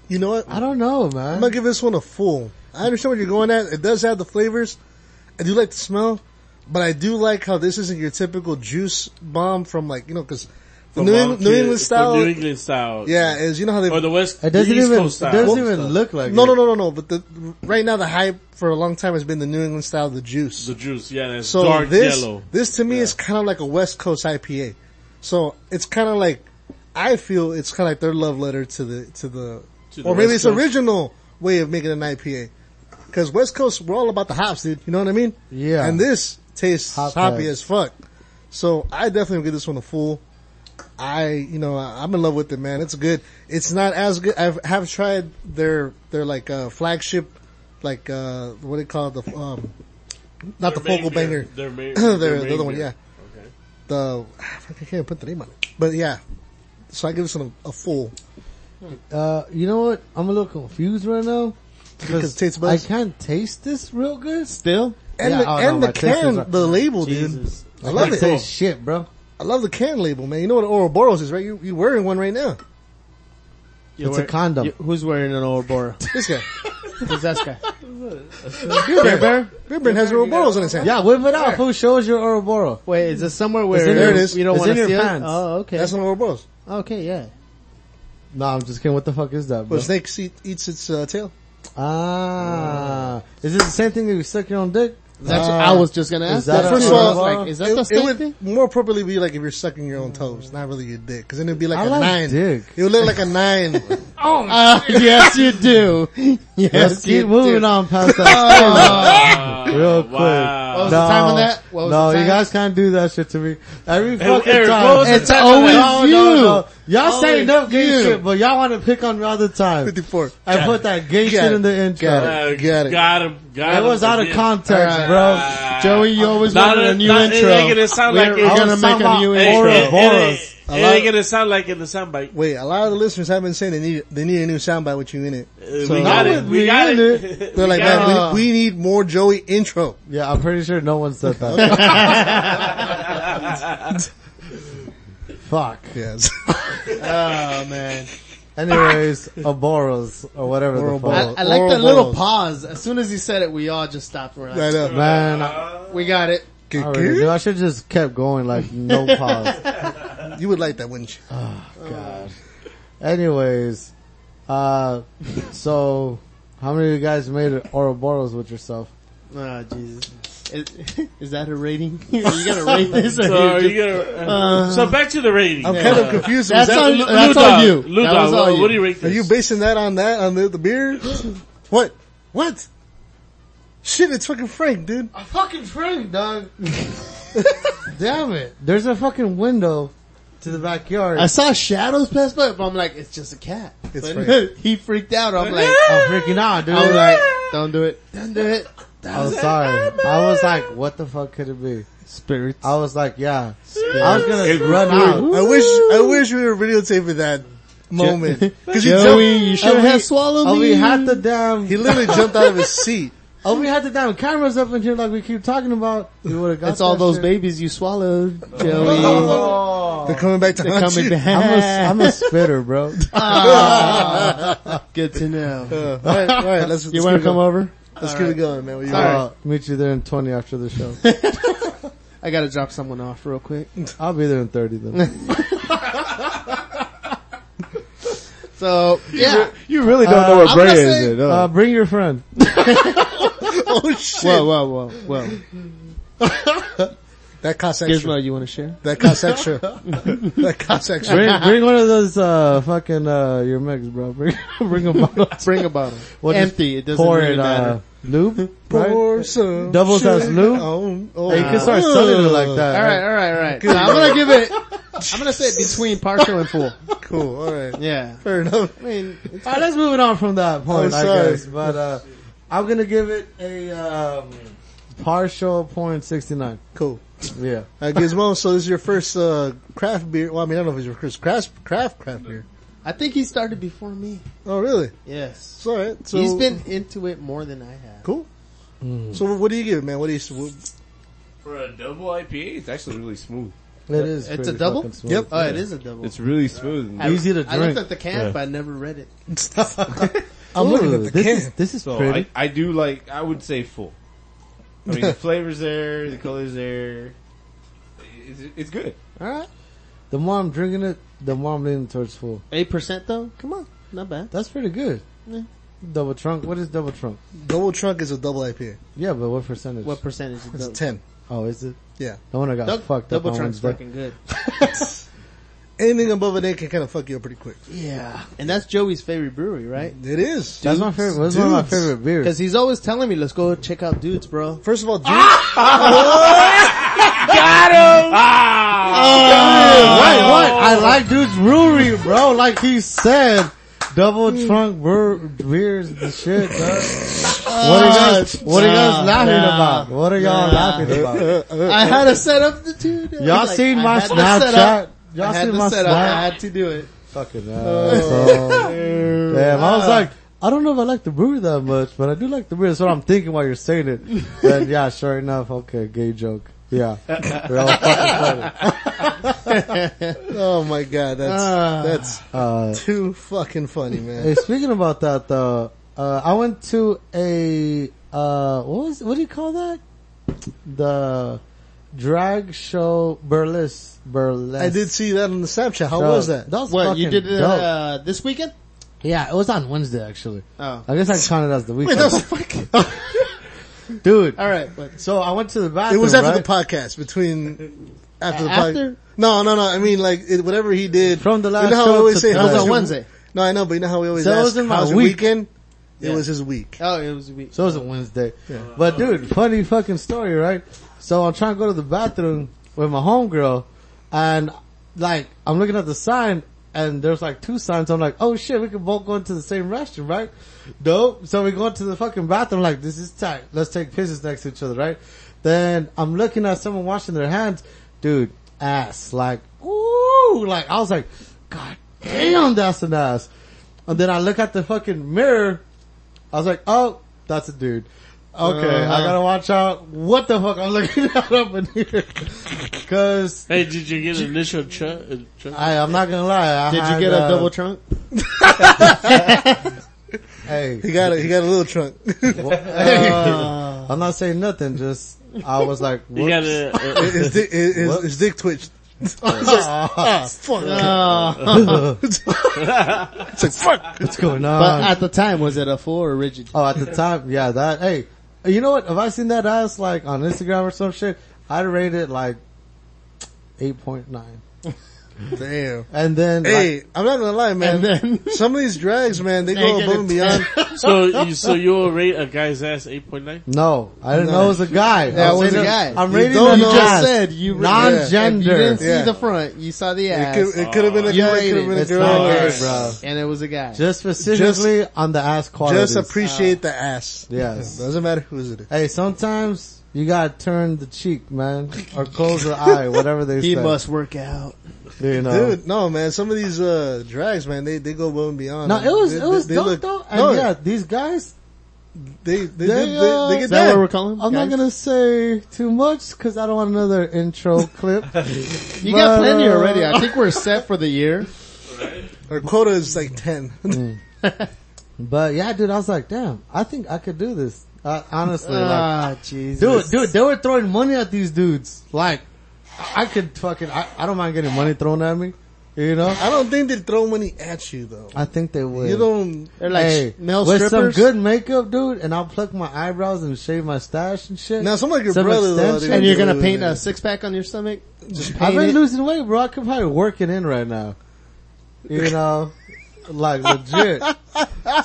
[SPEAKER 1] You know what?
[SPEAKER 3] I don't know,
[SPEAKER 1] I'm
[SPEAKER 3] man.
[SPEAKER 1] gonna give this one a full. I understand what you're going at. It does have the flavors. I do like the smell, but I do like how this isn't your typical juice bomb from like you know because
[SPEAKER 8] from
[SPEAKER 1] New,
[SPEAKER 8] Long
[SPEAKER 1] Eng- New
[SPEAKER 8] Kid-
[SPEAKER 1] England
[SPEAKER 8] from
[SPEAKER 1] style.
[SPEAKER 8] New England style,
[SPEAKER 1] yeah, is you know how they
[SPEAKER 8] or the West,
[SPEAKER 3] it doesn't
[SPEAKER 8] the East
[SPEAKER 3] even
[SPEAKER 8] Coast
[SPEAKER 3] it
[SPEAKER 8] style.
[SPEAKER 3] doesn't even look like
[SPEAKER 1] no
[SPEAKER 3] it.
[SPEAKER 1] no no no no. But the right now the hype for a long time has been the New England style, the juice.
[SPEAKER 8] the juice. Yeah, that's
[SPEAKER 1] so
[SPEAKER 8] dark
[SPEAKER 1] this
[SPEAKER 8] yellow.
[SPEAKER 1] this to me is kind of like a West Coast IPA. So it's kind of like I feel it's kind of like their love letter to the to the
[SPEAKER 8] To the
[SPEAKER 1] or maybe
[SPEAKER 8] West
[SPEAKER 1] it's
[SPEAKER 8] Coast.
[SPEAKER 1] original way of making an IPA. Because West Coast, we're all about the hops, dude. You know what I mean?
[SPEAKER 3] Yeah.
[SPEAKER 1] And this tastes
[SPEAKER 3] Hop
[SPEAKER 1] hoppy
[SPEAKER 3] head.
[SPEAKER 1] as fuck. So I definitely would give this one a full. I, you know, I, I'm in love with it, man. It's good. It's not as good. I have tried their, their like, uh, flagship, like, uh, what do you call it? The, um, not the
[SPEAKER 8] Their main
[SPEAKER 1] focal
[SPEAKER 8] beer.
[SPEAKER 1] banger.
[SPEAKER 8] Their main,
[SPEAKER 1] They're,
[SPEAKER 8] their
[SPEAKER 1] the
[SPEAKER 8] main
[SPEAKER 1] other one,
[SPEAKER 8] beer.
[SPEAKER 1] yeah. The I can't put the name on it, but yeah. So I give this one a, a full
[SPEAKER 3] Uh, you know what? I'm a little confused right now.
[SPEAKER 1] because it tastes
[SPEAKER 3] I
[SPEAKER 1] best.
[SPEAKER 3] can't taste this real good still.
[SPEAKER 1] And
[SPEAKER 3] Yeah,
[SPEAKER 1] the,
[SPEAKER 3] I don't
[SPEAKER 1] and the
[SPEAKER 3] know, my taste is uh,
[SPEAKER 1] can,
[SPEAKER 3] right.
[SPEAKER 1] the label, dude. I love
[SPEAKER 3] can't
[SPEAKER 1] it.
[SPEAKER 3] taste shit, bro.
[SPEAKER 1] I love the can label, man. You know what an Ouroboros is, right? You you wearing one right now?
[SPEAKER 3] It's a condom.
[SPEAKER 2] You- who's wearing an Ouroboros?
[SPEAKER 1] This guy,
[SPEAKER 2] Who's that guy?
[SPEAKER 1] Beer Bear, Beer Bear has Ouroboros on his hand.
[SPEAKER 3] Yeah, whip it out. Who shows your Ouroboros?
[SPEAKER 2] Wait, is this somewhere where
[SPEAKER 1] in your- There it is.
[SPEAKER 2] you don't
[SPEAKER 3] It's
[SPEAKER 2] want
[SPEAKER 3] in your
[SPEAKER 2] to see it?
[SPEAKER 3] pants.
[SPEAKER 2] Oh, okay.
[SPEAKER 1] that's an Ouroboros.
[SPEAKER 2] okay, yeah.
[SPEAKER 3] No, I'm just kidding. What the fuck is that, bro?
[SPEAKER 1] Well, snake eat, eats its uh, tail.
[SPEAKER 3] Ah, is it the same thing that you suck your own dick? Uh,
[SPEAKER 1] That's what I was just
[SPEAKER 2] gonna
[SPEAKER 3] is
[SPEAKER 2] ask that.
[SPEAKER 3] that. a
[SPEAKER 1] First of all,
[SPEAKER 3] curveball?
[SPEAKER 2] like, is that the
[SPEAKER 1] it
[SPEAKER 2] same
[SPEAKER 1] would
[SPEAKER 2] thing?
[SPEAKER 1] more appropriately be like if you're sucking your own toes, not really your dick, because then it'd be like
[SPEAKER 3] I
[SPEAKER 1] a
[SPEAKER 3] like
[SPEAKER 1] nine.
[SPEAKER 3] dick.
[SPEAKER 1] It would look like a nine.
[SPEAKER 2] Oh, yes, you do. Yes,
[SPEAKER 3] Let's
[SPEAKER 2] you
[SPEAKER 3] keep moving
[SPEAKER 2] do.
[SPEAKER 3] on past that story. Real quick.
[SPEAKER 2] What was the time on that? What was
[SPEAKER 3] no,
[SPEAKER 2] the time?
[SPEAKER 3] you guys can't do that shit to me. Every fucking
[SPEAKER 8] Eric,
[SPEAKER 3] time.
[SPEAKER 8] what was the
[SPEAKER 3] It's
[SPEAKER 8] time
[SPEAKER 3] always
[SPEAKER 8] on
[SPEAKER 3] you.
[SPEAKER 8] that? No, no,
[SPEAKER 3] Y'all say no gay shit, but y'all want to pick on me all the time.
[SPEAKER 1] 54.
[SPEAKER 3] I put that gay
[SPEAKER 1] Got
[SPEAKER 3] shit
[SPEAKER 1] it.
[SPEAKER 3] in the intro.
[SPEAKER 1] Got
[SPEAKER 8] Uh,
[SPEAKER 1] Got it.
[SPEAKER 8] Got him. Got
[SPEAKER 3] It
[SPEAKER 8] him.
[SPEAKER 3] was out of
[SPEAKER 8] Yeah.
[SPEAKER 3] context,
[SPEAKER 2] Alright.
[SPEAKER 3] bro.
[SPEAKER 2] Joey, you always
[SPEAKER 8] Not
[SPEAKER 2] wanted
[SPEAKER 8] a-
[SPEAKER 2] a new
[SPEAKER 8] not- it
[SPEAKER 2] intro.
[SPEAKER 8] ain't gonna sound
[SPEAKER 2] we're,
[SPEAKER 8] like
[SPEAKER 2] we're
[SPEAKER 8] it.
[SPEAKER 2] gonna make
[SPEAKER 3] Sound
[SPEAKER 2] a
[SPEAKER 3] like
[SPEAKER 2] new
[SPEAKER 3] it.
[SPEAKER 8] Hey,
[SPEAKER 2] intro.
[SPEAKER 3] Or
[SPEAKER 8] it-
[SPEAKER 3] a
[SPEAKER 8] it
[SPEAKER 3] Boris.
[SPEAKER 8] ain't- It ain't gonna sound like in the soundbite.
[SPEAKER 1] Wait, a lot of the listeners have been saying they need they need a new soundbite with you in it.
[SPEAKER 8] Uh,
[SPEAKER 1] So-
[SPEAKER 8] we
[SPEAKER 1] Not
[SPEAKER 8] got it.
[SPEAKER 3] with
[SPEAKER 8] We
[SPEAKER 3] me
[SPEAKER 8] got
[SPEAKER 3] in
[SPEAKER 8] it.
[SPEAKER 1] They're like,
[SPEAKER 8] got it.
[SPEAKER 1] man, we, we need more Joey intro.
[SPEAKER 3] Yeah, I'm pretty sure no one said that. Fuck.
[SPEAKER 1] Yes.
[SPEAKER 2] Oh man,
[SPEAKER 3] Anyways, Aboros or whatever
[SPEAKER 1] Or
[SPEAKER 3] the
[SPEAKER 2] I,
[SPEAKER 3] fuck.
[SPEAKER 1] Aboros.
[SPEAKER 2] I like
[SPEAKER 1] Oral
[SPEAKER 2] that little
[SPEAKER 1] balls.
[SPEAKER 2] pause. As soon as he said it, we all just stopped. We're
[SPEAKER 1] I
[SPEAKER 2] like,
[SPEAKER 1] know.
[SPEAKER 3] Man, I,
[SPEAKER 2] we got it.
[SPEAKER 3] I already knew. I should just kept going like no pause.
[SPEAKER 1] You would like that, wouldn't you?
[SPEAKER 2] Ah,
[SPEAKER 3] God. Anyways, uh, so how many of you guys made Ouroboros with yourself?
[SPEAKER 2] Oh Jesus, is, is that a rating? Uh, you gotta rate this. Or
[SPEAKER 8] So,
[SPEAKER 2] you
[SPEAKER 8] you gotta, uh, so back to the rating.
[SPEAKER 1] I'm kind of confused.
[SPEAKER 2] That's
[SPEAKER 1] Is that-
[SPEAKER 2] on-
[SPEAKER 1] Lu-
[SPEAKER 2] that's
[SPEAKER 1] Luda,
[SPEAKER 2] on you.
[SPEAKER 8] Luda,
[SPEAKER 2] That was
[SPEAKER 8] what,
[SPEAKER 2] on you.
[SPEAKER 8] what do you rate
[SPEAKER 1] Are
[SPEAKER 8] this?
[SPEAKER 1] you basing that on that on the, the beer? what? What? Shit! It's fucking Frank, dude.
[SPEAKER 3] A fucking friend, dog. Damn it! There's a fucking window to the backyard.
[SPEAKER 2] I saw shadows pass by, but I'm like, it's just a cat.
[SPEAKER 1] It's
[SPEAKER 2] But
[SPEAKER 1] Frank.
[SPEAKER 2] he freaked out. I'm like,
[SPEAKER 3] am Oh, freaking out, dude.
[SPEAKER 2] I'm like, don't do it, don't do it.
[SPEAKER 3] I'm Oh, sorry. I was like, what the fuck could it be?
[SPEAKER 2] Spirits.
[SPEAKER 3] I was like, yeah. I was gonna run out.
[SPEAKER 1] I wish I wish we were videotaping that moment because he
[SPEAKER 2] Joey,
[SPEAKER 1] jumped.
[SPEAKER 2] you should
[SPEAKER 3] Are we-
[SPEAKER 2] have swallowed
[SPEAKER 3] Oh,
[SPEAKER 2] me.
[SPEAKER 3] we had the damn.
[SPEAKER 1] He literally jumped out of his seat.
[SPEAKER 3] Oh, we had the damn cameras up in here like we keep talking about. We would have got.
[SPEAKER 2] It's all
[SPEAKER 3] that
[SPEAKER 2] those
[SPEAKER 3] shit.
[SPEAKER 2] babies you swallowed, Joey.
[SPEAKER 1] Oh. They're coming back to
[SPEAKER 2] They're
[SPEAKER 1] haunt
[SPEAKER 2] coming
[SPEAKER 1] you.
[SPEAKER 2] back.
[SPEAKER 3] I'm a, I'm a spitter, bro.
[SPEAKER 2] Good to know.
[SPEAKER 1] Uh, all right, all right, let's,
[SPEAKER 2] Ah. You want
[SPEAKER 1] let's keep
[SPEAKER 2] to
[SPEAKER 1] it
[SPEAKER 2] come
[SPEAKER 1] going.
[SPEAKER 2] over?
[SPEAKER 1] Let's keep it going, man. What you want?
[SPEAKER 3] Uh, meet you there in 20 after the show.
[SPEAKER 2] I gotta drop someone off real quick.
[SPEAKER 3] I'll be there in 30 then.
[SPEAKER 2] So yeah,
[SPEAKER 9] You really don't know what
[SPEAKER 2] I'm
[SPEAKER 9] brand
[SPEAKER 2] gonna
[SPEAKER 9] is
[SPEAKER 2] say- uh,
[SPEAKER 9] it,
[SPEAKER 3] Uh,
[SPEAKER 9] huh?
[SPEAKER 3] bring your friend.
[SPEAKER 1] Oh shit!
[SPEAKER 2] whoa, whoa, whoa, whoa.
[SPEAKER 1] That costs extra.
[SPEAKER 2] Gizmo, you want to share?
[SPEAKER 1] That costs extra. that costs extra.
[SPEAKER 3] Bring, bring one of those, uh, fucking, uh, your mix, bro. Bring, bring a bottle.
[SPEAKER 2] Bring a bottle.
[SPEAKER 3] We'll just
[SPEAKER 2] Empty. It doesn't
[SPEAKER 3] Pour
[SPEAKER 2] really
[SPEAKER 3] it, uh,
[SPEAKER 2] matter.
[SPEAKER 3] lube, right?
[SPEAKER 1] Pour some
[SPEAKER 3] Doubles as
[SPEAKER 1] sugar Oh.
[SPEAKER 3] lube?
[SPEAKER 1] on-
[SPEAKER 3] Hey, you can start selling it like that.
[SPEAKER 2] all right, all right, all right. So I'm gonna give it. I'm gonna say between partial and full.
[SPEAKER 1] Cool. All right.
[SPEAKER 2] Yeah.
[SPEAKER 1] Fair enough.
[SPEAKER 2] I mean, it's Oh,
[SPEAKER 3] All right, let's move it on Ah, from that
[SPEAKER 1] I'm
[SPEAKER 3] point, I
[SPEAKER 1] sorry.
[SPEAKER 3] guess. But, uh, I'm gonna give it a, um, partial point 69.
[SPEAKER 1] Cool.
[SPEAKER 3] Yeah.
[SPEAKER 1] Uh, Gizmo, so this is your first uh, craft beer. Well, I mean, I don't know if it's your first craft craft craft beer.
[SPEAKER 2] I think he started before me.
[SPEAKER 1] Oh, really?
[SPEAKER 2] Yes.
[SPEAKER 1] It's all right. So
[SPEAKER 2] He's been into it more than I have.
[SPEAKER 1] cool.
[SPEAKER 3] Hmm.
[SPEAKER 1] So what do you give, it, man? What do you? What,
[SPEAKER 7] For a double IPA, it's actually really smooth.
[SPEAKER 3] It is.
[SPEAKER 2] It's
[SPEAKER 3] pretty
[SPEAKER 2] a double?
[SPEAKER 3] fucking smooth.
[SPEAKER 1] Yep.
[SPEAKER 2] Oh, it is a double.
[SPEAKER 7] It's really smooth.
[SPEAKER 2] I-
[SPEAKER 3] easy to
[SPEAKER 2] I
[SPEAKER 3] drink.
[SPEAKER 2] looked at the can, but I never read it.
[SPEAKER 3] I'm looking at the this
[SPEAKER 1] can.
[SPEAKER 3] Is, this is
[SPEAKER 7] So
[SPEAKER 3] pretty.
[SPEAKER 7] I, I do like, I would say full. I mean, the flavor's there, the color's there. It's, it's good.
[SPEAKER 2] All right.
[SPEAKER 3] the more I'm drinking it, the more I'm leaning towards full.
[SPEAKER 2] Eight percent though. Come on, not bad.
[SPEAKER 3] That's pretty good.
[SPEAKER 2] Yeah.
[SPEAKER 3] Double trunk. What is double trunk?
[SPEAKER 1] double trunk is a double IPA.
[SPEAKER 3] Yeah, but what percentage?
[SPEAKER 2] What percentage is
[SPEAKER 1] It's
[SPEAKER 2] double?
[SPEAKER 1] ten.
[SPEAKER 3] oh, is it?
[SPEAKER 1] Yeah.
[SPEAKER 3] No one I got
[SPEAKER 2] Dou-
[SPEAKER 3] fucked
[SPEAKER 2] double
[SPEAKER 3] up on
[SPEAKER 2] trunk's
[SPEAKER 3] Wednesday.
[SPEAKER 2] fucking good.
[SPEAKER 1] Anything above an eight can kind of fuck you up pretty quick.
[SPEAKER 2] Yeah, and that's Joey's favorite brewery, right?
[SPEAKER 1] It is.
[SPEAKER 3] That's my favorite. That's one of my
[SPEAKER 1] Dudes.
[SPEAKER 3] favorite beers.
[SPEAKER 2] Because he's always telling me, "Let's go check out dudes, bro."
[SPEAKER 1] First of all, dude,
[SPEAKER 3] Ah! Wait, what? I
[SPEAKER 2] Oh.
[SPEAKER 3] like dude's brewery, bro. Like he said, double
[SPEAKER 2] Hmm.
[SPEAKER 3] trunk bre- beers, the shit. Bro.
[SPEAKER 2] Ah,
[SPEAKER 3] What are you
[SPEAKER 1] Ah!
[SPEAKER 3] guys? What are you guys
[SPEAKER 2] Nah,
[SPEAKER 3] laughing
[SPEAKER 2] nah,
[SPEAKER 3] about? What are y'all
[SPEAKER 2] nah.
[SPEAKER 3] laughing about?
[SPEAKER 2] I had to set up the dude.
[SPEAKER 3] Y'all
[SPEAKER 2] Like,
[SPEAKER 3] seen
[SPEAKER 2] I
[SPEAKER 3] my
[SPEAKER 2] had to set up-
[SPEAKER 3] Snapchat?
[SPEAKER 2] I
[SPEAKER 3] Y'all
[SPEAKER 2] had
[SPEAKER 3] seen
[SPEAKER 2] to
[SPEAKER 3] my
[SPEAKER 2] set up. I
[SPEAKER 3] Snapchat?
[SPEAKER 2] had to do it. Oh.
[SPEAKER 3] Fucking asshole. Oh, Damn, I was like, I don't know if I like the brewery that much, but I do like the beer. That's what I'm thinking while you're saying it. Then yeah, sure enough, okay, gay joke. Yeah. Real fucking funny.
[SPEAKER 1] oh my god, that's
[SPEAKER 2] Ah.
[SPEAKER 1] that's
[SPEAKER 3] Uh,
[SPEAKER 1] too fucking funny, man.
[SPEAKER 3] hey, speaking about that though, uh, I went to a, uh, what was, what do you call that? The, drag show burlesque. Burlesque.
[SPEAKER 1] I did see that on the Snapchat. How
[SPEAKER 3] Bro,
[SPEAKER 1] was that?
[SPEAKER 3] that was
[SPEAKER 2] What you
[SPEAKER 3] fucking
[SPEAKER 2] did it
[SPEAKER 3] dope.
[SPEAKER 2] uh, this weekend?
[SPEAKER 3] Yeah, it was on Wednesday actually.
[SPEAKER 2] Oh,
[SPEAKER 3] I guess I counted as the
[SPEAKER 1] Wait,
[SPEAKER 3] weekend.
[SPEAKER 1] that was fucking.
[SPEAKER 3] Dude,
[SPEAKER 2] all right. But
[SPEAKER 3] so I went to the
[SPEAKER 1] It
[SPEAKER 3] bathroom.
[SPEAKER 1] was after
[SPEAKER 3] right?
[SPEAKER 1] the podcast. Between after the
[SPEAKER 2] After?
[SPEAKER 1] podcast. No, no, no. I mean, like it, whatever he did
[SPEAKER 3] From the
[SPEAKER 1] You
[SPEAKER 3] last
[SPEAKER 1] know how
[SPEAKER 3] show
[SPEAKER 1] we always
[SPEAKER 3] to
[SPEAKER 1] say
[SPEAKER 3] the-
[SPEAKER 1] how
[SPEAKER 2] that was
[SPEAKER 1] was
[SPEAKER 2] on
[SPEAKER 1] your-
[SPEAKER 2] Wednesday.
[SPEAKER 1] No, I know, but you know how we always
[SPEAKER 3] So it
[SPEAKER 1] ask
[SPEAKER 3] was in my
[SPEAKER 1] how's your
[SPEAKER 3] week.
[SPEAKER 1] weekend. It
[SPEAKER 2] Yeah.
[SPEAKER 1] was his week.
[SPEAKER 2] Oh, it was a week.
[SPEAKER 3] So it was a Wednesday. But dude, funny fucking story, right? So I'm trying to go to the bathroom with my homegirl and like I'm looking at the sign and there's like two signs. I'm like, oh shit, we can both go into the same restroom, right? Nope. So we go into the fucking bathroom like this is tight. Let's take pictures next to each other, right? Then I'm looking at someone washing their hands. Dude, ass. Like, ooh, like I was like, God damn, that's an ass. And then I look at the fucking mirror I was like, oh, that's a dude. Okay,
[SPEAKER 1] Uh-huh.
[SPEAKER 3] I gotta watch out. What the fuck? I'm looking at up in here. Cause,
[SPEAKER 8] Hey, did you get an initial chuck? uh, chuck?
[SPEAKER 3] I, I'm not gonna lie. I
[SPEAKER 2] Did you
[SPEAKER 3] had,
[SPEAKER 2] get a
[SPEAKER 3] uh,
[SPEAKER 2] double trunk?
[SPEAKER 1] He
[SPEAKER 3] Hey,
[SPEAKER 1] got a he got a little trunk.
[SPEAKER 3] uh, I'm not saying nothing, just, I was like,
[SPEAKER 8] You
[SPEAKER 3] whoops.
[SPEAKER 8] got a, a-
[SPEAKER 1] his, dick, his, his, his dick twitched.
[SPEAKER 2] Uh,
[SPEAKER 3] Ah,
[SPEAKER 1] Fuck.
[SPEAKER 3] it's like, fuck. What's going on?
[SPEAKER 2] But at the time, was it a full or rigid?
[SPEAKER 3] oh, at the time, yeah, that, hey, you know what? If I seen that ass, like, on Instagram or some shit, I'd rate it like 8.9.
[SPEAKER 1] Damn.
[SPEAKER 3] And then, like,
[SPEAKER 1] Hey, I'm not gonna lie,
[SPEAKER 2] And
[SPEAKER 1] man.
[SPEAKER 2] then-
[SPEAKER 1] Some of these drags, man, they go above
[SPEAKER 2] Negative
[SPEAKER 1] and beyond.
[SPEAKER 8] so you so you will rate a guy's ass eight point nine?
[SPEAKER 3] No, oh, I didn't know it was a guy.
[SPEAKER 2] Yeah,
[SPEAKER 3] I
[SPEAKER 2] it was
[SPEAKER 3] saying
[SPEAKER 2] a
[SPEAKER 3] it-
[SPEAKER 2] guy.
[SPEAKER 3] I'm
[SPEAKER 2] You
[SPEAKER 3] reading
[SPEAKER 1] don't
[SPEAKER 3] the
[SPEAKER 1] know.
[SPEAKER 3] ass.
[SPEAKER 2] said you rated-
[SPEAKER 3] non-gender.
[SPEAKER 2] You didn't
[SPEAKER 1] Yeah.
[SPEAKER 2] see the front. You saw the
[SPEAKER 1] It
[SPEAKER 2] ass,
[SPEAKER 1] could, it could have been a
[SPEAKER 2] You
[SPEAKER 1] guy, it
[SPEAKER 2] rated
[SPEAKER 1] could have been a
[SPEAKER 2] it.
[SPEAKER 3] It's not
[SPEAKER 1] girl.
[SPEAKER 3] gay,
[SPEAKER 2] Yes.
[SPEAKER 3] bro.
[SPEAKER 2] and it was a guy.
[SPEAKER 3] Just specifically on the ass qualities.
[SPEAKER 1] Just appreciate the ass.
[SPEAKER 3] Yes.
[SPEAKER 1] Doesn't matter who's it is.
[SPEAKER 3] Hey, sometimes you gotta turn the cheek, man, or close the eye, whatever they
[SPEAKER 2] he
[SPEAKER 3] say.
[SPEAKER 2] must work out.
[SPEAKER 3] you know.
[SPEAKER 1] Dude, no man, some of these, uh, drags, man, they, they go above and beyond.
[SPEAKER 3] no, it was it was
[SPEAKER 1] they,
[SPEAKER 3] dope
[SPEAKER 1] look-
[SPEAKER 3] though, and
[SPEAKER 1] no,
[SPEAKER 3] yeah, these guys.
[SPEAKER 1] they, they, they,
[SPEAKER 3] They,
[SPEAKER 1] they,
[SPEAKER 3] uh,
[SPEAKER 1] they
[SPEAKER 3] is
[SPEAKER 1] get
[SPEAKER 3] that
[SPEAKER 1] down.
[SPEAKER 3] what we're
[SPEAKER 2] calling
[SPEAKER 3] I'm not gonna say too much because I don't want another intro clip.
[SPEAKER 2] You got
[SPEAKER 3] But,
[SPEAKER 2] plenty
[SPEAKER 3] uh,
[SPEAKER 2] already. I think we're set for the year.
[SPEAKER 1] Our quota is like 10.
[SPEAKER 3] Mm. But yeah, dude, I was like, damn, I think I could do this. Uh, honestly, like,
[SPEAKER 2] Ah, Jesus.
[SPEAKER 3] Dude, dude, they were throwing money at these dudes. Like, I could fucking, I, I don't mind getting money thrown at me. You know?
[SPEAKER 1] I don't think they throw money at you though.
[SPEAKER 3] I think they would.
[SPEAKER 1] You don't,
[SPEAKER 2] They're like
[SPEAKER 3] Hey,
[SPEAKER 2] male
[SPEAKER 3] with
[SPEAKER 2] strippers.
[SPEAKER 3] some good makeup, dude, and I'll pluck my eyebrows and shave my stash and shit.
[SPEAKER 1] now someone like your
[SPEAKER 3] Some
[SPEAKER 1] brother though,
[SPEAKER 3] extensions?
[SPEAKER 1] they
[SPEAKER 2] and you're gonna
[SPEAKER 1] do it.
[SPEAKER 2] paint a six pack on your stomach? Just paint
[SPEAKER 3] I've been
[SPEAKER 2] it?
[SPEAKER 3] losing weight, bro. I could probably work it in right now. You know? like, legit.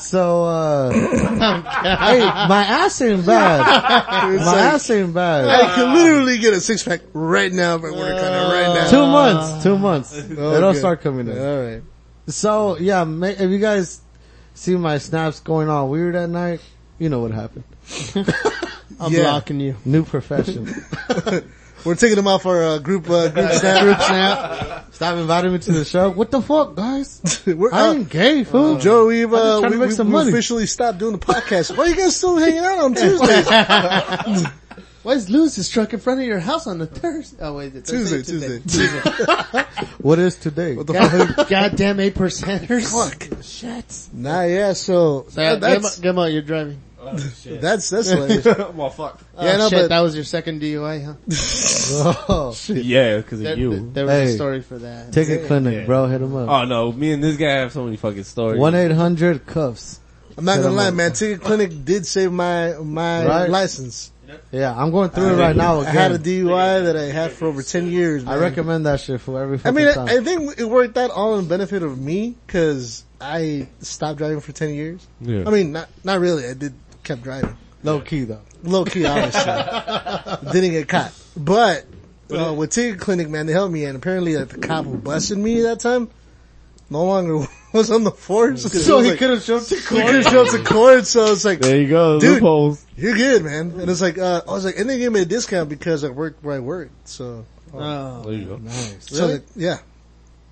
[SPEAKER 3] So, uh, hey, my ass ain't bad. my ass ain't bad.
[SPEAKER 1] I can literally get a six pack right now if I work on it right now.
[SPEAKER 3] Two months, two months. It'll
[SPEAKER 1] Okay.
[SPEAKER 3] start coming in.
[SPEAKER 1] Alright.
[SPEAKER 3] So yeah, ma- if you guys see my snaps going all weird at night, you know what happened.
[SPEAKER 2] I'm
[SPEAKER 1] Yeah.
[SPEAKER 2] blocking you.
[SPEAKER 3] New profession.
[SPEAKER 1] We're taking them off our uh, group, uh, group snap.
[SPEAKER 3] Group snap. Stop inviting me to the show. What the fuck, guys?
[SPEAKER 1] We're,
[SPEAKER 3] I
[SPEAKER 1] uh,
[SPEAKER 3] ain't gay, fool.
[SPEAKER 1] Joe, we've,
[SPEAKER 3] I'm
[SPEAKER 1] uh,
[SPEAKER 3] just trying to
[SPEAKER 1] we,
[SPEAKER 3] make
[SPEAKER 1] we,
[SPEAKER 3] some
[SPEAKER 1] we
[SPEAKER 3] money.
[SPEAKER 1] officially stopped doing the podcast. Why are you guys still hanging out on Tuesdays?
[SPEAKER 2] Why is Lewis's truck in front of your house on a Thursday? Oh wait, it's
[SPEAKER 1] Tuesday,
[SPEAKER 2] Thursday,
[SPEAKER 1] Tuesday.
[SPEAKER 3] What is today?
[SPEAKER 1] What the fuck?
[SPEAKER 2] Goddamn eight percenters.
[SPEAKER 1] Fuck.
[SPEAKER 2] Shit.
[SPEAKER 1] Nah, yeah, so,
[SPEAKER 2] That,
[SPEAKER 1] that's,
[SPEAKER 2] Gemma, Gemma, you're driving.
[SPEAKER 7] Oh shit!
[SPEAKER 1] that's, that's hilarious. yeah,
[SPEAKER 7] well, fuck.
[SPEAKER 2] oh,
[SPEAKER 1] no,
[SPEAKER 2] shit,
[SPEAKER 1] but,
[SPEAKER 2] that was your second DUI, huh?
[SPEAKER 3] Oh,
[SPEAKER 7] Yeah, because
[SPEAKER 2] There, there-
[SPEAKER 7] of you.
[SPEAKER 2] there was a
[SPEAKER 3] Hey.
[SPEAKER 2] story for that.
[SPEAKER 3] ticket clinic, bro. Hit him up.
[SPEAKER 7] Oh no, me and this guy have so many fucking stories.
[SPEAKER 3] One eight hundred cuffs.
[SPEAKER 1] I'm not gonna
[SPEAKER 3] Shut
[SPEAKER 1] lie,
[SPEAKER 3] up.
[SPEAKER 1] man, Ticket Clinic did save my, my
[SPEAKER 3] Right.
[SPEAKER 1] license.
[SPEAKER 3] Yeah, I'm going through it right now
[SPEAKER 1] I had a
[SPEAKER 3] again.
[SPEAKER 1] DUI that I had for over 10 years,
[SPEAKER 3] I
[SPEAKER 1] man.
[SPEAKER 3] recommend that shit for every
[SPEAKER 1] I
[SPEAKER 3] fucking
[SPEAKER 1] mean, I,
[SPEAKER 3] time.
[SPEAKER 1] I think it worked out all in benefit of me because I stopped driving for ten years.
[SPEAKER 7] Yeah.
[SPEAKER 1] I mean, not not really. I did kept driving
[SPEAKER 3] Low key though.
[SPEAKER 1] low key, obviously. Didn't get caught, but uh, with Ticket Clinic, man, they helped me, and apparently, like the cop who busted me that time no longer was on the force, so he could
[SPEAKER 3] have showed to
[SPEAKER 1] have show up to court. So it's like,
[SPEAKER 7] there you go,
[SPEAKER 1] Dude.
[SPEAKER 7] loopholes.
[SPEAKER 1] you're good, man. And it's like, uh, I was like, and they gave me a discount because I worked where I worked. So,
[SPEAKER 2] Oh.
[SPEAKER 7] There you go.
[SPEAKER 1] so like, yeah,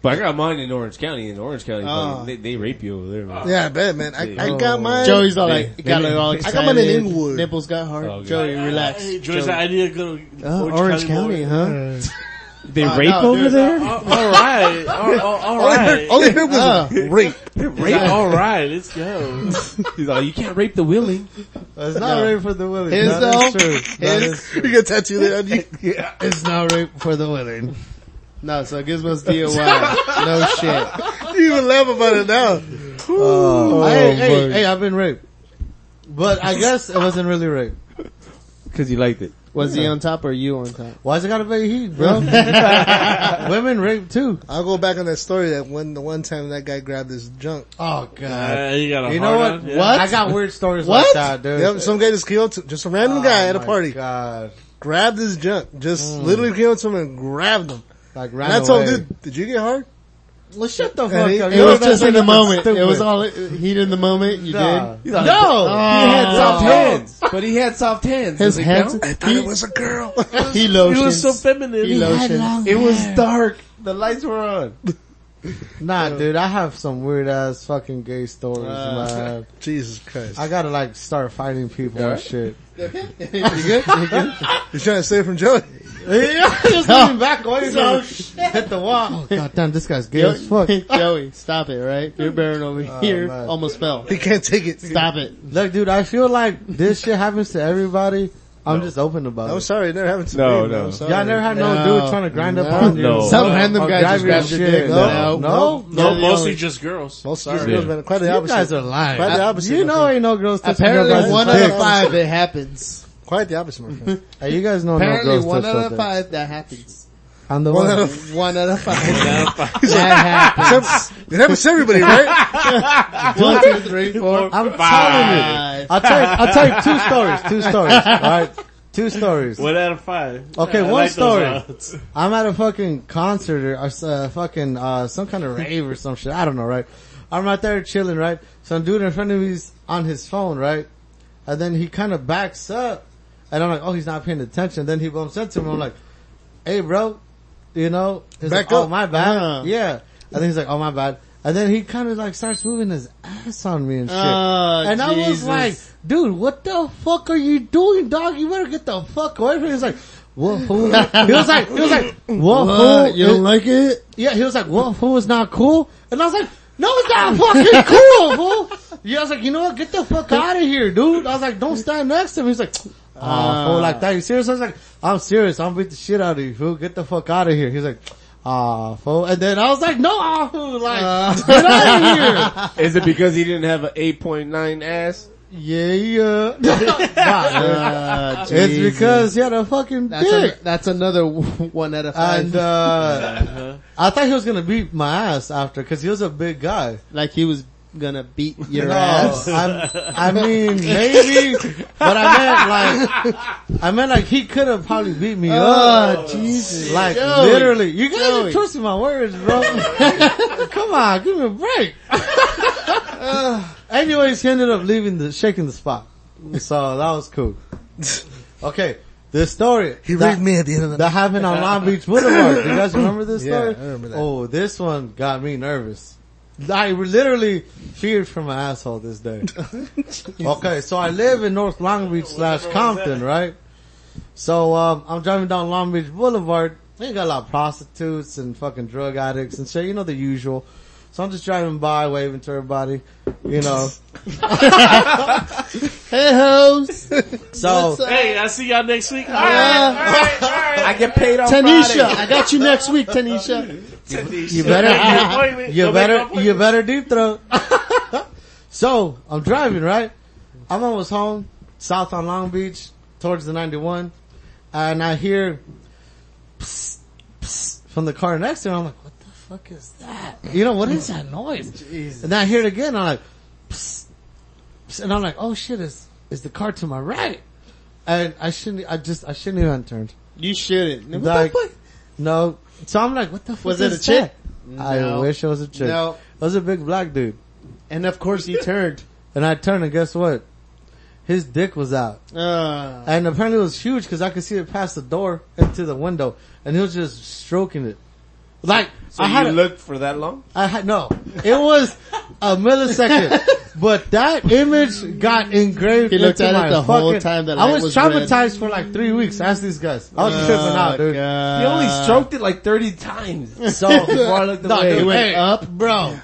[SPEAKER 7] But I got mine in Orange County. In Orange County, fucking- they, they rape you over there. Man.
[SPEAKER 1] yeah, I bet, man. I,
[SPEAKER 7] Oh.
[SPEAKER 1] I got mine.
[SPEAKER 2] Oh. Joey's all like, got it all
[SPEAKER 1] I
[SPEAKER 2] excited.
[SPEAKER 1] got mine in Inglewood.
[SPEAKER 2] Nipples got hard.
[SPEAKER 7] Oh, God.
[SPEAKER 2] Joey, relax.
[SPEAKER 8] Hey, George, I need to go to
[SPEAKER 2] Oh, Orange County,
[SPEAKER 8] more.
[SPEAKER 2] huh?
[SPEAKER 7] They
[SPEAKER 8] Uh,
[SPEAKER 7] rape
[SPEAKER 8] no,
[SPEAKER 7] over
[SPEAKER 8] dude,
[SPEAKER 7] there?
[SPEAKER 8] uh, all- all right. All- all- all
[SPEAKER 7] All I heard-
[SPEAKER 8] right.
[SPEAKER 7] all I heard was
[SPEAKER 1] Ah.
[SPEAKER 8] Uh,
[SPEAKER 7] rape.
[SPEAKER 8] He's
[SPEAKER 7] Rape.
[SPEAKER 8] like, all right, let's go.
[SPEAKER 7] He's like, "Oh, you can't rape the willing.
[SPEAKER 3] It's not
[SPEAKER 2] No.
[SPEAKER 3] rape for the willing.
[SPEAKER 2] His
[SPEAKER 3] that is
[SPEAKER 2] though,
[SPEAKER 3] true.
[SPEAKER 2] his-
[SPEAKER 3] That is true.
[SPEAKER 1] You got tattoo there on you?
[SPEAKER 3] Yeah. It's not rape for the willing.
[SPEAKER 2] No, so Gizmo's DOI. no shit.
[SPEAKER 1] You even laugh about it now.
[SPEAKER 3] Oh, hey, hey,
[SPEAKER 1] my-
[SPEAKER 3] hey, I've been raped. But I guess it wasn't really rape.
[SPEAKER 9] Cause you liked it.
[SPEAKER 2] Was he on top or you on top?
[SPEAKER 3] Why's it gotta be heat, bro? Women rape too.
[SPEAKER 1] I'll go back on that story that when the one time that guy grabbed his junk.
[SPEAKER 3] Oh god.
[SPEAKER 8] Uh, you got a
[SPEAKER 3] you know
[SPEAKER 8] hard
[SPEAKER 3] what?
[SPEAKER 8] on? Yeah.
[SPEAKER 3] I got weird stories
[SPEAKER 1] What?
[SPEAKER 3] like that, dude.
[SPEAKER 1] Yep, some guy just came up to, just a random
[SPEAKER 3] Oh,
[SPEAKER 1] guy at a
[SPEAKER 3] my
[SPEAKER 1] party,
[SPEAKER 3] God. Mm.
[SPEAKER 1] grabbed his junk, just literally came up to him and grabbed him.
[SPEAKER 3] Like
[SPEAKER 1] And
[SPEAKER 3] ran
[SPEAKER 1] I told
[SPEAKER 3] away.
[SPEAKER 1] him, dude, did you get hard?
[SPEAKER 3] Well, shut the
[SPEAKER 1] he-
[SPEAKER 3] fuck up.
[SPEAKER 1] it
[SPEAKER 3] You
[SPEAKER 1] was
[SPEAKER 3] know, that's
[SPEAKER 1] just in
[SPEAKER 3] like
[SPEAKER 1] the
[SPEAKER 3] a
[SPEAKER 1] moment.
[SPEAKER 3] stupid-
[SPEAKER 2] It was all heat in the moment. You
[SPEAKER 3] Nah.
[SPEAKER 2] did.
[SPEAKER 9] He's like,
[SPEAKER 3] No!
[SPEAKER 9] He had
[SPEAKER 3] Oh.
[SPEAKER 9] soft
[SPEAKER 3] No.
[SPEAKER 9] hands. But he had soft hands.
[SPEAKER 2] His
[SPEAKER 9] Does it
[SPEAKER 2] hands.
[SPEAKER 9] count?
[SPEAKER 1] I thought it was a girl.
[SPEAKER 2] He
[SPEAKER 8] He
[SPEAKER 2] lotions.
[SPEAKER 8] was so feminine.
[SPEAKER 2] He lotions.
[SPEAKER 9] It was dark. The lights were on.
[SPEAKER 3] Nah, dude, I have some weird ass fucking gay stories,
[SPEAKER 1] Uh,
[SPEAKER 3] man.
[SPEAKER 1] Jesus Christ.
[SPEAKER 3] I gotta like start fighting people and shit.
[SPEAKER 1] you trying to save from Joey? Oh,
[SPEAKER 3] just leaning back away from hit the wall. Oh, God damn, this guy's gay as fuck.
[SPEAKER 2] Joey, stop it, right? You're bearing over here.
[SPEAKER 3] man.
[SPEAKER 2] Almost fell.
[SPEAKER 1] He can't take it.
[SPEAKER 2] Stop it.
[SPEAKER 3] Look, dude, I feel like this shit happens to everybody. I'm just open about
[SPEAKER 1] I'm
[SPEAKER 3] it.
[SPEAKER 1] sorry, it never happened to
[SPEAKER 9] No,
[SPEAKER 1] me. man.
[SPEAKER 9] no.
[SPEAKER 1] I'm sorry.
[SPEAKER 3] Y'all never had no,
[SPEAKER 2] No.
[SPEAKER 3] dude trying to grind
[SPEAKER 2] No.
[SPEAKER 3] up on you.
[SPEAKER 9] No.
[SPEAKER 2] Some random
[SPEAKER 3] Or
[SPEAKER 2] guy
[SPEAKER 3] grab
[SPEAKER 2] just
[SPEAKER 3] your
[SPEAKER 2] grabs your
[SPEAKER 3] shit.
[SPEAKER 2] dick.
[SPEAKER 3] No, no.
[SPEAKER 8] No,
[SPEAKER 2] You're the
[SPEAKER 8] mostly
[SPEAKER 2] only-
[SPEAKER 8] just girls.
[SPEAKER 1] Most of these
[SPEAKER 9] Yeah.
[SPEAKER 1] girls, man, quite the
[SPEAKER 3] You
[SPEAKER 1] opposite.
[SPEAKER 3] guys are lying.
[SPEAKER 1] Quite the opposite.
[SPEAKER 3] you
[SPEAKER 1] my
[SPEAKER 3] know
[SPEAKER 1] friend.
[SPEAKER 3] ain't no girls touching
[SPEAKER 2] Apparently,
[SPEAKER 3] nobody's
[SPEAKER 2] one
[SPEAKER 3] dick.
[SPEAKER 2] out of five it happens.
[SPEAKER 1] Quite the opposite, my friend.
[SPEAKER 3] Hey, you guys know
[SPEAKER 2] Apparently,
[SPEAKER 3] Oh, no girls
[SPEAKER 2] one
[SPEAKER 3] touch
[SPEAKER 2] out of
[SPEAKER 3] nothing.
[SPEAKER 2] five that happens.
[SPEAKER 3] I'm the
[SPEAKER 1] One
[SPEAKER 3] one.
[SPEAKER 1] out of-
[SPEAKER 2] One out of five that happens.
[SPEAKER 1] It happens to everybody, right?
[SPEAKER 2] One, two, three, four.
[SPEAKER 3] I'm telling you.
[SPEAKER 2] five.
[SPEAKER 3] I'll tell you, I'll tell you two stories. Two stories. Alright. Two stories.
[SPEAKER 8] One out of five.
[SPEAKER 3] Okay,
[SPEAKER 8] I
[SPEAKER 3] one
[SPEAKER 8] like those
[SPEAKER 3] story.
[SPEAKER 8] odds.
[SPEAKER 3] I'm at a fucking concert or, or s- uh, fucking uh, some kind of rave or some shit. I don't know, right? I'm out there chilling, right? Some dude in front of me's on his phone, right? And then he kind of backs up, and I'm like, oh, he's not paying attention. Then he bumps into him. I'm like, hey, bro, you know, he's
[SPEAKER 1] Back
[SPEAKER 3] like, oh
[SPEAKER 1] up.
[SPEAKER 3] my bad,
[SPEAKER 2] Yeah.
[SPEAKER 3] yeah. And then he's like, oh my bad. And then he kind of like starts moving his ass on me and shit.
[SPEAKER 2] Oh,
[SPEAKER 3] and I was
[SPEAKER 2] Jesus.
[SPEAKER 3] like, dude, what the fuck are you doing, dog? You better get the fuck away from me. He's like, what fool? He was like, he was like, what
[SPEAKER 2] What?
[SPEAKER 3] fool?
[SPEAKER 2] You don't like
[SPEAKER 3] it? Yeah, he was like, what fool is not cool? And I was like, no, it's not fucking cool, fool. Yeah, I was like, you know what? Get the fuck out of here, dude. I was like, don't stand next to him. He's like, oh, fool like that. You serious? I was like, I'm serious. I'm beat the shit out of you, fool. Get the fuck out of here. He's like, ah, fool. And then I was like, no, ah, fool, like, get out of here.
[SPEAKER 9] Is it because he didn't have an 8.9 ass?
[SPEAKER 3] Yeah, yeah.
[SPEAKER 2] "Ah,
[SPEAKER 3] Nah, dude. it's because he had a fucking
[SPEAKER 2] That's,
[SPEAKER 3] dick.
[SPEAKER 2] an- that's another one out of five.
[SPEAKER 3] and,
[SPEAKER 2] Uh-huh.
[SPEAKER 3] uh, I thought he was gonna beat my ass after, cause he was a big guy.
[SPEAKER 2] like he was gonna beat your
[SPEAKER 3] No,
[SPEAKER 2] ass.
[SPEAKER 3] I'm- I mean, maybe, but I meant like, I meant like he could have probably beat
[SPEAKER 2] Oh,
[SPEAKER 3] me
[SPEAKER 8] Oh,
[SPEAKER 3] up. Jesus. Like
[SPEAKER 2] Joey.
[SPEAKER 3] literally, you guys are
[SPEAKER 2] Joey.
[SPEAKER 3] trusting my words, bro. Come on, give me a break. anyways, he ended up leaving the, shaking the spot. So that was cool. Okay, this story.
[SPEAKER 1] He
[SPEAKER 3] that-
[SPEAKER 1] raped me at the end of the
[SPEAKER 3] that happened on Long Beach Boulevard. Do you guys remember this
[SPEAKER 1] Yeah,
[SPEAKER 3] story?
[SPEAKER 1] I remember that.
[SPEAKER 3] Oh, this one got me nervous. I literally feared for my asshole this day. okay, so I live in North Long Beach slash Compton, right? So um, I'm driving down Long Beach Boulevard. They got a lot of prostitutes and fucking drug addicts and shit. You know the usual. So I'm just driving by, waving to everybody. You know.
[SPEAKER 2] hey hoes,
[SPEAKER 3] So
[SPEAKER 8] Hey, I see y'all next week. All
[SPEAKER 9] I get paid on
[SPEAKER 2] Tanisha, I got you next week, Tanisha.
[SPEAKER 3] you better.
[SPEAKER 8] Appointment.
[SPEAKER 3] you
[SPEAKER 8] Don't make no
[SPEAKER 3] better,
[SPEAKER 8] appointment.
[SPEAKER 3] you better deep throat. so I'm driving, right? I'm almost home, south on Long Beach, towards the 91, and I hear psst, psst, from the car next to me. I'm like, what the fuck is that? You know, what is that noise? And then I hear it again. I'm like, psst, psst, and I'm like, oh shit, is, is the car to my right? And I shouldn't, I just, I shouldn't even have turned.
[SPEAKER 2] You shouldn't. What the
[SPEAKER 3] Like,
[SPEAKER 2] fuck?
[SPEAKER 3] No. So I'm like, what the fuck
[SPEAKER 2] Was it
[SPEAKER 3] is
[SPEAKER 2] a chick?
[SPEAKER 3] that? I
[SPEAKER 2] No.
[SPEAKER 3] wish it was a chick.
[SPEAKER 2] No.
[SPEAKER 3] It was a big black dude.
[SPEAKER 2] And of course he turned.
[SPEAKER 3] And I turned and guess what? His dick was out.
[SPEAKER 2] Uh,
[SPEAKER 3] And apparently it was huge because I could see it past the door into the window. And he was just stroking it. Like,
[SPEAKER 9] So
[SPEAKER 3] I had,
[SPEAKER 9] you
[SPEAKER 3] a-
[SPEAKER 9] looked for that long?
[SPEAKER 3] I had, no, it was a millisecond. But that image got engraved.
[SPEAKER 2] He looked
[SPEAKER 3] into
[SPEAKER 2] at it
[SPEAKER 3] my
[SPEAKER 2] the whole
[SPEAKER 3] fucking-
[SPEAKER 2] time that
[SPEAKER 3] I
[SPEAKER 2] light
[SPEAKER 3] was,
[SPEAKER 2] was Oh,
[SPEAKER 3] traumatized for like three weeks. Ask these guys. I was tripping out, dude.
[SPEAKER 2] God.
[SPEAKER 7] He only stroked it like 30 times.
[SPEAKER 3] So
[SPEAKER 7] before I looked
[SPEAKER 3] No,
[SPEAKER 7] away.
[SPEAKER 3] dude,
[SPEAKER 7] He went
[SPEAKER 3] hey,
[SPEAKER 2] up, bro.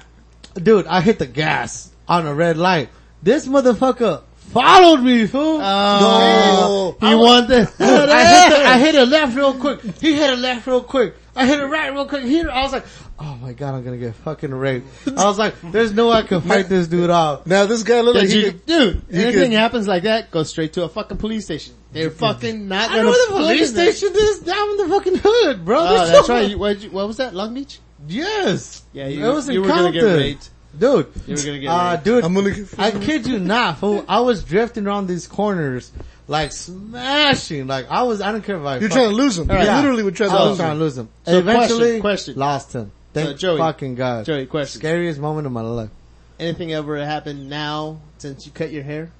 [SPEAKER 3] dude, I hit the gas on a red light. This motherfucker followed me, fool.
[SPEAKER 2] Oh,
[SPEAKER 3] No.
[SPEAKER 2] he
[SPEAKER 3] I was-
[SPEAKER 2] wanted.
[SPEAKER 3] Dude, I, hit the, I hit a left real quick. He hit a left real quick. I hit a right real quick. He, I was like, oh my god, I'm gonna get fucking raped. I was like, there's no way I can fight this dude off.
[SPEAKER 1] Now this guy looked like
[SPEAKER 2] Did
[SPEAKER 1] he
[SPEAKER 2] you,
[SPEAKER 1] could,
[SPEAKER 2] dude,
[SPEAKER 1] you
[SPEAKER 2] anything
[SPEAKER 1] could-
[SPEAKER 2] happens like that, go straight to a fucking police station. They're fucking not
[SPEAKER 3] I know
[SPEAKER 2] gonna.
[SPEAKER 3] where the police
[SPEAKER 2] fucking-
[SPEAKER 3] station is down in the fucking hood, bro.
[SPEAKER 2] Oh,
[SPEAKER 3] There's
[SPEAKER 2] that's
[SPEAKER 3] no-
[SPEAKER 2] right. You, what'd you- what was that? Long Beach?
[SPEAKER 3] Yes.
[SPEAKER 2] Yeah,
[SPEAKER 3] It
[SPEAKER 2] you,
[SPEAKER 3] was in
[SPEAKER 2] you were gonna get
[SPEAKER 3] Compton.
[SPEAKER 2] raped.
[SPEAKER 3] Dude,
[SPEAKER 2] You were gonna get
[SPEAKER 3] uh,
[SPEAKER 2] raped.
[SPEAKER 3] dude,
[SPEAKER 1] I'm gonna get
[SPEAKER 3] I kid you not, fool. I was drifting around these corners, like smashing. Like I was, I don't care if I.
[SPEAKER 1] You're
[SPEAKER 3] fuck-
[SPEAKER 1] trying to lose him. You
[SPEAKER 3] Yeah.
[SPEAKER 1] literally were trying
[SPEAKER 3] I
[SPEAKER 1] to
[SPEAKER 3] was
[SPEAKER 1] lose
[SPEAKER 3] trying
[SPEAKER 1] him.
[SPEAKER 3] to lose him.
[SPEAKER 2] So
[SPEAKER 3] Eventually,
[SPEAKER 2] question, question.
[SPEAKER 3] lost him.
[SPEAKER 2] So
[SPEAKER 3] Thank
[SPEAKER 2] Joey-
[SPEAKER 3] fucking God.
[SPEAKER 2] Joey, question.
[SPEAKER 3] Scariest moment of my life.
[SPEAKER 2] Anything ever happened now since you cut your hair?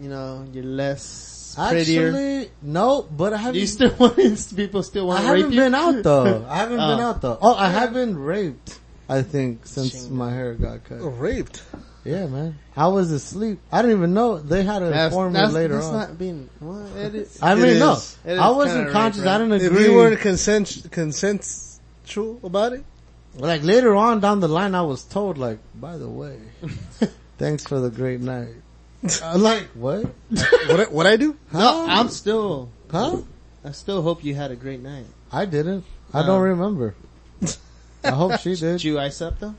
[SPEAKER 2] You know, you're less prettier.
[SPEAKER 3] Actually, no, but I haven't.
[SPEAKER 2] you still want people still
[SPEAKER 3] I
[SPEAKER 2] want to rape
[SPEAKER 3] haven't
[SPEAKER 2] you?
[SPEAKER 3] been out though. I haven't
[SPEAKER 2] Oh.
[SPEAKER 3] been out though. Oh, I have been raped. I think since my hair got cut.
[SPEAKER 1] Oh, Raped.
[SPEAKER 3] Yeah, man. I was asleep. I didn't even know they had to
[SPEAKER 2] That's,
[SPEAKER 3] inform me
[SPEAKER 2] that's-
[SPEAKER 3] later
[SPEAKER 2] that's
[SPEAKER 3] on.
[SPEAKER 2] not being. Well, it is.
[SPEAKER 3] I
[SPEAKER 1] It
[SPEAKER 3] mean, no.
[SPEAKER 1] is.
[SPEAKER 2] It is
[SPEAKER 3] I wasn't
[SPEAKER 2] kinda
[SPEAKER 3] conscious.
[SPEAKER 2] rape,
[SPEAKER 3] I
[SPEAKER 2] right?
[SPEAKER 3] didn't
[SPEAKER 1] If
[SPEAKER 3] agree.
[SPEAKER 1] we weren't consent, consensual about it,
[SPEAKER 3] like later on down the line, I was told, like, by the way, thanks for the great night.
[SPEAKER 1] Uh,
[SPEAKER 3] I'm like, what?
[SPEAKER 1] what I, what I do?
[SPEAKER 2] No, I'm still.
[SPEAKER 3] Huh?
[SPEAKER 2] I still hope you had a great night.
[SPEAKER 3] I didn't. I don't remember. I hope she
[SPEAKER 2] Did
[SPEAKER 3] did.
[SPEAKER 2] you ice up though?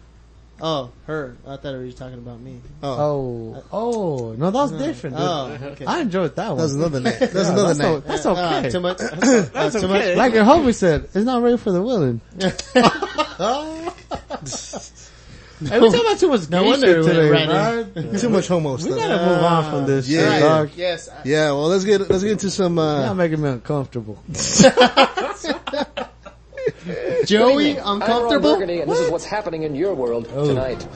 [SPEAKER 2] Oh, her. I thought you were talking about me.
[SPEAKER 3] Oh, oh, no, that was different. Dude.
[SPEAKER 2] Oh, okay.
[SPEAKER 3] I enjoyed that one.
[SPEAKER 1] That's another name. That's
[SPEAKER 3] Yeah,
[SPEAKER 1] another
[SPEAKER 3] that's
[SPEAKER 1] name. Ah,
[SPEAKER 3] o- that's
[SPEAKER 2] Uh,
[SPEAKER 3] okay.
[SPEAKER 2] too much. That's, that's too much.
[SPEAKER 3] like your homie said, it's not ready for the willing. "Oh." Hey, we talking about too much
[SPEAKER 2] No
[SPEAKER 3] gay
[SPEAKER 2] wonder
[SPEAKER 3] shit
[SPEAKER 2] it
[SPEAKER 3] today,
[SPEAKER 2] ran
[SPEAKER 3] right?
[SPEAKER 1] Too much homo
[SPEAKER 3] We
[SPEAKER 1] stuff.
[SPEAKER 3] gotta move on from this
[SPEAKER 1] yeah.
[SPEAKER 3] shit, dog.
[SPEAKER 2] Yes. I,
[SPEAKER 1] Yeah, well, let's get let's get into some.
[SPEAKER 3] You're not
[SPEAKER 1] Uh,
[SPEAKER 3] making me uncomfortable.
[SPEAKER 2] Joey, uncomfortable. Oh.
[SPEAKER 5] and this is what's happening in your world tonight.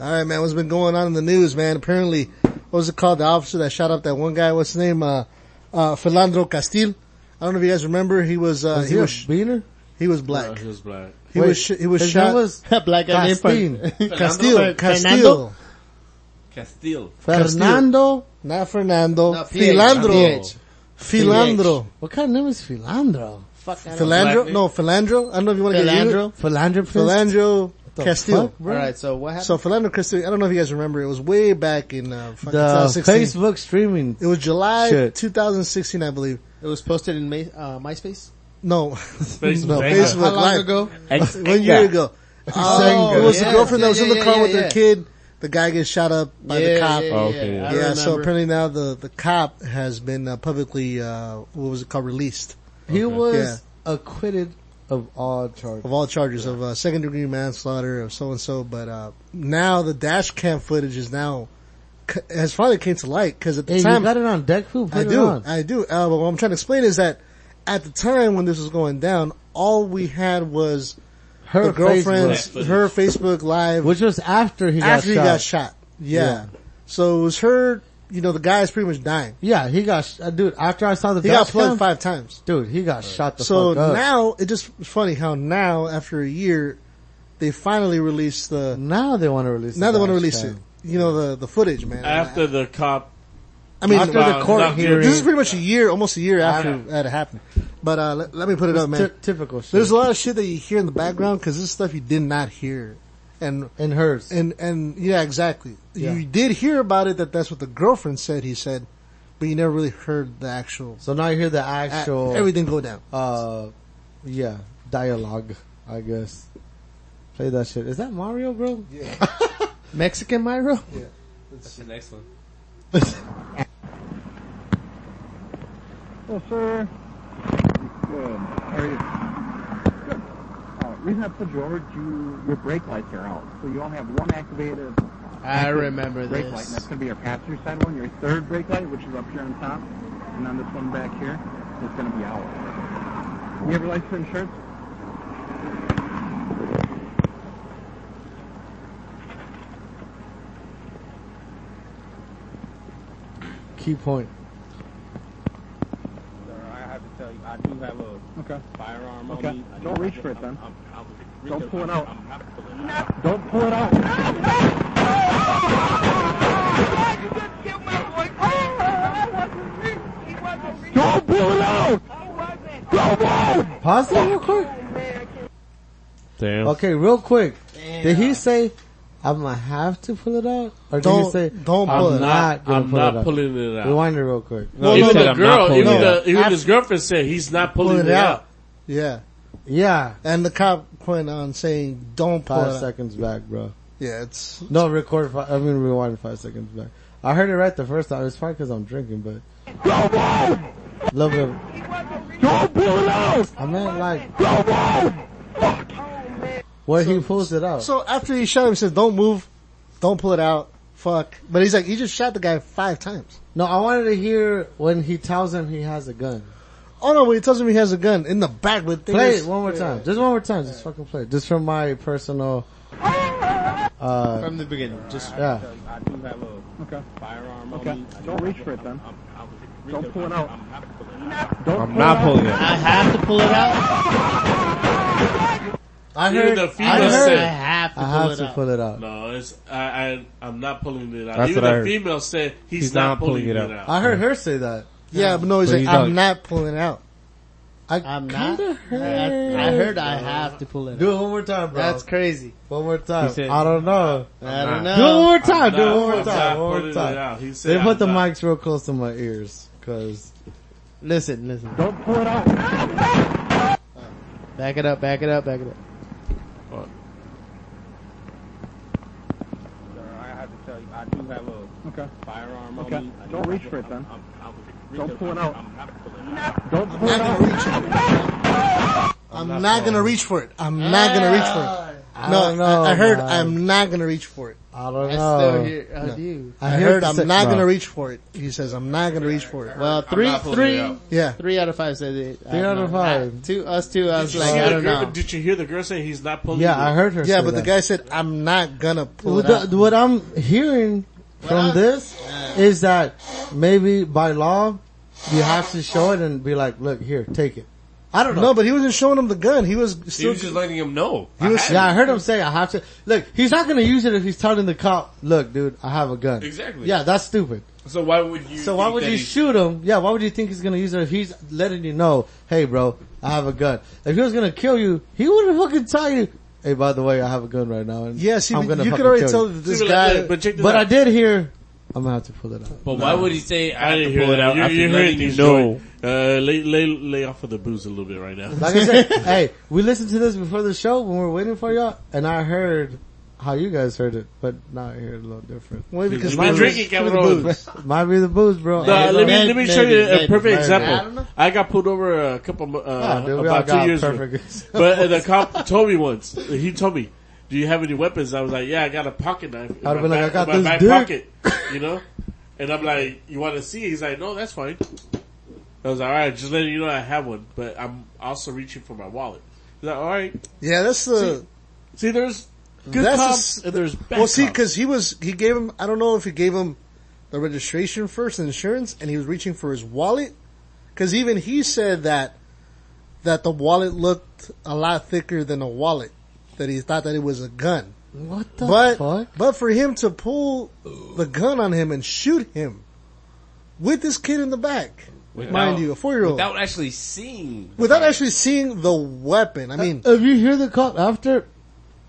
[SPEAKER 1] Oh. all right, man. What's been going on in the news, man? Apparently, what was it called? The officer that shot up that one guy. What's his name? Uh, uh, Philandro Castile. I don't know if you guys remember. He was uh,
[SPEAKER 3] Is he
[SPEAKER 1] he
[SPEAKER 3] a
[SPEAKER 1] was sh-
[SPEAKER 3] beaner?
[SPEAKER 1] he was black.
[SPEAKER 8] He was black.
[SPEAKER 1] He was sh- he was
[SPEAKER 3] his name
[SPEAKER 1] shot.
[SPEAKER 3] was
[SPEAKER 2] Black guy named
[SPEAKER 3] Castin.
[SPEAKER 2] Fer-
[SPEAKER 1] Castillo,
[SPEAKER 2] Fer-
[SPEAKER 1] Castillo,
[SPEAKER 7] Castillo.
[SPEAKER 3] Fernando.
[SPEAKER 1] not Fernando.
[SPEAKER 2] No, PH,
[SPEAKER 1] Philandro,
[SPEAKER 2] PH.
[SPEAKER 1] Philandro,
[SPEAKER 3] What kind of name is Philandro?
[SPEAKER 2] Fuck, I don't know.
[SPEAKER 1] Philandro. No, Philandro. I don't know if you want to get
[SPEAKER 2] Philandro?
[SPEAKER 1] you-
[SPEAKER 3] Philandro. Prince?
[SPEAKER 1] Philandro
[SPEAKER 3] the
[SPEAKER 1] Castillo.
[SPEAKER 3] fuck?
[SPEAKER 2] All right. So what happened?
[SPEAKER 1] So Philando Castile, I don't know if you guys remember, it was way back in uh, fucking
[SPEAKER 3] The
[SPEAKER 1] 2016.
[SPEAKER 3] Facebook streaming.
[SPEAKER 1] It was July
[SPEAKER 3] Shit.
[SPEAKER 1] 2016, I believe.
[SPEAKER 2] it was posted in May, uh, MySpace.
[SPEAKER 1] No, no,
[SPEAKER 7] Live.
[SPEAKER 1] Facebook
[SPEAKER 2] How long
[SPEAKER 1] Live.
[SPEAKER 2] ago?
[SPEAKER 1] One year ago. Oh,
[SPEAKER 3] Senga.
[SPEAKER 1] it was
[SPEAKER 2] yeah,
[SPEAKER 1] the girlfriend
[SPEAKER 2] yeah,
[SPEAKER 1] that was in
[SPEAKER 2] yeah,
[SPEAKER 1] the car
[SPEAKER 2] yeah,
[SPEAKER 1] with
[SPEAKER 2] yeah.
[SPEAKER 1] her kid. The guy gets shot up by the cop.
[SPEAKER 2] Yeah,
[SPEAKER 1] Yeah,
[SPEAKER 2] yeah,
[SPEAKER 7] Okay.
[SPEAKER 2] yeah. I
[SPEAKER 1] so
[SPEAKER 2] remember.
[SPEAKER 1] apparently now the, the cop has been uh, publicly, uh, what was it called, released
[SPEAKER 3] He was
[SPEAKER 1] Yeah.
[SPEAKER 3] acquitted of all charges.
[SPEAKER 1] of all charges of uh, second degree manslaughter of so and so. But uh, now the dash cam footage is now, c- has finally came to light because at the
[SPEAKER 3] Hey,
[SPEAKER 1] time,
[SPEAKER 3] you got it on deck, fool? Put
[SPEAKER 1] I
[SPEAKER 3] it
[SPEAKER 1] do.
[SPEAKER 3] on.
[SPEAKER 1] I do. Uh, but what I'm trying to explain is that at the time when this was going down, all we had was
[SPEAKER 3] Her
[SPEAKER 1] the girlfriend's,
[SPEAKER 8] Facebook.
[SPEAKER 1] her Facebook live
[SPEAKER 3] which was after he
[SPEAKER 1] after he
[SPEAKER 3] got shot.
[SPEAKER 1] got shot. Yeah.
[SPEAKER 3] Yeah.
[SPEAKER 1] So it was her, you know, the guy's pretty much dying.
[SPEAKER 3] Yeah, he got, sh- uh, dude, after I saw the
[SPEAKER 1] He
[SPEAKER 3] dash
[SPEAKER 1] got plugged
[SPEAKER 3] cam,
[SPEAKER 1] five times.
[SPEAKER 3] dude, he got shot the
[SPEAKER 1] So
[SPEAKER 3] fuck up.
[SPEAKER 1] now it just it's funny how now after a year, they finally released the,
[SPEAKER 3] now they want to release
[SPEAKER 1] now
[SPEAKER 3] the
[SPEAKER 1] they want to
[SPEAKER 3] dash
[SPEAKER 1] release
[SPEAKER 3] cam.
[SPEAKER 1] it. You know, the, the footage, man.
[SPEAKER 8] After the cop,
[SPEAKER 1] I mean,
[SPEAKER 8] After the court
[SPEAKER 1] this
[SPEAKER 8] hearing.
[SPEAKER 1] is pretty much a year, almost a year after that happened. But, uh, let, let me put it up, man.
[SPEAKER 3] Ty- typical shit.
[SPEAKER 1] There's a lot of shit that you hear in the background because this is stuff you did not hear, and
[SPEAKER 3] in hers.
[SPEAKER 1] and and yeah, exactly.
[SPEAKER 3] Yeah.
[SPEAKER 1] You did hear about it that that's what the girlfriend said. He said, but you never really heard the actual,
[SPEAKER 3] so now you hear the
[SPEAKER 1] a-
[SPEAKER 3] actual,
[SPEAKER 1] everything go down.
[SPEAKER 3] uh, yeah, dialogue, I guess. Play that shit. Is that Mario, bro?
[SPEAKER 2] Mexican Myro.
[SPEAKER 7] That's the next one.
[SPEAKER 6] Hello, sir. Good. How are you? Good. Uh, reason I put you over, you, your brake lights are out. So you only have one activated
[SPEAKER 2] I remember
[SPEAKER 6] brake light, and that's
[SPEAKER 2] this.
[SPEAKER 6] going to be your passenger side one. Your third brake light, which is up here on top, and then this one back here, is going to be out. You have your license and insurance?
[SPEAKER 3] Key point.
[SPEAKER 5] I have to tell you, I do have a
[SPEAKER 6] Okay.
[SPEAKER 5] firearm
[SPEAKER 6] Okay.
[SPEAKER 5] on me. I do
[SPEAKER 6] Don't
[SPEAKER 5] have
[SPEAKER 6] reach
[SPEAKER 5] a-
[SPEAKER 6] for it, then.
[SPEAKER 5] I'm- I'm- I'm-
[SPEAKER 6] Don't pull it out.
[SPEAKER 5] I'm not pulling it out.
[SPEAKER 6] Don't pull it out. you alone! Go on!
[SPEAKER 3] Pause that real quick.
[SPEAKER 7] Damn.
[SPEAKER 3] Okay, real quick. Did he say, I'm gonna have to pull it out? Or did he
[SPEAKER 1] Don't-
[SPEAKER 3] say,
[SPEAKER 1] don't
[SPEAKER 3] I'm
[SPEAKER 1] pull it
[SPEAKER 3] not
[SPEAKER 8] out.
[SPEAKER 3] gonna
[SPEAKER 8] I'm
[SPEAKER 3] pull
[SPEAKER 8] not
[SPEAKER 3] it out.
[SPEAKER 8] pulling it out.
[SPEAKER 3] Rewind it real quick.
[SPEAKER 7] No, he
[SPEAKER 8] even
[SPEAKER 7] said
[SPEAKER 8] the
[SPEAKER 7] I'm
[SPEAKER 8] girl,
[SPEAKER 7] not pulling
[SPEAKER 8] even,
[SPEAKER 7] it
[SPEAKER 8] the, even his girlfriend said he's not pulling
[SPEAKER 1] Pull it
[SPEAKER 8] it out.
[SPEAKER 1] Yeah.
[SPEAKER 3] Yeah.
[SPEAKER 1] And the cop went on saying, don't pull
[SPEAKER 3] Five
[SPEAKER 1] it out.
[SPEAKER 3] seconds back, bro.
[SPEAKER 1] Yeah, it's,
[SPEAKER 3] No, record five, I mean rewind five seconds back. I heard it right the first time. It's probably cause I'm drinking, but
[SPEAKER 6] Go on!
[SPEAKER 3] love it.
[SPEAKER 6] Don't pull it out!
[SPEAKER 3] I meant like,
[SPEAKER 6] Go on! Fuck!
[SPEAKER 3] where he pulls it out.
[SPEAKER 1] so after he shot him, he says, don't move, don't pull it out, fuck. But he's like, he just shot the guy five times.
[SPEAKER 3] No, I wanted to hear when he tells him he has a gun.
[SPEAKER 1] Oh no, but he tells him he has a gun in the back, but the thing
[SPEAKER 3] Play
[SPEAKER 1] is-
[SPEAKER 3] it one more time. Just one more time. Just fucking play it. Just from my personal, uh,
[SPEAKER 2] From the beginning, just
[SPEAKER 5] I
[SPEAKER 3] yeah.
[SPEAKER 5] do have a
[SPEAKER 6] Okay.
[SPEAKER 5] firearm on
[SPEAKER 6] Okay.
[SPEAKER 5] me. I
[SPEAKER 6] Don't
[SPEAKER 5] do-
[SPEAKER 6] reach for it then.
[SPEAKER 5] I'm- I was-
[SPEAKER 6] Don't pull it out.
[SPEAKER 5] I'm not pulling it out.
[SPEAKER 6] Don't
[SPEAKER 9] I'm not pulling it.
[SPEAKER 2] I have to pull it out.
[SPEAKER 3] I
[SPEAKER 8] Even the
[SPEAKER 2] I,
[SPEAKER 8] female
[SPEAKER 2] heard I
[SPEAKER 8] said,
[SPEAKER 2] have to
[SPEAKER 3] I
[SPEAKER 2] pull
[SPEAKER 3] have
[SPEAKER 2] it
[SPEAKER 3] to
[SPEAKER 2] out.
[SPEAKER 3] pull it out.
[SPEAKER 8] "No, it's I, I I'm not pulling it out."
[SPEAKER 9] That's
[SPEAKER 8] even
[SPEAKER 9] what I
[SPEAKER 8] the
[SPEAKER 9] heard.
[SPEAKER 8] female said he's, not, pulling, it out.
[SPEAKER 3] I heard her say that.
[SPEAKER 1] Yeah, but no, he's
[SPEAKER 9] But
[SPEAKER 1] like,
[SPEAKER 9] he's
[SPEAKER 1] I'm
[SPEAKER 9] not-
[SPEAKER 1] not pulling it out.
[SPEAKER 3] I
[SPEAKER 2] I'm not.
[SPEAKER 3] kinda heard.
[SPEAKER 2] I, I heard I have to pull it
[SPEAKER 3] Do
[SPEAKER 2] out.
[SPEAKER 3] it one more time, bro.
[SPEAKER 2] That's crazy.
[SPEAKER 3] one more time.
[SPEAKER 7] He said-
[SPEAKER 3] I don't know.
[SPEAKER 2] I don't
[SPEAKER 3] do it one
[SPEAKER 2] know.
[SPEAKER 3] more time. Do it
[SPEAKER 8] Nah,
[SPEAKER 3] one more
[SPEAKER 8] I'm
[SPEAKER 3] time.
[SPEAKER 8] not
[SPEAKER 3] One
[SPEAKER 8] pulling
[SPEAKER 3] more
[SPEAKER 8] it
[SPEAKER 3] time.
[SPEAKER 8] out. He said,
[SPEAKER 3] They put the
[SPEAKER 8] I'm not.
[SPEAKER 3] mics real close to my ears because
[SPEAKER 2] Listen, listen.
[SPEAKER 6] Don't pull it out!
[SPEAKER 2] Back it up, back it up, back it up.
[SPEAKER 5] Sir, I have to tell you, I do have a
[SPEAKER 6] Okay.
[SPEAKER 5] firearm
[SPEAKER 6] Okay.
[SPEAKER 5] on me. I do
[SPEAKER 6] Don't
[SPEAKER 5] have
[SPEAKER 6] reach
[SPEAKER 5] a-
[SPEAKER 6] for it then.
[SPEAKER 5] I'm- I'm- I was-
[SPEAKER 6] Don't pull it out.
[SPEAKER 5] I'm not pulling it out.
[SPEAKER 6] Don't pull it
[SPEAKER 1] Not
[SPEAKER 6] out!
[SPEAKER 1] gonna reach for it. I'm not, gonna reach for it. I'm not gonna reach for it.
[SPEAKER 3] Ah. I
[SPEAKER 1] No,
[SPEAKER 3] don't know.
[SPEAKER 1] I, I heard
[SPEAKER 3] man.
[SPEAKER 1] I'm not gonna reach for it.
[SPEAKER 3] I don't
[SPEAKER 2] I
[SPEAKER 3] know.
[SPEAKER 2] still hear oh, dude.
[SPEAKER 1] I,
[SPEAKER 3] hear
[SPEAKER 1] heard
[SPEAKER 3] the
[SPEAKER 1] I'm
[SPEAKER 3] sa-
[SPEAKER 1] not
[SPEAKER 3] no.
[SPEAKER 1] gonna reach for it. He says I'm not gonna reach for it.
[SPEAKER 2] Well, three,
[SPEAKER 7] not pulling it
[SPEAKER 2] three,
[SPEAKER 7] out.
[SPEAKER 1] Yeah.
[SPEAKER 2] three out of five said it. I
[SPEAKER 3] Three
[SPEAKER 2] don't
[SPEAKER 3] out of
[SPEAKER 2] know.
[SPEAKER 3] five.
[SPEAKER 2] I- two, us two. I was
[SPEAKER 8] Did you
[SPEAKER 2] like,
[SPEAKER 8] hear
[SPEAKER 2] I
[SPEAKER 8] the
[SPEAKER 2] don't
[SPEAKER 8] girl-
[SPEAKER 2] know.
[SPEAKER 8] Did you hear the girl saying he's not pulling?
[SPEAKER 3] Yeah,
[SPEAKER 8] it
[SPEAKER 3] I heard her.
[SPEAKER 1] Yeah,
[SPEAKER 3] say
[SPEAKER 1] but the
[SPEAKER 3] that.
[SPEAKER 1] guy said I'm not gonna pull
[SPEAKER 3] Well,
[SPEAKER 1] it out.
[SPEAKER 3] the, what I'm hearing from this is that maybe by law you have to show it and be like, look here, take it. I don't know.
[SPEAKER 1] No, but he wasn't showing him the gun. He was
[SPEAKER 7] He
[SPEAKER 1] still
[SPEAKER 7] was just letting him know.
[SPEAKER 3] He was- yeah, I heard him say I have to. Look, he's not gonna use it if he's telling the cop, look dude, I have a gun.
[SPEAKER 7] Exactly.
[SPEAKER 3] Yeah, that's stupid.
[SPEAKER 7] So why would you?
[SPEAKER 3] So why
[SPEAKER 7] think
[SPEAKER 3] would
[SPEAKER 7] that
[SPEAKER 3] you
[SPEAKER 7] he-
[SPEAKER 3] shoot him? Yeah, why would you think he's gonna use it if he's letting you know, hey bro, I have a gun. If he was gonna kill you, he wouldn't fucking tell you, hey by the way, I have a gun right now. And
[SPEAKER 1] Yes, he,
[SPEAKER 3] I'm
[SPEAKER 1] you
[SPEAKER 3] gonna fucking
[SPEAKER 1] could already
[SPEAKER 3] kill
[SPEAKER 1] tell
[SPEAKER 3] you."
[SPEAKER 1] that
[SPEAKER 8] She
[SPEAKER 1] this
[SPEAKER 8] was like,
[SPEAKER 1] guy.
[SPEAKER 8] "Look, but check this
[SPEAKER 3] But I
[SPEAKER 8] out.
[SPEAKER 3] did hear, I'm gonna have to pull it out.
[SPEAKER 7] But why would he say I,
[SPEAKER 8] I
[SPEAKER 7] have
[SPEAKER 8] didn't
[SPEAKER 7] to
[SPEAKER 8] hear
[SPEAKER 7] pull it
[SPEAKER 8] that.
[SPEAKER 7] out?
[SPEAKER 8] You're,
[SPEAKER 7] after
[SPEAKER 8] you're hearing
[SPEAKER 7] letting
[SPEAKER 8] these
[SPEAKER 7] know.
[SPEAKER 8] joints. Uh, lay, lay, lay off of the booze a little bit right now.
[SPEAKER 3] Like I said, hey, we listened to this before the show when we were waiting for y'all, and I heard how you guys heard it, but now I hear it a little different.
[SPEAKER 1] Well, because
[SPEAKER 8] You've been
[SPEAKER 1] mine was-
[SPEAKER 8] drinking, cabrón.
[SPEAKER 3] Might be the booze, bro.
[SPEAKER 8] No,
[SPEAKER 3] I
[SPEAKER 8] let
[SPEAKER 3] don't know.
[SPEAKER 8] me let me show you a perfect
[SPEAKER 3] maybe.
[SPEAKER 2] I don't know.
[SPEAKER 8] example. I got pulled over a couple mo- uh,
[SPEAKER 3] Ah, dude, we all
[SPEAKER 8] about
[SPEAKER 3] got
[SPEAKER 8] two years
[SPEAKER 3] perfect
[SPEAKER 8] ago.
[SPEAKER 3] examples.
[SPEAKER 8] But uh, the cop told me once. He told me, "Do you have any weapons?" I was like, "Yeah, I got a pocket knife." in
[SPEAKER 3] I'd
[SPEAKER 8] my
[SPEAKER 3] be like,
[SPEAKER 8] back-
[SPEAKER 3] "I got
[SPEAKER 8] in my
[SPEAKER 3] this
[SPEAKER 8] back
[SPEAKER 3] dick."
[SPEAKER 8] pocket," you know. And I'm like, "You want to see?" He's like, "No, that's fine." I was like, "All right, just letting you know I have one, but I'm also reaching for my wallet." He's like, "All right,
[SPEAKER 1] Yeah, that's the.
[SPEAKER 8] see, there's good
[SPEAKER 1] That's a
[SPEAKER 8] cops
[SPEAKER 1] s-
[SPEAKER 8] and there's bad
[SPEAKER 1] well, see,
[SPEAKER 8] cops."
[SPEAKER 1] because he was he gave him. I don't know if he gave him the registration first, and insurance, and he was reaching for his wallet. Because even he said that that the wallet looked a lot thicker than a wallet. That he thought that it was a gun.
[SPEAKER 3] What the
[SPEAKER 1] but
[SPEAKER 3] fuck?
[SPEAKER 1] but for him to pull the gun on him and shoot him with this kid in the back, mind you, a four year old,
[SPEAKER 7] without actually seeing.
[SPEAKER 1] without actually seeing the weapon. I mean,
[SPEAKER 3] Uh, If you hear the cop after,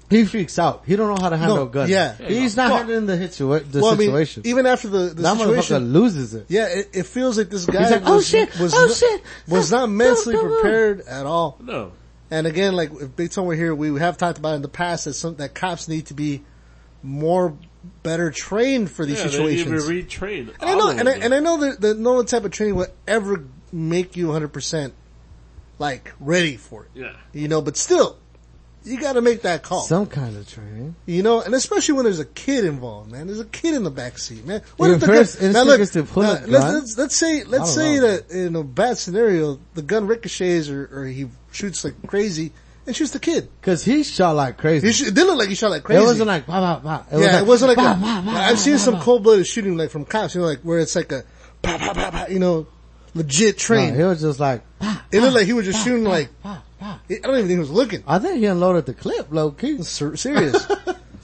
[SPEAKER 3] he freaks out. He don't know how to handle
[SPEAKER 1] No,
[SPEAKER 3] a gun.
[SPEAKER 1] yeah.
[SPEAKER 3] he's not handling the, situa- the
[SPEAKER 1] well, I mean,
[SPEAKER 3] situation.
[SPEAKER 1] even after the, the
[SPEAKER 3] that
[SPEAKER 1] situation,
[SPEAKER 3] motherfucker loses it.
[SPEAKER 1] Yeah, it, it feels like this guy
[SPEAKER 3] He's like,
[SPEAKER 1] was,
[SPEAKER 3] "Oh shit,
[SPEAKER 1] was
[SPEAKER 3] oh
[SPEAKER 1] not,
[SPEAKER 3] shit,
[SPEAKER 1] was
[SPEAKER 3] no,
[SPEAKER 1] not
[SPEAKER 3] no,
[SPEAKER 1] mentally
[SPEAKER 3] no, no."
[SPEAKER 1] prepared at all.
[SPEAKER 8] no,
[SPEAKER 1] And again, like if Big Tom were here, we have talked about in the past that some that cops need to be more better trained for these
[SPEAKER 8] yeah, they need to be
[SPEAKER 1] situations.
[SPEAKER 8] retrained.
[SPEAKER 1] and I know, and I, and I know that, that no type of training will ever make you 100 percent like ready for it.
[SPEAKER 8] yeah.
[SPEAKER 1] You know, but still, you got to make that call.
[SPEAKER 3] Some kind of training.
[SPEAKER 1] You know, and especially when there's a kid involved, man. There's a kid in the back seat, man. What
[SPEAKER 3] Your
[SPEAKER 1] if the
[SPEAKER 3] first
[SPEAKER 1] gun, now
[SPEAKER 3] instinct
[SPEAKER 1] look,
[SPEAKER 3] is to pull a
[SPEAKER 1] now,
[SPEAKER 3] gun?
[SPEAKER 1] let's, let's, let's say, let's
[SPEAKER 3] I don't
[SPEAKER 1] say
[SPEAKER 3] know.
[SPEAKER 1] that in a bad scenario, the gun ricochets or, or he shoots like crazy and shoots the kid.
[SPEAKER 3] Cause he shot like crazy.
[SPEAKER 1] He sh- it didn't look like he shot like crazy.
[SPEAKER 3] It wasn't like, bah, bah, bah. It
[SPEAKER 1] yeah, it wasn't like,
[SPEAKER 3] bah,
[SPEAKER 1] a-
[SPEAKER 3] bah, bah,
[SPEAKER 1] I've
[SPEAKER 3] bah,
[SPEAKER 1] seen
[SPEAKER 3] bah,
[SPEAKER 1] some
[SPEAKER 3] bah.
[SPEAKER 1] cold blooded shooting like from cops, you know, like where it's like a, pa, pa, pa, pa, you know, legit
[SPEAKER 3] No,
[SPEAKER 1] train.
[SPEAKER 3] he was just like,
[SPEAKER 1] it looked like he was just shooting like,
[SPEAKER 3] bah, bah.
[SPEAKER 1] I don't even think he was looking.
[SPEAKER 3] I think he unloaded the clip, low key.
[SPEAKER 1] Ser- serious.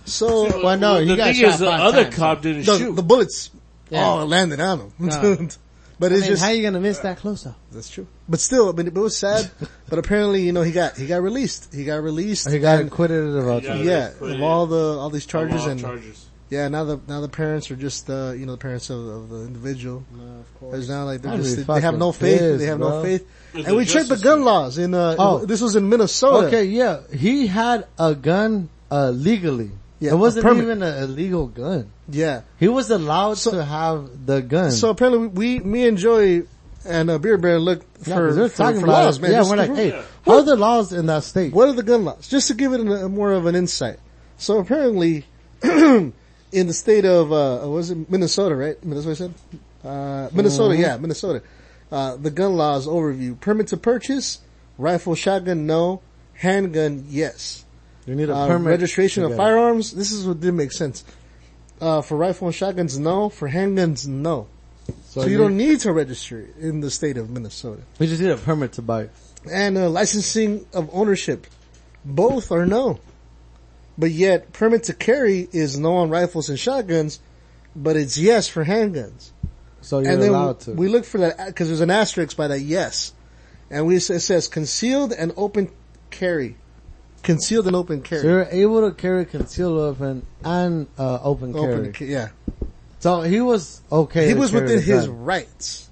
[SPEAKER 1] so,
[SPEAKER 2] Well, no,
[SPEAKER 8] the
[SPEAKER 2] he got
[SPEAKER 8] thing
[SPEAKER 2] shot
[SPEAKER 8] is, the
[SPEAKER 2] five
[SPEAKER 8] other
[SPEAKER 2] times.
[SPEAKER 8] cop didn't
[SPEAKER 1] the,
[SPEAKER 8] shoot.
[SPEAKER 1] the bullets
[SPEAKER 2] Yeah.
[SPEAKER 1] all landed on him. But
[SPEAKER 2] I
[SPEAKER 1] it's
[SPEAKER 2] mean,
[SPEAKER 1] just
[SPEAKER 2] how you gonna miss that close up?
[SPEAKER 1] That's true. But still, I mean, it was sad. but apparently, you know, he got he got released. Oh, He got released.
[SPEAKER 3] He got
[SPEAKER 1] and-
[SPEAKER 3] acquitted of all
[SPEAKER 1] Yeah,
[SPEAKER 3] charges.
[SPEAKER 1] of all the all these charges
[SPEAKER 8] all
[SPEAKER 1] and
[SPEAKER 8] charges.
[SPEAKER 1] Yeah, now the now the parents are just uh, you know the parents of, of the individual.
[SPEAKER 2] of course.
[SPEAKER 1] It's now like they're
[SPEAKER 3] I'd
[SPEAKER 1] just
[SPEAKER 3] be
[SPEAKER 1] they, they have no
[SPEAKER 3] fucking
[SPEAKER 1] faith. they
[SPEAKER 3] pissed,
[SPEAKER 1] have no
[SPEAKER 3] bro.
[SPEAKER 1] faith.
[SPEAKER 8] It's
[SPEAKER 1] and
[SPEAKER 8] a
[SPEAKER 1] we checked the
[SPEAKER 8] justice
[SPEAKER 1] gun laws in uh
[SPEAKER 3] Oh.
[SPEAKER 1] this was in Minnesota.
[SPEAKER 3] Okay, yeah, he had a gun uh, legally.
[SPEAKER 1] Yeah,
[SPEAKER 3] it
[SPEAKER 1] a
[SPEAKER 3] wasn't
[SPEAKER 1] permit.
[SPEAKER 3] even an illegal gun.
[SPEAKER 1] Yeah.
[SPEAKER 3] He was allowed to have the gun.
[SPEAKER 1] So apparently we me and Joey and uh, Beer Bear looked
[SPEAKER 3] Yeah,
[SPEAKER 1] for,
[SPEAKER 3] 'cause they're
[SPEAKER 1] for-
[SPEAKER 3] talking
[SPEAKER 1] for
[SPEAKER 3] about
[SPEAKER 1] laws,
[SPEAKER 3] it.
[SPEAKER 1] man.
[SPEAKER 3] Yeah,
[SPEAKER 1] Just-
[SPEAKER 3] we're like, hey, how are the laws in that state?
[SPEAKER 1] What are the gun laws? Just to give it a, more of an insight. So apparently, in the state of uh, was it Minnesota, right? That's what I said. Uh, Minnesota,
[SPEAKER 3] Mm-hmm.
[SPEAKER 1] yeah, Minnesota. Uh, the gun laws overview: permit to purchase, rifle, shotgun, no, handgun, yes.
[SPEAKER 3] You need a
[SPEAKER 1] Uh,
[SPEAKER 3] permit.
[SPEAKER 1] registration
[SPEAKER 3] to
[SPEAKER 1] of
[SPEAKER 3] get it.
[SPEAKER 1] firearms. This is what did make sense. Uh, for rifle and shotguns, no. For handguns, no. So, you don't need to register it in the state of Minnesota
[SPEAKER 3] We just need a permit to buy.
[SPEAKER 1] and uh, licensing of ownership. Both are no. But yet, permit to carry is no on rifles and shotguns, but it's yes for handguns.
[SPEAKER 3] So you're
[SPEAKER 1] and then
[SPEAKER 3] allowed to.
[SPEAKER 1] we look for that, because there's an asterisk by that yes. And we, it says concealed and open carry. Concealed and open carry.
[SPEAKER 3] so you're able to carry concealed weapon and uh, open carry.
[SPEAKER 1] Open, ca- yeah.
[SPEAKER 3] so he was okay.
[SPEAKER 1] He
[SPEAKER 3] to
[SPEAKER 1] was
[SPEAKER 3] carry
[SPEAKER 1] within
[SPEAKER 3] the
[SPEAKER 1] his
[SPEAKER 3] gun.
[SPEAKER 1] rights.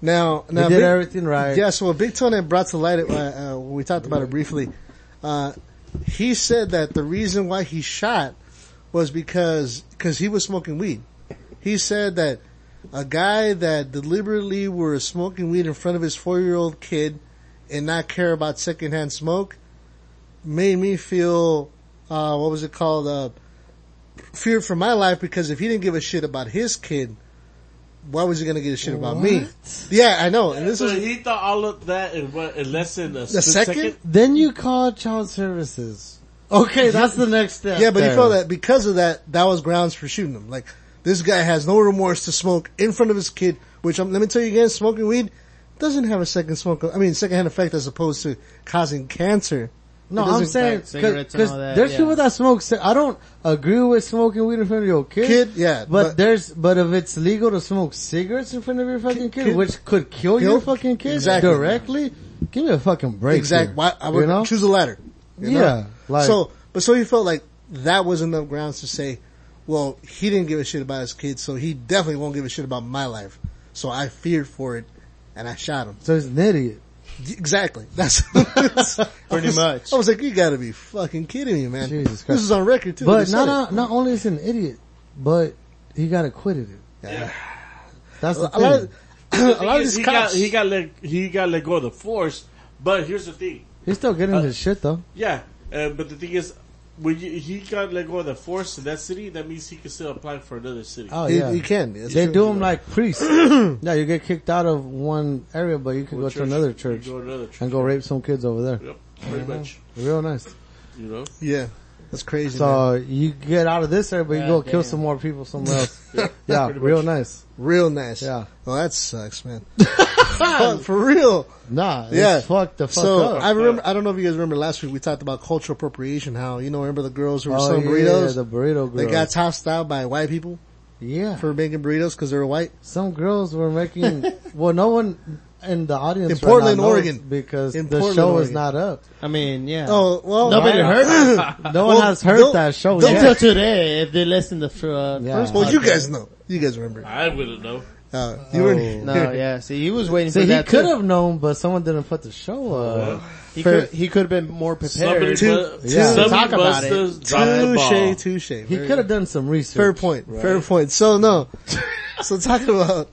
[SPEAKER 1] Now,
[SPEAKER 3] He
[SPEAKER 1] now
[SPEAKER 3] did
[SPEAKER 1] Big-
[SPEAKER 3] everything right.
[SPEAKER 1] Yeah, so what Big Tone had brought to light, uh, uh, we talked about it briefly. Uh, he said that the reason why he shot was because cause he was smoking weed. He said that a guy that deliberately were smoking weed in front of his four year old kid and not care about secondhand smoke made me feel, uh, what was it called, uh, feared for my life because if he didn't give a shit about his kid, why was he gonna give a shit about me? Yeah, I know. And this
[SPEAKER 8] So
[SPEAKER 1] is
[SPEAKER 8] he thought all of that in what in less than
[SPEAKER 1] the
[SPEAKER 8] a, split
[SPEAKER 1] second?
[SPEAKER 3] Then you call child services. Okay, that's the next step.
[SPEAKER 1] Yeah, but he
[SPEAKER 3] there.
[SPEAKER 1] felt that because of that, that was grounds for shooting him. Like, this guy has no remorse to smoke in front of his kid, which I'm, let me tell you again, smoking weed doesn't have a second smoke, I mean, secondhand effect as opposed to causing cancer.
[SPEAKER 3] No,
[SPEAKER 1] It doesn't-
[SPEAKER 3] I'm saying
[SPEAKER 2] Like cigarettes and
[SPEAKER 3] because
[SPEAKER 2] all that,
[SPEAKER 3] there's
[SPEAKER 2] yeah.
[SPEAKER 3] people that smoke. ci- I don't agree with smoking weed in front of your kid.
[SPEAKER 1] Kid, yeah,
[SPEAKER 3] but,
[SPEAKER 1] but-
[SPEAKER 3] there's but if it's legal to smoke cigarettes in front of your fucking kid,
[SPEAKER 1] kid-
[SPEAKER 3] which could kill,
[SPEAKER 1] Kill-
[SPEAKER 3] your fucking kid
[SPEAKER 1] Exactly.
[SPEAKER 3] directly, give me a fucking break.
[SPEAKER 1] Exactly.
[SPEAKER 3] here.
[SPEAKER 1] Why, I would
[SPEAKER 3] you know?
[SPEAKER 1] choose the latter. you know?
[SPEAKER 3] Yeah, like-
[SPEAKER 1] so, but so he felt like that was enough grounds to say, well, he didn't give a shit about his kid, so he definitely won't give a shit about my life. So I feared for it, and I shot him.
[SPEAKER 3] So he's an idiot.
[SPEAKER 1] Exactly. That's pretty
[SPEAKER 2] much.
[SPEAKER 1] I was like, you gotta be fucking kidding me, man.
[SPEAKER 3] Jesus
[SPEAKER 1] This
[SPEAKER 3] Christ.
[SPEAKER 1] is on record too.
[SPEAKER 3] But
[SPEAKER 1] They
[SPEAKER 3] not
[SPEAKER 1] said it.
[SPEAKER 3] on- not only is he an idiot, but he got acquitted. It. That's the
[SPEAKER 1] a lot of,
[SPEAKER 3] thing.
[SPEAKER 1] a lot of
[SPEAKER 8] Yes,
[SPEAKER 1] these
[SPEAKER 8] he
[SPEAKER 1] cops.
[SPEAKER 8] got he got let he got let go of the force. But here's the thing,
[SPEAKER 3] He's still getting
[SPEAKER 1] Uh,
[SPEAKER 3] his shit though.
[SPEAKER 8] yeah. Uh, but the thing is, when you, he got let go of the force in that city, that means he can still apply for another city.
[SPEAKER 3] Oh
[SPEAKER 1] He-
[SPEAKER 3] yeah,
[SPEAKER 1] he can. That's
[SPEAKER 3] they
[SPEAKER 1] true.
[SPEAKER 3] do him like priests. yeah, you get kicked out of one area, but you can
[SPEAKER 8] Or
[SPEAKER 3] go
[SPEAKER 8] church.
[SPEAKER 3] to another
[SPEAKER 8] You
[SPEAKER 3] church
[SPEAKER 8] Go to another church.
[SPEAKER 3] and go rape some kids over there.
[SPEAKER 8] Yep, pretty much.
[SPEAKER 3] Real nice.
[SPEAKER 8] You know.
[SPEAKER 1] yeah, that's crazy. man.
[SPEAKER 3] So you get out of this area, but you go
[SPEAKER 2] God
[SPEAKER 3] kill
[SPEAKER 2] damn.
[SPEAKER 3] some more people somewhere else. yeah, real nice.
[SPEAKER 1] Real nice.
[SPEAKER 3] Yeah.
[SPEAKER 1] Well, that sucks, man. Fuck, for real.
[SPEAKER 3] Nah, it's
[SPEAKER 1] Yeah.
[SPEAKER 3] fuck the fuck
[SPEAKER 1] so
[SPEAKER 3] up.
[SPEAKER 1] I remember. I don't know if you guys remember last week we talked about cultural appropriation. How you know? Remember the girls who were
[SPEAKER 3] oh,
[SPEAKER 1] selling
[SPEAKER 3] yeah,
[SPEAKER 1] burritos?
[SPEAKER 3] the burrito girls.
[SPEAKER 1] they got tossed out by white people
[SPEAKER 3] yeah.
[SPEAKER 1] for making burritos because they were white.
[SPEAKER 3] some girls were making. well, no one in the audience
[SPEAKER 1] In
[SPEAKER 3] right now
[SPEAKER 1] Portland,
[SPEAKER 3] knows
[SPEAKER 1] Oregon.
[SPEAKER 3] because
[SPEAKER 1] In
[SPEAKER 3] the
[SPEAKER 1] Portland,
[SPEAKER 3] show is
[SPEAKER 1] Oregon.
[SPEAKER 3] not up.
[SPEAKER 2] I mean, yeah.
[SPEAKER 1] Oh well,
[SPEAKER 2] Nobody
[SPEAKER 1] Wow.
[SPEAKER 3] No one
[SPEAKER 1] Well,
[SPEAKER 3] has heard
[SPEAKER 1] don't-
[SPEAKER 3] that show
[SPEAKER 1] don't-
[SPEAKER 3] yet.
[SPEAKER 2] Until today, if they listen to fr- uh,
[SPEAKER 3] Yeah.
[SPEAKER 2] first
[SPEAKER 1] Well, you
[SPEAKER 2] podcast.
[SPEAKER 1] guys know. You guys remember?
[SPEAKER 8] I wouldn't know.
[SPEAKER 1] Uh, you were
[SPEAKER 2] No, yeah. See, he was waiting
[SPEAKER 3] So
[SPEAKER 2] for
[SPEAKER 3] Oh. he
[SPEAKER 2] that.
[SPEAKER 3] could
[SPEAKER 2] too.
[SPEAKER 3] have known, but someone didn't put the show up.
[SPEAKER 2] He
[SPEAKER 1] for-
[SPEAKER 2] could. He could have been more prepared.
[SPEAKER 8] Somebody,
[SPEAKER 1] Two-
[SPEAKER 8] bu-
[SPEAKER 1] yeah.
[SPEAKER 8] somebody
[SPEAKER 2] Talk about
[SPEAKER 8] must
[SPEAKER 2] it.
[SPEAKER 8] have dropped the ball.
[SPEAKER 1] Touche, touche.
[SPEAKER 3] he
[SPEAKER 1] Very-
[SPEAKER 3] could have done some research.
[SPEAKER 1] Fair point. Fair point. So no. so talking about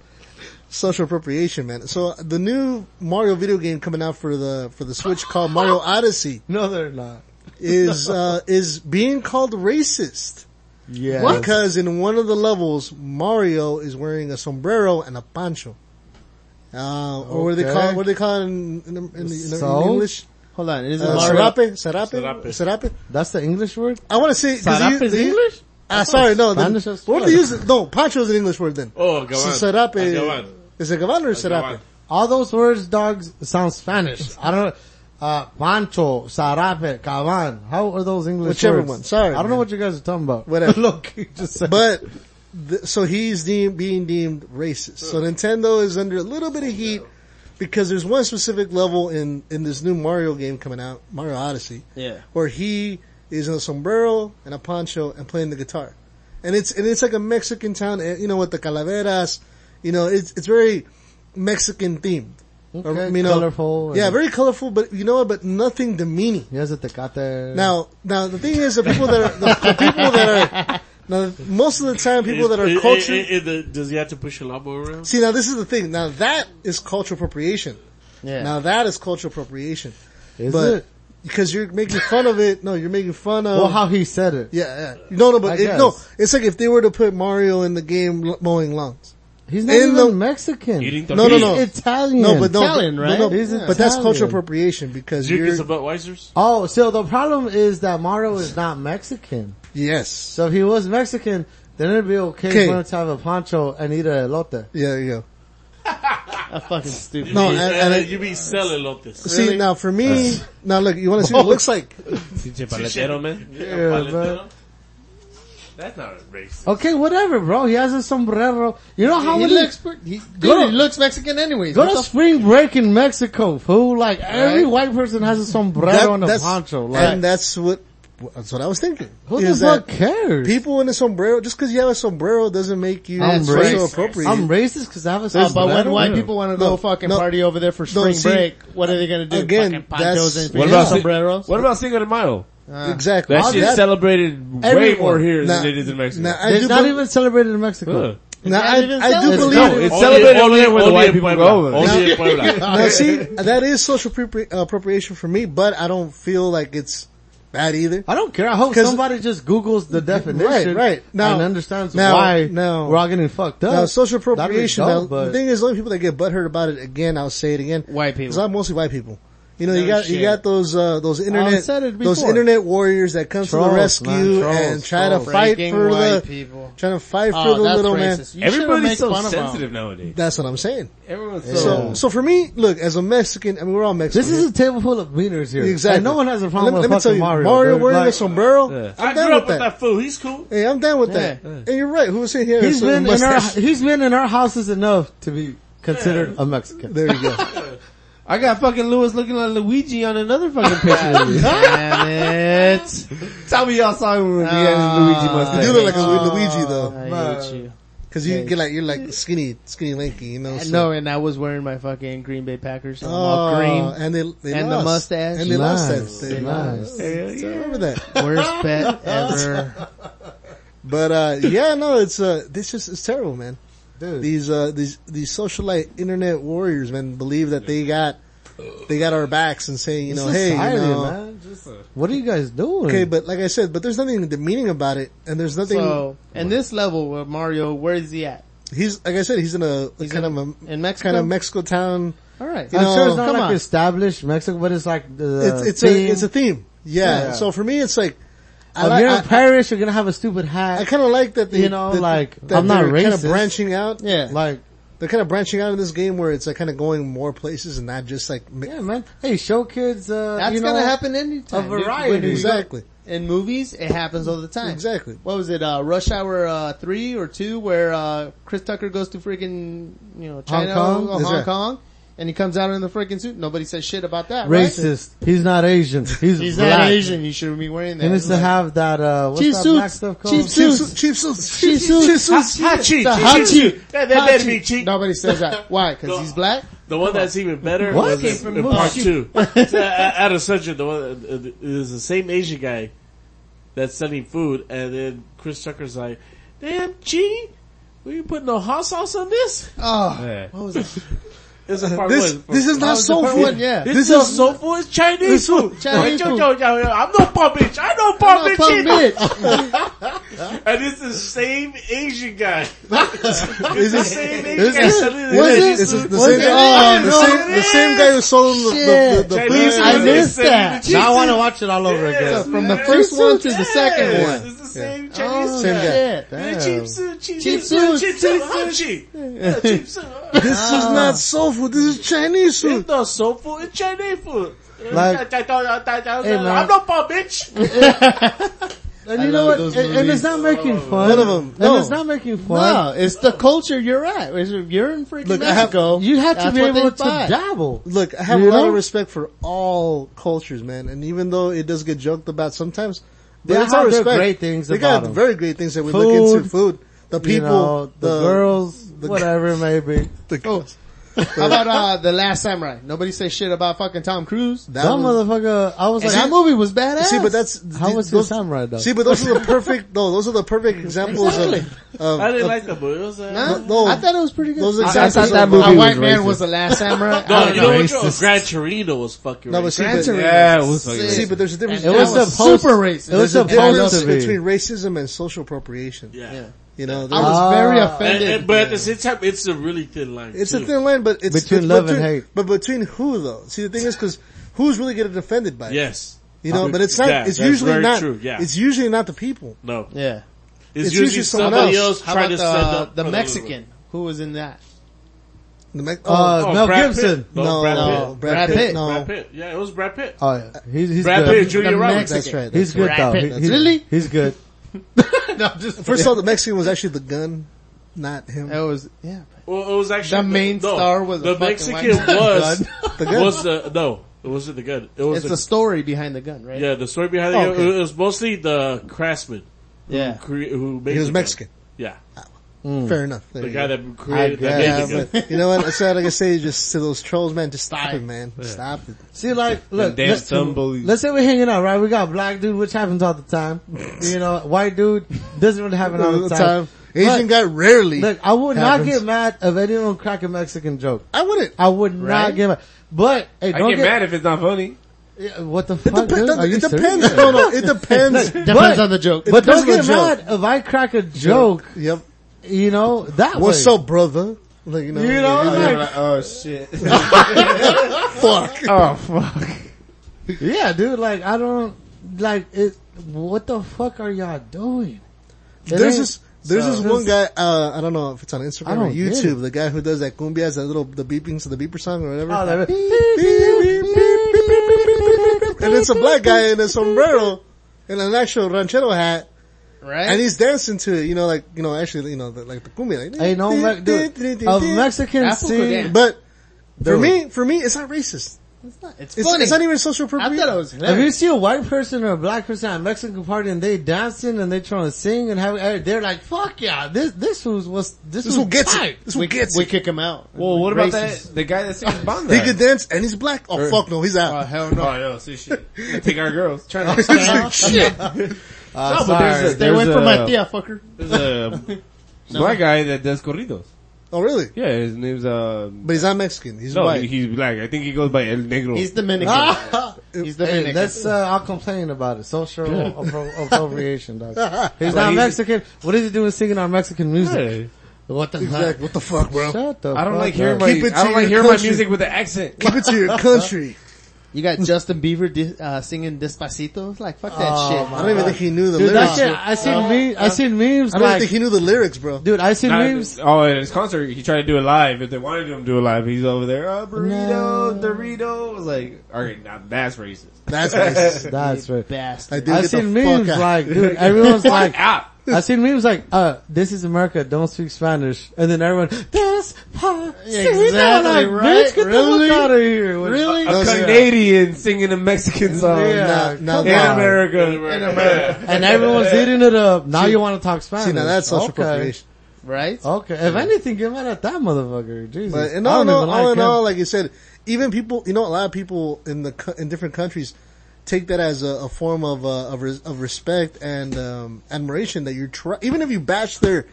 [SPEAKER 1] social appropriation, man. So the new Mario video game coming out for the for the Switch called Mario Odyssey
[SPEAKER 3] No, they're not.
[SPEAKER 1] is uh is being called racist
[SPEAKER 3] Yeah.
[SPEAKER 1] because in one of the levels Mario is wearing a sombrero and a pancho. Uh, or what do they call
[SPEAKER 3] Okay.
[SPEAKER 1] it? What do they call it in, in, in, in,
[SPEAKER 3] So?
[SPEAKER 1] in English?
[SPEAKER 2] Hold on. It is
[SPEAKER 1] Uh, serape, serape, serape,
[SPEAKER 3] That's the English word?
[SPEAKER 1] I want to say 'cause
[SPEAKER 2] Sarape
[SPEAKER 1] you-
[SPEAKER 2] is
[SPEAKER 1] they-
[SPEAKER 2] English?
[SPEAKER 1] Ah, sorry, no. Then,
[SPEAKER 3] Spanish as
[SPEAKER 1] what do
[SPEAKER 3] fuck.
[SPEAKER 1] they use? No, pancho is an English word then.
[SPEAKER 8] Oh, go
[SPEAKER 1] So
[SPEAKER 8] on.
[SPEAKER 1] serape.
[SPEAKER 8] Ah, go on.
[SPEAKER 1] Is it gavana or
[SPEAKER 8] Go
[SPEAKER 1] serape?
[SPEAKER 8] on.
[SPEAKER 3] All those words, dogs, sound Spanish. I don't know. Uh, pancho, sarape, caban. How are those English
[SPEAKER 1] Whichever
[SPEAKER 3] words?
[SPEAKER 1] one. Sorry,
[SPEAKER 3] I don't know
[SPEAKER 1] man.
[SPEAKER 3] what you guys are talking about.
[SPEAKER 1] Whatever.
[SPEAKER 3] Look, you just said.
[SPEAKER 1] But th- so he's deemed, being deemed racist. So Nintendo is under a little bit of heat because there's one specific level in, in this new Mario game coming out, Mario Odyssey,
[SPEAKER 2] Yeah.
[SPEAKER 1] where he is in a sombrero and a poncho and playing the guitar. And it's, and it's like a Mexican town, eh, you know, with the calaveras, you know, it's, it's very Mexican themed. Or,
[SPEAKER 3] Okay, colorful
[SPEAKER 1] uh, Yeah,
[SPEAKER 3] and-
[SPEAKER 1] very colorful, but you know what, but nothing demeaning.
[SPEAKER 3] He has a tecate.
[SPEAKER 1] Now, now the thing is, the people that are the, the people that are now most of the time people that are cultured.
[SPEAKER 8] does he have to push a lawnmower around?
[SPEAKER 1] See, now this is the thing. Now that is cultural appropriation.
[SPEAKER 2] Yeah.
[SPEAKER 1] Now that is cultural appropriation.
[SPEAKER 3] Is it?
[SPEAKER 1] Because you're making fun of it. No, you're making fun of.
[SPEAKER 3] Well, how he said it.
[SPEAKER 1] um, yeah, yeah. No, no, but
[SPEAKER 3] I
[SPEAKER 1] it, no.
[SPEAKER 3] guess.
[SPEAKER 1] It's like if they were to put Mario in the game l- mowing lawns.
[SPEAKER 3] He's not
[SPEAKER 1] In
[SPEAKER 3] even
[SPEAKER 1] the-
[SPEAKER 3] Mexican.
[SPEAKER 7] Eating
[SPEAKER 1] No, no,
[SPEAKER 7] tortillas.
[SPEAKER 1] no.
[SPEAKER 3] He's Italian.
[SPEAKER 1] No, but no,
[SPEAKER 2] Italian,
[SPEAKER 1] but,
[SPEAKER 2] right?
[SPEAKER 1] no,
[SPEAKER 3] He's
[SPEAKER 1] but that's
[SPEAKER 3] Italian.
[SPEAKER 1] cultural appropriation because
[SPEAKER 8] Duke
[SPEAKER 1] you're
[SPEAKER 8] is the Budweiser's?
[SPEAKER 3] Oh, so the problem is that Mario is not Mexican.
[SPEAKER 1] yes.
[SPEAKER 3] So if he was Mexican, then it'd be okay,
[SPEAKER 1] Okay.
[SPEAKER 3] for him to have a poncho and eat a elote.
[SPEAKER 1] Yeah, there you go.
[SPEAKER 2] I fucking stupid.
[SPEAKER 1] No,
[SPEAKER 8] You-
[SPEAKER 1] and-
[SPEAKER 8] uh,
[SPEAKER 1] and I-
[SPEAKER 8] you be selling lotus.
[SPEAKER 1] See now for me, now look, you want to see what it looks like?
[SPEAKER 7] Pinche paletero, man.
[SPEAKER 3] Yeah, but-
[SPEAKER 8] That's not racist.
[SPEAKER 3] Okay, whatever, bro. He has a sombrero. You know how
[SPEAKER 2] He
[SPEAKER 3] many?
[SPEAKER 2] looks, he, dude, he looks Mexican anyways.
[SPEAKER 3] Go
[SPEAKER 2] What
[SPEAKER 3] to
[SPEAKER 2] the
[SPEAKER 3] spring break in Mexico, fool. Like every white person has a sombrero
[SPEAKER 1] That-
[SPEAKER 3] and a
[SPEAKER 1] that's-
[SPEAKER 3] poncho.
[SPEAKER 1] and
[SPEAKER 3] Like
[SPEAKER 1] that's what that's what I was thinking.
[SPEAKER 3] who the
[SPEAKER 1] is
[SPEAKER 3] fuck
[SPEAKER 1] that
[SPEAKER 3] cares?
[SPEAKER 1] People in a sombrero, just because you have a sombrero doesn't make you
[SPEAKER 3] I'm
[SPEAKER 1] social
[SPEAKER 3] racist.
[SPEAKER 1] appropriate.
[SPEAKER 3] I'm racist because I have a
[SPEAKER 2] Oh,
[SPEAKER 3] sombrero.
[SPEAKER 2] but when white people want to
[SPEAKER 1] No,
[SPEAKER 2] go fucking
[SPEAKER 1] no.
[SPEAKER 2] party over there for spring
[SPEAKER 1] see,
[SPEAKER 2] break, what are they going to do?
[SPEAKER 1] again,
[SPEAKER 2] fucking
[SPEAKER 1] that's-
[SPEAKER 2] ponchos and
[SPEAKER 7] What about-
[SPEAKER 2] sombreros?
[SPEAKER 7] What about Cinco de Mayo?
[SPEAKER 1] exactly.
[SPEAKER 7] That
[SPEAKER 1] Now,
[SPEAKER 7] shit's celebrated way
[SPEAKER 3] Everyone.
[SPEAKER 7] more here
[SPEAKER 1] Nah,
[SPEAKER 7] than it is in Mexico.
[SPEAKER 1] now, I
[SPEAKER 3] It's
[SPEAKER 1] do
[SPEAKER 3] not
[SPEAKER 1] be-
[SPEAKER 3] even celebrated in Mexico.
[SPEAKER 7] Ugh.
[SPEAKER 1] now,
[SPEAKER 2] not
[SPEAKER 1] I,
[SPEAKER 2] even
[SPEAKER 1] I do
[SPEAKER 2] celebrated.
[SPEAKER 1] believe.
[SPEAKER 7] No, it's celebrated only, where the
[SPEAKER 8] only
[SPEAKER 7] white
[SPEAKER 8] in
[SPEAKER 7] people
[SPEAKER 8] Puebla.
[SPEAKER 7] go over.
[SPEAKER 8] Only in
[SPEAKER 7] Now-
[SPEAKER 8] Puebla.
[SPEAKER 1] now see, that is social appropri- appropriation for me, but I don't feel like it's bad either.
[SPEAKER 3] I don't care. I hope
[SPEAKER 1] 'Cause-
[SPEAKER 3] somebody just Googles the definition
[SPEAKER 1] right. Now-
[SPEAKER 3] and understands
[SPEAKER 1] now-
[SPEAKER 3] why
[SPEAKER 1] now-
[SPEAKER 3] we're all getting fucked up.
[SPEAKER 1] Now, social appropriation. now,
[SPEAKER 3] That'd be dope, but-
[SPEAKER 1] the thing is, the only people that get butthurt about it again, I'll say it again.
[SPEAKER 2] White people.
[SPEAKER 1] It's not mostly white people. You know, you
[SPEAKER 2] No
[SPEAKER 1] got you
[SPEAKER 2] shit.
[SPEAKER 1] got those uh, those internet
[SPEAKER 3] said it
[SPEAKER 1] those
[SPEAKER 3] before.
[SPEAKER 1] internet warriors that come to the
[SPEAKER 3] Trolls,
[SPEAKER 1] rescue
[SPEAKER 3] man, trolls,
[SPEAKER 1] and try
[SPEAKER 3] trolls.
[SPEAKER 1] to fight
[SPEAKER 2] Freaking
[SPEAKER 1] for
[SPEAKER 2] white
[SPEAKER 1] the
[SPEAKER 2] people.
[SPEAKER 1] trying to fight for
[SPEAKER 2] Oh,
[SPEAKER 1] the
[SPEAKER 2] that's
[SPEAKER 1] little man.
[SPEAKER 2] racist. You shouldn't make
[SPEAKER 7] Everybody's so
[SPEAKER 2] fun of 'em.
[SPEAKER 7] sensitive nowadays.
[SPEAKER 1] That's what I'm saying.
[SPEAKER 7] Everyone's
[SPEAKER 1] So
[SPEAKER 7] so.
[SPEAKER 1] so for me, look, as a Mexican, I mean we're all Mexican.
[SPEAKER 3] This is a table full of wieners here.
[SPEAKER 1] exactly.
[SPEAKER 3] And no one has a problem
[SPEAKER 1] let,
[SPEAKER 3] with
[SPEAKER 1] me- let me
[SPEAKER 3] fucking
[SPEAKER 1] tell you,
[SPEAKER 3] Mario.
[SPEAKER 1] Mario
[SPEAKER 3] They're
[SPEAKER 1] wearing a
[SPEAKER 3] like-
[SPEAKER 1] sombrero.
[SPEAKER 7] Yeah.
[SPEAKER 8] I
[SPEAKER 1] I'm down
[SPEAKER 8] grew
[SPEAKER 1] with
[SPEAKER 8] up with
[SPEAKER 1] that.
[SPEAKER 8] that fool. He's cool.
[SPEAKER 1] Hey, I'm down with that. And you're right. Who was sitting here?
[SPEAKER 3] He's
[SPEAKER 1] with a
[SPEAKER 3] been in our
[SPEAKER 1] mustache?
[SPEAKER 3] he's been in our houses enough to be considered a Mexican.
[SPEAKER 1] There you go.
[SPEAKER 7] I got fucking Lewis looking like Luigi on another fucking picture.
[SPEAKER 2] Damn it.
[SPEAKER 7] Tell me y'all saw him when he had his Luigi mustache.
[SPEAKER 1] You
[SPEAKER 2] I
[SPEAKER 1] do look like a
[SPEAKER 2] hate
[SPEAKER 1] Luigi though.
[SPEAKER 2] you. Ah, I hate you.
[SPEAKER 1] Cause you get like you're like skinny, skinny, lanky, you know.
[SPEAKER 2] And
[SPEAKER 1] so- Oh,
[SPEAKER 2] No, and I was wearing my fucking Green Bay Packers. so I'm all green.
[SPEAKER 1] and they, they
[SPEAKER 2] And the
[SPEAKER 1] lost.
[SPEAKER 2] mustache.
[SPEAKER 1] and they lost
[SPEAKER 3] Nice,
[SPEAKER 1] that. They
[SPEAKER 3] nice.
[SPEAKER 1] lost. So remember that.
[SPEAKER 2] Worst bet ever.
[SPEAKER 1] But uh, yeah, no, it's uh, this just it's terrible, man.
[SPEAKER 3] Dude.
[SPEAKER 1] These uh, these these socialite internet warriors, man, believe that they got they got our backs and saying, you know, hey,
[SPEAKER 3] Society,
[SPEAKER 1] you know,
[SPEAKER 3] man. Just, what are you guys doing?
[SPEAKER 1] okay, but like I said, but there's nothing demeaning about it, and there's nothing.
[SPEAKER 2] So, and this level where Mario, where is he at?
[SPEAKER 1] he's like I said, he's in a
[SPEAKER 2] He's
[SPEAKER 1] kind
[SPEAKER 2] in-
[SPEAKER 1] of a
[SPEAKER 2] in Mexico?
[SPEAKER 1] kind of Mexico town.
[SPEAKER 2] All right.
[SPEAKER 1] You
[SPEAKER 3] I'm
[SPEAKER 1] know,
[SPEAKER 3] sure it's not
[SPEAKER 2] come
[SPEAKER 3] like
[SPEAKER 2] on.
[SPEAKER 3] established Mexico, but it's like the
[SPEAKER 1] It's it's
[SPEAKER 3] theme
[SPEAKER 1] a it's a theme, yeah.
[SPEAKER 3] Yeah.
[SPEAKER 1] So for me, it's like. I
[SPEAKER 3] If
[SPEAKER 1] like-
[SPEAKER 3] you're
[SPEAKER 1] I-
[SPEAKER 3] in Paris, you're gonna have a stupid hat.
[SPEAKER 1] I kind of like that they,
[SPEAKER 3] You know,
[SPEAKER 1] that-
[SPEAKER 3] like,
[SPEAKER 1] that
[SPEAKER 3] I'm not
[SPEAKER 1] they're kind of
[SPEAKER 3] racist.
[SPEAKER 1] branching out.
[SPEAKER 2] Yeah.
[SPEAKER 3] like,
[SPEAKER 1] They're kind of branching out in this game where it's like kind of going more places and not just like mi-
[SPEAKER 3] yeah, man. Hey, show kids. Uh,
[SPEAKER 2] That's
[SPEAKER 3] you know,
[SPEAKER 2] gonna happen anytime.
[SPEAKER 3] a
[SPEAKER 2] dude.
[SPEAKER 3] variety.
[SPEAKER 2] When you go
[SPEAKER 1] exactly,
[SPEAKER 2] In movies, it happens all the time.
[SPEAKER 1] exactly.
[SPEAKER 2] What was it, uh, Rush Hour, uh, 3 or 2 where, uh, Chris Tucker goes to freaking, you know, China,
[SPEAKER 3] Kong?
[SPEAKER 2] or
[SPEAKER 1] That's
[SPEAKER 2] Hong
[SPEAKER 1] right.
[SPEAKER 2] Kong, and he comes out in the freaking suit. Nobody says shit about that, right?
[SPEAKER 3] Racist. He's not Asian. He's,
[SPEAKER 2] He's
[SPEAKER 3] black.
[SPEAKER 2] not Asian. You should be wearing that.
[SPEAKER 3] He needs to have that. Uh, what's
[SPEAKER 2] Cheap
[SPEAKER 3] that
[SPEAKER 2] suits.
[SPEAKER 3] black stuff called?
[SPEAKER 2] Cheap
[SPEAKER 1] Chief
[SPEAKER 2] suits.
[SPEAKER 1] suits, chief suits,
[SPEAKER 2] Chief suits.
[SPEAKER 1] chief suits.
[SPEAKER 8] Hachi.
[SPEAKER 2] The
[SPEAKER 8] Hachi.
[SPEAKER 2] Hachi.
[SPEAKER 8] That that better be cheap.
[SPEAKER 2] Nobody says that. Why? Because
[SPEAKER 8] No.
[SPEAKER 2] he's black.
[SPEAKER 8] The one that's even better
[SPEAKER 3] What?
[SPEAKER 8] was
[SPEAKER 3] Came
[SPEAKER 8] in,
[SPEAKER 3] from
[SPEAKER 8] in
[SPEAKER 3] Moose.
[SPEAKER 8] part two. So, uh, Out of Central, the one uh, uh, is the same Asian guy that's selling food, and then Chris Tucker's like, "Damn, G, we ain't put no hot sauce on this."
[SPEAKER 2] Oh,
[SPEAKER 7] Yeah.
[SPEAKER 2] what was it?
[SPEAKER 8] This is part
[SPEAKER 1] This
[SPEAKER 8] one.
[SPEAKER 1] this is
[SPEAKER 2] That
[SPEAKER 1] not
[SPEAKER 2] was the
[SPEAKER 1] soul
[SPEAKER 2] part
[SPEAKER 1] food.
[SPEAKER 2] one, yeah.
[SPEAKER 8] This,
[SPEAKER 1] This
[SPEAKER 8] is
[SPEAKER 1] is-
[SPEAKER 8] so food. It's Chinese food.
[SPEAKER 2] Chinese
[SPEAKER 8] Yo,
[SPEAKER 2] food.
[SPEAKER 8] yo, yo, yo, I'm no pump bitch. I know pump
[SPEAKER 2] Oh,
[SPEAKER 8] bitch.
[SPEAKER 2] fuck,
[SPEAKER 8] either.
[SPEAKER 2] bitch.
[SPEAKER 8] And it's the same Asian guy.
[SPEAKER 1] Is
[SPEAKER 8] it's the
[SPEAKER 1] it-
[SPEAKER 8] same
[SPEAKER 1] is
[SPEAKER 8] Asian guy.
[SPEAKER 1] it-
[SPEAKER 8] selling the
[SPEAKER 1] was
[SPEAKER 8] Chinese
[SPEAKER 1] it- it's
[SPEAKER 8] food.
[SPEAKER 1] the same,
[SPEAKER 2] it-
[SPEAKER 1] oh, the
[SPEAKER 8] Oh,
[SPEAKER 1] same, the
[SPEAKER 8] it
[SPEAKER 1] same
[SPEAKER 8] is.
[SPEAKER 1] guy who sold the, the, the, the,
[SPEAKER 8] Chinese
[SPEAKER 1] food.
[SPEAKER 8] food.
[SPEAKER 2] I
[SPEAKER 8] They
[SPEAKER 2] missed
[SPEAKER 8] sell you
[SPEAKER 2] that.
[SPEAKER 8] the
[SPEAKER 3] Now I
[SPEAKER 8] cheese
[SPEAKER 3] want to
[SPEAKER 8] food.
[SPEAKER 3] watch it all over
[SPEAKER 8] Yes,
[SPEAKER 3] again.
[SPEAKER 2] From the
[SPEAKER 8] man.
[SPEAKER 2] first one to the
[SPEAKER 8] Yes,
[SPEAKER 2] second one.
[SPEAKER 8] It's the same Chinese
[SPEAKER 2] Oh,
[SPEAKER 8] guy.
[SPEAKER 2] shit.
[SPEAKER 8] Yeah, uh, cheap suit, cheap,
[SPEAKER 2] Cheap
[SPEAKER 8] suit,
[SPEAKER 2] suit,
[SPEAKER 8] cheap suit, hot cheap. uh, Yeah, cheap suit.
[SPEAKER 1] This is not soul food. This is Chinese food.
[SPEAKER 8] It's not soul food, it's Chinese food.
[SPEAKER 3] Like-
[SPEAKER 8] I'm
[SPEAKER 3] Hey, man.
[SPEAKER 8] not poor bitch.
[SPEAKER 1] And
[SPEAKER 3] I
[SPEAKER 1] you know
[SPEAKER 3] love
[SPEAKER 1] what?
[SPEAKER 3] those
[SPEAKER 1] And, and
[SPEAKER 3] movies.
[SPEAKER 1] it's not making
[SPEAKER 3] Oh.
[SPEAKER 1] fun.
[SPEAKER 3] None of 'em.
[SPEAKER 1] No.
[SPEAKER 3] And it's not making
[SPEAKER 2] No,
[SPEAKER 3] fun.
[SPEAKER 2] it's the culture you're at. It's- You're in freaking
[SPEAKER 1] Look, I have-
[SPEAKER 2] Mexico.
[SPEAKER 3] you have to
[SPEAKER 2] That's
[SPEAKER 3] be
[SPEAKER 2] what
[SPEAKER 3] able
[SPEAKER 2] they
[SPEAKER 3] to
[SPEAKER 2] buy.
[SPEAKER 3] dabble.
[SPEAKER 1] Look, I have a
[SPEAKER 3] You
[SPEAKER 1] lot
[SPEAKER 3] know?
[SPEAKER 1] of respect for all cultures, man. And even though it does get joked about sometimes, but
[SPEAKER 3] They
[SPEAKER 1] it's all
[SPEAKER 3] have their
[SPEAKER 1] respect.
[SPEAKER 3] great things
[SPEAKER 1] They
[SPEAKER 3] about
[SPEAKER 1] got
[SPEAKER 3] 'em.
[SPEAKER 1] very great things that we look into.
[SPEAKER 3] Food,
[SPEAKER 1] Food, the people,
[SPEAKER 3] you know, the, girls,
[SPEAKER 1] the-
[SPEAKER 3] whatever it may be. Oh,
[SPEAKER 1] the girls.
[SPEAKER 2] How about uh, the Last Samurai? Nobody say shit about fucking Tom Cruise.
[SPEAKER 1] That
[SPEAKER 3] Some
[SPEAKER 1] was-
[SPEAKER 3] motherfucker, I was
[SPEAKER 2] And
[SPEAKER 3] like,
[SPEAKER 2] that movie was badass.
[SPEAKER 1] See, but that's
[SPEAKER 3] how
[SPEAKER 1] th-
[SPEAKER 3] was he a samurai though?
[SPEAKER 1] See, but those are the perfect. No, those are the perfect examples of. of
[SPEAKER 8] I didn't
[SPEAKER 1] of-
[SPEAKER 8] like that movie. It was, uh,
[SPEAKER 2] Huh?
[SPEAKER 1] no,
[SPEAKER 2] I thought it was pretty good.
[SPEAKER 1] those
[SPEAKER 2] I- I
[SPEAKER 1] examples
[SPEAKER 2] thought
[SPEAKER 1] of-
[SPEAKER 2] that
[SPEAKER 1] A
[SPEAKER 2] movie
[SPEAKER 1] white
[SPEAKER 2] was
[SPEAKER 1] man
[SPEAKER 2] racist.
[SPEAKER 1] was the
[SPEAKER 2] Last Samurai.
[SPEAKER 8] Oh, no, you know what?
[SPEAKER 3] racist.
[SPEAKER 8] Joe? Gran Torino was fucking
[SPEAKER 1] no,
[SPEAKER 8] no,
[SPEAKER 1] but see,
[SPEAKER 2] Gran
[SPEAKER 1] but,
[SPEAKER 2] Torino.
[SPEAKER 9] Yeah, it was fucking-
[SPEAKER 1] see, but there's a difference.
[SPEAKER 2] And
[SPEAKER 3] It was
[SPEAKER 2] that was
[SPEAKER 3] supposed-
[SPEAKER 2] super racist.
[SPEAKER 3] it was
[SPEAKER 1] there's a difference
[SPEAKER 3] supposed to be.
[SPEAKER 1] between racism and social appropriation.
[SPEAKER 8] Yeah.
[SPEAKER 2] Yeah.
[SPEAKER 1] You know,
[SPEAKER 2] I was very
[SPEAKER 3] Ah.
[SPEAKER 8] And-
[SPEAKER 2] offended.
[SPEAKER 8] and- but at the same time, it's a really thin line.
[SPEAKER 1] It's
[SPEAKER 8] too.
[SPEAKER 1] a thin line, but it's
[SPEAKER 3] Between
[SPEAKER 1] it's
[SPEAKER 3] love and
[SPEAKER 1] between-
[SPEAKER 3] hate.
[SPEAKER 1] But between who though? See, the thing is, because who's really getting offended by it?
[SPEAKER 8] Yes.
[SPEAKER 1] You know,
[SPEAKER 8] Uh,
[SPEAKER 1] but it's not.
[SPEAKER 8] yeah,
[SPEAKER 1] it's
[SPEAKER 8] that's
[SPEAKER 1] usually
[SPEAKER 8] very
[SPEAKER 1] not.
[SPEAKER 8] true, yeah.
[SPEAKER 1] It's usually not the people.
[SPEAKER 8] No.
[SPEAKER 2] yeah.
[SPEAKER 8] It's,
[SPEAKER 1] It's
[SPEAKER 8] usually,
[SPEAKER 1] usually someone
[SPEAKER 8] somebody
[SPEAKER 1] else.
[SPEAKER 8] else,
[SPEAKER 2] How
[SPEAKER 8] trying
[SPEAKER 2] about
[SPEAKER 8] to
[SPEAKER 2] the,
[SPEAKER 8] set up
[SPEAKER 2] the
[SPEAKER 8] for
[SPEAKER 2] Mexican who was in that?
[SPEAKER 1] The Mex-
[SPEAKER 3] Uh,
[SPEAKER 1] oh,
[SPEAKER 3] Mel
[SPEAKER 8] Brad
[SPEAKER 3] Gibson.
[SPEAKER 8] Pitt.
[SPEAKER 1] no,
[SPEAKER 8] No,
[SPEAKER 1] no,
[SPEAKER 8] Brad
[SPEAKER 1] no,
[SPEAKER 8] Pitt.
[SPEAKER 1] Brad Pitt, no.
[SPEAKER 8] Brad Pitt. Yeah, it was Brad Pitt.
[SPEAKER 3] Oh yeah, he's he's
[SPEAKER 8] Brad Pitt,
[SPEAKER 3] good.
[SPEAKER 8] Julia
[SPEAKER 2] the
[SPEAKER 8] Roberts.
[SPEAKER 1] That's right.
[SPEAKER 3] He's good
[SPEAKER 2] Brad
[SPEAKER 3] though.
[SPEAKER 2] Pitt.
[SPEAKER 3] He-
[SPEAKER 2] That's
[SPEAKER 3] he's-
[SPEAKER 2] really?
[SPEAKER 3] He's good.
[SPEAKER 2] no, just
[SPEAKER 1] First of all, the Mexican was actually the gun, not him.
[SPEAKER 2] that was yeah.
[SPEAKER 8] Well, it was actually
[SPEAKER 2] The main
[SPEAKER 8] no,
[SPEAKER 2] star was a
[SPEAKER 8] the
[SPEAKER 2] fucking
[SPEAKER 8] Mexican
[SPEAKER 2] white man.
[SPEAKER 8] was
[SPEAKER 1] The gun.
[SPEAKER 8] was the no, it wasn't the gun. It was
[SPEAKER 2] It's the
[SPEAKER 8] the,
[SPEAKER 2] story behind the gun, right?
[SPEAKER 8] yeah. The story behind the
[SPEAKER 1] Oh,
[SPEAKER 8] gun.
[SPEAKER 1] okay.
[SPEAKER 8] It was mostly the craftsman
[SPEAKER 2] Yeah.
[SPEAKER 8] cre- who made.
[SPEAKER 1] he was
[SPEAKER 8] the gun.
[SPEAKER 1] Mexican.
[SPEAKER 8] Yeah,
[SPEAKER 1] Fair enough. There
[SPEAKER 8] Mm. the
[SPEAKER 1] you
[SPEAKER 8] guy
[SPEAKER 1] go.
[SPEAKER 8] that created
[SPEAKER 3] I
[SPEAKER 8] that
[SPEAKER 3] guess.
[SPEAKER 8] made the
[SPEAKER 1] yeah,
[SPEAKER 8] gun.
[SPEAKER 1] but you know what? That's what I can say. Just to those trolls, man. Just stop it, man. Stop it.
[SPEAKER 3] See, like, look,
[SPEAKER 9] damn
[SPEAKER 3] let's,
[SPEAKER 9] thumb bullies.
[SPEAKER 3] let's say we're hanging out, right? We got black dude, which happens all the time. You know, white dude doesn't really happen all the time.
[SPEAKER 1] Asian guy rarely.
[SPEAKER 3] Look, I would
[SPEAKER 1] Happens.
[SPEAKER 3] not get mad if anyone crack a Mexican joke.
[SPEAKER 1] I wouldn't.
[SPEAKER 3] I would not
[SPEAKER 2] Right?
[SPEAKER 3] get mad. But hey,
[SPEAKER 9] I
[SPEAKER 3] don't
[SPEAKER 9] get mad if it's not funny.
[SPEAKER 3] Yeah, What the
[SPEAKER 1] It,
[SPEAKER 3] fuck?
[SPEAKER 1] depen-
[SPEAKER 3] dude? Are you
[SPEAKER 1] it depends.
[SPEAKER 3] serious?
[SPEAKER 1] No, no, it depends.
[SPEAKER 2] Depends on the joke.
[SPEAKER 3] But don't
[SPEAKER 1] depends
[SPEAKER 3] get
[SPEAKER 1] on the
[SPEAKER 3] mad if I crack a joke.
[SPEAKER 1] Yep.
[SPEAKER 3] You know that way.
[SPEAKER 1] What's up, brother? Like, you know,
[SPEAKER 3] You know,
[SPEAKER 1] yeah, yeah.
[SPEAKER 3] like-
[SPEAKER 9] oh shit.
[SPEAKER 1] fuck.
[SPEAKER 9] oh fuck.
[SPEAKER 3] Yeah, dude. Like I don't like it. What the fuck are y'all doing? It
[SPEAKER 1] There's
[SPEAKER 3] ain't-
[SPEAKER 1] this there's this
[SPEAKER 3] so-
[SPEAKER 1] one guy uh I don't know if it's on
[SPEAKER 3] I
[SPEAKER 1] Instagram or
[SPEAKER 3] don't get
[SPEAKER 1] YouTube,
[SPEAKER 3] it.
[SPEAKER 1] the guy who does that cumbias, that little the beeping so the beeper song or whatever.
[SPEAKER 3] Oh, that-
[SPEAKER 1] and it's a black guy in a sombrero in an actual ranchero hat
[SPEAKER 3] Eh?
[SPEAKER 2] Right?
[SPEAKER 1] and he's dancing to it, you know, like you know, actually you know the, like the cumbia like,
[SPEAKER 3] Hey, no, me- dude. A Mexican
[SPEAKER 2] Apple
[SPEAKER 3] scene.
[SPEAKER 2] dance.
[SPEAKER 1] But for
[SPEAKER 3] Dude.
[SPEAKER 1] me for me it's not racist.
[SPEAKER 2] it's not, it's
[SPEAKER 1] It's,
[SPEAKER 2] funny.
[SPEAKER 1] it's not even social
[SPEAKER 2] I
[SPEAKER 1] appropriation.
[SPEAKER 2] thought it was
[SPEAKER 3] If you
[SPEAKER 2] hilarious.
[SPEAKER 3] see a white person or a black person at a Mexican party and they dancing and they trying to sing and have, eh, they're like, "Fuck yeah, this this was was
[SPEAKER 1] this
[SPEAKER 3] this, was
[SPEAKER 1] will get
[SPEAKER 3] tight.
[SPEAKER 1] it. This will get
[SPEAKER 2] We
[SPEAKER 1] it.
[SPEAKER 2] kick him out.
[SPEAKER 9] Well, what about that?
[SPEAKER 2] Racist.
[SPEAKER 9] The guy that sings Banda.
[SPEAKER 1] He could dance and he's black. Oh fuck no, he's out.
[SPEAKER 2] hell
[SPEAKER 9] Oh no, see shit. They Take our girls.
[SPEAKER 2] Trying to stand out.
[SPEAKER 3] Uh,
[SPEAKER 9] but there's
[SPEAKER 3] sorry.
[SPEAKER 9] a-
[SPEAKER 2] They went
[SPEAKER 9] There's
[SPEAKER 2] for
[SPEAKER 9] a-
[SPEAKER 2] my tia, fucker.
[SPEAKER 9] There's a black guy that does corridos.
[SPEAKER 1] Oh really?
[SPEAKER 9] Yeah, his name's uh.
[SPEAKER 1] But he's not Mexican. He's
[SPEAKER 9] No,
[SPEAKER 1] white. Ah.
[SPEAKER 9] he, he's black. I think he goes by El Negro.
[SPEAKER 2] He's Dominican.
[SPEAKER 3] Ah.
[SPEAKER 2] He's Dominican.
[SPEAKER 3] Hey, that's uh, I'll complain about it. Social appro- appropriation, dog. He's not
[SPEAKER 9] Right.
[SPEAKER 3] Mexican. What is he doing singing our Mexican music?
[SPEAKER 9] Hey.
[SPEAKER 3] What the
[SPEAKER 1] Exactly. What the fuck, bro?
[SPEAKER 3] fuck? Shut the
[SPEAKER 9] I don't
[SPEAKER 3] fuck
[SPEAKER 9] like hearing
[SPEAKER 3] up.
[SPEAKER 9] my. I
[SPEAKER 1] Keep it to
[SPEAKER 9] don't like
[SPEAKER 1] your
[SPEAKER 9] hearing my
[SPEAKER 1] country.
[SPEAKER 9] music with the accent.
[SPEAKER 1] Keep it to your country.
[SPEAKER 2] you got Justin Bieber di- uh, singing Despacito. It's like, fuck that
[SPEAKER 3] Oh,
[SPEAKER 2] shit.
[SPEAKER 1] I don't even think he knew the
[SPEAKER 3] Dude, that
[SPEAKER 1] lyrics.
[SPEAKER 3] shit,
[SPEAKER 1] bro. Uh,
[SPEAKER 3] I seen me, I seen memes
[SPEAKER 1] I don't even
[SPEAKER 3] like,
[SPEAKER 1] think he knew the lyrics, bro.
[SPEAKER 3] dude, I seen
[SPEAKER 9] Nah,
[SPEAKER 3] memes.
[SPEAKER 9] oh, at his concert, he tried to do it live. If they wanted him to do it live, he's over there. Oh, burrito, Dorito. I was like, all right, now that's racist.
[SPEAKER 1] That's racist.
[SPEAKER 3] That's right.
[SPEAKER 1] I
[SPEAKER 2] Bastard.
[SPEAKER 1] do
[SPEAKER 3] I
[SPEAKER 1] get
[SPEAKER 3] seen
[SPEAKER 1] the
[SPEAKER 3] memes
[SPEAKER 1] fuck out.
[SPEAKER 3] like, dude, everyone's like,
[SPEAKER 9] Ah,
[SPEAKER 3] I seen memes like, uh, this is America, don't speak Spanish. And then everyone, that's
[SPEAKER 2] Exactly
[SPEAKER 3] like,
[SPEAKER 2] right,
[SPEAKER 3] bitch, get the
[SPEAKER 2] really?
[SPEAKER 3] fuck out of here. What-
[SPEAKER 2] Really?
[SPEAKER 9] a Canadian singing a Mexican song
[SPEAKER 3] Yeah,
[SPEAKER 1] Nah, nah,
[SPEAKER 3] come
[SPEAKER 9] in
[SPEAKER 1] nah.
[SPEAKER 3] on.
[SPEAKER 9] America.
[SPEAKER 3] And everyone's eating it up. Now you want to talk Spanish.
[SPEAKER 1] See, now that's social
[SPEAKER 3] okay.
[SPEAKER 1] appropriation.
[SPEAKER 2] Right?
[SPEAKER 3] Okay. If anything, get mad at that motherfucker. Jesus.
[SPEAKER 1] But and
[SPEAKER 3] I
[SPEAKER 1] all,
[SPEAKER 3] don't
[SPEAKER 1] in all,
[SPEAKER 3] even
[SPEAKER 1] all in
[SPEAKER 3] him.
[SPEAKER 1] all, like you said, even people, you know, a lot of people in the co- in different countries take that as a, a form of uh, of, res- of respect and um, admiration that you're trying. Even if you bash their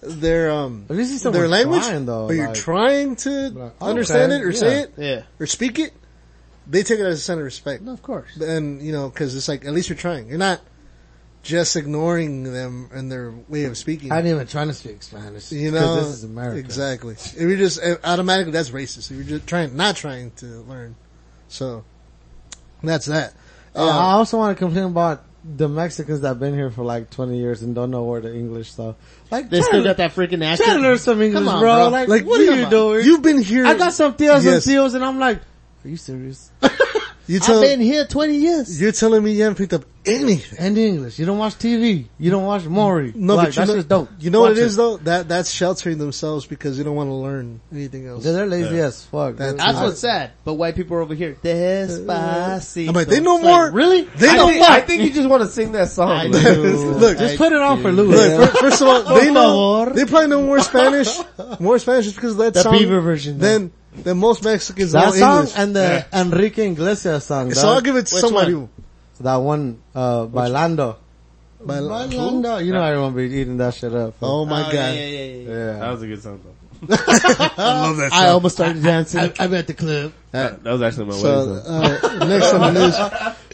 [SPEAKER 1] their um
[SPEAKER 3] At least he's
[SPEAKER 1] their
[SPEAKER 3] someone
[SPEAKER 1] language,
[SPEAKER 3] trying, though,
[SPEAKER 1] but you're
[SPEAKER 3] like-
[SPEAKER 1] trying to
[SPEAKER 3] Like,
[SPEAKER 1] understand
[SPEAKER 3] okay,
[SPEAKER 1] it or
[SPEAKER 3] yeah.
[SPEAKER 1] say it
[SPEAKER 2] Yeah.
[SPEAKER 1] or speak it. They take it as a sign of respect.
[SPEAKER 2] No, of course.
[SPEAKER 1] and you know because it's like at least you're trying you're not just ignoring them and their way of speaking
[SPEAKER 3] I ain't even trying to speak Spanish.
[SPEAKER 1] you
[SPEAKER 3] 'cause
[SPEAKER 1] know
[SPEAKER 3] this is America.
[SPEAKER 1] exactly if you're just uh, automatically that's racist if you're just trying not trying to learn so that's that
[SPEAKER 3] And I
[SPEAKER 1] uh,
[SPEAKER 3] also want to complain about the Mexicans that been here for like 20 years and don't know where the English stuff. Like,
[SPEAKER 2] They
[SPEAKER 3] try
[SPEAKER 2] still
[SPEAKER 3] to-
[SPEAKER 2] got that freaking accent.
[SPEAKER 3] try to learn some English,
[SPEAKER 2] Come on,
[SPEAKER 3] bro.
[SPEAKER 2] bro.
[SPEAKER 3] Like,
[SPEAKER 1] like
[SPEAKER 3] what are you
[SPEAKER 1] on.
[SPEAKER 3] doing?
[SPEAKER 1] you've been here
[SPEAKER 3] I got eh, some tios
[SPEAKER 1] Yes.
[SPEAKER 3] and tios and I'm like, are you serious?
[SPEAKER 1] You tell-
[SPEAKER 2] I've been here 20 years.
[SPEAKER 1] You're telling me you haven't picked up anything.
[SPEAKER 3] And English. You don't watch TV. You don't watch Maury.
[SPEAKER 1] No,
[SPEAKER 3] Like,
[SPEAKER 1] but you
[SPEAKER 3] that's
[SPEAKER 1] know,
[SPEAKER 3] just dope.
[SPEAKER 1] You know what
[SPEAKER 3] Watch
[SPEAKER 1] it is though? That that's sheltering themselves because they don't want to learn anything else.
[SPEAKER 3] Yeah, they're lazy Yeah. as fuck.
[SPEAKER 1] That's,
[SPEAKER 2] That's what's sad. But white people are over here. Despacito.
[SPEAKER 1] I'm like, they know
[SPEAKER 2] It's
[SPEAKER 1] more.
[SPEAKER 2] Like, really?
[SPEAKER 1] They
[SPEAKER 2] I
[SPEAKER 1] know
[SPEAKER 2] think-
[SPEAKER 1] more.
[SPEAKER 2] I think you
[SPEAKER 7] just want to sing that song.
[SPEAKER 2] I
[SPEAKER 1] Look,
[SPEAKER 2] do.
[SPEAKER 1] look,
[SPEAKER 2] Just put it on for
[SPEAKER 1] Look,
[SPEAKER 2] Louis.
[SPEAKER 1] fir- first of all, they
[SPEAKER 2] Por
[SPEAKER 1] know
[SPEAKER 2] favor.
[SPEAKER 1] they probably know more Spanish, more Spanish just because of that
[SPEAKER 3] The
[SPEAKER 1] song.
[SPEAKER 3] Bieber version, though.
[SPEAKER 1] Than than most Mexicans
[SPEAKER 3] That
[SPEAKER 1] know
[SPEAKER 3] song
[SPEAKER 1] English.
[SPEAKER 3] and the Enrique Iglesias song.
[SPEAKER 1] So
[SPEAKER 3] dog.
[SPEAKER 1] I'll give it to
[SPEAKER 3] Which
[SPEAKER 1] somebody.
[SPEAKER 3] one? That one, uh, Bailando.
[SPEAKER 1] Bail-
[SPEAKER 3] Bailando. You know everyone be eating that shit up.
[SPEAKER 1] Oh my
[SPEAKER 2] Oh,
[SPEAKER 1] god!
[SPEAKER 2] yeah, yeah, yeah, yeah.
[SPEAKER 3] Yeah.
[SPEAKER 7] That was a good song though.
[SPEAKER 1] I love that song.
[SPEAKER 2] I almost started dancing. I,
[SPEAKER 3] I'm at the club.
[SPEAKER 7] That, that was actually my
[SPEAKER 1] so
[SPEAKER 7] wedding song.
[SPEAKER 1] uh, next on the news,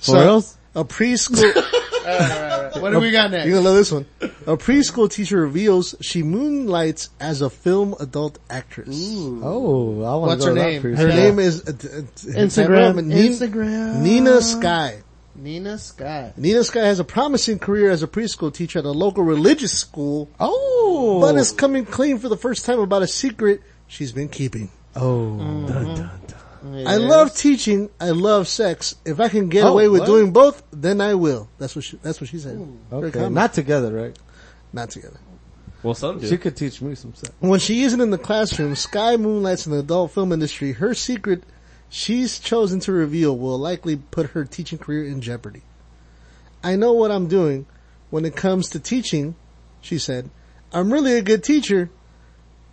[SPEAKER 1] so
[SPEAKER 3] For reals?
[SPEAKER 1] a preschool.
[SPEAKER 2] What do we got next?
[SPEAKER 1] You're gonna love this one. A preschool teacher reveals she moonlights as a film adult actress.
[SPEAKER 3] Oh, I want
[SPEAKER 2] What's her
[SPEAKER 3] to go to that
[SPEAKER 2] name?
[SPEAKER 3] preschool.
[SPEAKER 1] Her
[SPEAKER 2] Yeah.
[SPEAKER 1] name is uh, d- uh, t-
[SPEAKER 2] Instagram.
[SPEAKER 1] Nina-
[SPEAKER 2] Instagram.
[SPEAKER 1] Nina Sky.
[SPEAKER 2] Nina Scott.
[SPEAKER 1] Nina Sky has a promising career as a preschool teacher at a local religious school,
[SPEAKER 3] Oh.
[SPEAKER 1] but is coming clean for the first time about a secret she's been keeping.
[SPEAKER 3] oh.
[SPEAKER 2] Mm-hmm.
[SPEAKER 1] I love teaching. I love sex. If I can get
[SPEAKER 3] Oh,
[SPEAKER 1] away with
[SPEAKER 3] what?
[SPEAKER 1] doing both, then I will. That's what she, that's what she said. Her
[SPEAKER 3] Okay.
[SPEAKER 1] comment.
[SPEAKER 3] Not together, right?
[SPEAKER 1] not together.
[SPEAKER 7] Well, some
[SPEAKER 3] She
[SPEAKER 7] do.
[SPEAKER 3] could teach me some stuff.
[SPEAKER 1] When she isn't in the classroom, Sky moonlights in the adult film industry. Her secret she's chosen to reveal will likely put her teaching career in jeopardy. I know what I'm doing when it comes to teaching, she said. I'm really a good teacher.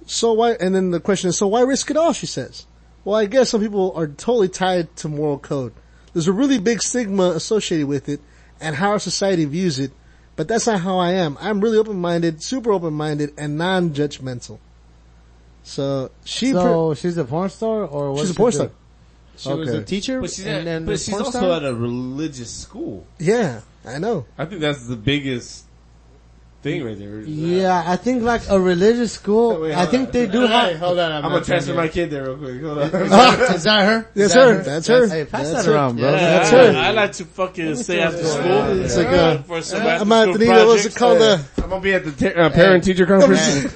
[SPEAKER 1] So why, and then the question is, so why risk it all? She says. Well, I guess some people are totally tied to moral code. There's a really big stigma associated with it and how our society views it, but that's not how I am. I'm really open-minded, super open-minded, and non-judgmental. So she,
[SPEAKER 3] So she's a porn star
[SPEAKER 1] pre-
[SPEAKER 3] or what?
[SPEAKER 1] she's a
[SPEAKER 3] she
[SPEAKER 1] porn
[SPEAKER 3] do?
[SPEAKER 1] star.
[SPEAKER 2] She was a
[SPEAKER 3] Okay.
[SPEAKER 2] teacher,
[SPEAKER 7] But she's,
[SPEAKER 2] and
[SPEAKER 7] at,
[SPEAKER 2] then
[SPEAKER 7] but
[SPEAKER 2] the
[SPEAKER 7] she's
[SPEAKER 2] porn
[SPEAKER 7] also
[SPEAKER 2] star?
[SPEAKER 7] at a religious school.
[SPEAKER 1] Yeah, I know.
[SPEAKER 7] I think that's the biggest thing right there. is that-
[SPEAKER 3] Yeah, I think like a religious school.
[SPEAKER 7] Wait,
[SPEAKER 3] I
[SPEAKER 7] hold
[SPEAKER 3] think
[SPEAKER 7] on.
[SPEAKER 3] they do have.
[SPEAKER 2] hold on.
[SPEAKER 7] I'm gonna transfer my kid there real quick. Hold on.
[SPEAKER 2] Is that her? Is
[SPEAKER 1] That's
[SPEAKER 2] that
[SPEAKER 1] her. That's her.
[SPEAKER 3] Hey, pass
[SPEAKER 1] That's
[SPEAKER 3] that
[SPEAKER 1] her.
[SPEAKER 3] around, bro.
[SPEAKER 8] That's
[SPEAKER 1] her.
[SPEAKER 8] I, I like to fucking stay after school.
[SPEAKER 1] It's like, uh,
[SPEAKER 8] for some
[SPEAKER 1] I'm
[SPEAKER 8] after
[SPEAKER 1] not
[SPEAKER 8] school
[SPEAKER 1] the needle. What's it
[SPEAKER 8] projects,
[SPEAKER 1] called? Uh,
[SPEAKER 7] I'm gonna be at the ter- uh, parent teacher conference.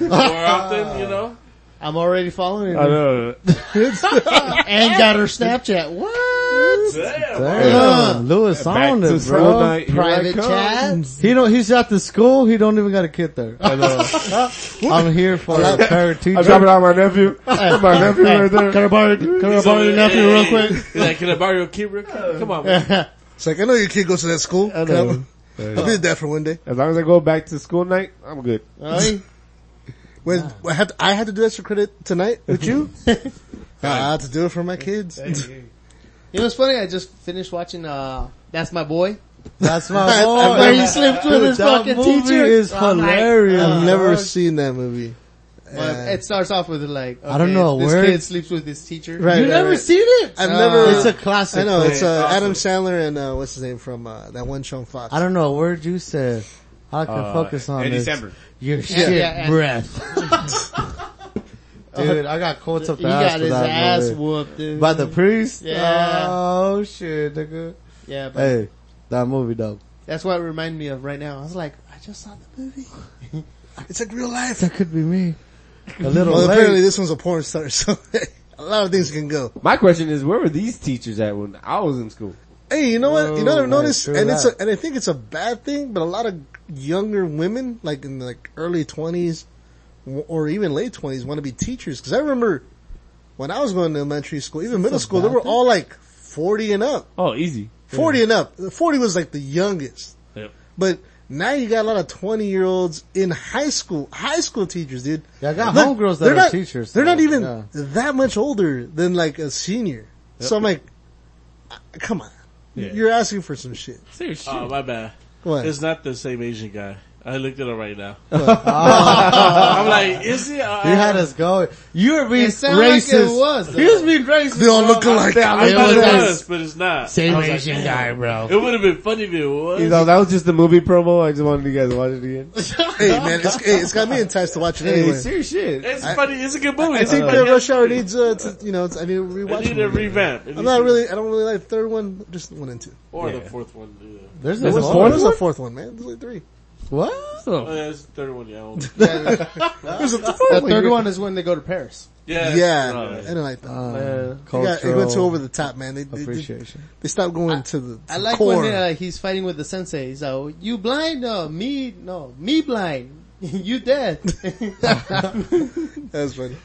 [SPEAKER 8] more often, you know.
[SPEAKER 2] I'm already following
[SPEAKER 7] I
[SPEAKER 2] her.
[SPEAKER 7] know.
[SPEAKER 2] And got her Snapchat. What?
[SPEAKER 8] Damn.
[SPEAKER 3] Damn, Lewis on
[SPEAKER 7] to
[SPEAKER 3] it,
[SPEAKER 7] school
[SPEAKER 3] bro.
[SPEAKER 7] night, here I
[SPEAKER 2] Private
[SPEAKER 7] come.
[SPEAKER 2] chats.
[SPEAKER 3] He don't. He's at the school. He don't even got a kid there. I'm here for a
[SPEAKER 7] I'm dropping
[SPEAKER 3] parateacher.
[SPEAKER 7] out my nephew. my nephew right there.
[SPEAKER 2] Can I borrow, can I borrow your nephew real quick?
[SPEAKER 8] He's like, can I borrow your kid real quick? Come on, man.
[SPEAKER 1] It's like I know your kid goes to that school. I,
[SPEAKER 3] know.
[SPEAKER 1] I did that for one day.
[SPEAKER 7] As long as I go back to school night, I'm good.
[SPEAKER 2] Really?
[SPEAKER 1] When I had to, I had to do extra credit tonight with you. I had to do it for my kids.
[SPEAKER 2] You know what's funny? I just finished watching, uh, That's My Boy.
[SPEAKER 3] That's my boy.
[SPEAKER 2] Where he slipped with
[SPEAKER 3] Dude,
[SPEAKER 2] his
[SPEAKER 3] that
[SPEAKER 2] fucking
[SPEAKER 3] movie
[SPEAKER 2] teacher. oh
[SPEAKER 3] is
[SPEAKER 2] I'm like,
[SPEAKER 3] hilarious.
[SPEAKER 1] I've never
[SPEAKER 3] bro.
[SPEAKER 1] seen that movie.
[SPEAKER 2] Well, it starts off with like,
[SPEAKER 3] I don't
[SPEAKER 2] eh, okay,
[SPEAKER 3] know,
[SPEAKER 2] This
[SPEAKER 3] where-
[SPEAKER 2] kid sleeps with his teacher.
[SPEAKER 1] Right,
[SPEAKER 3] You
[SPEAKER 1] right,
[SPEAKER 3] never
[SPEAKER 1] right.
[SPEAKER 3] seen it?
[SPEAKER 1] I've
[SPEAKER 2] Uh,
[SPEAKER 1] never.
[SPEAKER 3] It's a classic.
[SPEAKER 1] I know it's
[SPEAKER 3] thing.
[SPEAKER 1] uh, Adam Sandler and uh, what's his name from uh, that one show on Fox.
[SPEAKER 3] I don't know a word you said. I can focus on
[SPEAKER 7] Uh, in
[SPEAKER 3] this.
[SPEAKER 7] December.
[SPEAKER 3] Your shit
[SPEAKER 2] yeah, and-
[SPEAKER 3] breath. Dude, I got quotes up
[SPEAKER 2] He
[SPEAKER 3] the ass
[SPEAKER 2] got
[SPEAKER 3] for
[SPEAKER 2] his
[SPEAKER 3] that
[SPEAKER 2] ass
[SPEAKER 3] movie.
[SPEAKER 2] whooped, dude.
[SPEAKER 3] By the priest?
[SPEAKER 2] Yeah.
[SPEAKER 3] Oh shit, nigga.
[SPEAKER 2] yeah, but
[SPEAKER 3] Hey, that movie though.
[SPEAKER 2] that's what it reminded me of right now. I was like, I just saw the movie.
[SPEAKER 1] It's like real life.
[SPEAKER 3] That could be me. A little
[SPEAKER 1] Well, apparently
[SPEAKER 3] late.
[SPEAKER 1] this one's a porn star, so a lot of things can go.
[SPEAKER 7] My question is, where were these teachers at when I was in school?
[SPEAKER 1] Hey, you know what? You know what I've
[SPEAKER 3] Whoa, like,
[SPEAKER 1] noticed,
[SPEAKER 3] true
[SPEAKER 1] and it's a,
[SPEAKER 3] that.
[SPEAKER 1] and I think it's a bad thing, but a lot of younger women, like in like early twenties or even late twenties, want to be teachers. Because I remember when I was going to elementary school, even middle school, they
[SPEAKER 3] bad
[SPEAKER 1] were
[SPEAKER 3] thing?
[SPEAKER 1] all like forty and up,
[SPEAKER 7] Oh, easy.
[SPEAKER 1] forty and up. Forty was like the youngest,
[SPEAKER 7] Yep.
[SPEAKER 1] but now you got a lot of twenty year olds in high school, high school teachers, dude.
[SPEAKER 3] Yeah, I got
[SPEAKER 1] Look,
[SPEAKER 3] homegirls that
[SPEAKER 1] they're
[SPEAKER 3] are
[SPEAKER 1] not,
[SPEAKER 3] teachers.
[SPEAKER 1] They're
[SPEAKER 3] so,
[SPEAKER 1] not even
[SPEAKER 3] yeah.
[SPEAKER 1] that much older than like a senior. So I'm like, uh, come on. You're asking for some shit.
[SPEAKER 7] Seriously.
[SPEAKER 8] Oh, my bad.
[SPEAKER 1] What?
[SPEAKER 8] It's not the same Asian guy. I looked it up right now.
[SPEAKER 1] Oh.
[SPEAKER 8] I'm like, is it? Uh,
[SPEAKER 3] You had us going. You were being
[SPEAKER 2] It sounded like it
[SPEAKER 3] racist.
[SPEAKER 2] was, though.
[SPEAKER 3] He was being racist.
[SPEAKER 1] They all look alike.
[SPEAKER 8] I thought it
[SPEAKER 2] It
[SPEAKER 8] was,
[SPEAKER 2] was-
[SPEAKER 8] but it's not.
[SPEAKER 2] Same
[SPEAKER 8] I was like,
[SPEAKER 2] Asian guy, bro.
[SPEAKER 8] it would have been funny if it was.
[SPEAKER 7] He's all, that was just the movie promo. I just wanted you guys to watch it again.
[SPEAKER 1] hey man, it's, hey, it's got me enticed to watch it
[SPEAKER 7] Hey,
[SPEAKER 1] anyway.
[SPEAKER 7] serious shit.
[SPEAKER 8] It's funny. It's a good movie.
[SPEAKER 1] I
[SPEAKER 8] It's
[SPEAKER 1] think
[SPEAKER 8] like-
[SPEAKER 1] that Rush Hour needs, uh, to, you know, it's, I need to
[SPEAKER 8] I
[SPEAKER 1] rewatch
[SPEAKER 8] need
[SPEAKER 1] it.
[SPEAKER 8] a revamp. It
[SPEAKER 1] I'm
[SPEAKER 8] needs
[SPEAKER 1] not
[SPEAKER 8] to-
[SPEAKER 1] really, I don't really like the third one, just one and two.
[SPEAKER 8] or the fourth one. yeah.
[SPEAKER 3] There's
[SPEAKER 1] There
[SPEAKER 3] a
[SPEAKER 1] was,
[SPEAKER 3] fourth
[SPEAKER 1] there was
[SPEAKER 3] one?
[SPEAKER 1] a fourth one, man. There's like three.
[SPEAKER 3] What?
[SPEAKER 7] Oh.
[SPEAKER 8] Oh, yeah, it's the third one, yeah. old.
[SPEAKER 2] the third one is when they go to Paris.
[SPEAKER 1] Yeah,
[SPEAKER 8] Yeah.
[SPEAKER 1] I didn't like that.
[SPEAKER 3] Uh,
[SPEAKER 1] They, got, they
[SPEAKER 3] cultural
[SPEAKER 1] went too over the top, man. They, they, they,
[SPEAKER 3] appreciation.
[SPEAKER 1] they stopped going to the, to
[SPEAKER 2] I
[SPEAKER 1] the
[SPEAKER 2] like
[SPEAKER 1] core.
[SPEAKER 2] when uh, he's fighting with the sensei. He's like, "You blind? No, me? No, me blind? you dead?"
[SPEAKER 1] That's funny.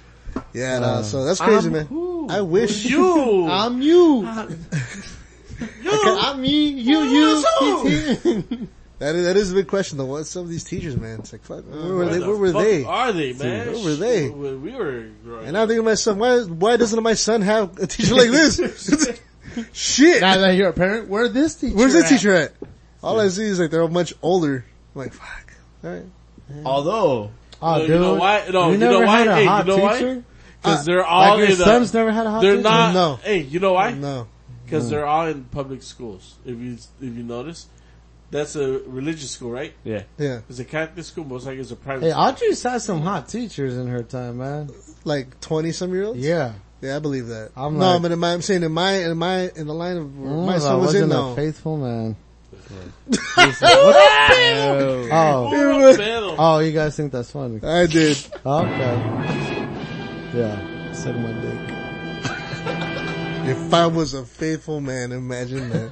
[SPEAKER 1] Yeah,
[SPEAKER 2] Uh,
[SPEAKER 1] no, so that's crazy, man. I wish
[SPEAKER 8] You!
[SPEAKER 2] I'm you. I'm me. You. You.
[SPEAKER 1] that is, that is a big question though. What's up with these teachers, man? It's like, fuck, where were they?
[SPEAKER 8] the
[SPEAKER 1] Where were
[SPEAKER 8] fuck
[SPEAKER 1] they?
[SPEAKER 8] are they, man?
[SPEAKER 1] Where were they?
[SPEAKER 8] When we were growing
[SPEAKER 1] And I'm thinking to myself, why why doesn't my son have a teacher like this? Shit,
[SPEAKER 2] now that you're a parent, where this teacher?
[SPEAKER 1] where's
[SPEAKER 2] at?
[SPEAKER 1] the teacher at? All I see is like they're all much older. I'm like, fuck. All right.
[SPEAKER 7] Although,
[SPEAKER 3] Oh,
[SPEAKER 8] No,
[SPEAKER 3] dude.
[SPEAKER 8] you know why? No,
[SPEAKER 3] You
[SPEAKER 8] you,
[SPEAKER 3] never
[SPEAKER 8] know why?
[SPEAKER 3] had a
[SPEAKER 8] Hey, you
[SPEAKER 3] hot
[SPEAKER 8] know why?
[SPEAKER 3] teacher? Uh,
[SPEAKER 8] Because they're all
[SPEAKER 3] Like your
[SPEAKER 8] in the-
[SPEAKER 3] son's never had a hot
[SPEAKER 8] They're
[SPEAKER 3] teacher?
[SPEAKER 8] not.
[SPEAKER 1] No.
[SPEAKER 8] Hey, you know why?
[SPEAKER 1] No,
[SPEAKER 8] Because they're all in public schools. If you if you notice, that's a religious school, right?
[SPEAKER 7] yeah.
[SPEAKER 1] yeah,
[SPEAKER 8] It's a Catholic school, most likely it's a private.
[SPEAKER 3] Hey, Audrey's had some hot teachers in her time, man.
[SPEAKER 1] like twenty some year olds.
[SPEAKER 3] Yeah.
[SPEAKER 1] yeah, I believe that.
[SPEAKER 3] I'm
[SPEAKER 1] no,
[SPEAKER 3] like-
[SPEAKER 1] but in my, I'm saying in my in my in the line of where
[SPEAKER 3] Mm,
[SPEAKER 1] my
[SPEAKER 3] if I
[SPEAKER 1] son was in
[SPEAKER 3] wasn't
[SPEAKER 1] though.
[SPEAKER 3] a faithful man.
[SPEAKER 7] Oh.
[SPEAKER 3] Oh.
[SPEAKER 8] school. Pedro.
[SPEAKER 3] Oh, you guys think that's funny?
[SPEAKER 1] I did.
[SPEAKER 3] Okay. Yeah. Suck my dick.
[SPEAKER 1] If I was a faithful man, imagine that.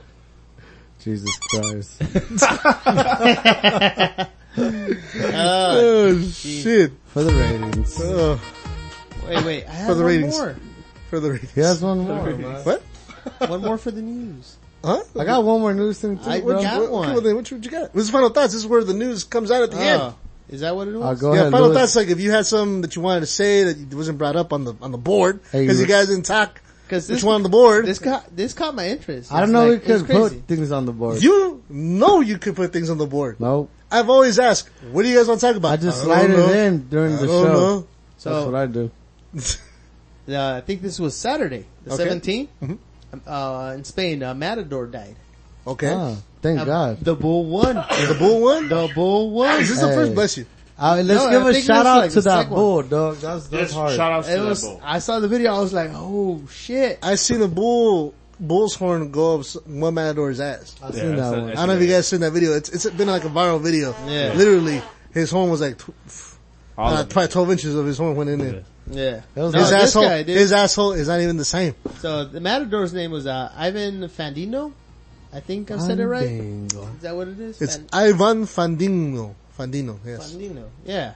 [SPEAKER 3] Jesus Christ.
[SPEAKER 1] Oh shit!
[SPEAKER 3] For the ratings.
[SPEAKER 1] Oh,
[SPEAKER 2] Wait, wait. I have
[SPEAKER 1] For the
[SPEAKER 2] one
[SPEAKER 1] ratings.
[SPEAKER 2] more.
[SPEAKER 1] for the ratings.
[SPEAKER 3] He has one more, man.
[SPEAKER 1] What?
[SPEAKER 2] One more for the news.
[SPEAKER 1] Huh?
[SPEAKER 3] I got one more news thing too,
[SPEAKER 2] I- we
[SPEAKER 3] bro.
[SPEAKER 2] got
[SPEAKER 1] What-
[SPEAKER 2] one.
[SPEAKER 1] okay, well then, what you got? This is final thoughts. This is where the news comes out at
[SPEAKER 3] Uh,
[SPEAKER 1] the end.
[SPEAKER 2] Oh, is that what it
[SPEAKER 3] Ah. I'll
[SPEAKER 2] was?
[SPEAKER 3] Uh, go
[SPEAKER 1] yeah,
[SPEAKER 3] ahead.
[SPEAKER 1] final
[SPEAKER 3] Louis.
[SPEAKER 1] thoughts. Like if you had something that you wanted to say that wasn't brought up on the on the board
[SPEAKER 3] Hey,
[SPEAKER 1] because you
[SPEAKER 3] Rick.
[SPEAKER 1] guys didn't talk.
[SPEAKER 2] Because
[SPEAKER 1] Which
[SPEAKER 2] this
[SPEAKER 1] one on the board?
[SPEAKER 2] this caught this caught my interest.
[SPEAKER 3] I don't
[SPEAKER 2] It's
[SPEAKER 3] know
[SPEAKER 2] like,
[SPEAKER 3] we could
[SPEAKER 2] it's crazy.
[SPEAKER 3] put things on the board.
[SPEAKER 1] You know you could put things on the board.
[SPEAKER 3] nope.
[SPEAKER 1] I've always asked, what do you guys want to talk about?
[SPEAKER 3] I just
[SPEAKER 1] don't
[SPEAKER 3] slide
[SPEAKER 1] know.
[SPEAKER 3] it in during
[SPEAKER 1] I
[SPEAKER 3] the
[SPEAKER 1] don't
[SPEAKER 3] show.
[SPEAKER 1] know.
[SPEAKER 3] That's what
[SPEAKER 2] So
[SPEAKER 3] I do.
[SPEAKER 2] uh, I think this was Saturday, the
[SPEAKER 1] Okay.
[SPEAKER 2] 17th.
[SPEAKER 3] Mm-hmm.
[SPEAKER 2] Uh, in Spain, uh, Matador died.
[SPEAKER 1] Okay.
[SPEAKER 3] Ah, thank
[SPEAKER 2] Uh,
[SPEAKER 3] God.
[SPEAKER 2] The bull won.
[SPEAKER 1] The bull won?
[SPEAKER 2] the bull won.
[SPEAKER 1] Is this the
[SPEAKER 3] Hey.
[SPEAKER 1] first? Bless you.
[SPEAKER 3] Uh, let's
[SPEAKER 2] No, I
[SPEAKER 3] give a
[SPEAKER 2] think
[SPEAKER 3] shout
[SPEAKER 2] that's
[SPEAKER 3] out
[SPEAKER 2] like
[SPEAKER 3] to
[SPEAKER 2] the
[SPEAKER 3] that
[SPEAKER 2] second one.
[SPEAKER 3] bull, dog. That's that's
[SPEAKER 7] Yes,
[SPEAKER 3] hard.
[SPEAKER 7] shout outs
[SPEAKER 2] It
[SPEAKER 7] to
[SPEAKER 2] was.
[SPEAKER 7] that bull.
[SPEAKER 2] I saw the video. I was like, "Oh shit!"
[SPEAKER 1] I seen a bull, bull's horn go up s- one matador's ass.
[SPEAKER 3] I've
[SPEAKER 7] Yeah,
[SPEAKER 3] seen
[SPEAKER 7] that's
[SPEAKER 3] that
[SPEAKER 7] a-
[SPEAKER 3] one.
[SPEAKER 1] I don't know if you guys seen that video. It's it's been like a viral video.
[SPEAKER 2] Yeah.
[SPEAKER 1] Literally, his horn was like tw-
[SPEAKER 7] All
[SPEAKER 1] uh,
[SPEAKER 7] of it.
[SPEAKER 1] probably twelve inches of his horn went in there.
[SPEAKER 2] Yeah.
[SPEAKER 3] That was
[SPEAKER 2] No,
[SPEAKER 1] His
[SPEAKER 2] this
[SPEAKER 1] asshole,
[SPEAKER 2] guy did.
[SPEAKER 1] his asshole is not even the same.
[SPEAKER 2] So the matador's name was uh, Ivan Fandino. I think I said it right. Is
[SPEAKER 3] Fandango.
[SPEAKER 2] that what it is?
[SPEAKER 1] It's
[SPEAKER 2] Fan-
[SPEAKER 1] Ivan Fandino. Fandino, yes.
[SPEAKER 2] Fandino. Yeah.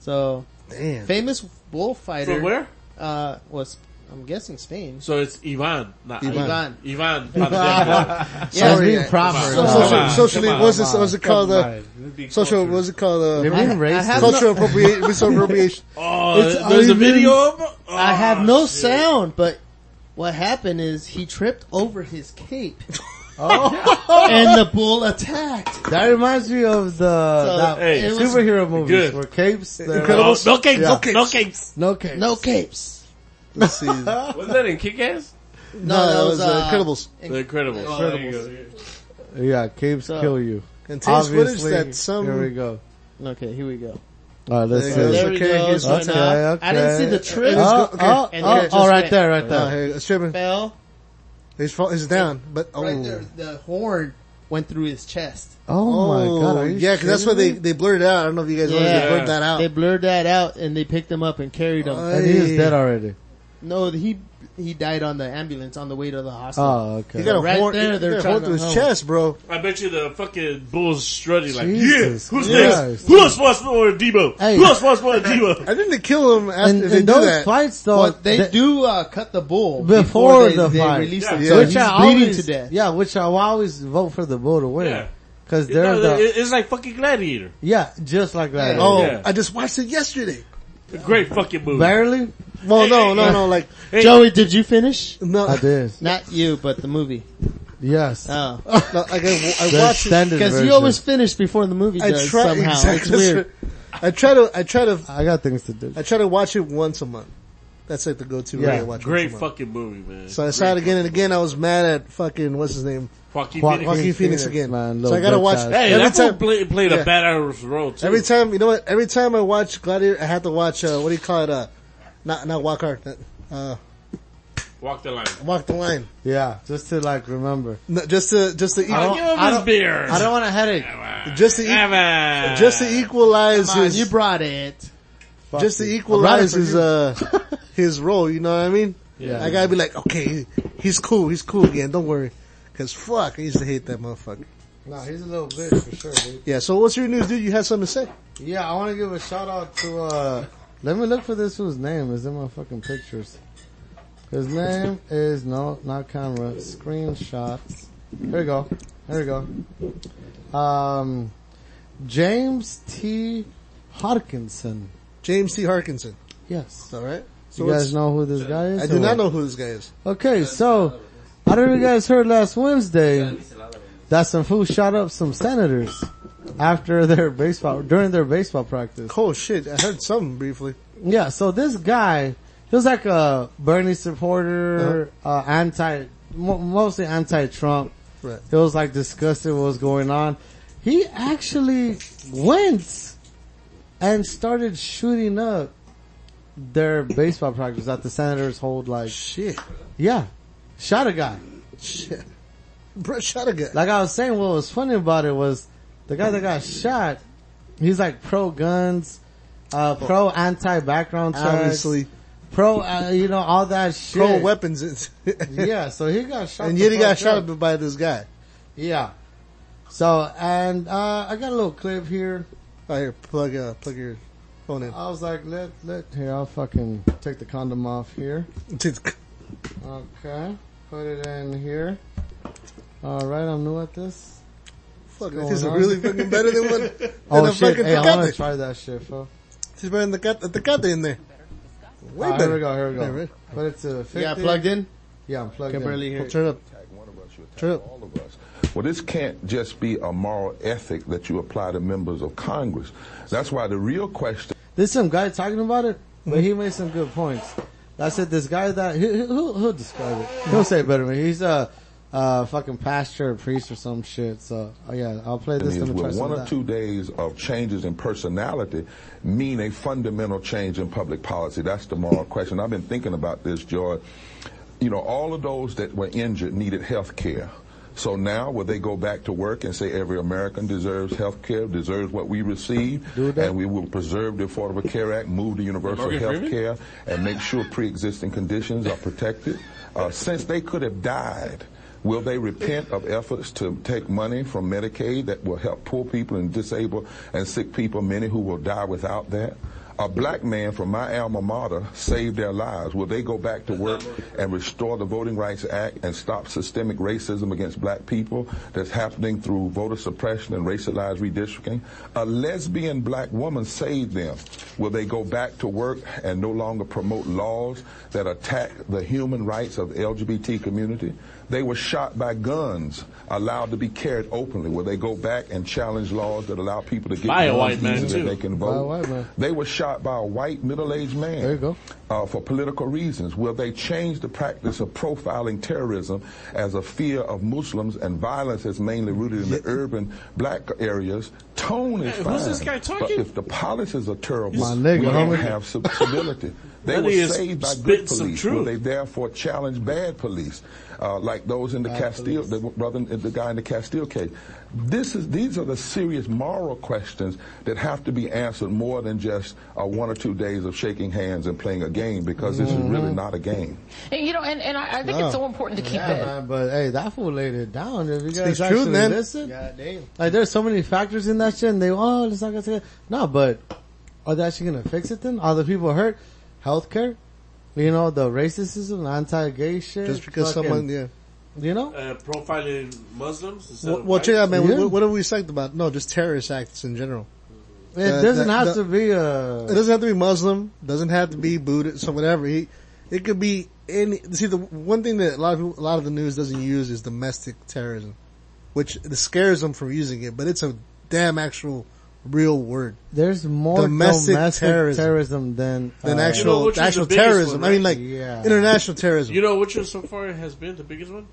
[SPEAKER 2] So
[SPEAKER 1] Damn.
[SPEAKER 2] famous bullfighter.
[SPEAKER 8] From where?
[SPEAKER 2] Uh, was I'm guessing Spain.
[SPEAKER 8] So it's Ivan, not
[SPEAKER 1] Ivan.
[SPEAKER 8] Ivan.
[SPEAKER 2] Ivan.
[SPEAKER 8] Ivan. Ivan.
[SPEAKER 2] Yeah.
[SPEAKER 3] Sorry, being
[SPEAKER 1] So-
[SPEAKER 3] proper.
[SPEAKER 1] social-
[SPEAKER 8] on,
[SPEAKER 1] socially,
[SPEAKER 8] come
[SPEAKER 1] what's
[SPEAKER 3] on.
[SPEAKER 1] this, what's it called? Uh, social, what's it called?
[SPEAKER 3] They're
[SPEAKER 1] Uh,
[SPEAKER 3] being
[SPEAKER 2] I- I
[SPEAKER 3] racist.
[SPEAKER 2] have-
[SPEAKER 1] cultural appropriation, resource appropriation.
[SPEAKER 8] oh,
[SPEAKER 3] It's
[SPEAKER 8] there's a
[SPEAKER 3] Ivan.
[SPEAKER 8] video of him? Oh,
[SPEAKER 2] I have no
[SPEAKER 8] shit.
[SPEAKER 2] sound, but what happened is he tripped over his cape, and the bull attacked.
[SPEAKER 3] that reminds me of the
[SPEAKER 2] So,
[SPEAKER 3] that
[SPEAKER 8] hey,
[SPEAKER 2] it was-
[SPEAKER 3] superhero movies
[SPEAKER 8] good.
[SPEAKER 3] where capes. they're-
[SPEAKER 8] No, no capes,
[SPEAKER 3] Yeah.
[SPEAKER 8] no capes, no capes.
[SPEAKER 3] No capes.
[SPEAKER 2] No capes.
[SPEAKER 1] Let's see. No,
[SPEAKER 7] Wasn't that in Kick Ass?
[SPEAKER 1] that was uh, Incredibles.
[SPEAKER 8] The Incredibles.
[SPEAKER 7] Oh,
[SPEAKER 3] Yeah, capes
[SPEAKER 2] So-
[SPEAKER 3] kill you.
[SPEAKER 1] And today's footage
[SPEAKER 3] Obviously,
[SPEAKER 1] that some.
[SPEAKER 3] here we go.
[SPEAKER 2] Okay, here we go.
[SPEAKER 3] All right, let's
[SPEAKER 1] There
[SPEAKER 3] see.
[SPEAKER 1] you go.
[SPEAKER 2] There we
[SPEAKER 1] Okay,
[SPEAKER 2] go.
[SPEAKER 1] here's
[SPEAKER 2] so
[SPEAKER 3] one.
[SPEAKER 2] now-
[SPEAKER 3] Okay, okay.
[SPEAKER 2] I didn't see the trip.
[SPEAKER 3] Oh,
[SPEAKER 1] Okay.
[SPEAKER 3] oh,
[SPEAKER 2] And
[SPEAKER 3] oh,
[SPEAKER 2] it just
[SPEAKER 3] all right
[SPEAKER 2] went.
[SPEAKER 3] there, right
[SPEAKER 1] Oh,
[SPEAKER 3] there.
[SPEAKER 1] here, it's tripping.
[SPEAKER 2] Fell
[SPEAKER 1] He's, fall, he's down, but oh,
[SPEAKER 2] right there. The horn went through his chest.
[SPEAKER 3] Oh, my god, are you
[SPEAKER 1] yeah, because that's what they
[SPEAKER 3] kidding me?
[SPEAKER 1] they blurred out. I don't know if you guys noticed they
[SPEAKER 2] Yeah.
[SPEAKER 1] blurred that out.
[SPEAKER 2] They blurred that out, and they picked him up and carried him.
[SPEAKER 1] Uh,
[SPEAKER 3] And he is dead already.
[SPEAKER 2] no, he he died on the ambulance on the way to the hospital.
[SPEAKER 3] Oh, okay.
[SPEAKER 1] He got a
[SPEAKER 2] Right
[SPEAKER 1] horn,
[SPEAKER 2] there,
[SPEAKER 1] he
[SPEAKER 2] they're
[SPEAKER 1] got a
[SPEAKER 2] trying
[SPEAKER 1] horn
[SPEAKER 2] to
[SPEAKER 1] through
[SPEAKER 2] help.
[SPEAKER 1] his chest, bro.
[SPEAKER 8] I bet you the fucking bull's strutting like,
[SPEAKER 3] Jesus
[SPEAKER 8] yeah, who's
[SPEAKER 3] Christ.
[SPEAKER 8] next? Who else wants more Debo?
[SPEAKER 3] Hey.
[SPEAKER 8] Who else wants more Debo?
[SPEAKER 1] I think they kill him after
[SPEAKER 3] and,
[SPEAKER 1] if they
[SPEAKER 3] and
[SPEAKER 1] do
[SPEAKER 3] those
[SPEAKER 1] that.
[SPEAKER 3] fights though,
[SPEAKER 2] But they
[SPEAKER 3] th-
[SPEAKER 2] do uh, cut the bull
[SPEAKER 3] Before
[SPEAKER 2] they,
[SPEAKER 3] the
[SPEAKER 2] they
[SPEAKER 3] fight.
[SPEAKER 2] release
[SPEAKER 8] Yeah.
[SPEAKER 2] him.
[SPEAKER 1] Yeah.
[SPEAKER 2] So
[SPEAKER 3] which
[SPEAKER 2] he's
[SPEAKER 3] I
[SPEAKER 2] bleeding
[SPEAKER 3] always,
[SPEAKER 2] to death.
[SPEAKER 3] Yeah, which I always vote for the bull to win.
[SPEAKER 8] Yeah.
[SPEAKER 3] Cause they're
[SPEAKER 8] No,
[SPEAKER 3] the,
[SPEAKER 8] it- it's like fucking Gladiator.
[SPEAKER 3] yeah, just like that.
[SPEAKER 2] Yeah.
[SPEAKER 1] oh,
[SPEAKER 8] Yeah.
[SPEAKER 1] I just watched it yesterday.
[SPEAKER 8] Great fucking movie.
[SPEAKER 3] Barely?
[SPEAKER 1] Well,
[SPEAKER 8] Hey,
[SPEAKER 1] no,
[SPEAKER 8] hey,
[SPEAKER 1] no,
[SPEAKER 8] hey.
[SPEAKER 1] no, like
[SPEAKER 8] Hey,
[SPEAKER 2] Joey, did you finish?
[SPEAKER 1] no,
[SPEAKER 3] I did.
[SPEAKER 2] Not you, but the movie.
[SPEAKER 3] Yes.
[SPEAKER 2] Oh,
[SPEAKER 1] no like I, I watched
[SPEAKER 3] the
[SPEAKER 1] it.
[SPEAKER 3] extended
[SPEAKER 2] because
[SPEAKER 3] version.
[SPEAKER 2] you always finish before the movie
[SPEAKER 1] I
[SPEAKER 2] does
[SPEAKER 1] try
[SPEAKER 2] somehow. It's
[SPEAKER 1] exactly.
[SPEAKER 2] weird.
[SPEAKER 1] I try to, I try to,
[SPEAKER 3] I got things to do.
[SPEAKER 1] I try to watch it once a month. That's like the go-to. Yeah,
[SPEAKER 3] Yeah.
[SPEAKER 1] I watch
[SPEAKER 8] Great
[SPEAKER 1] once a month.
[SPEAKER 8] fucking movie, man.
[SPEAKER 1] So I saw it again and again. I was mad at fucking what's his name,
[SPEAKER 8] Joaquin
[SPEAKER 3] Joaquin
[SPEAKER 8] Phoenix.
[SPEAKER 1] Joaquin Phoenix,
[SPEAKER 3] Phoenix,
[SPEAKER 1] again.
[SPEAKER 3] man,
[SPEAKER 1] so I
[SPEAKER 3] little
[SPEAKER 1] gotta
[SPEAKER 3] bitch
[SPEAKER 1] watch
[SPEAKER 3] ass.
[SPEAKER 8] Hey,
[SPEAKER 1] every
[SPEAKER 8] that fool
[SPEAKER 1] time.
[SPEAKER 8] play, played
[SPEAKER 1] yeah.
[SPEAKER 8] a badass role too.
[SPEAKER 1] Every time, you know what? Every time I watch Gladiator, I had to watch uh, what do you call it? Uh, not not walk hard, uh,
[SPEAKER 8] Walk the line.
[SPEAKER 1] walk the line.
[SPEAKER 3] Yeah, just to like remember.
[SPEAKER 1] No, just to just to eat.
[SPEAKER 8] I'll give him his beer.
[SPEAKER 3] I don't want a headache.
[SPEAKER 1] just to e- just to equalize
[SPEAKER 2] Come on,
[SPEAKER 1] his
[SPEAKER 2] you brought it.
[SPEAKER 1] just to
[SPEAKER 2] you.
[SPEAKER 1] equalize
[SPEAKER 2] I
[SPEAKER 1] his uh his role. You know what I mean?
[SPEAKER 2] Yeah.
[SPEAKER 1] I gotta be like, okay, he's cool, he's cool again. Don't worry, because fuck, I used to hate that motherfucker.
[SPEAKER 3] Nah, he's a little bitch for sure, dude.
[SPEAKER 1] Yeah. So what's your news, dude? You had something to say?
[SPEAKER 3] Yeah, I want to give a shout out to. uh Let me look for this fool's name. It's in my fucking pictures. His name is no, not camera. Screenshots. Here we go. Here we go. Um, James T. Harkinson.
[SPEAKER 1] James T. Harkinson.
[SPEAKER 3] Yes.
[SPEAKER 1] All right.
[SPEAKER 3] So you guys
[SPEAKER 1] what's-
[SPEAKER 3] know who this guy is?
[SPEAKER 1] I
[SPEAKER 3] or
[SPEAKER 1] do not
[SPEAKER 3] what?
[SPEAKER 1] know who this guy is.
[SPEAKER 3] Okay, so I don't know if you guys heard last Wednesday that some fool shot up some senators after their baseball during their baseball practice.
[SPEAKER 1] Oh shit! I heard something briefly.
[SPEAKER 3] Yeah, so this guy he was like a Bernie supporter,
[SPEAKER 1] Uh-huh.
[SPEAKER 3] uh anti, mo- mostly anti-Trump.
[SPEAKER 1] Right.
[SPEAKER 3] He was like disgusted with what was going on. He actually went and started shooting up their baseball practice that the senators hold like
[SPEAKER 1] shit.
[SPEAKER 3] Yeah. Shot a guy.
[SPEAKER 1] Shit. Bro, shot a guy.
[SPEAKER 3] Like I was saying, what was funny about it was the guy that got shot, he's like pro guns, uh, pro anti background checks.
[SPEAKER 1] Obviously.
[SPEAKER 3] Pro, uh, you know, all that shit.
[SPEAKER 1] Pro weapons.
[SPEAKER 3] yeah, so he got shot.
[SPEAKER 1] and
[SPEAKER 3] the
[SPEAKER 1] yet he got
[SPEAKER 3] fuck
[SPEAKER 1] shot
[SPEAKER 3] up.
[SPEAKER 1] by this guy.
[SPEAKER 3] Yeah. So, and, uh, I got a little clip here.
[SPEAKER 1] Oh, here, plug, uh, plug your phone in.
[SPEAKER 3] I was like, let, let, here, I'll fucking take the condom off here. Okay. Put it in here. Alright, I'm new at this.
[SPEAKER 1] Fuck,
[SPEAKER 3] What's
[SPEAKER 1] this is
[SPEAKER 3] going on?
[SPEAKER 1] really fucking better than what, than
[SPEAKER 3] Oh
[SPEAKER 1] a
[SPEAKER 3] shit,
[SPEAKER 1] fucking
[SPEAKER 3] hey, I wanna
[SPEAKER 1] Tecate.
[SPEAKER 3] try that shit, fool.
[SPEAKER 1] This is better than the cat, the cat in there. Way
[SPEAKER 3] Ah,
[SPEAKER 1] better.
[SPEAKER 3] Here we go, here we go.
[SPEAKER 1] There we go.
[SPEAKER 3] Put it to 50.
[SPEAKER 2] got plugged in?
[SPEAKER 3] Yeah, I'm plugged
[SPEAKER 2] Can
[SPEAKER 3] in.
[SPEAKER 2] barely hear.
[SPEAKER 1] Turn it up. Turn it up.
[SPEAKER 11] all of us. Well, this can't just be a moral ethic that you apply to members of Congress. That's why the real question.
[SPEAKER 3] There's some guy talking about it, but
[SPEAKER 1] Mm-hmm.
[SPEAKER 3] he made some good points. I said this guy that, he, he- he'll, he'll describe it. He'll say it better than me. He's a, uh, fucking pastor or priest or some shit. So, oh yeah, I'll play this.
[SPEAKER 11] is
[SPEAKER 3] Let me try
[SPEAKER 11] will
[SPEAKER 3] some
[SPEAKER 11] one
[SPEAKER 3] of
[SPEAKER 11] or
[SPEAKER 3] that.
[SPEAKER 11] two days of changes in personality mean a fundamental change in public policy? That's the moral question. I've been thinking about this, George. You know, all of those that were injured needed health care. So now, will they go back to work and say every American deserves health care, deserves what we receive, and we will preserve the Affordable Care Act, move to universal
[SPEAKER 9] Morgan
[SPEAKER 11] health
[SPEAKER 9] Freeman?
[SPEAKER 11] care, and make sure pre-existing conditions are protected? Uh, since they could have died, Will they repent of efforts to take money from Medicaid that will help poor people and disabled and sick people, many who will die without that? A black man from my alma mater saved their lives. Will they go back to work and restore the Voting Rights Act and stop systemic racism against black people that's happening through voter suppression and racialized redistricting? A lesbian black woman saved them. Will they go back to work and no longer promote laws that attack the human rights of LGBT community? They were shot by guns, allowed to be carried openly. Will they go back and challenge laws that allow people to get
[SPEAKER 8] By a
[SPEAKER 11] guns
[SPEAKER 8] white man,
[SPEAKER 11] easily
[SPEAKER 8] too.
[SPEAKER 11] They can
[SPEAKER 3] By
[SPEAKER 11] vote.
[SPEAKER 3] a white man.
[SPEAKER 11] They were shot by a white middle-aged man.
[SPEAKER 3] There you go.
[SPEAKER 11] Uh, for political reasons. Will they change the practice of profiling terrorism as a fear of Muslims and violence that's mainly rooted in the urban black areas? Tone is
[SPEAKER 8] Hey,
[SPEAKER 11] fine.
[SPEAKER 8] who's this guy
[SPEAKER 11] But
[SPEAKER 8] talking?
[SPEAKER 11] if the policies are terrible,
[SPEAKER 3] My nigga,
[SPEAKER 11] we don't
[SPEAKER 3] homie.
[SPEAKER 11] have civ- civility. They
[SPEAKER 8] That
[SPEAKER 11] were
[SPEAKER 8] is
[SPEAKER 11] saved by good
[SPEAKER 8] spitting some
[SPEAKER 11] police.
[SPEAKER 8] truth.
[SPEAKER 11] Will they therefore challenge bad police, uh, like those in the Castile, the brother, uh, the guy in the Castile case. This is these are the serious moral questions that have to be answered more than just uh, one or two days of shaking hands and playing a game, because this is
[SPEAKER 8] Mm-hmm.
[SPEAKER 11] really not a game.
[SPEAKER 12] And, you know, and, and I, I think
[SPEAKER 3] Oh.
[SPEAKER 12] it's so important to keep
[SPEAKER 3] Yeah,
[SPEAKER 12] it.
[SPEAKER 3] man, but hey, that fool laid it down. If you guys
[SPEAKER 1] Speaks
[SPEAKER 3] actually
[SPEAKER 1] truth, man.
[SPEAKER 3] listen,
[SPEAKER 2] God damn.
[SPEAKER 3] like there's so many factors in that shit, and they oh, let's not get together. No, but are they actually gonna fix it then? Are the people hurt? Healthcare, you know, the racism, anti-gay shit.
[SPEAKER 1] Just because
[SPEAKER 3] fucking-
[SPEAKER 1] someone, yeah.
[SPEAKER 3] you know,
[SPEAKER 8] Uh, profiling Muslims instead
[SPEAKER 1] Well,
[SPEAKER 8] of
[SPEAKER 1] well, check it out, man.
[SPEAKER 3] Yeah.
[SPEAKER 1] What, what are we psyched about? No, just terrorist acts in general.
[SPEAKER 3] it
[SPEAKER 1] Uh,
[SPEAKER 3] doesn't
[SPEAKER 1] the-
[SPEAKER 3] have
[SPEAKER 1] the-
[SPEAKER 3] to be a.
[SPEAKER 1] It doesn't have to be Muslim. Doesn't have to be Buddhist. So whatever. He, it could be any. See, the one thing that a lot of people, a lot of the news doesn't use is domestic terrorism, which scares them from using it. But it's a damn actual real word
[SPEAKER 3] There's more domestic,
[SPEAKER 1] Domestic
[SPEAKER 3] terrorism.
[SPEAKER 1] terrorism.
[SPEAKER 3] than
[SPEAKER 1] than
[SPEAKER 3] uh,
[SPEAKER 1] actual
[SPEAKER 8] which is the
[SPEAKER 1] actual
[SPEAKER 8] biggest
[SPEAKER 1] terrorism.
[SPEAKER 8] one,
[SPEAKER 1] I mean,
[SPEAKER 8] right?
[SPEAKER 1] like
[SPEAKER 3] Yeah.
[SPEAKER 1] international terrorism,
[SPEAKER 8] You know which one so far has been the biggest one?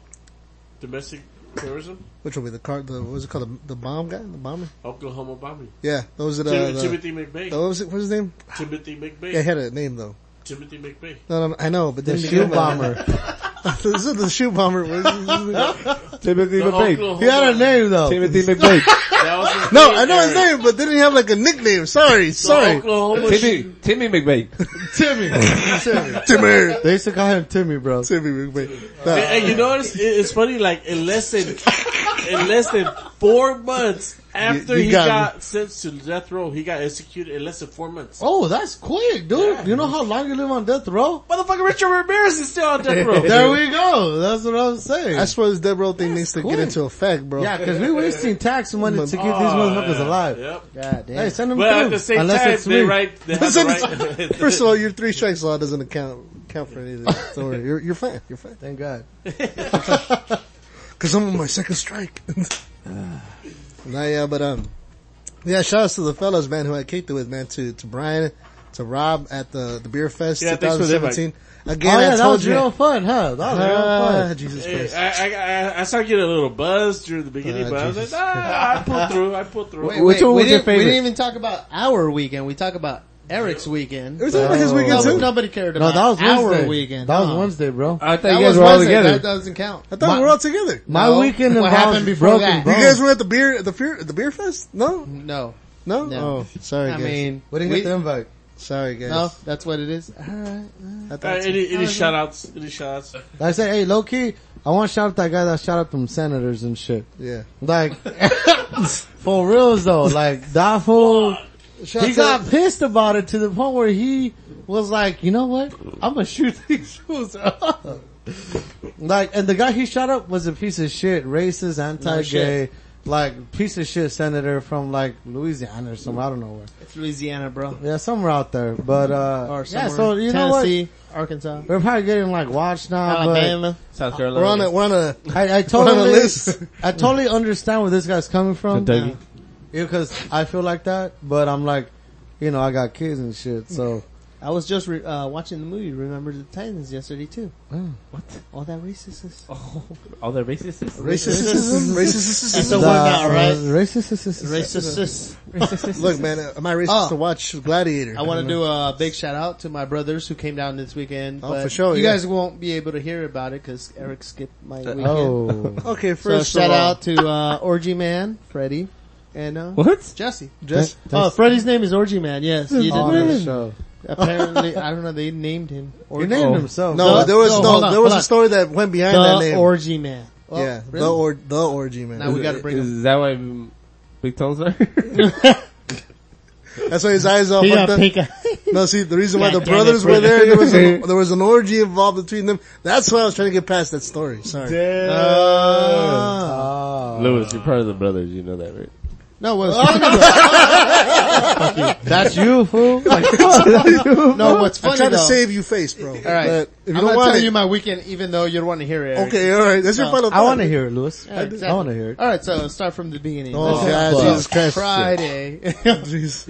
[SPEAKER 8] Domestic terrorism,
[SPEAKER 1] which will be the car. The what was it called? The, the bomb guy, the bomber.
[SPEAKER 8] Oklahoma bombing.
[SPEAKER 1] Yeah, those are the.
[SPEAKER 8] Tim-
[SPEAKER 1] the-
[SPEAKER 8] Timothy McVeigh.
[SPEAKER 1] the- what was it? What's his name?
[SPEAKER 8] Timothy McVeigh.
[SPEAKER 1] Yeah, he had a name though.
[SPEAKER 8] Timothy McVeigh.
[SPEAKER 1] No, no, I know, but
[SPEAKER 3] the
[SPEAKER 1] then
[SPEAKER 3] shoe bomber.
[SPEAKER 1] this is the shoe bomber. What is-
[SPEAKER 11] Timothy
[SPEAKER 1] The
[SPEAKER 11] McVeigh.
[SPEAKER 1] Oklahoma- He had a
[SPEAKER 11] name though. Timothy McVeigh.
[SPEAKER 1] no, I know his name, but didn't he have like a nickname. Sorry, sorry.
[SPEAKER 2] Oklahoma
[SPEAKER 11] Timmy, Timmy McVeigh.
[SPEAKER 1] Timmy. Timmy. Timmy.
[SPEAKER 3] They used to call him Timmy, bro.
[SPEAKER 1] Timmy McVeigh.
[SPEAKER 3] Nah.
[SPEAKER 8] And, and you notice it- it's funny, like in less than in less than four months after
[SPEAKER 3] you
[SPEAKER 8] he
[SPEAKER 3] got
[SPEAKER 8] got, sentenced to death row, he got executed in less than four months.
[SPEAKER 3] Oh, that's quick, dude. You know how long you live on death row?
[SPEAKER 8] Motherfucker Richard Ramirez is still on death row.
[SPEAKER 3] there we go. That's what I'm saying.
[SPEAKER 1] That's where this death row thing needs to get into effect, bro.
[SPEAKER 3] Yeah, because we wasting tax money to keep these
[SPEAKER 1] uh,
[SPEAKER 3] motherfuckers alive.
[SPEAKER 8] Oh, Yep.
[SPEAKER 2] God
[SPEAKER 3] Hey, send them
[SPEAKER 8] But at
[SPEAKER 3] through.
[SPEAKER 8] the same
[SPEAKER 3] Unless
[SPEAKER 8] time,
[SPEAKER 3] it's
[SPEAKER 8] they
[SPEAKER 3] me.
[SPEAKER 8] write- they have the right-
[SPEAKER 1] First of all, your three strikes law doesn't account count for anything. Don't worry, you're, you're fine. You're fine.
[SPEAKER 3] Thank God.
[SPEAKER 1] Because I'm on my second strike. nah, yeah, but um, yeah. Shout outs to the fellas, man, who I kicked it with, man. To to Brian, to Rob at the the beer fest
[SPEAKER 8] Yeah, thanks for the invite.
[SPEAKER 1] 2017. Again,
[SPEAKER 8] Oh, yeah,
[SPEAKER 1] I
[SPEAKER 8] that
[SPEAKER 1] told
[SPEAKER 8] was
[SPEAKER 1] you.
[SPEAKER 8] real
[SPEAKER 3] fun, huh?
[SPEAKER 8] That was real fun.
[SPEAKER 1] Ah, Jesus
[SPEAKER 8] Hey,
[SPEAKER 1] Christ.
[SPEAKER 8] I, I, I, I started getting a little buzz during the beginning,
[SPEAKER 1] Ah,
[SPEAKER 8] but I was
[SPEAKER 1] Jesus.
[SPEAKER 8] like, nah, I pulled through. I pulled through.
[SPEAKER 2] Wait, wait, we didn't- We didn't even talk about our weekend. We talk about Eric's weekend.
[SPEAKER 1] It was about his
[SPEAKER 2] no,
[SPEAKER 1] weekend too.
[SPEAKER 2] Nobody cared about our
[SPEAKER 3] Wednesday.
[SPEAKER 2] weekend.
[SPEAKER 3] That was
[SPEAKER 2] huh?
[SPEAKER 3] Wednesday, bro.
[SPEAKER 2] I thought you guys were all together. That doesn't count.
[SPEAKER 1] I thought we were all together.
[SPEAKER 3] My No. weekend
[SPEAKER 2] What
[SPEAKER 3] involved
[SPEAKER 2] happened before
[SPEAKER 3] broken
[SPEAKER 2] that?
[SPEAKER 3] bones.
[SPEAKER 1] You guys were at the beer at the beer at the beer fest? No,
[SPEAKER 2] no,
[SPEAKER 1] no.
[SPEAKER 2] No.
[SPEAKER 1] Oh, sorry.
[SPEAKER 2] I
[SPEAKER 1] guys.
[SPEAKER 2] mean, What did you we- get the
[SPEAKER 3] invite?
[SPEAKER 1] Sorry, guys.
[SPEAKER 2] No, that's what it is. All right.
[SPEAKER 1] I
[SPEAKER 8] Uh, any any shout outs? Any shout outs?
[SPEAKER 3] I said, hey, low key, I want to shout out that guy that shot up them senators and shit.
[SPEAKER 1] Yeah.
[SPEAKER 3] Like, for reals though, like, that fool,
[SPEAKER 1] Shout
[SPEAKER 3] he
[SPEAKER 1] out-
[SPEAKER 3] got pissed about it to the point where he was like, you know what? I'm gonna shoot these fools up. like, and the guy he shot up was a piece of shit, racist, anti-gay,
[SPEAKER 2] shit.
[SPEAKER 3] like, piece of shit senator from like Louisiana or somewhere, I don't know where.
[SPEAKER 2] It's Louisiana, bro.
[SPEAKER 3] Yeah, somewhere out there, but, uh,
[SPEAKER 2] Or somewhere.
[SPEAKER 3] yeah, so you know what?
[SPEAKER 2] Tennessee, Arkansas.
[SPEAKER 3] We're probably getting like watched now,
[SPEAKER 2] Alabama.
[SPEAKER 3] but
[SPEAKER 7] South
[SPEAKER 1] We're on a we're on a
[SPEAKER 3] I, I
[SPEAKER 1] we're on a
[SPEAKER 3] totally,
[SPEAKER 1] list.
[SPEAKER 3] I totally understand where this guy's coming from.
[SPEAKER 7] Kentucky.
[SPEAKER 3] because I feel like that, but I'm like, you know, I got kids and shit, so
[SPEAKER 2] I was just re- uh, watching the movie Remember the Titans yesterday too. What? All that racism. Oh,
[SPEAKER 7] All the racists.
[SPEAKER 1] Racism, racism,
[SPEAKER 2] It's a word now, right?
[SPEAKER 3] Racist,
[SPEAKER 2] Racist.
[SPEAKER 1] Look, man, uh, am I racist
[SPEAKER 2] Oh.
[SPEAKER 1] to watch Gladiator?
[SPEAKER 2] I want to
[SPEAKER 1] to
[SPEAKER 2] do a big shout out to my brothers who came down this weekend.
[SPEAKER 1] Oh,
[SPEAKER 2] but
[SPEAKER 1] for sure,
[SPEAKER 2] You
[SPEAKER 1] yeah.
[SPEAKER 2] guys won't be able to hear about it because Eric skipped my weekend.
[SPEAKER 3] oh,
[SPEAKER 1] Okay,
[SPEAKER 2] So
[SPEAKER 1] first
[SPEAKER 2] shout
[SPEAKER 1] of all-
[SPEAKER 2] out to uh, Orgy Man, Freddie, and uh,
[SPEAKER 7] What?
[SPEAKER 2] Jesse.
[SPEAKER 1] Jess-
[SPEAKER 2] Oh, Freddie's name is Orgy Man. Yes, you
[SPEAKER 3] on
[SPEAKER 2] didn't
[SPEAKER 3] the
[SPEAKER 2] know.
[SPEAKER 3] show.
[SPEAKER 2] Apparently, I don't know. They named him. Orgy.
[SPEAKER 3] named him so.
[SPEAKER 1] Oh. No,
[SPEAKER 2] The-
[SPEAKER 1] there was
[SPEAKER 2] no,
[SPEAKER 1] no,
[SPEAKER 2] hold on,
[SPEAKER 1] there was
[SPEAKER 2] hold on.
[SPEAKER 1] a story that went behind that
[SPEAKER 2] the
[SPEAKER 1] name.
[SPEAKER 2] Orgy Man. Oh,
[SPEAKER 1] yeah,
[SPEAKER 2] really?
[SPEAKER 1] the or the orgy man.
[SPEAKER 2] Now we gotta bring
[SPEAKER 7] Is
[SPEAKER 2] him.
[SPEAKER 7] that why mm, Big Tones are?
[SPEAKER 1] That's why his eyes all
[SPEAKER 2] He
[SPEAKER 1] fucked
[SPEAKER 2] got
[SPEAKER 1] up.
[SPEAKER 2] pink eye.
[SPEAKER 1] uh, No, see, the reason why
[SPEAKER 2] God
[SPEAKER 1] the
[SPEAKER 2] damn it,
[SPEAKER 1] brothers were
[SPEAKER 2] brother.
[SPEAKER 1] there, there was, an, there was an orgy involved between them. That's why I was trying to get past that story. Sorry. Uh,
[SPEAKER 3] Ah.
[SPEAKER 7] Uh, Lewis, you're part of the brothers. You know that, right?
[SPEAKER 2] No, what's funny though- Fuck you.
[SPEAKER 3] That's you, fool.
[SPEAKER 2] No, what's
[SPEAKER 1] I'm
[SPEAKER 2] funny
[SPEAKER 1] trying to
[SPEAKER 2] though.
[SPEAKER 1] save you face, bro.
[SPEAKER 2] all right,
[SPEAKER 1] But if you
[SPEAKER 2] I'm
[SPEAKER 1] don't
[SPEAKER 2] not
[SPEAKER 1] want
[SPEAKER 2] telling
[SPEAKER 1] it,
[SPEAKER 2] you my weekend, even though you want to hear it. Eric.
[SPEAKER 1] okay, all right. That's your
[SPEAKER 2] No.
[SPEAKER 1] final.
[SPEAKER 3] I want to
[SPEAKER 1] thought.
[SPEAKER 3] hear it, Louis.
[SPEAKER 2] Yeah, exactly.
[SPEAKER 3] I want to hear it.
[SPEAKER 2] All right, so start from the beginning.
[SPEAKER 1] Oh, God,
[SPEAKER 2] Fuck.
[SPEAKER 1] Jesus Christ.
[SPEAKER 2] Friday.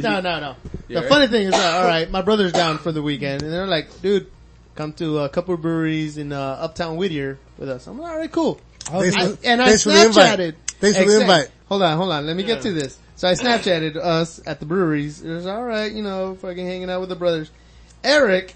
[SPEAKER 2] no, no, no. The funny thing is, that, all right, my brother's down for the weekend, and they're like, "Dude, come to a couple breweries in uh, Uptown Whittier with us." I'm like, "All right, cool."
[SPEAKER 1] Thanks
[SPEAKER 2] I-
[SPEAKER 1] for-
[SPEAKER 2] and I
[SPEAKER 1] thanks for the invite.
[SPEAKER 2] Snapchatted.
[SPEAKER 1] Thanks for the
[SPEAKER 2] Exact-
[SPEAKER 1] invite.
[SPEAKER 2] Hold on, hold on. Let me get to this. So I Snapchatted us at the breweries. It was all right, you know, fucking hanging out with the brothers. Eric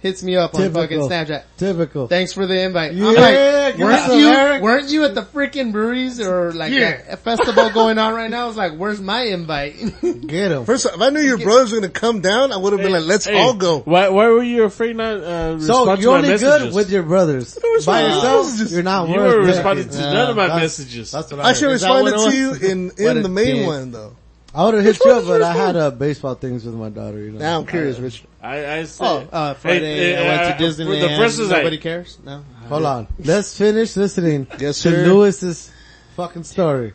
[SPEAKER 2] hits me up on fucking
[SPEAKER 3] Typical.
[SPEAKER 2] Snapchat.
[SPEAKER 3] Typical.
[SPEAKER 2] Thanks for the invite.
[SPEAKER 3] Yeah,
[SPEAKER 2] I'm like,
[SPEAKER 3] give us
[SPEAKER 2] weren't
[SPEAKER 3] some,
[SPEAKER 2] you,
[SPEAKER 3] Eric."
[SPEAKER 2] weren't you at the freaking breweries or like
[SPEAKER 1] Yeah.
[SPEAKER 2] a, a festival going on right now? I was like, where's my invite?
[SPEAKER 3] Get him.
[SPEAKER 1] First, if I knew your brothers were gonna come down, I would have been like, "Let's all go."
[SPEAKER 8] Why, why were you afraid not uh,
[SPEAKER 3] So
[SPEAKER 8] respond
[SPEAKER 3] you're
[SPEAKER 8] to my
[SPEAKER 3] only
[SPEAKER 8] messages?
[SPEAKER 3] good with your brothers. By
[SPEAKER 1] my
[SPEAKER 3] yourself,
[SPEAKER 1] messages?
[SPEAKER 3] you're not
[SPEAKER 8] you
[SPEAKER 3] worth
[SPEAKER 8] were
[SPEAKER 3] it.
[SPEAKER 8] responding to
[SPEAKER 3] Yeah,
[SPEAKER 8] none of my
[SPEAKER 3] that's-
[SPEAKER 8] messages.
[SPEAKER 3] That's what I
[SPEAKER 1] I should have
[SPEAKER 2] Is that what
[SPEAKER 1] responded
[SPEAKER 2] it
[SPEAKER 1] to you
[SPEAKER 2] was?
[SPEAKER 1] in
[SPEAKER 2] What
[SPEAKER 1] in
[SPEAKER 2] a
[SPEAKER 1] the main
[SPEAKER 2] dick.
[SPEAKER 1] one though.
[SPEAKER 3] I would have hit you up, but I had uh, baseball things with my daughter. You know.
[SPEAKER 1] Now I'm curious, Richard.
[SPEAKER 8] I, I said, uh,
[SPEAKER 2] oh, uh, Friday I went to Disneyland.
[SPEAKER 8] The first is
[SPEAKER 2] Nobody
[SPEAKER 8] like,
[SPEAKER 2] cares. No.
[SPEAKER 3] Hold on. Let's finish listening
[SPEAKER 1] Yes,
[SPEAKER 3] to
[SPEAKER 1] sir.
[SPEAKER 3] Lewis's fucking story.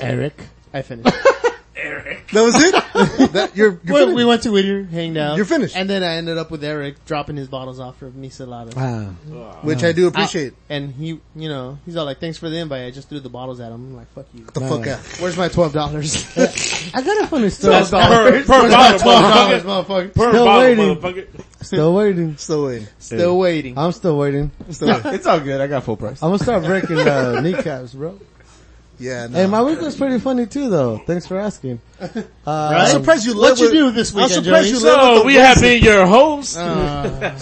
[SPEAKER 2] Eric. I finished.
[SPEAKER 1] That was it. that, you're you're
[SPEAKER 2] we,
[SPEAKER 1] finished.
[SPEAKER 2] we went to Whittier, hanged out.
[SPEAKER 1] You're finished.
[SPEAKER 2] And then I ended up with Eric dropping his bottles off for Misalada.
[SPEAKER 3] Ah.
[SPEAKER 1] which I do appreciate.
[SPEAKER 2] And he, you know, he's all like, thanks for the invite. I just threw the bottles at him. I'm like, fuck you.
[SPEAKER 1] the fuck out.
[SPEAKER 2] Where's my $12?
[SPEAKER 3] I got a funny story.
[SPEAKER 8] per, per bottle,
[SPEAKER 2] $12,
[SPEAKER 8] motherfucker.
[SPEAKER 2] motherfucker.
[SPEAKER 8] Per
[SPEAKER 3] Still
[SPEAKER 8] bottle,
[SPEAKER 3] waiting.
[SPEAKER 8] motherfucker.
[SPEAKER 3] Still waiting.
[SPEAKER 1] Still waiting.
[SPEAKER 2] Still waiting.
[SPEAKER 3] I'm still waiting.
[SPEAKER 1] Still waiting.
[SPEAKER 7] It's all good. I got full price.
[SPEAKER 3] I'm gonna start breaking uh, kneecaps, bro.
[SPEAKER 1] Yeah. No.
[SPEAKER 3] Hey, my week was pretty funny too, though. Thanks for asking.
[SPEAKER 1] I'm
[SPEAKER 3] Uh,
[SPEAKER 1] surprised you.
[SPEAKER 2] What
[SPEAKER 1] led
[SPEAKER 2] you
[SPEAKER 1] with-
[SPEAKER 2] do this
[SPEAKER 1] I'm
[SPEAKER 2] weekend,
[SPEAKER 1] surprised
[SPEAKER 2] Joey?
[SPEAKER 1] you led with
[SPEAKER 8] So
[SPEAKER 1] the
[SPEAKER 8] we have been your host.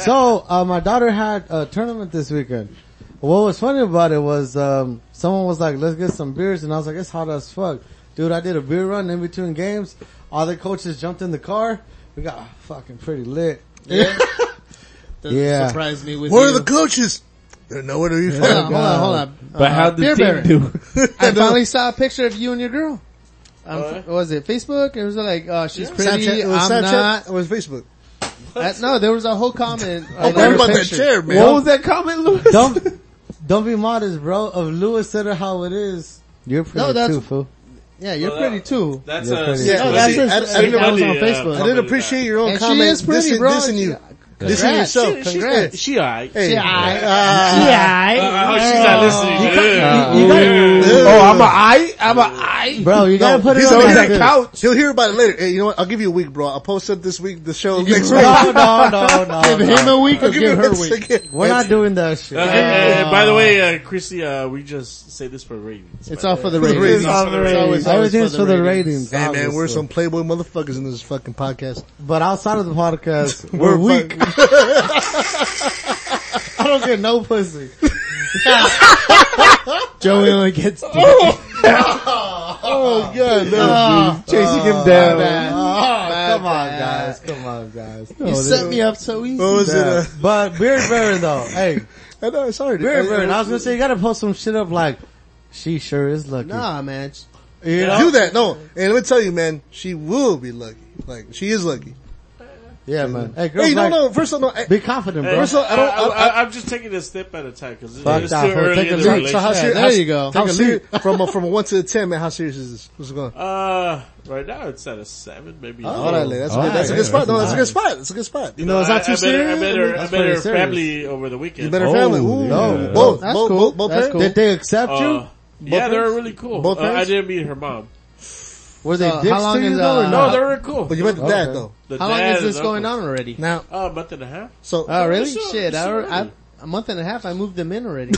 [SPEAKER 3] so uh, my daughter had a tournament this weekend, What was funny about it was um, someone was like, "Let's get some beers," and I was like, "It's hot as fuck, dude." I did a beer run in between games. All the coaches jumped in the car. We got fucking pretty lit.
[SPEAKER 2] Yeah. Doesn't
[SPEAKER 3] yeah.
[SPEAKER 2] surprise me with
[SPEAKER 1] Where are
[SPEAKER 2] you.
[SPEAKER 1] the Oh, coaches? They're nowhere to be
[SPEAKER 2] Hold on,
[SPEAKER 1] found.
[SPEAKER 2] hold on, hold on. Uh, Beer Baron. I finally saw a picture of you and your girl. Um, what was it Facebook? It was like, uh, she's pretty.
[SPEAKER 1] Snapchat, it was
[SPEAKER 2] I'm
[SPEAKER 1] Snapchat,
[SPEAKER 2] not.
[SPEAKER 1] It was Facebook.
[SPEAKER 2] Uh, no, there was a whole comment.
[SPEAKER 1] Oh,
[SPEAKER 2] on
[SPEAKER 1] what
[SPEAKER 2] her
[SPEAKER 1] about that
[SPEAKER 2] picture.
[SPEAKER 1] chair, man?
[SPEAKER 3] What
[SPEAKER 1] was
[SPEAKER 2] that comment, Louis?
[SPEAKER 3] Don't don't be modest, bro. If Lewis said it how it is, you're pretty
[SPEAKER 2] No, that's-
[SPEAKER 3] too, fool.
[SPEAKER 2] Yeah, you're
[SPEAKER 3] Well,
[SPEAKER 2] pretty
[SPEAKER 3] that-
[SPEAKER 2] too.
[SPEAKER 3] that's You're a- pretty. yeah,
[SPEAKER 2] No, Uh, that's
[SPEAKER 3] I-
[SPEAKER 2] just-
[SPEAKER 3] I- I didn't-
[SPEAKER 2] that was on
[SPEAKER 3] yeah,
[SPEAKER 2] Facebook.
[SPEAKER 1] I didn't appreciate your own
[SPEAKER 2] And
[SPEAKER 1] comment.
[SPEAKER 2] She is pretty,
[SPEAKER 1] dissing,
[SPEAKER 2] bro.
[SPEAKER 1] Dissing you.
[SPEAKER 2] Congrats.
[SPEAKER 1] Dissing yourself.
[SPEAKER 2] She- she-
[SPEAKER 1] Congrats.
[SPEAKER 8] she alright.
[SPEAKER 1] Hey.
[SPEAKER 2] She alright.
[SPEAKER 1] Ah.
[SPEAKER 2] She alright. Uh, I hope she's not listening.
[SPEAKER 1] You got-
[SPEAKER 2] Yeah.
[SPEAKER 1] you got-
[SPEAKER 2] Ooh.
[SPEAKER 1] Ooh.
[SPEAKER 2] Oh, I'm a I? I'm a I? Bro, you gotta put it
[SPEAKER 1] he's
[SPEAKER 2] on
[SPEAKER 1] gonna
[SPEAKER 2] like
[SPEAKER 1] hear-
[SPEAKER 2] this.
[SPEAKER 1] He'll hear about it later. Hey, you know what? I'll give you a week, bro. I'll post it this week. The show next
[SPEAKER 3] No,
[SPEAKER 1] week.
[SPEAKER 3] no, no, no, Give no. him a week or
[SPEAKER 1] I'll
[SPEAKER 3] give
[SPEAKER 1] you
[SPEAKER 3] her a
[SPEAKER 1] this
[SPEAKER 3] week.
[SPEAKER 1] again.
[SPEAKER 3] We're not doing that shit.
[SPEAKER 8] Uh, and- and by the way, uh, Chrissy, uh, we just say this for ratings.
[SPEAKER 3] It's
[SPEAKER 8] but,
[SPEAKER 3] all
[SPEAKER 8] uh,
[SPEAKER 3] for the ratings. It's all for the ratings.
[SPEAKER 8] Always- always
[SPEAKER 3] Everything's for the ratings,
[SPEAKER 1] Hey, man, we're
[SPEAKER 3] obviously.
[SPEAKER 1] some playboy motherfuckers in this fucking podcast.
[SPEAKER 3] But outside of the podcast, we're, weak. I don't get no pussy.
[SPEAKER 2] Joey only gets
[SPEAKER 1] Oh god, no,
[SPEAKER 2] Oh,
[SPEAKER 1] dude.
[SPEAKER 2] chasing him down.
[SPEAKER 3] Oh, come on,
[SPEAKER 2] bad.
[SPEAKER 3] guys. Come on, guys.
[SPEAKER 2] You set me up so easy.
[SPEAKER 1] What was it, uh,
[SPEAKER 3] but Beard Baron though, hey.
[SPEAKER 1] I know, sorry.
[SPEAKER 3] Beard Baron, I was gonna say, you gotta post some shit up like, she sure is lucky.
[SPEAKER 2] Nah, man.
[SPEAKER 3] You know?
[SPEAKER 1] Do that, no. And let me tell you, man, she will be lucky. Like, she is lucky.
[SPEAKER 3] Yeah, man. Hey,
[SPEAKER 1] Hey,
[SPEAKER 3] girls
[SPEAKER 1] you don't
[SPEAKER 3] like-
[SPEAKER 1] know. First of all, no. I-
[SPEAKER 3] Be confident,
[SPEAKER 8] Hey,
[SPEAKER 3] bro.
[SPEAKER 1] First of all, I don't, I, I,
[SPEAKER 8] am just taking it a step at a time because it's
[SPEAKER 3] Fuck
[SPEAKER 8] it's
[SPEAKER 3] that,
[SPEAKER 8] too
[SPEAKER 3] bro.
[SPEAKER 8] early
[SPEAKER 3] Take a
[SPEAKER 8] in the
[SPEAKER 3] drink.
[SPEAKER 8] relationship.
[SPEAKER 3] So how
[SPEAKER 1] How
[SPEAKER 3] serious-
[SPEAKER 1] ser-
[SPEAKER 3] there
[SPEAKER 1] how-
[SPEAKER 3] you go.
[SPEAKER 1] How
[SPEAKER 3] Take a
[SPEAKER 1] serious?
[SPEAKER 3] leak.
[SPEAKER 1] From a, from a one to a ten, man. How serious is this? What's going? on?
[SPEAKER 8] Uh, right now it's at a seven, maybe.
[SPEAKER 1] Oh,
[SPEAKER 8] eight.
[SPEAKER 1] all right, that's a good, that's a good spot. No, that's a good spot. That's a good spot. You
[SPEAKER 8] I- I met her- I met her, I met her family over the weekend.
[SPEAKER 1] You met her family. Ooh,
[SPEAKER 8] yeah.
[SPEAKER 1] both,
[SPEAKER 2] Oh, That's
[SPEAKER 1] both,
[SPEAKER 2] cool.
[SPEAKER 1] both, both
[SPEAKER 2] That's
[SPEAKER 1] parents?
[SPEAKER 2] cool. Did they accept you?
[SPEAKER 8] Uh,
[SPEAKER 2] Both
[SPEAKER 8] yeah, they were
[SPEAKER 2] parents?
[SPEAKER 8] really cool.
[SPEAKER 2] Both
[SPEAKER 8] Uh, I
[SPEAKER 2] parents?
[SPEAKER 8] didn't meet her mom.
[SPEAKER 3] Were they
[SPEAKER 2] So, how
[SPEAKER 3] dicks
[SPEAKER 2] long
[SPEAKER 3] to you
[SPEAKER 2] is,
[SPEAKER 3] though? or
[SPEAKER 2] uh,
[SPEAKER 3] not?
[SPEAKER 8] No, they were cool.
[SPEAKER 1] But you met the dad though.
[SPEAKER 8] The
[SPEAKER 2] How long
[SPEAKER 8] dad
[SPEAKER 2] is this
[SPEAKER 8] uncle.
[SPEAKER 2] going on already?
[SPEAKER 1] Now,
[SPEAKER 8] Uh, a month and a half.
[SPEAKER 1] so
[SPEAKER 2] Oh, really?
[SPEAKER 8] It's, uh,
[SPEAKER 2] Shit,
[SPEAKER 8] it's
[SPEAKER 2] I,
[SPEAKER 8] already-
[SPEAKER 2] I, a month and a half, I moved them in already.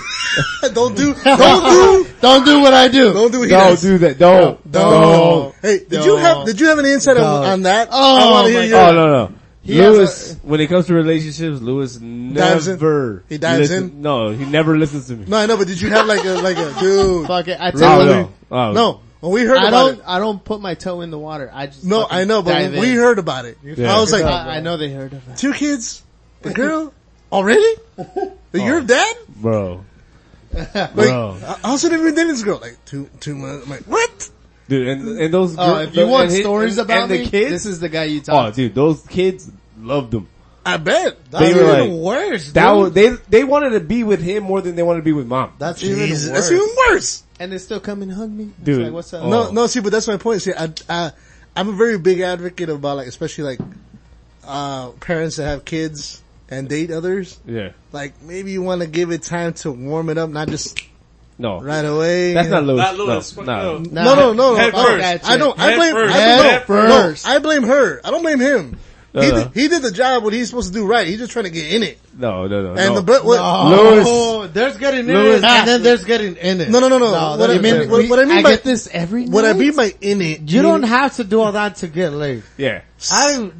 [SPEAKER 1] don't do, don't do,
[SPEAKER 2] Don't do what I do.
[SPEAKER 1] don't do. He
[SPEAKER 7] Don't
[SPEAKER 1] does.
[SPEAKER 7] do that. Don't.
[SPEAKER 1] Don't.
[SPEAKER 7] Don't.
[SPEAKER 1] Hey, did you have did you have any insight on, on that?
[SPEAKER 2] Oh,
[SPEAKER 1] I want to hear
[SPEAKER 2] my
[SPEAKER 1] your.
[SPEAKER 7] Oh no no.
[SPEAKER 2] He
[SPEAKER 7] Lewis, when it comes to relationships, Lewis
[SPEAKER 1] Dives in.
[SPEAKER 7] never.
[SPEAKER 1] He dives
[SPEAKER 7] listen-
[SPEAKER 1] in.
[SPEAKER 7] No, he never listens to me.
[SPEAKER 1] No, I know, but did you have like a like a dude?
[SPEAKER 2] Fuck it. I tell
[SPEAKER 7] Oh,
[SPEAKER 2] them.
[SPEAKER 7] no. Oh.
[SPEAKER 1] No, when we heard
[SPEAKER 2] I
[SPEAKER 1] about
[SPEAKER 2] don't.
[SPEAKER 1] it,
[SPEAKER 2] I don't put my toe in the water. I just
[SPEAKER 1] no,
[SPEAKER 2] fucking
[SPEAKER 1] I know, but
[SPEAKER 2] dive
[SPEAKER 1] when we
[SPEAKER 2] in.
[SPEAKER 1] heard about it, I was like,
[SPEAKER 2] I, I know they heard of it.
[SPEAKER 1] two kids, a girl already. Your dad?
[SPEAKER 7] bro.
[SPEAKER 1] Like,
[SPEAKER 7] Bro.
[SPEAKER 1] I I also didn't even date this girl. Like two, two months. I'm like, what?
[SPEAKER 7] Dude, and, and those
[SPEAKER 2] Oh,
[SPEAKER 7] gir-
[SPEAKER 2] if you
[SPEAKER 7] the-
[SPEAKER 2] want
[SPEAKER 7] and his-
[SPEAKER 2] stories
[SPEAKER 7] and-
[SPEAKER 2] about
[SPEAKER 7] and
[SPEAKER 2] me,
[SPEAKER 7] the kids,
[SPEAKER 2] this is the guy you talk.
[SPEAKER 7] oh
[SPEAKER 2] to.
[SPEAKER 7] dude, those kids loved him.
[SPEAKER 1] I bet.
[SPEAKER 7] They
[SPEAKER 1] That's
[SPEAKER 7] were
[SPEAKER 1] even
[SPEAKER 7] like-
[SPEAKER 1] worse.
[SPEAKER 7] That
[SPEAKER 1] dude.
[SPEAKER 7] was, they, they wanted to be with him more than they wanted to be with mom.
[SPEAKER 3] That's
[SPEAKER 1] Jesus,
[SPEAKER 3] even
[SPEAKER 1] that's
[SPEAKER 3] worse.
[SPEAKER 1] even worse.
[SPEAKER 2] and they still come and hug me. It's
[SPEAKER 7] Dude.
[SPEAKER 2] like, what's up?
[SPEAKER 7] Oh.
[SPEAKER 1] No, no. See, but that's my point. See, I, I, I'm a very big advocate about like, especially like, uh, parents that have kids and date others.
[SPEAKER 7] Yeah.
[SPEAKER 1] Like, maybe you want to give it time to warm it up, not just
[SPEAKER 7] No.
[SPEAKER 1] right away.
[SPEAKER 7] That's not Lewis.
[SPEAKER 8] Not Lewis.
[SPEAKER 7] No.
[SPEAKER 8] Fuck no.
[SPEAKER 7] no.
[SPEAKER 1] No, no, no, no.
[SPEAKER 8] Head
[SPEAKER 1] no.
[SPEAKER 8] first.
[SPEAKER 1] I don't. I
[SPEAKER 8] Head
[SPEAKER 1] blame.
[SPEAKER 8] first.
[SPEAKER 1] I blame,
[SPEAKER 8] Head
[SPEAKER 1] no,
[SPEAKER 2] first.
[SPEAKER 1] no, I blame her. I don't blame him.
[SPEAKER 7] No,
[SPEAKER 1] he,
[SPEAKER 7] no.
[SPEAKER 1] did, he did the job what he's supposed to do right. He's just trying to get in it.
[SPEAKER 7] No, no, no.
[SPEAKER 1] And
[SPEAKER 7] no.
[SPEAKER 1] the blood. What,
[SPEAKER 3] Oh, there's getting in
[SPEAKER 7] Lewis-
[SPEAKER 3] it, and then there's getting in it.
[SPEAKER 1] No, no, no, no.
[SPEAKER 3] No,
[SPEAKER 1] what, I
[SPEAKER 3] that's
[SPEAKER 1] mean,
[SPEAKER 3] different.
[SPEAKER 1] what, what I mean
[SPEAKER 2] I
[SPEAKER 1] by
[SPEAKER 2] get this every
[SPEAKER 1] what I
[SPEAKER 2] night?
[SPEAKER 1] mean by in it,
[SPEAKER 3] You don't have to do all that to get laid.
[SPEAKER 7] yeah.
[SPEAKER 3] I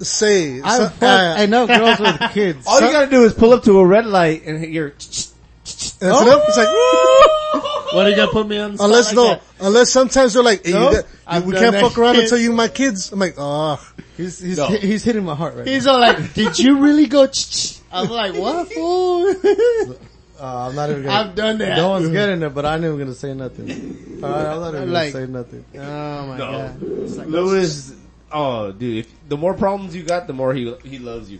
[SPEAKER 1] say.
[SPEAKER 3] I
[SPEAKER 1] so-
[SPEAKER 3] fuck
[SPEAKER 1] uh,
[SPEAKER 3] enough girls with kids.
[SPEAKER 7] All you gotta do is pull up to a red light and hit your.
[SPEAKER 1] that's enough. It's like
[SPEAKER 2] Oh.
[SPEAKER 8] What are you gonna put me on?
[SPEAKER 1] unless no, unless sometimes they're like, hey, you
[SPEAKER 3] Nope,
[SPEAKER 1] got- you-
[SPEAKER 3] I've
[SPEAKER 1] we
[SPEAKER 3] done
[SPEAKER 1] can't
[SPEAKER 3] that
[SPEAKER 1] fuck around
[SPEAKER 3] shit.
[SPEAKER 1] until you my kids. I'm like, oh,
[SPEAKER 3] He's he's,
[SPEAKER 7] No.
[SPEAKER 3] he's hitting my heart right
[SPEAKER 2] He's all like, "Did you really go?" ch-ch-ch?" I'm like, "What fool?" Oh,
[SPEAKER 3] now. Uh, I'm not even. Gonna,
[SPEAKER 2] I've done that.
[SPEAKER 3] No one's getting it, but I'm not even gonna say nothing. All right, I'm not even
[SPEAKER 2] Like-
[SPEAKER 3] gonna say nothing.
[SPEAKER 2] Oh my god.
[SPEAKER 7] Lewis, oh dude, if, the more problems you got, the more he he loves you.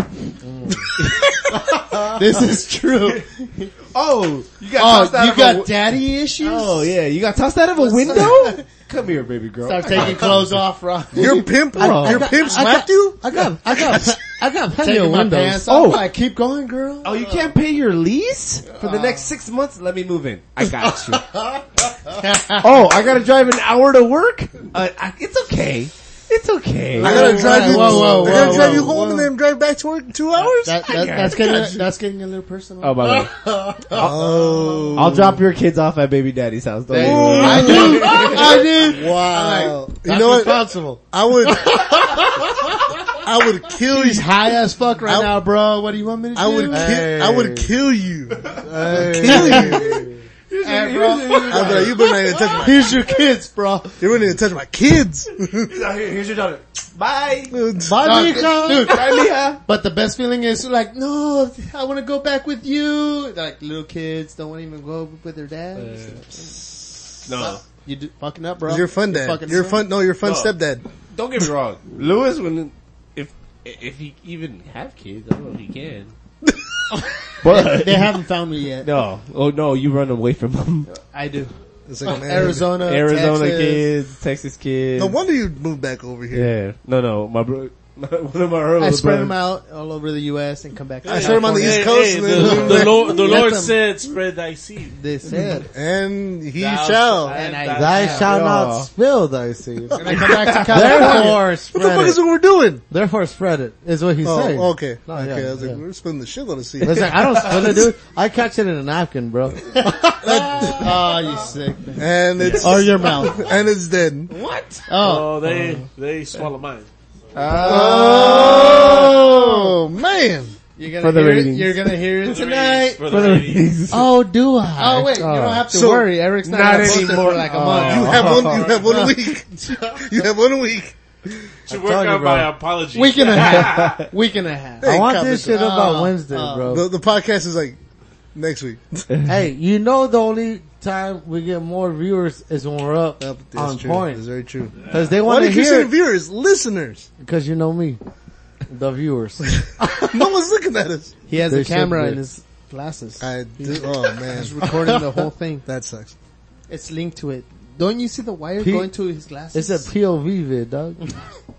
[SPEAKER 1] Mm.
[SPEAKER 2] This is true.
[SPEAKER 7] Oh, you got
[SPEAKER 2] Oh,
[SPEAKER 7] tossed out
[SPEAKER 2] you
[SPEAKER 7] of a,
[SPEAKER 2] got
[SPEAKER 7] wi-
[SPEAKER 2] daddy issues?
[SPEAKER 7] Oh yeah, you got tossed out of a window. Come here, baby girl.
[SPEAKER 2] Start taking clothes off, Rob.
[SPEAKER 1] your pimp, your pimp slapped you.
[SPEAKER 3] I got I got I got plenty
[SPEAKER 2] Taking
[SPEAKER 3] of
[SPEAKER 2] my
[SPEAKER 3] windows.
[SPEAKER 2] pants off.
[SPEAKER 7] Oh.
[SPEAKER 2] Like, keep going, girl.
[SPEAKER 7] Oh, you can't pay your lease Uh, for the next six months. Let me move in. I got you. oh, I gotta drive an hour to work. Uh, I, it's okay. It's okay.
[SPEAKER 1] I gotta
[SPEAKER 2] Whoa,
[SPEAKER 1] drive you.
[SPEAKER 2] whoa, whoa,
[SPEAKER 1] I gotta
[SPEAKER 2] whoa,
[SPEAKER 1] drive you
[SPEAKER 2] whoa,
[SPEAKER 1] home and then drive back to work in two hours.
[SPEAKER 2] That, that, that's getting that's getting a little personal.
[SPEAKER 7] Oh, by the way. I'll, I'll drop your kids off at baby daddy's house. Don't
[SPEAKER 2] Thank
[SPEAKER 7] worry.
[SPEAKER 2] I do. I do.
[SPEAKER 1] Wow, you
[SPEAKER 3] That's
[SPEAKER 1] know what?
[SPEAKER 3] responsible.
[SPEAKER 1] I would.
[SPEAKER 2] I would kill you. He's high as fuck right now, bro. What do you want me to
[SPEAKER 1] I
[SPEAKER 2] do?
[SPEAKER 1] would, ki- I would kill you. I would kill you. Hey, bro. I'd be like, you better not even touch my.
[SPEAKER 2] Here's your kids, bro.
[SPEAKER 1] You better not even touch my kids.
[SPEAKER 7] here's your daughter. Bye.
[SPEAKER 2] No,
[SPEAKER 1] Bye,
[SPEAKER 2] th-
[SPEAKER 1] Mika.
[SPEAKER 2] dude. But the best feeling is like, no, I want to go back with you. Like little kids don't want to even go with their dad.
[SPEAKER 7] No.
[SPEAKER 2] You do, fucking up, bro.
[SPEAKER 1] You're fun dad.
[SPEAKER 2] fucking
[SPEAKER 1] You're
[SPEAKER 2] up.
[SPEAKER 1] fun. No, you're fun
[SPEAKER 7] No.
[SPEAKER 1] stepdad.
[SPEAKER 7] Don't get me wrong. Lewis, when, if, if he even have kids, I don't know if he can.
[SPEAKER 2] They,
[SPEAKER 7] but.
[SPEAKER 2] they haven't found me yet.
[SPEAKER 7] No. Oh no, you run away from them.
[SPEAKER 2] I do.
[SPEAKER 1] It's like, man,
[SPEAKER 2] Arizona,
[SPEAKER 7] Arizona
[SPEAKER 2] Texas.
[SPEAKER 7] kids, Texas kids.
[SPEAKER 1] No wonder you moved back over here.
[SPEAKER 7] Yeah. No, no, my bro, one of my
[SPEAKER 2] I
[SPEAKER 7] earlier
[SPEAKER 2] spread them
[SPEAKER 7] brothers.
[SPEAKER 2] out all over the U.S. and come back. To
[SPEAKER 1] I spread 'em on the
[SPEAKER 2] California.
[SPEAKER 1] East Coast.
[SPEAKER 8] Hey,
[SPEAKER 1] and
[SPEAKER 8] the,
[SPEAKER 1] then-
[SPEAKER 8] the Lord, the
[SPEAKER 2] Let
[SPEAKER 8] Lord
[SPEAKER 2] them-
[SPEAKER 8] said, spread thy seed.
[SPEAKER 2] They said,
[SPEAKER 1] and he
[SPEAKER 8] Thou
[SPEAKER 1] shall.
[SPEAKER 8] shalt-
[SPEAKER 2] and I,
[SPEAKER 3] Thy
[SPEAKER 2] yeah.
[SPEAKER 3] shall not spill thy seed.
[SPEAKER 2] And I come back to California.
[SPEAKER 3] Therefore
[SPEAKER 1] What the fuck
[SPEAKER 3] spread
[SPEAKER 1] is
[SPEAKER 3] it.
[SPEAKER 1] what we're doing?
[SPEAKER 3] Therefore spread it, is what he's saying.
[SPEAKER 1] Oh, okay.
[SPEAKER 3] No,
[SPEAKER 1] okay,
[SPEAKER 3] yeah,
[SPEAKER 1] I was like,
[SPEAKER 3] yeah.
[SPEAKER 1] we're spending the shit on the seat.
[SPEAKER 3] It's like, I don't spill it, dude. I catch it in a napkin, bro.
[SPEAKER 1] Ah,
[SPEAKER 2] oh, you sick. man.
[SPEAKER 1] and it's,
[SPEAKER 2] Or your mouth.
[SPEAKER 1] and it's dead.
[SPEAKER 2] Oh,
[SPEAKER 8] Oh, they they swallow mine.
[SPEAKER 1] Oh, man.
[SPEAKER 2] you're gonna
[SPEAKER 9] For the
[SPEAKER 2] hear
[SPEAKER 9] ratings.
[SPEAKER 2] it. You're gonna hear it tonight.
[SPEAKER 8] For the ratings.
[SPEAKER 2] Oh, do I? Oh, wait. You don't have to
[SPEAKER 1] So-
[SPEAKER 2] worry. Eric's not,
[SPEAKER 9] Not
[SPEAKER 2] gonna post it
[SPEAKER 9] anymore.
[SPEAKER 2] for like a
[SPEAKER 1] Oh, You
[SPEAKER 2] month.
[SPEAKER 1] have one, you have one a week. You have one a week.
[SPEAKER 8] To work on my apology.
[SPEAKER 2] Week and a half. Week and a half.
[SPEAKER 1] Hey,
[SPEAKER 3] I want
[SPEAKER 1] cop
[SPEAKER 3] this
[SPEAKER 1] it.
[SPEAKER 3] shit up
[SPEAKER 2] Oh,
[SPEAKER 3] on Wednesday,
[SPEAKER 2] oh.
[SPEAKER 3] bro.
[SPEAKER 1] The, the podcast is like next week.
[SPEAKER 3] hey, you know the only time we get more viewers is when we're up
[SPEAKER 1] That's
[SPEAKER 3] on
[SPEAKER 1] true. That's
[SPEAKER 3] point.
[SPEAKER 1] very true.
[SPEAKER 3] Cause they
[SPEAKER 1] Why
[SPEAKER 3] want
[SPEAKER 1] do
[SPEAKER 3] to
[SPEAKER 1] you keep
[SPEAKER 3] hear
[SPEAKER 1] saying
[SPEAKER 3] it.
[SPEAKER 1] viewers? Listeners.
[SPEAKER 3] Cause you know me. The viewers.
[SPEAKER 1] No one's looking at us.
[SPEAKER 2] He has
[SPEAKER 3] They
[SPEAKER 2] a camera
[SPEAKER 3] said
[SPEAKER 2] in
[SPEAKER 3] that.
[SPEAKER 2] his glasses.
[SPEAKER 1] I do. Oh man,
[SPEAKER 2] He's recording the whole thing.
[SPEAKER 1] that sucks.
[SPEAKER 2] It's linked to it. Don't you see the wire
[SPEAKER 3] He-
[SPEAKER 2] going to his glasses?
[SPEAKER 3] It's a POV vid, dog.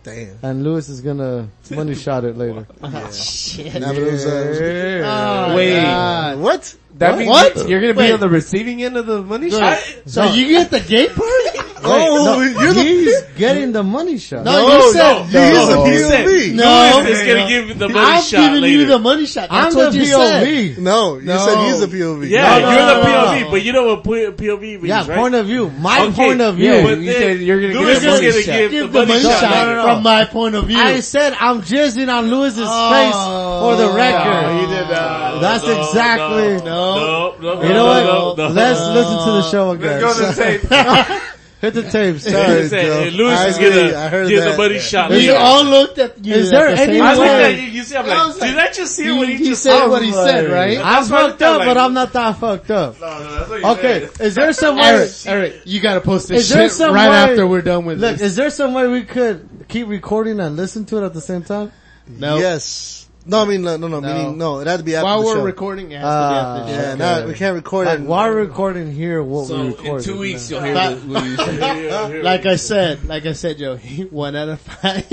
[SPEAKER 1] Damn.
[SPEAKER 3] And Lewis is gonna money shot it later.
[SPEAKER 2] Ah, shit.
[SPEAKER 1] Nah, but it was, uh,
[SPEAKER 2] Oh,
[SPEAKER 7] Wait.
[SPEAKER 2] God.
[SPEAKER 1] what?
[SPEAKER 7] That means
[SPEAKER 2] What?
[SPEAKER 7] you're gonna
[SPEAKER 2] Wait.
[SPEAKER 7] be on the receiving end of the money shot.
[SPEAKER 2] So you get the gay part?
[SPEAKER 1] Oh, you're the.
[SPEAKER 3] He's getting the money shot.
[SPEAKER 2] No, you said
[SPEAKER 1] He is
[SPEAKER 2] no.
[SPEAKER 1] the
[SPEAKER 8] He said-
[SPEAKER 1] POV.
[SPEAKER 2] No.
[SPEAKER 8] Lewis is gonna give the money
[SPEAKER 2] I'm
[SPEAKER 8] shot
[SPEAKER 2] giving
[SPEAKER 8] later.
[SPEAKER 2] you the money shot. That's
[SPEAKER 3] I'm the
[SPEAKER 2] what you said.
[SPEAKER 3] POV.
[SPEAKER 1] No, you said he's the POV.
[SPEAKER 8] yeah,
[SPEAKER 2] No, no,
[SPEAKER 8] you're
[SPEAKER 2] no,
[SPEAKER 8] the
[SPEAKER 2] no,
[SPEAKER 8] POV,
[SPEAKER 2] no.
[SPEAKER 8] but you know what P- POV means,
[SPEAKER 3] Yeah,
[SPEAKER 8] right?
[SPEAKER 3] point of view. My
[SPEAKER 8] Okay,
[SPEAKER 3] point of view.
[SPEAKER 8] yeah, but
[SPEAKER 7] You
[SPEAKER 8] then
[SPEAKER 7] said you're gonna
[SPEAKER 8] Lewis
[SPEAKER 7] give the
[SPEAKER 8] is
[SPEAKER 7] money
[SPEAKER 8] gonna
[SPEAKER 7] shot.
[SPEAKER 8] give
[SPEAKER 2] Give the money
[SPEAKER 3] shot.
[SPEAKER 2] shot
[SPEAKER 3] No, no, no.
[SPEAKER 2] from my point of view.
[SPEAKER 3] I said I'm jizzing on Lewis's
[SPEAKER 2] Oh.
[SPEAKER 3] face for the record.
[SPEAKER 2] Oh,
[SPEAKER 8] You did that.
[SPEAKER 3] That's
[SPEAKER 8] No,
[SPEAKER 3] exactly-
[SPEAKER 8] No, no, no,
[SPEAKER 3] You know what?
[SPEAKER 8] no, no, no.
[SPEAKER 3] Let's listen to the show again.
[SPEAKER 7] Go to the tape.
[SPEAKER 3] Hit the tape.
[SPEAKER 1] Sorry,
[SPEAKER 8] You said,
[SPEAKER 1] Joe.
[SPEAKER 8] hey, Lewis
[SPEAKER 1] I
[SPEAKER 8] is
[SPEAKER 1] agree. I
[SPEAKER 8] gonna
[SPEAKER 1] heard
[SPEAKER 8] give
[SPEAKER 1] that.
[SPEAKER 8] the money shot.
[SPEAKER 2] We
[SPEAKER 8] later.
[SPEAKER 2] all looked at you.
[SPEAKER 3] Is
[SPEAKER 2] at
[SPEAKER 3] there
[SPEAKER 2] the same
[SPEAKER 3] any
[SPEAKER 8] I
[SPEAKER 2] time.
[SPEAKER 8] looked
[SPEAKER 3] way-
[SPEAKER 8] at you, you see, I'm like,
[SPEAKER 2] I was like-
[SPEAKER 8] did I just hear what
[SPEAKER 2] He,
[SPEAKER 8] he,
[SPEAKER 2] he
[SPEAKER 8] just
[SPEAKER 3] Oh
[SPEAKER 8] Oh,
[SPEAKER 2] said what he said, right?
[SPEAKER 3] I'm
[SPEAKER 8] That's what I
[SPEAKER 3] fucked
[SPEAKER 8] felt
[SPEAKER 3] up,
[SPEAKER 8] like.
[SPEAKER 3] but I'm not that fucked up.
[SPEAKER 8] No, no, that's what you
[SPEAKER 3] Okay,
[SPEAKER 8] said.
[SPEAKER 3] is there some way?
[SPEAKER 2] Eric, Eric, you gotta post this
[SPEAKER 3] Is there
[SPEAKER 2] shit
[SPEAKER 3] some
[SPEAKER 2] right
[SPEAKER 3] way-
[SPEAKER 2] after we're done with
[SPEAKER 3] Look,
[SPEAKER 2] this.
[SPEAKER 3] is there some way we could keep recording and listen to it at the same time?
[SPEAKER 2] No.
[SPEAKER 1] Yes. No, I mean no, no, no.
[SPEAKER 2] No.
[SPEAKER 1] Meaning no. It had to be after
[SPEAKER 2] While
[SPEAKER 1] the
[SPEAKER 2] we're
[SPEAKER 1] show. Ah,
[SPEAKER 2] recording, it has to be after the
[SPEAKER 1] yeah,
[SPEAKER 2] show.
[SPEAKER 1] no, we can't record
[SPEAKER 3] Like,
[SPEAKER 1] it.
[SPEAKER 3] while we're recording here, what
[SPEAKER 8] So
[SPEAKER 3] we
[SPEAKER 8] in
[SPEAKER 3] recorded.
[SPEAKER 8] two weeks you'll hear
[SPEAKER 2] But-
[SPEAKER 8] what what you said.
[SPEAKER 2] Like I said, like I said, Joe, one out of five.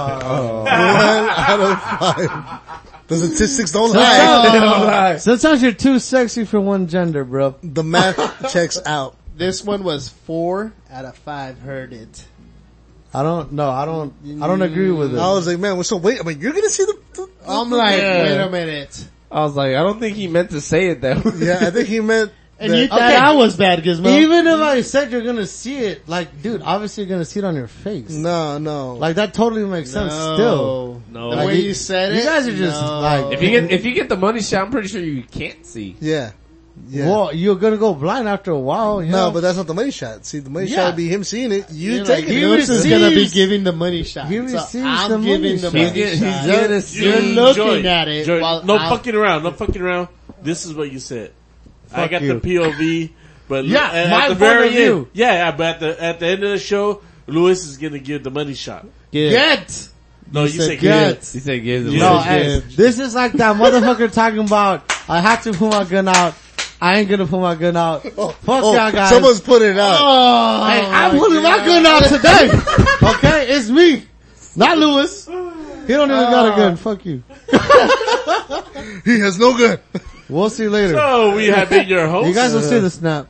[SPEAKER 1] One out of five. The statistics don't lie.
[SPEAKER 3] Sometimes, sometimes you're too sexy for one gender, bro.
[SPEAKER 1] The math checks out.
[SPEAKER 2] This one was four out of five heard it.
[SPEAKER 3] I don't know. I don't. I don't agree with it.
[SPEAKER 1] I was like, man, what's so wait? I mean, you're gonna see the. the- the-
[SPEAKER 2] I'm like,
[SPEAKER 7] Yeah.
[SPEAKER 2] wait a minute.
[SPEAKER 7] I was like, I don't think he meant to say it that way.
[SPEAKER 1] yeah, I think he meant.
[SPEAKER 2] And
[SPEAKER 1] that-
[SPEAKER 2] you thought
[SPEAKER 3] Okay.
[SPEAKER 2] I was bad, Gizmo.
[SPEAKER 3] Even if I said you're gonna see it, like, dude, obviously you're gonna see it on your face.
[SPEAKER 1] no, no.
[SPEAKER 3] Like that totally makes sense. Still,
[SPEAKER 2] The
[SPEAKER 7] No.
[SPEAKER 2] way you said it.
[SPEAKER 3] you guys are just
[SPEAKER 2] no.
[SPEAKER 3] like-
[SPEAKER 7] If you get if you get the money shot, I'm pretty sure you can't see.
[SPEAKER 1] yeah, yeah.
[SPEAKER 3] well, you're gonna go blind after a while. You
[SPEAKER 1] no,
[SPEAKER 3] know?
[SPEAKER 1] but that's not the money shot. See, the money
[SPEAKER 3] Yeah.
[SPEAKER 1] shot would be him seeing it. You
[SPEAKER 2] You're
[SPEAKER 1] take
[SPEAKER 2] like,
[SPEAKER 1] it.
[SPEAKER 3] you-
[SPEAKER 2] Lewis is gonna be
[SPEAKER 3] receives-
[SPEAKER 2] giving the money shot.
[SPEAKER 3] he
[SPEAKER 2] So
[SPEAKER 3] receives
[SPEAKER 2] I'm
[SPEAKER 3] the money
[SPEAKER 2] giving the
[SPEAKER 3] shot.
[SPEAKER 2] money
[SPEAKER 3] He's
[SPEAKER 7] get- he's
[SPEAKER 2] shot.
[SPEAKER 7] gonna
[SPEAKER 2] You're
[SPEAKER 8] Dude,
[SPEAKER 2] looking
[SPEAKER 8] Joy,
[SPEAKER 2] at it.
[SPEAKER 8] Joy,
[SPEAKER 2] while
[SPEAKER 8] no
[SPEAKER 2] I'm-
[SPEAKER 8] fucking around. No fucking around. This is what you said. I
[SPEAKER 3] Fuck
[SPEAKER 8] got
[SPEAKER 3] you.
[SPEAKER 8] the POV, but
[SPEAKER 3] Yeah,
[SPEAKER 8] at,
[SPEAKER 3] my
[SPEAKER 8] at the
[SPEAKER 3] point
[SPEAKER 8] very
[SPEAKER 3] of
[SPEAKER 8] end,
[SPEAKER 3] view.
[SPEAKER 8] yeah, yeah, but at the at the end of the show, Lewis is gonna give the money shot.
[SPEAKER 2] Get!
[SPEAKER 8] No, you,
[SPEAKER 2] said get.
[SPEAKER 8] said get.
[SPEAKER 7] He said, "Give the
[SPEAKER 8] You
[SPEAKER 3] No,
[SPEAKER 8] said
[SPEAKER 3] hey,
[SPEAKER 8] get.
[SPEAKER 3] this is like that motherfucker talking about. I have to put my gun out. I ain't gonna put my gun out. Fuck
[SPEAKER 1] Oh,
[SPEAKER 3] y'all guys.
[SPEAKER 1] someone's putting it out.
[SPEAKER 2] Oh,
[SPEAKER 3] Hey, I'm putting my gun out today. Okay, it's me, not Lewis. He don't even
[SPEAKER 2] Ah.
[SPEAKER 3] got a gun. Fuck you.
[SPEAKER 1] He has no gun.
[SPEAKER 3] We'll see later.
[SPEAKER 8] So we have been your host.
[SPEAKER 3] You guys will see the snap.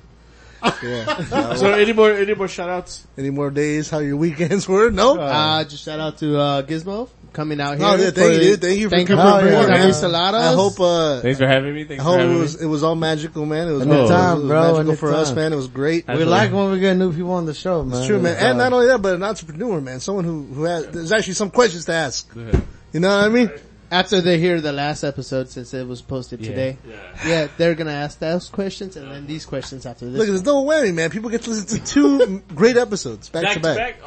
[SPEAKER 1] Yeah.
[SPEAKER 8] So any more any more shout outs?
[SPEAKER 1] Any more days? How your weekends were? No.
[SPEAKER 2] Uh, just shout out to uh, Gizmo for coming out here.
[SPEAKER 1] Oh, yeah, thank you,
[SPEAKER 2] for-
[SPEAKER 1] dude. Thank you for
[SPEAKER 2] thank you
[SPEAKER 1] coming out
[SPEAKER 2] for
[SPEAKER 1] here,
[SPEAKER 2] bringing
[SPEAKER 1] man.
[SPEAKER 2] out Saladas.
[SPEAKER 1] I hope, uh,
[SPEAKER 7] Thanks for having me.
[SPEAKER 1] I
[SPEAKER 7] Thanks for
[SPEAKER 1] hope
[SPEAKER 7] having
[SPEAKER 1] it
[SPEAKER 7] me.
[SPEAKER 1] was it was all magical, man. It was
[SPEAKER 3] Anytime,
[SPEAKER 1] all- it was
[SPEAKER 3] bro,
[SPEAKER 1] magical for
[SPEAKER 3] anytime.
[SPEAKER 1] us, man. It was great.
[SPEAKER 3] We like when we get new people on the show, man.
[SPEAKER 1] It's true, man.
[SPEAKER 3] It's,
[SPEAKER 1] And
[SPEAKER 3] uh,
[SPEAKER 1] not only that, but an entrepreneur, man. Someone who, who has, there's actually some questions to ask. You know what I mean?
[SPEAKER 2] After they hear the last episode, since it was posted
[SPEAKER 1] Yeah.
[SPEAKER 2] today,
[SPEAKER 1] Yeah.
[SPEAKER 2] yeah. they're gonna ask those questions and then these questions after this.
[SPEAKER 1] Look, it's double whammy, man. People get to listen to two great episodes back, to back.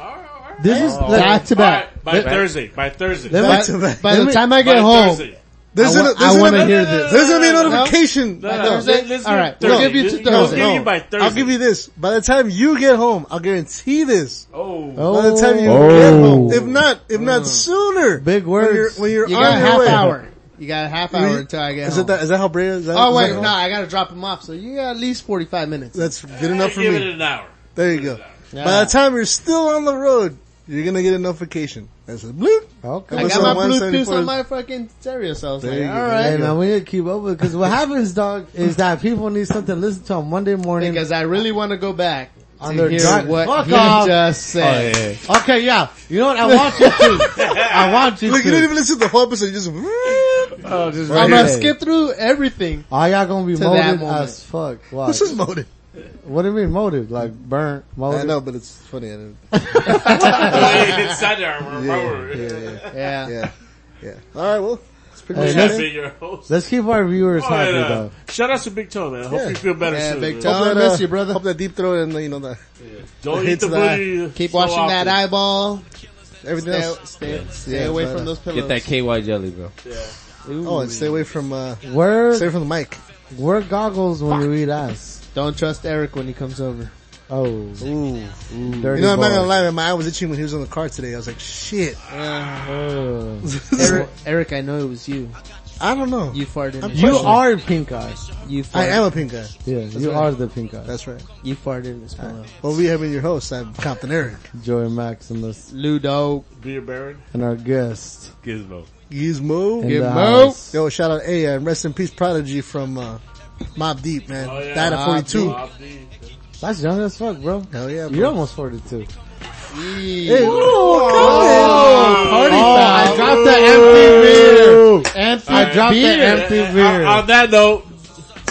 [SPEAKER 2] This is
[SPEAKER 7] Oh.
[SPEAKER 2] back to back.
[SPEAKER 8] By, by Thursday. By Thursday.
[SPEAKER 1] Let me- Back to back.
[SPEAKER 2] By
[SPEAKER 1] Let
[SPEAKER 2] the
[SPEAKER 1] me-
[SPEAKER 2] time I get
[SPEAKER 1] By
[SPEAKER 2] home,
[SPEAKER 1] Thursday. There's
[SPEAKER 2] I
[SPEAKER 1] gonna-
[SPEAKER 2] wa-
[SPEAKER 1] there's
[SPEAKER 2] I want to
[SPEAKER 1] gonna-
[SPEAKER 2] hear this.
[SPEAKER 1] There's gonna be a notification.
[SPEAKER 2] No, no, Thursday?
[SPEAKER 1] Let's-
[SPEAKER 2] All right,
[SPEAKER 1] no.
[SPEAKER 2] we'll give you to
[SPEAKER 1] No,
[SPEAKER 2] Thursday.
[SPEAKER 1] no. I'll give you this. By the time you get home, I'll guarantee this.
[SPEAKER 7] Oh.
[SPEAKER 1] By the time you
[SPEAKER 2] Oh.
[SPEAKER 1] get home, if not, if not sooner. Big words. When you're,
[SPEAKER 2] you
[SPEAKER 1] on
[SPEAKER 2] got a
[SPEAKER 1] your
[SPEAKER 2] half
[SPEAKER 1] way.
[SPEAKER 2] hour. You got a half
[SPEAKER 1] You-
[SPEAKER 2] hour until I get
[SPEAKER 1] is
[SPEAKER 2] home.
[SPEAKER 1] it that? Is that how Brea? Is that,
[SPEAKER 2] oh
[SPEAKER 1] is
[SPEAKER 2] wait,
[SPEAKER 1] that
[SPEAKER 2] no, I gotta drop him off. So you got at least forty five minutes.
[SPEAKER 1] That's good enough for
[SPEAKER 2] Give
[SPEAKER 1] me.
[SPEAKER 2] it an
[SPEAKER 8] hour.
[SPEAKER 1] There you go.
[SPEAKER 2] Yeah.
[SPEAKER 1] By the time you're still on the road, you're gonna get a notification. That's a bloop.
[SPEAKER 3] Okay.
[SPEAKER 2] I got my Bluetooth on my fucking stereo, so I was
[SPEAKER 1] There you
[SPEAKER 2] like,
[SPEAKER 1] go.
[SPEAKER 2] all right.
[SPEAKER 3] Hey, man, we need to keep up with because what happens, dog, is that people need something to listen to on Monday morning.
[SPEAKER 2] Because I really want to go back
[SPEAKER 3] on
[SPEAKER 2] to
[SPEAKER 3] their
[SPEAKER 2] hear
[SPEAKER 3] drive.
[SPEAKER 2] what
[SPEAKER 3] Fuck
[SPEAKER 2] he
[SPEAKER 3] off.
[SPEAKER 2] just
[SPEAKER 1] Oh,
[SPEAKER 2] said.
[SPEAKER 3] Okay, yeah. You know what? I want you to. I want you
[SPEAKER 1] Look,
[SPEAKER 3] to.
[SPEAKER 1] you didn't even listen to the whole episode. You just. Oh,
[SPEAKER 3] just
[SPEAKER 2] I'm
[SPEAKER 3] right
[SPEAKER 2] gonna
[SPEAKER 3] here.
[SPEAKER 2] skip through everything.
[SPEAKER 3] All y'all gonna be
[SPEAKER 2] To that
[SPEAKER 3] molded
[SPEAKER 2] moment.
[SPEAKER 3] as fuck. Why?
[SPEAKER 1] What's his motive?
[SPEAKER 3] What do you mean motive? Like burnt motive?
[SPEAKER 1] I know, but it's funny. I didn't-
[SPEAKER 8] Inside there, we're-
[SPEAKER 1] yeah,
[SPEAKER 8] we're-
[SPEAKER 2] yeah,
[SPEAKER 1] yeah, yeah, yeah. All right, well, it's pretty
[SPEAKER 3] Hey,
[SPEAKER 1] much
[SPEAKER 3] let's-
[SPEAKER 1] it.
[SPEAKER 3] Let's keep our viewers
[SPEAKER 8] Oh,
[SPEAKER 3] happy
[SPEAKER 8] yeah.
[SPEAKER 3] though.
[SPEAKER 8] Shout out to Big Toe, man. Hope
[SPEAKER 1] Yeah.
[SPEAKER 8] you feel better
[SPEAKER 2] Yeah,
[SPEAKER 8] soon.
[SPEAKER 2] Big
[SPEAKER 8] man.
[SPEAKER 2] Toe.
[SPEAKER 1] Hope uh,
[SPEAKER 2] I miss you, brother.
[SPEAKER 1] Hope that deep throat and you know the
[SPEAKER 8] Don't
[SPEAKER 1] the
[SPEAKER 8] eat
[SPEAKER 1] hits
[SPEAKER 8] the
[SPEAKER 1] of eye.
[SPEAKER 8] booty.
[SPEAKER 2] Keep
[SPEAKER 8] so
[SPEAKER 2] watching
[SPEAKER 8] often.
[SPEAKER 2] that eyeball.
[SPEAKER 1] Everything
[SPEAKER 2] Stay-
[SPEAKER 1] else,
[SPEAKER 2] stay-
[SPEAKER 1] Yeah,
[SPEAKER 2] stay away
[SPEAKER 1] but,
[SPEAKER 2] from
[SPEAKER 1] uh,
[SPEAKER 2] those pillows.
[SPEAKER 9] Get that KY jelly, bro.
[SPEAKER 1] Oh, and stay away from uh,
[SPEAKER 3] Wear
[SPEAKER 1] stay away from the mic.
[SPEAKER 3] wear goggles when you eat ass.
[SPEAKER 2] Don't trust Eric when he comes over.
[SPEAKER 3] Oh,
[SPEAKER 1] You
[SPEAKER 3] dirty.
[SPEAKER 1] know, I'm not
[SPEAKER 3] ball.
[SPEAKER 1] gonna lie, man. My eye was itching when he was on the car today. I was like, shit.
[SPEAKER 2] Oh. Eric, Eric, I know it was you.
[SPEAKER 1] I don't know.
[SPEAKER 2] You farted.
[SPEAKER 1] I'm
[SPEAKER 2] in
[SPEAKER 3] You
[SPEAKER 2] his pillow.
[SPEAKER 3] are pink eye.
[SPEAKER 2] You farted.
[SPEAKER 1] I am a pink eye.
[SPEAKER 3] Yeah,
[SPEAKER 1] That's
[SPEAKER 3] you
[SPEAKER 1] right.
[SPEAKER 3] are the pink eye.
[SPEAKER 1] That's right.
[SPEAKER 2] You farted in his pillow.
[SPEAKER 1] Well, we have been your host. I'm Compton Eric.
[SPEAKER 3] Joey Maximus
[SPEAKER 2] Ludo.
[SPEAKER 8] Beer Baron.
[SPEAKER 3] and our guest.
[SPEAKER 8] Gizmo.
[SPEAKER 1] Gizmo.
[SPEAKER 3] In the Gizmo. house.
[SPEAKER 1] Yo, shout out A and rest in peace Prodigy from uh, Mob Deep, man.
[SPEAKER 8] Oh, yeah.
[SPEAKER 1] Died at
[SPEAKER 8] Mobb
[SPEAKER 1] 42.
[SPEAKER 3] That's young as fuck, bro.
[SPEAKER 1] Hell yeah, bro.
[SPEAKER 3] You're almost 42.
[SPEAKER 1] Hey, ooh,
[SPEAKER 2] Oh, party foul.
[SPEAKER 3] I dropped the empty beer.
[SPEAKER 2] Empty
[SPEAKER 3] I dropped
[SPEAKER 2] beer.
[SPEAKER 3] the empty beer.
[SPEAKER 8] On that note,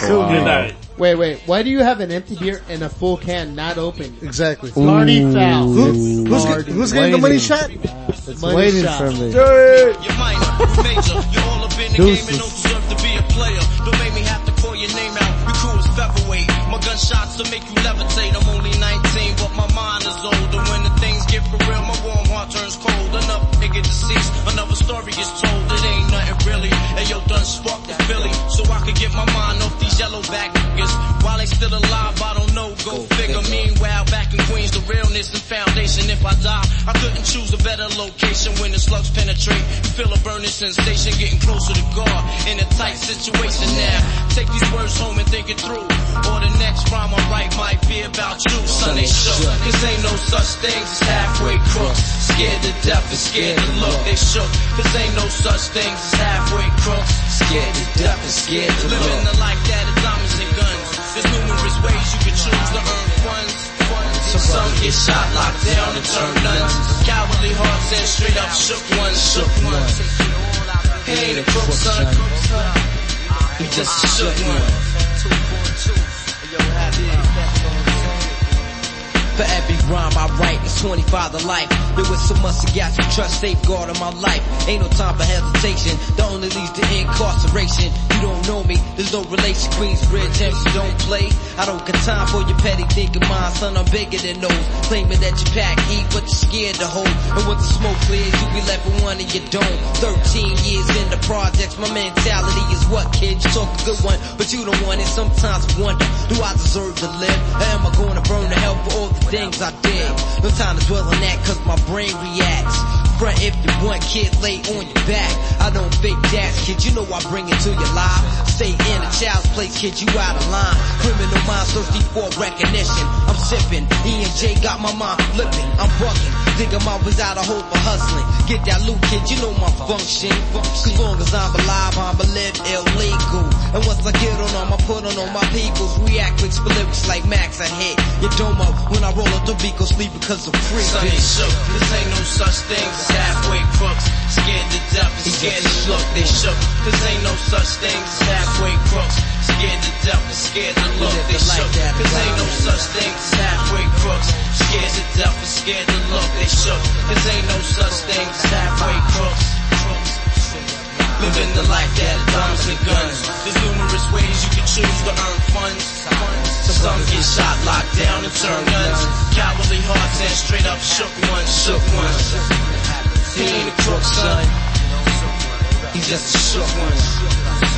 [SPEAKER 8] good night.
[SPEAKER 2] Wait, wait. Why do you have an empty beer and a full can not open?
[SPEAKER 1] Exactly.
[SPEAKER 2] Party foul.
[SPEAKER 1] Who- who's get- who's getting the money shot?
[SPEAKER 3] It's
[SPEAKER 2] Money
[SPEAKER 3] waiting
[SPEAKER 2] shot.
[SPEAKER 3] for me.
[SPEAKER 12] You're minor, major. You all up in the game and don't deserve to be a player. Don't make me have to call your name out. Your crew is featherweight. My gunshots will make you levitate. I'm only 19, but my mind is old. And when the things get for real, my warm heart turns cold. Another nigga deceased, another story is told. It ain't nothing really. And yo, done sparked the Philly, so I could get my mind off these yellow back niggas. While they still alive, I don't know. Go, figure. Meanwhile, back in Queens, the realness and foundation. If I die, I couldn't choose a better location when the slugs penetrate. You feel a burning sensation getting closer to God in a tight situation now. Take these words home and think it through. Or the next rhyme I write might be about you, son. They shook. Cause ain't no such thing as halfway crooks. Scared to death and scared to look. They shook. Cause ain't no such thing as halfway crooks. Scared to death and scared to look. Living the life that is diamonds and guns. There's numerous ways you can choose to earn funds. So some get shot, locked down, and turn nuns. Cowardly hearts and straight up shook ones, shook ones. Hey, the crook son, we just a shook one. For every rhyme I write, it's 25 to life. There was so much I got to trust, safeguard in my life. Ain't no time for hesitation. The only leads to incarceration. You don't know me, there's no relation. Queensbridge MC don't play. I don't got time for your petty thinking mind, son. I'm bigger than those. Claiming that you pack heat, but you're scared to hold. And when the smoke clears, you be left with one in your dome. 13 years in the projects, my mentality is what, kid? You talk a good one, but you don't want it. Sometimes I wonder, do I deserve to live? Or am I going to burn to hell for all the things I did? No time to dwell on that, cause my brain reacts. Front if you want, kid, lay on your back. I don't fake that, kid, you know I bring it to your life. Stay in a child's place, kid, you out of line. Criminal minds thirsty for recognition. I'm sipping, E and J got my mind flipping. I'm bucking, Dig 'em out without a hope of hustling. Get that loot, kid, you know my function. Cause long as I'm alive, I'ma live illegal. And once I get on 'em, I put on all my peoples. React with lyrics like Max, I hit your dome up. When I roll up the beat, go sleep because I'm free.
[SPEAKER 13] Son
[SPEAKER 12] bitch.
[SPEAKER 13] ain't shook. This ain't no such thing as halfway crooks. Scared to death and scared to look. They shook. This ain't no such thing as halfway crooks. Scared to death and scared to look. They shook. This ain't no such thing as halfway crooks. Scared to death and scared to look. They shook. This ain't no such thing as halfway crooks. Living the life that comes with guns. There's numerous ways you can choose to earn funds. Some get shot, locked down, and turn guns. Cowardly hearts and straight up shook ones, shook ones. He ain't a crook, son. He's just a shook one.